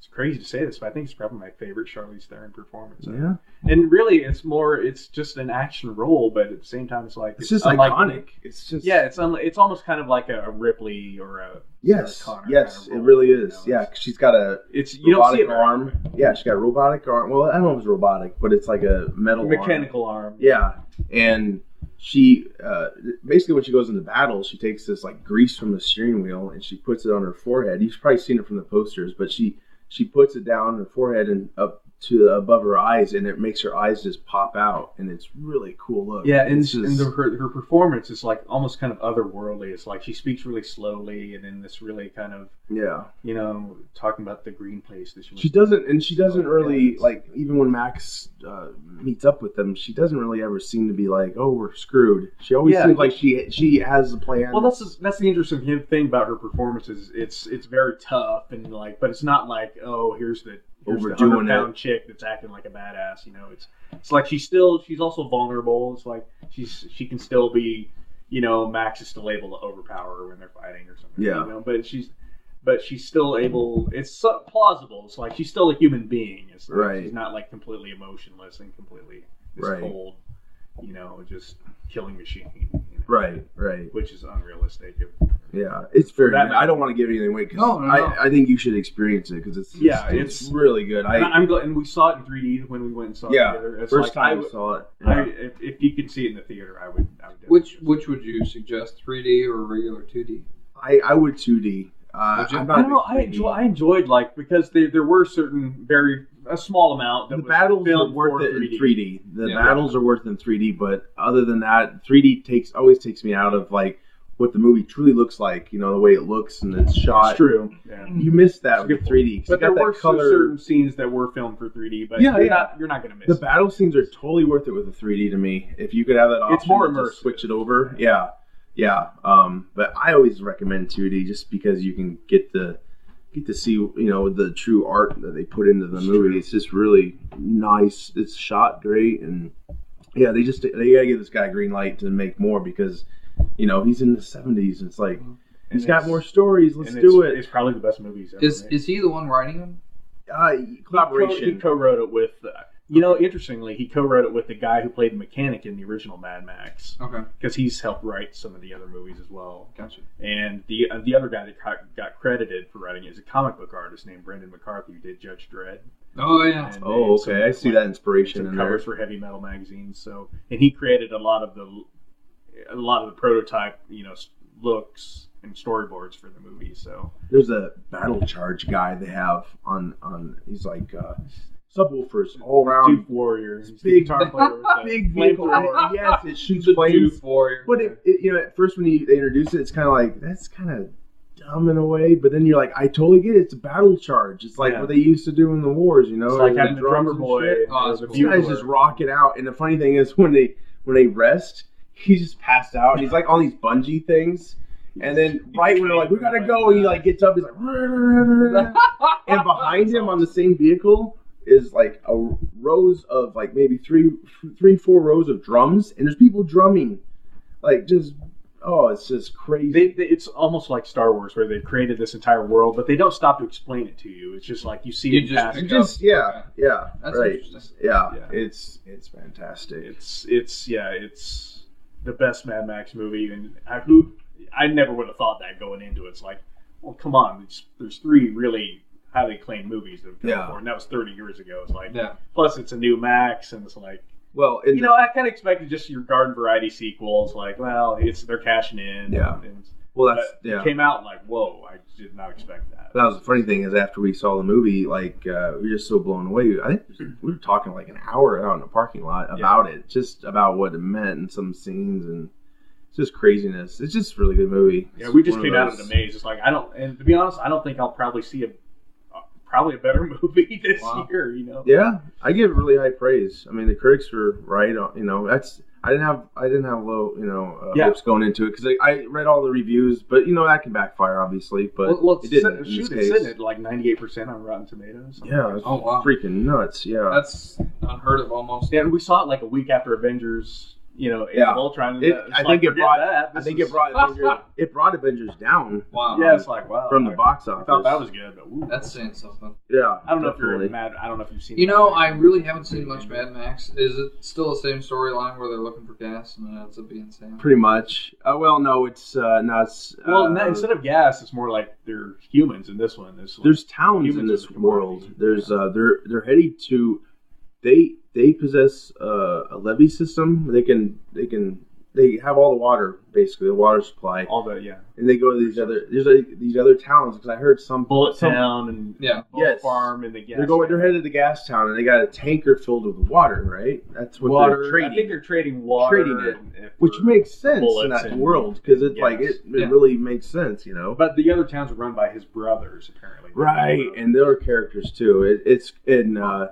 [SPEAKER 5] It's crazy to say this, but I think it's probably my favorite Charlize Theron performance.
[SPEAKER 4] Yeah,
[SPEAKER 5] And really, it's more, it's just an action role, but at the same time, it's like,
[SPEAKER 4] it's just
[SPEAKER 5] unlike-
[SPEAKER 4] iconic. It's just
[SPEAKER 5] Yeah, it's un- it's almost kind of like a, a Ripley or a
[SPEAKER 4] yes,
[SPEAKER 5] Sarah Connor
[SPEAKER 4] yes.
[SPEAKER 5] kind of
[SPEAKER 4] it
[SPEAKER 5] role,
[SPEAKER 4] really
[SPEAKER 5] you
[SPEAKER 4] is.
[SPEAKER 5] know,
[SPEAKER 4] Yeah, 'cause she's got a
[SPEAKER 5] it's you don't
[SPEAKER 4] robotic
[SPEAKER 5] see it very
[SPEAKER 4] arm.
[SPEAKER 5] often.
[SPEAKER 4] Yeah, she's got a robotic arm. Well, I don't know if it's robotic, but it's like a metal arm.
[SPEAKER 5] mechanical arm.
[SPEAKER 4] Yeah, and she uh, basically when she goes into battle, she takes this like grease from the steering wheel and she puts it on her forehead. You've probably seen it from the posters, but she she puts it down her forehead and up to above her eyes, and it makes her eyes just pop out, and it's really cool look.
[SPEAKER 5] Yeah, and,
[SPEAKER 4] It's just-
[SPEAKER 5] and the, her, her performance is like almost kind of otherworldly. It's like she speaks really slowly, and then this really kind of
[SPEAKER 4] yeah,
[SPEAKER 5] you know talking about the green place that she. was-
[SPEAKER 4] she doesn't, and she doesn't
[SPEAKER 5] Oh, Yeah,
[SPEAKER 4] really
[SPEAKER 5] it's-
[SPEAKER 4] like even when Max uh, meets up with them, she doesn't really ever seem to be like, oh, we're screwed. She always
[SPEAKER 5] Yeah.
[SPEAKER 4] seems like she she has a plan.
[SPEAKER 5] Well, that's the- that's the interesting thing- thing about her performance is it's it's very tough and like, but it's not like oh here's the here's
[SPEAKER 4] Overdoing
[SPEAKER 5] the pound chick that's acting like a badass. You know, it's it's like she's still she's also vulnerable. It's like she's she can still be you know Max is still able to overpower her when they're fighting or something.
[SPEAKER 4] Yeah.
[SPEAKER 5] you know? but she's but she's still able. It's so plausible. It's like she's still a human being. It's like
[SPEAKER 4] Right.
[SPEAKER 5] She's not like completely emotionless and completely this
[SPEAKER 4] Right.
[SPEAKER 5] cold. You know, just killing machine. You know?
[SPEAKER 4] right, right.
[SPEAKER 5] which is unrealistic.
[SPEAKER 4] Yeah, it's very.
[SPEAKER 5] That-
[SPEAKER 4] good. I don't want to give anything away because
[SPEAKER 3] No, no, no.
[SPEAKER 4] I, I think you should experience it because it's
[SPEAKER 5] Yeah,
[SPEAKER 4] it's,
[SPEAKER 5] it's-
[SPEAKER 4] really good.
[SPEAKER 5] I,
[SPEAKER 4] I
[SPEAKER 5] I'm glad, and we saw it in 3D when we went and saw
[SPEAKER 4] Yeah,
[SPEAKER 5] it together. It's
[SPEAKER 4] first
[SPEAKER 5] like, I
[SPEAKER 4] time I
[SPEAKER 5] would-
[SPEAKER 4] saw it.
[SPEAKER 5] I,
[SPEAKER 4] Yeah.
[SPEAKER 5] if, if you could see it in the theater, I would. I would
[SPEAKER 3] Which
[SPEAKER 5] definitely-
[SPEAKER 3] which would you suggest, 3D or regular 2D?
[SPEAKER 4] I, I would 2D. Uh,
[SPEAKER 3] Would you-
[SPEAKER 4] I'm
[SPEAKER 5] I
[SPEAKER 4] not
[SPEAKER 5] don't know. I enjoy. I enjoyed like because there there were certain very a small amount that
[SPEAKER 4] the
[SPEAKER 5] was
[SPEAKER 4] battles are
[SPEAKER 5] filmed
[SPEAKER 4] worth
[SPEAKER 5] for
[SPEAKER 4] it
[SPEAKER 5] 3D.
[SPEAKER 4] in 3D. The
[SPEAKER 3] Yeah.
[SPEAKER 4] battles are worth it in 3D, but other than that, 3D takes always takes me out of like what the movie truly looks like. You know the way it looks and it's shot.
[SPEAKER 5] It's true. Yeah.
[SPEAKER 4] You miss
[SPEAKER 5] It's a
[SPEAKER 4] that with
[SPEAKER 5] good
[SPEAKER 4] 3D. 'cause
[SPEAKER 5] But
[SPEAKER 4] you
[SPEAKER 5] there
[SPEAKER 4] got
[SPEAKER 5] were
[SPEAKER 4] that color.
[SPEAKER 5] certain scenes that were filmed for 3D, but
[SPEAKER 4] Yeah,
[SPEAKER 5] you're
[SPEAKER 4] yeah.
[SPEAKER 5] not you're not gonna miss.
[SPEAKER 4] The
[SPEAKER 5] it.
[SPEAKER 4] battle scenes are totally worth it with the 3D to me. If you could have that option,
[SPEAKER 5] It's more
[SPEAKER 4] to just
[SPEAKER 5] immersive.
[SPEAKER 4] Switch it over, yeah, yeah. Um, but I always recommend 2D just because you can get the get to see you know the true art that they put into the movie. It's just really nice. It's shot great, and yeah, they just they gotta give this guy a green light to make more because you know he's in the 70s. And it's like
[SPEAKER 5] And
[SPEAKER 4] he's got
[SPEAKER 5] it's-
[SPEAKER 4] more stories. Let's
[SPEAKER 5] and
[SPEAKER 4] do
[SPEAKER 5] it's-
[SPEAKER 4] it.
[SPEAKER 5] It's probably the best movie he's ever
[SPEAKER 3] Is
[SPEAKER 5] made.
[SPEAKER 3] is he the one writing them?
[SPEAKER 4] Uh,
[SPEAKER 5] He co- He
[SPEAKER 4] collaboration.
[SPEAKER 5] co-wrote it with, uh, you know, interestingly, he co-wrote it with the guy who played the mechanic in the original Mad Max
[SPEAKER 3] Okay,
[SPEAKER 5] because he's helped write some of the other movies as well.
[SPEAKER 3] gotcha.
[SPEAKER 5] And the uh, the other guy that got, got credited for writing it is a comic book artist named Brendan McCarthy who did Judge Dredd.
[SPEAKER 3] Oh yeah.
[SPEAKER 5] And
[SPEAKER 4] Oh,
[SPEAKER 5] they-
[SPEAKER 4] okay. I see that inspiration
[SPEAKER 5] some
[SPEAKER 4] in
[SPEAKER 5] covers
[SPEAKER 4] there.
[SPEAKER 5] for heavy metal magazines. So, and he created a lot of the a lot of the prototype, you know, s- looks and storyboards for the movie. So,
[SPEAKER 4] There's a battle charge guy they have on on. He's like uh, subwoofers all around.
[SPEAKER 5] Duke Warrior, he's the
[SPEAKER 4] Um, big-
[SPEAKER 5] guitar player with the
[SPEAKER 4] Big vehicle.
[SPEAKER 5] flamethrower.
[SPEAKER 4] yes, it shoots
[SPEAKER 3] The
[SPEAKER 4] flames.
[SPEAKER 3] Duke Warrior.
[SPEAKER 4] But it, it, you know, at first when you, they introduce it, it's kind of like that's kind of dumb in a way, but then you're like, I totally get it. It's a battle charge. It's like
[SPEAKER 5] Yeah.
[SPEAKER 4] what they used to do in Oh, the wars, you know?
[SPEAKER 5] It's like
[SPEAKER 4] with
[SPEAKER 5] having the drummer
[SPEAKER 4] drums and
[SPEAKER 5] boy.
[SPEAKER 4] shit.
[SPEAKER 3] Oh,
[SPEAKER 5] or
[SPEAKER 3] that's
[SPEAKER 5] the
[SPEAKER 3] cool.
[SPEAKER 4] These guys
[SPEAKER 5] bugler.
[SPEAKER 4] just rock it out, and the funny thing is when they when they rest, he's just passed out, and he's like on these bungee things. And then right when they're like, we gotta go, he like gets up, he's like, and behind him on the same vehicle is like a rows of like maybe three, three, four rows of drums, and there's people drumming, like just oh, it's just crazy.
[SPEAKER 5] They, they, it's almost like Star Wars, where they've created this entire world, but they don't stop to explain it to you. It's just like you see
[SPEAKER 3] You
[SPEAKER 5] it
[SPEAKER 3] just
[SPEAKER 5] pass.
[SPEAKER 4] You
[SPEAKER 3] pick
[SPEAKER 4] just yeah, yeah,
[SPEAKER 3] That's
[SPEAKER 4] right,
[SPEAKER 3] interesting.
[SPEAKER 4] yeah,
[SPEAKER 5] Yeah.
[SPEAKER 4] It's it's fantastic.
[SPEAKER 5] It's it's yeah, it's the best Mad Max movie, and I, who I never would have thought that going into it. It's like, well, come on, it's, there's three really highly acclaimed movies that have come
[SPEAKER 4] Yeah.
[SPEAKER 5] before, and that was 30 years ago. It's like,
[SPEAKER 3] Yeah.
[SPEAKER 5] plus it's a new Max, and it's like,
[SPEAKER 4] Well, in
[SPEAKER 5] you know, I kind of expected just your garden variety sequels. Like, well, it's they're cashing in.
[SPEAKER 4] Yeah.
[SPEAKER 5] and,
[SPEAKER 4] well,
[SPEAKER 5] but
[SPEAKER 4] that's yeah.
[SPEAKER 5] it came out like, whoa, I did not expect that.
[SPEAKER 4] That was the funny thing is after we saw the movie, like uh, we were just so blown away. I think we were talking like an hour out in the parking lot about it, just about what it meant and some scenes and it's just craziness. It's just a really good movie.
[SPEAKER 5] Yeah,
[SPEAKER 4] It's
[SPEAKER 5] we just
[SPEAKER 4] one
[SPEAKER 5] came out of the
[SPEAKER 4] those-
[SPEAKER 5] maze. It's like I don't, and to be honest, I don't think I'll probably see a uh, probably a better movie this
[SPEAKER 3] Wow.
[SPEAKER 5] year. You know,
[SPEAKER 4] Yeah, I give it really high praise. I mean, the critics were right. On, you know, that's I didn't have I didn't have low you know uh,
[SPEAKER 5] Yeah.
[SPEAKER 4] hopes going into it because I, I read all the reviews, but you know that can backfire obviously. But
[SPEAKER 5] well, well,
[SPEAKER 4] it
[SPEAKER 5] it's
[SPEAKER 4] didn't
[SPEAKER 5] sitting-
[SPEAKER 4] in this
[SPEAKER 5] shoot,
[SPEAKER 4] case.
[SPEAKER 5] it's sitting at like ninety eight percent on Rotten Tomatoes.
[SPEAKER 4] Yeah, it's
[SPEAKER 3] Oh, wow.
[SPEAKER 4] freaking nuts. Yeah,
[SPEAKER 3] That's unheard of almost.
[SPEAKER 5] and we saw it like a week after Avengers. You know, Age
[SPEAKER 4] Yeah.
[SPEAKER 5] of Ultron. and
[SPEAKER 4] It-
[SPEAKER 5] that- it's
[SPEAKER 4] I
[SPEAKER 5] like,
[SPEAKER 4] think it
[SPEAKER 5] forget
[SPEAKER 4] brought-
[SPEAKER 5] That.
[SPEAKER 4] I
[SPEAKER 5] This
[SPEAKER 4] think
[SPEAKER 5] is-
[SPEAKER 4] it brought Avengers, it brought Avengers down
[SPEAKER 3] Wow.
[SPEAKER 5] Yeah, it's like wow.
[SPEAKER 4] from the
[SPEAKER 5] I-
[SPEAKER 4] box
[SPEAKER 5] I
[SPEAKER 4] office.
[SPEAKER 5] thought that was good, but ooh.
[SPEAKER 3] That's saying something.
[SPEAKER 4] yeah.
[SPEAKER 5] I don't know if
[SPEAKER 4] definitely.
[SPEAKER 5] you're mad. I don't know if you've seen.
[SPEAKER 3] You
[SPEAKER 5] that
[SPEAKER 3] know,
[SPEAKER 5] movie.
[SPEAKER 3] I really haven't seen much Mad Max. Is it still the same storyline where they're looking for gas and it ends up being Sam?
[SPEAKER 4] pretty much. Uh, well, no, it's uh, not. s-
[SPEAKER 5] Well,
[SPEAKER 4] uh,
[SPEAKER 5] no, instead of gas, it's more like they're humans in this one. It's like,
[SPEAKER 4] there's towns in
[SPEAKER 5] humans
[SPEAKER 4] this
[SPEAKER 5] are the commodity.
[SPEAKER 4] world. There's uh, they're they're headed to. They they possess uh, a levee system. They can they can they have all the water basically the water supply,
[SPEAKER 5] all the yeah
[SPEAKER 4] and they go to these other there's like, these other towns because I heard some
[SPEAKER 5] bullet
[SPEAKER 4] some-
[SPEAKER 5] town and
[SPEAKER 3] Yeah.
[SPEAKER 5] Bullet
[SPEAKER 4] Yes.
[SPEAKER 5] farm and the gas.
[SPEAKER 4] They're going. They're
[SPEAKER 5] station.
[SPEAKER 4] headed to gas town, and they got a tanker filled with water. Right? That's what they're
[SPEAKER 5] water. I think
[SPEAKER 4] trading.
[SPEAKER 5] they're trading water,
[SPEAKER 4] Trading it,
[SPEAKER 5] and- and
[SPEAKER 4] Which
[SPEAKER 5] for-
[SPEAKER 4] makes sense in
[SPEAKER 5] bullets
[SPEAKER 4] that
[SPEAKER 5] and-
[SPEAKER 4] world because it's like it,
[SPEAKER 5] Yes.
[SPEAKER 4] it
[SPEAKER 3] Yeah.
[SPEAKER 4] really makes sense, you know.
[SPEAKER 5] But the other towns are run by his brothers, apparently.
[SPEAKER 4] right and there were characters too it, it's and uh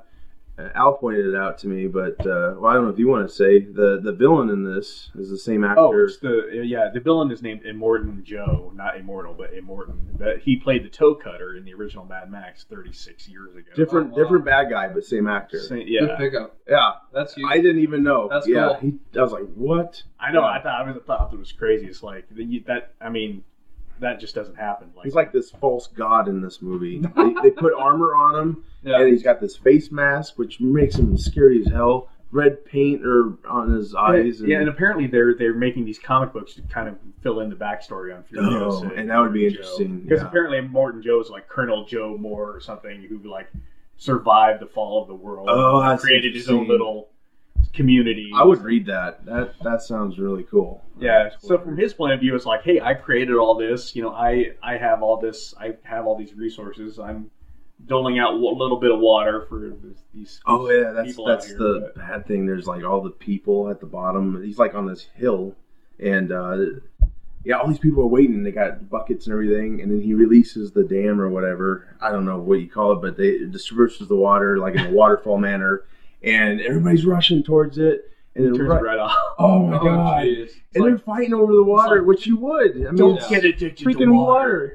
[SPEAKER 4] al pointed it out to me but uh well, i don't know if you want to say the the villain in this is the same actor
[SPEAKER 5] oh, it's the yeah. The villain is named Immortan Joe, not immortal, but Immortan. But he played the toe cutter in the original Mad Max 36 years ago.
[SPEAKER 3] Oh,
[SPEAKER 4] different
[SPEAKER 3] wow.
[SPEAKER 4] different bad guy but same actor
[SPEAKER 5] Sa-
[SPEAKER 3] Good
[SPEAKER 5] yeah,
[SPEAKER 3] pickup.
[SPEAKER 4] yeah
[SPEAKER 3] That's huge.
[SPEAKER 4] i didn't even know
[SPEAKER 3] That's
[SPEAKER 4] yeah
[SPEAKER 3] cool.
[SPEAKER 4] he, i was like what
[SPEAKER 5] I know. I thought I was- I thought it was crazy. It's like the- you- that. I mean, that just doesn't happen. Like,
[SPEAKER 4] he's like this false god in this movie they, they put armor on him
[SPEAKER 3] yeah.
[SPEAKER 4] and he's got this face mask which makes him scary as hell red paint or on his eyes and,
[SPEAKER 5] yeah, and apparently they're they're making these comic books to kind of fill in the backstory on
[SPEAKER 4] Oh,
[SPEAKER 5] Furiosa.
[SPEAKER 4] and that would be interesting,
[SPEAKER 5] because
[SPEAKER 4] yeah.
[SPEAKER 5] apparently Morton Joe is like Colonel Joe Moore or something who like survived the fall of the world.
[SPEAKER 4] Oh, that's
[SPEAKER 5] created his own
[SPEAKER 4] interesting.
[SPEAKER 5] little community.
[SPEAKER 4] i would read that that that sounds really cool
[SPEAKER 5] Yeah. So from his point of view, it's like, hey, I created all this. You know, I I have all this. I have all these resources. I'm doling out a little bit of water for these. these
[SPEAKER 4] Oh yeah, that's
[SPEAKER 5] people
[SPEAKER 4] that's
[SPEAKER 5] out here,
[SPEAKER 4] the
[SPEAKER 5] but-
[SPEAKER 4] bad thing. There's like all the people at the bottom. He's like on this hill, and uh, yeah, all these people are waiting. They got buckets and everything, and then he releases the dam or whatever. I don't know what you call it, but they it disperses the water like in a waterfall manner, and everybody's rushing towards it. And then
[SPEAKER 5] Turns
[SPEAKER 4] right-
[SPEAKER 5] right off.
[SPEAKER 4] oh my
[SPEAKER 3] oh,
[SPEAKER 4] god!
[SPEAKER 3] jeez.
[SPEAKER 4] and
[SPEAKER 5] like-
[SPEAKER 4] they're fighting over the water,
[SPEAKER 5] like-
[SPEAKER 4] which you would. I mean,
[SPEAKER 5] Don't
[SPEAKER 4] it's
[SPEAKER 5] get addicted to
[SPEAKER 4] freaking
[SPEAKER 5] water.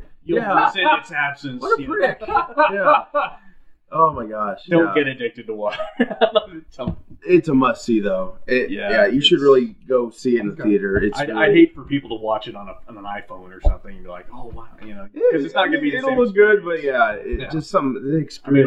[SPEAKER 4] water.
[SPEAKER 5] You'll
[SPEAKER 4] Yeah.
[SPEAKER 5] resent its absence.
[SPEAKER 4] What a
[SPEAKER 5] you know.
[SPEAKER 4] prick. yeah. Oh my gosh.
[SPEAKER 5] Don't
[SPEAKER 4] yeah.
[SPEAKER 5] get addicted to water. Some-
[SPEAKER 4] It's a must see though. It, yeah,
[SPEAKER 5] Yeah,
[SPEAKER 4] you should
[SPEAKER 5] it's-
[SPEAKER 4] really go see it in the
[SPEAKER 3] Okay.
[SPEAKER 4] theater. It's
[SPEAKER 5] I,
[SPEAKER 4] really-
[SPEAKER 5] I hate for people to watch it on, a, on an iPhone or something and be like, oh, wow, you know, because it's not going to be the
[SPEAKER 4] It'll
[SPEAKER 5] same
[SPEAKER 4] look good, but
[SPEAKER 5] experience.
[SPEAKER 4] yeah, it,
[SPEAKER 3] Yeah.
[SPEAKER 4] just some the
[SPEAKER 5] I mean, with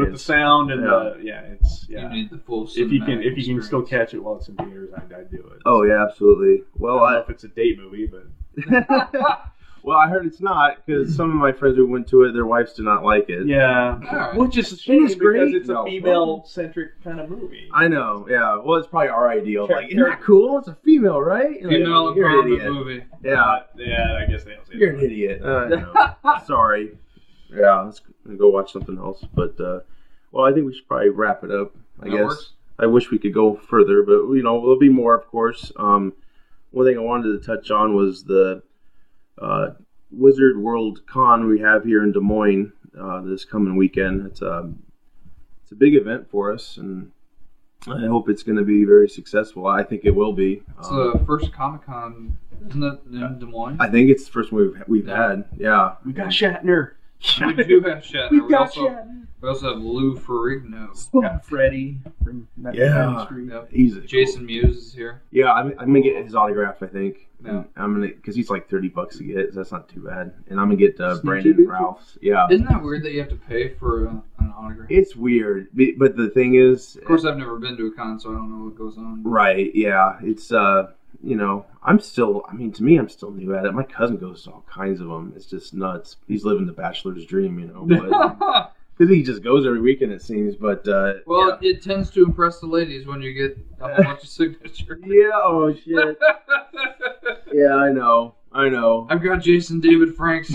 [SPEAKER 5] the
[SPEAKER 4] experience.
[SPEAKER 5] sound and the, yeah, it's, yeah.
[SPEAKER 3] You need the full
[SPEAKER 5] if you can
[SPEAKER 3] cinematic
[SPEAKER 5] if you can still
[SPEAKER 3] experience.
[SPEAKER 5] catch it while it's in theaters, I'd, I'd do it.
[SPEAKER 4] oh yeah, absolutely. Well,
[SPEAKER 5] I don't
[SPEAKER 4] I,
[SPEAKER 5] know if it's a date movie, but
[SPEAKER 4] well, I heard it's not because some of my friends who went to it, their wives do not like it.
[SPEAKER 5] yeah,
[SPEAKER 3] right.
[SPEAKER 5] which is a shame
[SPEAKER 4] is
[SPEAKER 5] because
[SPEAKER 4] great.
[SPEAKER 5] it's a
[SPEAKER 4] No.
[SPEAKER 5] female centric kind of movie.
[SPEAKER 4] I know. Yeah. Well, it's probably our ideal.
[SPEAKER 5] Sure.
[SPEAKER 4] Like, isn't that cool? It's a female, right? You're like,
[SPEAKER 3] Female
[SPEAKER 4] you're an
[SPEAKER 3] empowerment
[SPEAKER 4] idiot.
[SPEAKER 3] movie.
[SPEAKER 4] Yeah,
[SPEAKER 5] Uh, yeah, I guess they don't say
[SPEAKER 4] you're
[SPEAKER 5] that.
[SPEAKER 4] an idiot. I know. Sorry. Yeah, let's go watch something else. But uh, well, I think we should probably wrap it up. I
[SPEAKER 3] That
[SPEAKER 4] guess.
[SPEAKER 3] works.
[SPEAKER 4] I wish we could go further, but you know there'll be more, of course. Um, one thing I wanted to touch on was the uh, Wizard World Con we have here in Des Moines uh, this coming weekend. It's a it's a big event for us, and I hope it's going to be very successful. I think it will be.
[SPEAKER 3] It's
[SPEAKER 4] Um,
[SPEAKER 5] Oh.
[SPEAKER 3] the first Comic Con, isn't it, in Des Moines?
[SPEAKER 4] I think it's the first one we've we've
[SPEAKER 3] Yeah.
[SPEAKER 4] had. Yeah,
[SPEAKER 5] We got Shatner.
[SPEAKER 3] We do have Shatner.
[SPEAKER 5] We
[SPEAKER 3] We,
[SPEAKER 5] got
[SPEAKER 3] also,
[SPEAKER 5] Shatner.
[SPEAKER 3] we also have Lou Ferrigno.
[SPEAKER 5] Got Freddy from that
[SPEAKER 4] Yeah.
[SPEAKER 5] Street.
[SPEAKER 3] Yep.
[SPEAKER 4] he's a
[SPEAKER 3] Jason Mewes is here.
[SPEAKER 4] Yeah, I'm, I'm gonna get his autograph. I think.
[SPEAKER 3] Yeah.
[SPEAKER 4] I'm gonna because he's like thirty bucks to get. So that's not too bad. And I'm gonna get uh,
[SPEAKER 5] Sneaky
[SPEAKER 4] Brandon
[SPEAKER 5] bitches.
[SPEAKER 4] Ralphs. Yeah,
[SPEAKER 3] Isn't that weird that you have to pay for a, an autograph?
[SPEAKER 4] it's weird, b- but the thing is,
[SPEAKER 3] Of course, I've never been to a con, so I don't know what goes on.
[SPEAKER 4] right? Yeah, it's uh, you know, I'm still. I mean, to me, I'm still new at it. My cousin goes to all kinds of them. It's just nuts. He's living the bachelor's dream, you know, because he just goes every weekend it seems. But uh,
[SPEAKER 3] well, it, it tends to impress the ladies when you get a whole bunch of signatures.
[SPEAKER 4] yeah. yeah, oh shit, yeah, I know, I know.
[SPEAKER 3] I've got Jason David Franks.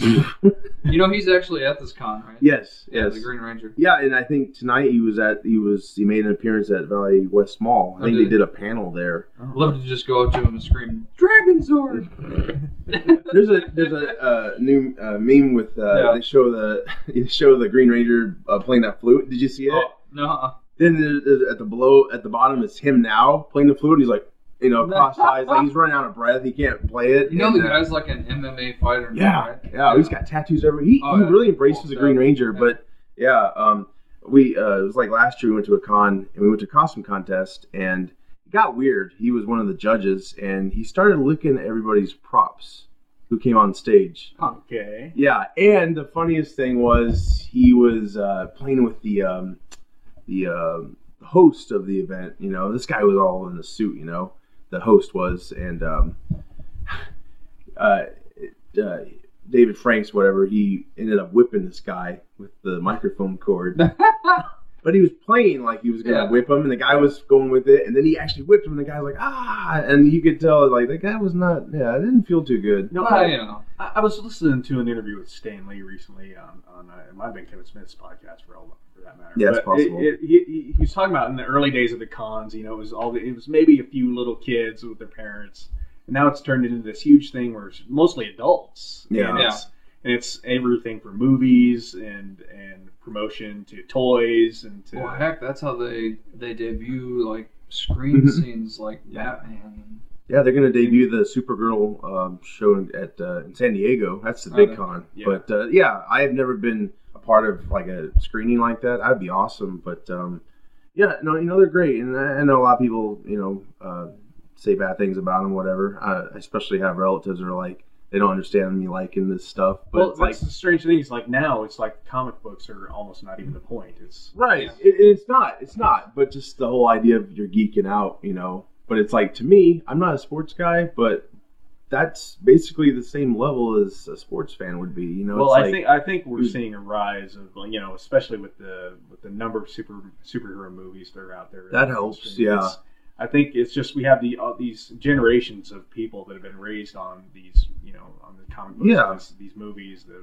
[SPEAKER 3] you know he's actually at this con, right?
[SPEAKER 4] Yes,
[SPEAKER 3] Yeah,
[SPEAKER 4] yes.
[SPEAKER 3] the Green Ranger.
[SPEAKER 4] Yeah, and I think tonight he was at he was he made an appearance at Valley West Mall. I
[SPEAKER 3] Oh,
[SPEAKER 4] think
[SPEAKER 3] did
[SPEAKER 4] they
[SPEAKER 3] he?
[SPEAKER 4] did a panel there.
[SPEAKER 3] I'd love to just go up to him and scream, "Dragon Sword!"
[SPEAKER 4] There's a there's a uh, new uh, meme with uh,
[SPEAKER 3] Yeah.
[SPEAKER 4] they show the they show the Green Ranger uh, playing that flute. Did you see it?
[SPEAKER 3] Oh, no.
[SPEAKER 4] Then there's, there's- at the below at the bottom it's him now playing the flute. and He's like you know cross eyes like he's running out of breath. He can't play it.
[SPEAKER 3] You know
[SPEAKER 4] And,
[SPEAKER 3] the
[SPEAKER 4] uh,
[SPEAKER 3] guy's like an MMA fighter. now,
[SPEAKER 4] Yeah,
[SPEAKER 3] right?
[SPEAKER 4] yeah, he's got tattoos everywhere. He,
[SPEAKER 3] Oh,
[SPEAKER 4] he
[SPEAKER 3] yeah.
[SPEAKER 4] really embraces the
[SPEAKER 3] Awesome.
[SPEAKER 4] Green Ranger,
[SPEAKER 3] Yeah.
[SPEAKER 4] but yeah, um, we uh, it was like last year we went to a con and we went to a costume contest and it got weird. He was one of the judges and he started looking at everybody's props who came on stage.
[SPEAKER 5] Okay.
[SPEAKER 4] Yeah, and the funniest thing was he was uh, playing with the um, the um host of the event. You know, this guy was all in a suit. You know, the host was, and um, uh, uh, David Franks, whatever, he ended up whipping this guy with the microphone cord. But he was playing like he was gonna
[SPEAKER 3] Yeah.
[SPEAKER 4] whip him, and the guy was going with it, and then he actually whipped him, and the guy's like, ah, and you could tell like the guy was not, yeah, it didn't feel too good.
[SPEAKER 5] No,
[SPEAKER 3] Well,
[SPEAKER 5] I,
[SPEAKER 3] you know,
[SPEAKER 5] I I was listening to an interview with Stan Lee recently on, on uh, it might have been Kevin Smith's podcast for, all, for that matter.
[SPEAKER 4] Yeah, it's
[SPEAKER 5] But
[SPEAKER 4] possible.
[SPEAKER 5] It, it, he, he- he was talking about in the early days of the cons, you know, it was all the, it was maybe a few little kids with their parents, and now it's turned into this huge thing where it's mostly adults.
[SPEAKER 4] Yeah.
[SPEAKER 5] and it's, and it's everything from movies and and promotion to toys and to
[SPEAKER 3] well, heck, that's how they they debut like screen
[SPEAKER 4] Mhm.
[SPEAKER 3] scenes like
[SPEAKER 4] Yeah.
[SPEAKER 3] Batman.
[SPEAKER 4] Yeah, they're going to debut the Supergirl um, show in- at uh, in San Diego. That's the
[SPEAKER 3] Oh,
[SPEAKER 4] big
[SPEAKER 3] that-
[SPEAKER 4] con.
[SPEAKER 5] yeah.
[SPEAKER 4] But uh, yeah, I have never been a part of like a screening like that. That'd be awesome. But um, yeah, no, you know they're great, and I, I know a lot of people, you know, uh, say bad things about them, whatever. I I especially have relatives that are like they don't understand me liking this stuff. But
[SPEAKER 5] well,
[SPEAKER 4] it's
[SPEAKER 5] that's
[SPEAKER 4] like,
[SPEAKER 5] the strange thing is like now it's like comic books are almost not even the point. It's
[SPEAKER 4] right? It, it's not. It's not. But just the whole idea of you're geeking out, you know. But it's like to me, I'm not a sports guy, but that's basically the same level as a sports fan would be. You know,
[SPEAKER 5] well,
[SPEAKER 4] it's
[SPEAKER 5] I
[SPEAKER 4] like,
[SPEAKER 5] think I think we're
[SPEAKER 4] Mm.
[SPEAKER 5] seeing a rise of like, you know, especially with the with the number of super superhero movies that are out there.
[SPEAKER 4] That helps,
[SPEAKER 5] It's-
[SPEAKER 4] yeah.
[SPEAKER 5] I think it's just we have the all these generations of people that have been raised on these, you know, on the comic books,
[SPEAKER 4] Yeah.
[SPEAKER 5] these, these movies. That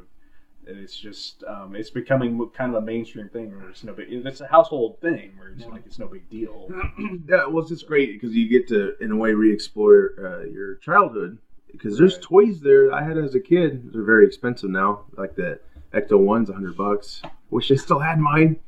[SPEAKER 5] and it's just um, it's becoming kind of a mainstream thing where it's no big. It's a household thing where it's
[SPEAKER 3] Yeah.
[SPEAKER 5] like it's no big deal.
[SPEAKER 4] yeah, well, it's just great because you get to, in a way, re-explore uh, your childhood because there's
[SPEAKER 5] Right.
[SPEAKER 4] toys there I had as a kid. They're very expensive now. Like the Ecto One's a hundred bucks. Wish I still had mine,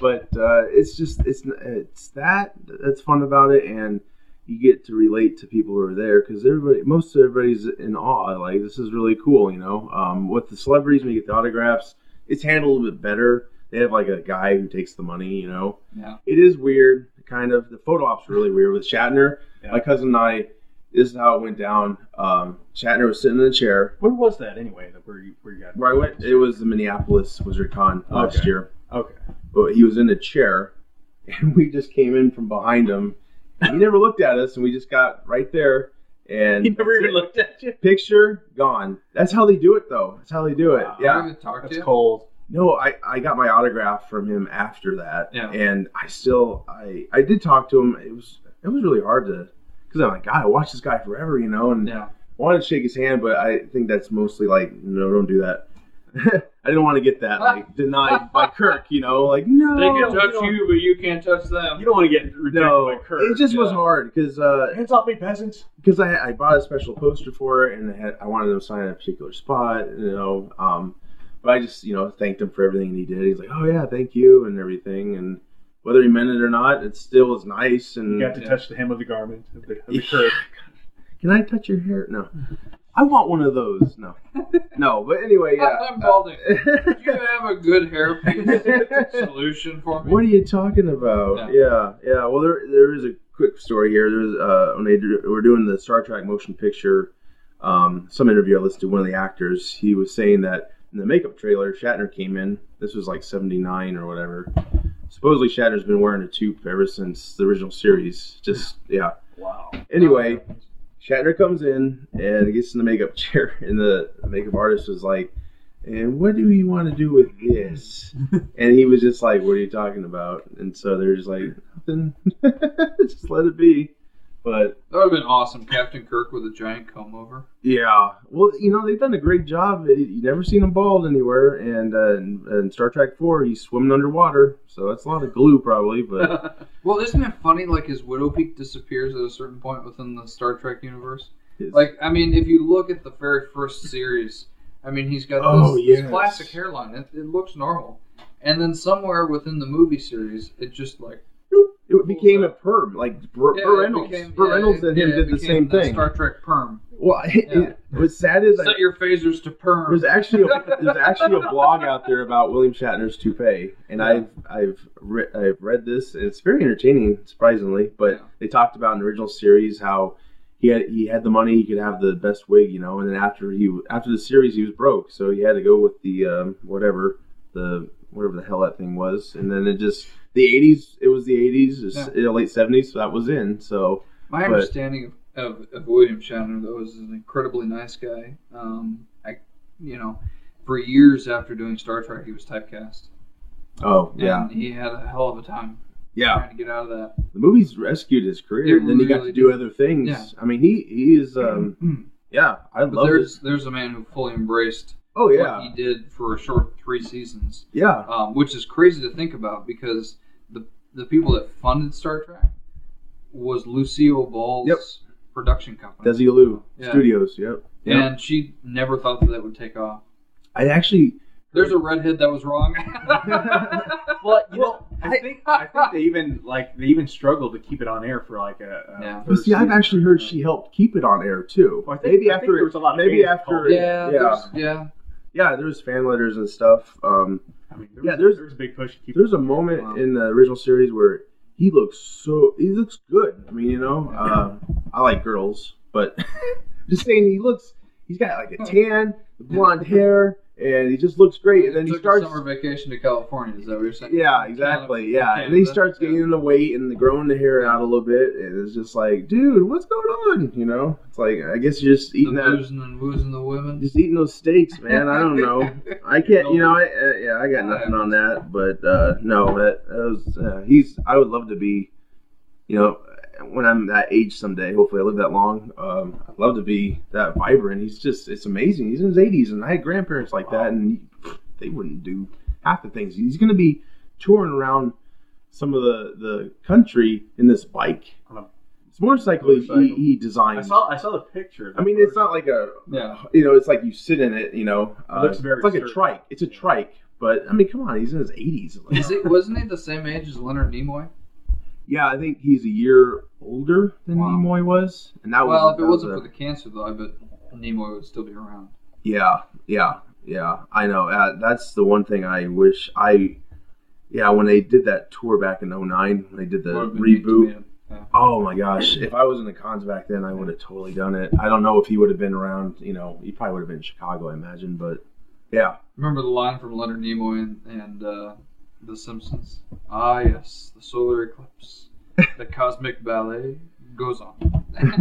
[SPEAKER 4] but uh, it's just it's it's that that's fun about it, and you get to relate to people who are there because everybody, most everybody's in awe. Like this is really cool, you know. Um, with the celebrities, when you get the autographs, it's handled a little bit better. They have like a guy who takes the money, you know
[SPEAKER 3] Yeah,
[SPEAKER 4] it is weird, kind of. The photo ops were really weird with Shatner.
[SPEAKER 5] Yeah.
[SPEAKER 4] My cousin and I, this is how it went down. Um, Shatner was sitting in a chair.
[SPEAKER 5] Where was that anyway? That where you where you got
[SPEAKER 4] Where I went, it was the Minneapolis Wizard Con last
[SPEAKER 5] Okay.
[SPEAKER 4] year.
[SPEAKER 5] okay.
[SPEAKER 4] But he was in a chair, and we just came in from behind him. And he never looked at us, and we just got right there. And
[SPEAKER 5] He never
[SPEAKER 4] that's
[SPEAKER 5] even
[SPEAKER 4] it.
[SPEAKER 5] looked at you.
[SPEAKER 4] Picture gone. That's how they do it, though. That's how they do it.
[SPEAKER 5] Wow.
[SPEAKER 4] Yeah.
[SPEAKER 3] I haven't talked to
[SPEAKER 5] That's
[SPEAKER 3] you.
[SPEAKER 5] cold.
[SPEAKER 4] No, I, I got my autograph from him after that,
[SPEAKER 3] Yeah.
[SPEAKER 4] and I still I I did talk to him. It was it was really hard to because I'm like God, I watched this guy forever, you know, and
[SPEAKER 3] Yeah,
[SPEAKER 4] wanted to shake his hand, but I think that's mostly like no, don't do that. I didn't want to get that like denied by Kirk. You know, like no,
[SPEAKER 3] Ah. They can touch
[SPEAKER 5] you know-
[SPEAKER 3] you, but you can't touch them.
[SPEAKER 5] You don't want to get rejected
[SPEAKER 4] no.
[SPEAKER 5] by Kirk.
[SPEAKER 4] It just was
[SPEAKER 3] yeah.
[SPEAKER 4] hard because uh,
[SPEAKER 5] Hands off me, peasants.
[SPEAKER 4] because I, I bought a special poster for it and I, had, I wanted him to sign a particular spot, you know. Um, but I just you know thanked him for everything he did. He's like, oh yeah, thank you and everything. And whether he meant it or not, it still was nice. And
[SPEAKER 5] You got to
[SPEAKER 3] Yeah.
[SPEAKER 5] touch the hem of the garment of the, of the Kirk.
[SPEAKER 4] can I touch your hair? No, I want one of those. No, no. But
[SPEAKER 3] I'm
[SPEAKER 4] anyway, yeah.
[SPEAKER 3] balding. Do you have a good hairpiece solution for me?
[SPEAKER 4] What are you talking about? Yeah, yeah. Well, there there is a quick story here. There's uh, when they do, were doing the Star Trek motion picture, um, some interview I listened to one of the actors. He was saying that in the makeup trailer, Shatner came in. This was like '79 or whatever. Supposedly, Shatner's been wearing a tube ever since the original series. Just yeah.
[SPEAKER 5] Wow.
[SPEAKER 4] Anyway, Shatner comes in and gets in the makeup chair, and the makeup artist was like, "And what do you want to do with this?" and he was just like, "What are you talking about?" And so they're just like, "Nothing, just let it be." But
[SPEAKER 3] That would have been awesome, Captain Kirk with a giant comb over.
[SPEAKER 4] yeah, well, you know they've done a great job. You- You never seen him bald anywhere, and uh, in, in Star Trek Four, he's swimming underwater, so that's a lot of glue probably. But
[SPEAKER 3] Well, isn't it funny? Like his widow peak disappears at a certain point within the Star Trek universe.
[SPEAKER 4] it's-
[SPEAKER 3] Like, I mean, if you look at the very first series, I mean, he's got this,
[SPEAKER 4] Oh,
[SPEAKER 3] this
[SPEAKER 4] yes.
[SPEAKER 3] classic hairline. It, it looks normal, and then somewhere within the movie series, it just like
[SPEAKER 4] it became a perm, like Burt
[SPEAKER 3] Yeah,
[SPEAKER 4] Burt
[SPEAKER 3] it
[SPEAKER 4] Reynolds.
[SPEAKER 3] became-
[SPEAKER 4] Burt
[SPEAKER 3] yeah,
[SPEAKER 4] Reynolds
[SPEAKER 3] it-
[SPEAKER 4] and him
[SPEAKER 3] yeah, it
[SPEAKER 4] did the
[SPEAKER 3] became
[SPEAKER 4] same thing.
[SPEAKER 3] Star Trek perm.
[SPEAKER 4] Well, it,
[SPEAKER 3] Yeah.
[SPEAKER 4] it- what's sad is I,
[SPEAKER 3] Set your phasers to perm.
[SPEAKER 4] there's actually a, there's actually a blog out there about William Shatner's toupee, and I've I've re- I've read this. and It's very entertaining, surprisingly. But
[SPEAKER 3] Yeah.
[SPEAKER 4] they talked about in the original series how he had he had the money, he could have the best wig, you know. And then after he after the series, he was broke, so he had to go with the um, whatever the whatever the hell that thing was. And then it just the 80s, it was the 80s, it's
[SPEAKER 3] Yeah.
[SPEAKER 4] the late 70s, so that was in. So
[SPEAKER 3] My
[SPEAKER 4] But-
[SPEAKER 3] understanding of, of, of William Shatner, though, is an incredibly nice guy. Um, I, you know, for years after doing Star Trek, he was typecast.
[SPEAKER 4] oh yeah,
[SPEAKER 3] And he had a hell of a time
[SPEAKER 4] yeah.
[SPEAKER 3] trying to get out of that.
[SPEAKER 4] the movies rescued his career,
[SPEAKER 3] It
[SPEAKER 4] and then he got
[SPEAKER 3] really
[SPEAKER 4] to do
[SPEAKER 3] did.
[SPEAKER 4] other things.
[SPEAKER 3] Yeah.
[SPEAKER 4] I mean, he he is um yeah, I
[SPEAKER 3] But
[SPEAKER 4] love it.
[SPEAKER 3] there's there's a man who fully embraced
[SPEAKER 4] Oh
[SPEAKER 3] what
[SPEAKER 4] yeah,
[SPEAKER 3] he did for a short three seasons,
[SPEAKER 4] yeah,
[SPEAKER 3] um, which is crazy to think about because the the people that funded Star Trek was Lucille Ball's
[SPEAKER 4] Yep.
[SPEAKER 3] production company,
[SPEAKER 4] Desi Lu
[SPEAKER 3] Yeah.
[SPEAKER 4] Studios. Yep. Yep.
[SPEAKER 3] and she never thought that that would take off.
[SPEAKER 4] I actually
[SPEAKER 3] There's a redhead that was wrong.
[SPEAKER 5] Well, you know, I
[SPEAKER 4] I-
[SPEAKER 5] think I think they even like they even struggled to keep it on air for like a. a
[SPEAKER 3] Yeah.
[SPEAKER 5] third
[SPEAKER 4] but see, I've
[SPEAKER 5] season.
[SPEAKER 4] actually heard she helped keep it on air too.
[SPEAKER 5] Well, I think-
[SPEAKER 4] maybe
[SPEAKER 5] I think
[SPEAKER 4] after
[SPEAKER 5] there
[SPEAKER 4] it-
[SPEAKER 5] was a lot of
[SPEAKER 4] maybe
[SPEAKER 5] fans
[SPEAKER 4] after
[SPEAKER 5] called
[SPEAKER 4] it-
[SPEAKER 5] it.
[SPEAKER 3] yeah,
[SPEAKER 4] yeah,
[SPEAKER 3] there's- yeah.
[SPEAKER 4] yeah. There's fan letters and stuff. Um,
[SPEAKER 5] I mean, there
[SPEAKER 4] Yeah,
[SPEAKER 5] was,
[SPEAKER 4] there's-
[SPEAKER 5] there was a big push to keep.
[SPEAKER 4] there's a moment
[SPEAKER 3] Wow.
[SPEAKER 4] in the original series where he looks so he looks good. I mean, you know, uh, I like girls, but just saying he looks he's got like a tan, blonde hair, and he just looks great. And then he
[SPEAKER 3] Took a
[SPEAKER 4] starts
[SPEAKER 3] summer vacation to California. Is that what you're saying?
[SPEAKER 4] yeah, exactly. Yeah,
[SPEAKER 3] Canada,
[SPEAKER 4] and then he starts
[SPEAKER 3] yeah.
[SPEAKER 4] gaining the weight and the growing the hair out a little bit, and it's just like, dude, what's going on? You know, it's like I guess you're just
[SPEAKER 3] The
[SPEAKER 4] eating that,
[SPEAKER 3] boozing and woozing the women.
[SPEAKER 4] just eating those steaks, man. I don't know. I can't, you know. I, uh, yeah, I got nothing on that, but uh, no, that, that was uh, he's. I would love to be, you know, when I'm that age someday. Hopefully, I live that long. Um, I'd love to be that vibrant. He's just, it's amazing. He's in his 80s, and I had grandparents like that, and they wouldn't do half the things. He's going to be touring around some of the the country in this bike.
[SPEAKER 5] On a-
[SPEAKER 4] It's motorcycle he, he, he
[SPEAKER 5] I
[SPEAKER 4] designed.
[SPEAKER 5] saw I saw the picture. of
[SPEAKER 4] I
[SPEAKER 5] the
[SPEAKER 4] mean, it's not like a
[SPEAKER 3] Yeah.
[SPEAKER 4] you know, it's like you sit in it, you know. Uh,
[SPEAKER 5] looks very
[SPEAKER 4] it's like
[SPEAKER 5] sturdy.
[SPEAKER 4] a trike. It's a trike, but I mean, come on, he's in his 80s.
[SPEAKER 3] Is he, wasn't he the same age as Leonard Nimoy?
[SPEAKER 4] yeah, I think he's a year older than
[SPEAKER 3] Wow.
[SPEAKER 4] Nimoy was, and that
[SPEAKER 3] well,
[SPEAKER 4] was
[SPEAKER 3] if it
[SPEAKER 4] that was
[SPEAKER 3] wasn't
[SPEAKER 4] a-
[SPEAKER 3] for the cancer, though, I bet Nimoy would still be around.
[SPEAKER 4] yeah, yeah, yeah. I know. Uh, that's the one thing I wish I. Yeah, when they did that tour back in 09, when they did the
[SPEAKER 3] Would've been neat to
[SPEAKER 4] reboot,
[SPEAKER 3] meet him.
[SPEAKER 4] Oh my gosh! If I was in the cons back then, I would have totally done it. I don't know if he would have been around. You know, he probably would have been in Chicago, I imagine. But yeah,
[SPEAKER 3] Remember the line from Leonard Nimoy and, and uh, The Simpsons? Ah, yes, the solar eclipse. The cosmic ballet goes on.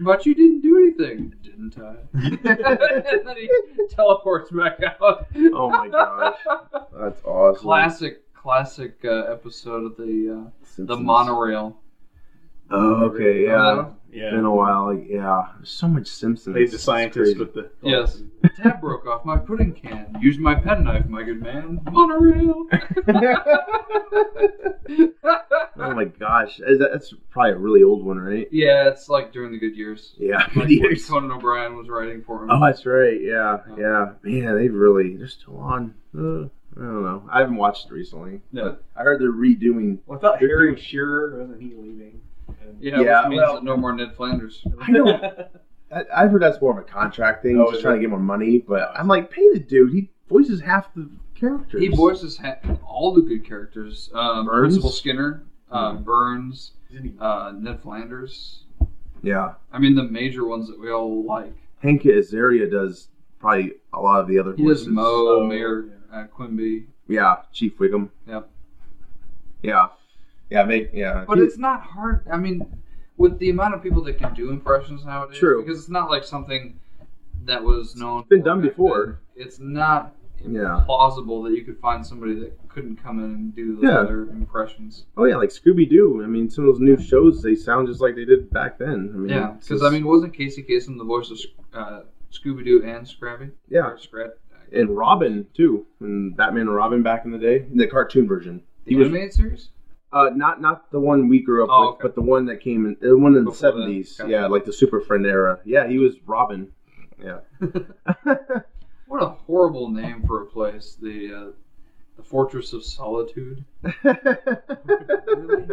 [SPEAKER 3] but you didn't do anything, didn't I? and then he teleports back out.
[SPEAKER 4] Oh my gosh. that's awesome.
[SPEAKER 3] Classic, classic uh, episode of the uh, the
[SPEAKER 4] Simpsons.
[SPEAKER 3] monorail. Uh,
[SPEAKER 4] Oh, okay, yeah.
[SPEAKER 3] Remember that one?
[SPEAKER 4] Been
[SPEAKER 5] Yeah.
[SPEAKER 4] a while. like, yeah, There's so much Simpsons.
[SPEAKER 5] He's a
[SPEAKER 4] It's
[SPEAKER 5] scientist
[SPEAKER 4] crazy.
[SPEAKER 5] with the.
[SPEAKER 3] Yes. The tab broke off my pudding can. Use my penknife, my good man. Monorail.
[SPEAKER 4] oh my gosh, Is that- that's probably a really old one, right?
[SPEAKER 3] yeah, it's like during the good years.
[SPEAKER 4] Yeah.
[SPEAKER 3] Like when
[SPEAKER 4] Years.
[SPEAKER 3] Conan O'Brien was writing for him.
[SPEAKER 4] Oh, that's right. Yeah, yeah. Man, they really they're still on. Uh, I don't know. I haven't watched it recently.
[SPEAKER 3] No.
[SPEAKER 4] I heard they're redoing.
[SPEAKER 5] Well, I thought
[SPEAKER 4] They're
[SPEAKER 5] Harry
[SPEAKER 4] doing-
[SPEAKER 5] Shearer wasn't he leaving? And-
[SPEAKER 3] Yeah,
[SPEAKER 4] Yeah,
[SPEAKER 3] which means
[SPEAKER 4] well-
[SPEAKER 3] that no more Ned Flanders.
[SPEAKER 4] I know. I, I've heard that's more of a contract thing,
[SPEAKER 5] Oh, is
[SPEAKER 4] just
[SPEAKER 5] it?
[SPEAKER 4] trying to get more money. But I'm like, pay the dude. He voices half the characters.
[SPEAKER 3] He voices ha- all the good characters. Um,
[SPEAKER 4] Burns? Mm-hmm.
[SPEAKER 3] Principal Skinner, um, Burns,
[SPEAKER 5] Isn't he-
[SPEAKER 3] uh, Ned Flanders.
[SPEAKER 4] Yeah,
[SPEAKER 3] I mean, the major ones that we all like.
[SPEAKER 4] Hank Azaria does probably a lot of the other
[SPEAKER 3] He
[SPEAKER 4] voices.
[SPEAKER 3] does Moe,
[SPEAKER 5] Oh,
[SPEAKER 3] Mayor uh, Quimby.
[SPEAKER 4] Yeah, Chief Wiggum.
[SPEAKER 3] Yep.
[SPEAKER 4] Yeah. Yeah, make yeah.
[SPEAKER 3] But
[SPEAKER 4] He-
[SPEAKER 3] it's not hard. I mean, with the amount of people that can do impressions nowadays,
[SPEAKER 4] True.
[SPEAKER 3] Because it's not like something that was known.
[SPEAKER 4] been
[SPEAKER 3] for
[SPEAKER 4] done
[SPEAKER 3] back
[SPEAKER 4] before.
[SPEAKER 3] then. It's not
[SPEAKER 4] Yeah.
[SPEAKER 3] plausible that you could find somebody that couldn't come in and do the
[SPEAKER 4] Yeah.
[SPEAKER 3] other impressions.
[SPEAKER 4] oh yeah, like Scooby Doo. I mean, some of those new shows they sound just like they did back then. I mean,
[SPEAKER 3] Yeah,
[SPEAKER 4] it's
[SPEAKER 3] because
[SPEAKER 4] just-
[SPEAKER 3] I mean, wasn't Casey Kasem the voice of uh, Scooby Doo and Scrappy?
[SPEAKER 4] Yeah.
[SPEAKER 3] Or Scrat. uh,
[SPEAKER 4] and Robin too, and Batman and Robin back in the day, the cartoon version.
[SPEAKER 3] The
[SPEAKER 4] was-
[SPEAKER 3] animated series.
[SPEAKER 4] Uh, not not the one we grew up
[SPEAKER 3] Oh,
[SPEAKER 4] with,
[SPEAKER 3] okay.
[SPEAKER 4] but the one that came in the one in the
[SPEAKER 3] Before that,
[SPEAKER 4] seventies.
[SPEAKER 3] gotcha.
[SPEAKER 4] Yeah, like the Super Friend era. Yeah, he was Robin. Yeah.
[SPEAKER 3] What a horrible name for a place. The uh, the Fortress of Solitude. Really?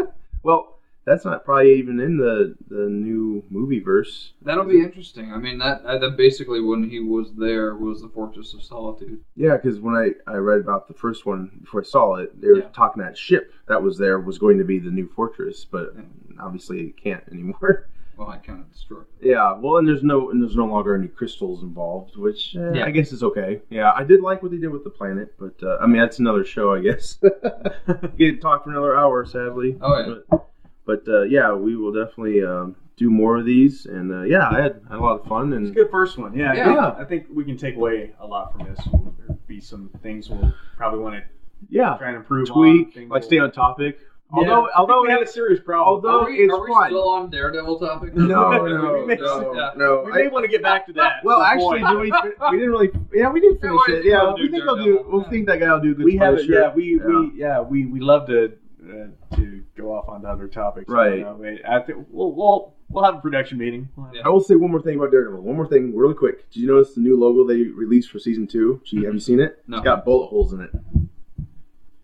[SPEAKER 4] well, that's not probably even in the the new movie verse.
[SPEAKER 3] That'll be interesting. I mean, that uh, that basically when he was there was the Fortress of Solitude.
[SPEAKER 4] Yeah, because when I, I read about the first one before I saw it, they were
[SPEAKER 3] Yeah.
[SPEAKER 4] talking that ship that was there was going to be the new fortress, but
[SPEAKER 3] Yeah.
[SPEAKER 4] obviously it can't anymore.
[SPEAKER 3] Well, I kind of destroyed.
[SPEAKER 4] Yeah, well, and there's no and there's no longer any crystals involved, which eh,
[SPEAKER 3] Yeah.
[SPEAKER 4] I guess is okay. Yeah, I did like what they did with the planet, but uh, I mean that's another show, I guess. Get to talk for another hour, sadly.
[SPEAKER 3] Oh yeah.
[SPEAKER 4] But uh, yeah, we will definitely um, do more of these, and uh, yeah, I had, I had a lot of fun,
[SPEAKER 5] It's a
[SPEAKER 4] and
[SPEAKER 5] good first one. Yeah, I
[SPEAKER 3] Yeah.
[SPEAKER 5] think- I think we can take away a lot from this. There'll be some things we'll probably want to
[SPEAKER 4] yeah,
[SPEAKER 5] try and improve on.
[SPEAKER 4] tweak,
[SPEAKER 5] things
[SPEAKER 4] like
[SPEAKER 5] we'll-
[SPEAKER 4] stay on topic.
[SPEAKER 5] Yeah.
[SPEAKER 4] Although,
[SPEAKER 5] I think
[SPEAKER 4] although
[SPEAKER 5] we had a serious problem.
[SPEAKER 4] although-
[SPEAKER 3] Are we,
[SPEAKER 4] it's
[SPEAKER 3] are we
[SPEAKER 4] fun.
[SPEAKER 3] still on Daredevil topic?
[SPEAKER 4] No,
[SPEAKER 5] no,
[SPEAKER 4] no,
[SPEAKER 3] Yeah.
[SPEAKER 4] no.
[SPEAKER 5] we
[SPEAKER 4] I-
[SPEAKER 5] may want to get back to that.
[SPEAKER 4] well,
[SPEAKER 5] Good
[SPEAKER 4] actually,
[SPEAKER 5] point.
[SPEAKER 4] did we, fin- we didn't really. Yeah, we did finish
[SPEAKER 3] Yeah,
[SPEAKER 4] it. Yeah,
[SPEAKER 3] we
[SPEAKER 4] we
[SPEAKER 3] did
[SPEAKER 4] think
[SPEAKER 3] do
[SPEAKER 4] I'll do.
[SPEAKER 3] Daredevil.
[SPEAKER 4] We'll
[SPEAKER 3] Yeah.
[SPEAKER 4] think that guy will do good.
[SPEAKER 5] we have it.
[SPEAKER 4] Punisher.
[SPEAKER 5] Yeah, we we yeah we we love to uh, to go off on other topics. you
[SPEAKER 4] Right.
[SPEAKER 5] know, but I think we'll we'll we'll have a production meeting. We'll have-
[SPEAKER 3] Yeah.
[SPEAKER 4] I will say one more thing about Daredevil. One more thing, really quick. Did you notice the new logo they released for season two? Gee, have you seen it?
[SPEAKER 3] No.
[SPEAKER 4] It's got bullet holes in it.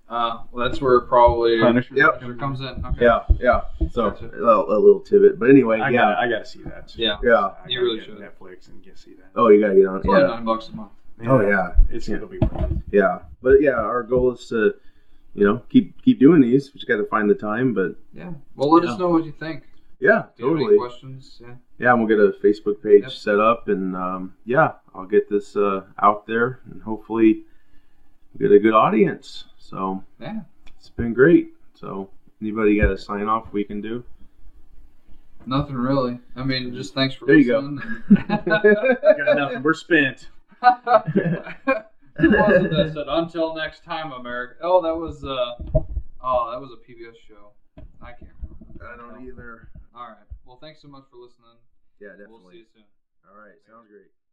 [SPEAKER 3] Uh, well, that's where probably
[SPEAKER 5] Punisher.
[SPEAKER 4] Yep.
[SPEAKER 3] Punisher comes in. Okay.
[SPEAKER 4] Yeah, yeah. So
[SPEAKER 3] Gotcha.
[SPEAKER 4] a, little- a little tidbit, but anyway,
[SPEAKER 5] I
[SPEAKER 4] yeah,
[SPEAKER 5] gotta, I gotta see that.
[SPEAKER 3] Yeah.
[SPEAKER 4] yeah.
[SPEAKER 5] I gotta
[SPEAKER 3] You really
[SPEAKER 5] get
[SPEAKER 3] should.
[SPEAKER 5] Netflix and get see that.
[SPEAKER 4] Oh, you gotta get on.
[SPEAKER 3] It's only
[SPEAKER 4] Yeah.
[SPEAKER 3] nine bucks a month.
[SPEAKER 4] Oh yeah,
[SPEAKER 5] It's
[SPEAKER 4] Yeah.
[SPEAKER 5] it'll be worth it.
[SPEAKER 4] yeah. But yeah, our goal is to, you know, keep keep doing these. We just got to find the time. But
[SPEAKER 3] Yeah. Well, let
[SPEAKER 4] Yeah.
[SPEAKER 3] us know what you think. Do
[SPEAKER 4] yeah,
[SPEAKER 3] you have
[SPEAKER 4] totally.
[SPEAKER 3] any questions? Yeah.
[SPEAKER 4] Yeah, and we'll get a Facebook page
[SPEAKER 3] Yep.
[SPEAKER 4] set up, and um, yeah, I'll get this uh, out there, and hopefully get a good audience. So
[SPEAKER 3] Yeah.
[SPEAKER 4] it's been great. So anybody got a sign off we can do?
[SPEAKER 3] Nothing really. I mean, just thanks for
[SPEAKER 4] There you go.
[SPEAKER 3] listening.
[SPEAKER 5] Got nothing. We're spent.
[SPEAKER 3] Who was it that said "Until next time, America"? Oh, that was uh, oh, that was a PBS show. I can't remember.
[SPEAKER 4] either.
[SPEAKER 3] All right. Well, thanks so much for listening.
[SPEAKER 4] Yeah,
[SPEAKER 3] We'll see you
[SPEAKER 4] definitely.
[SPEAKER 3] soon.
[SPEAKER 4] All right, sounds great.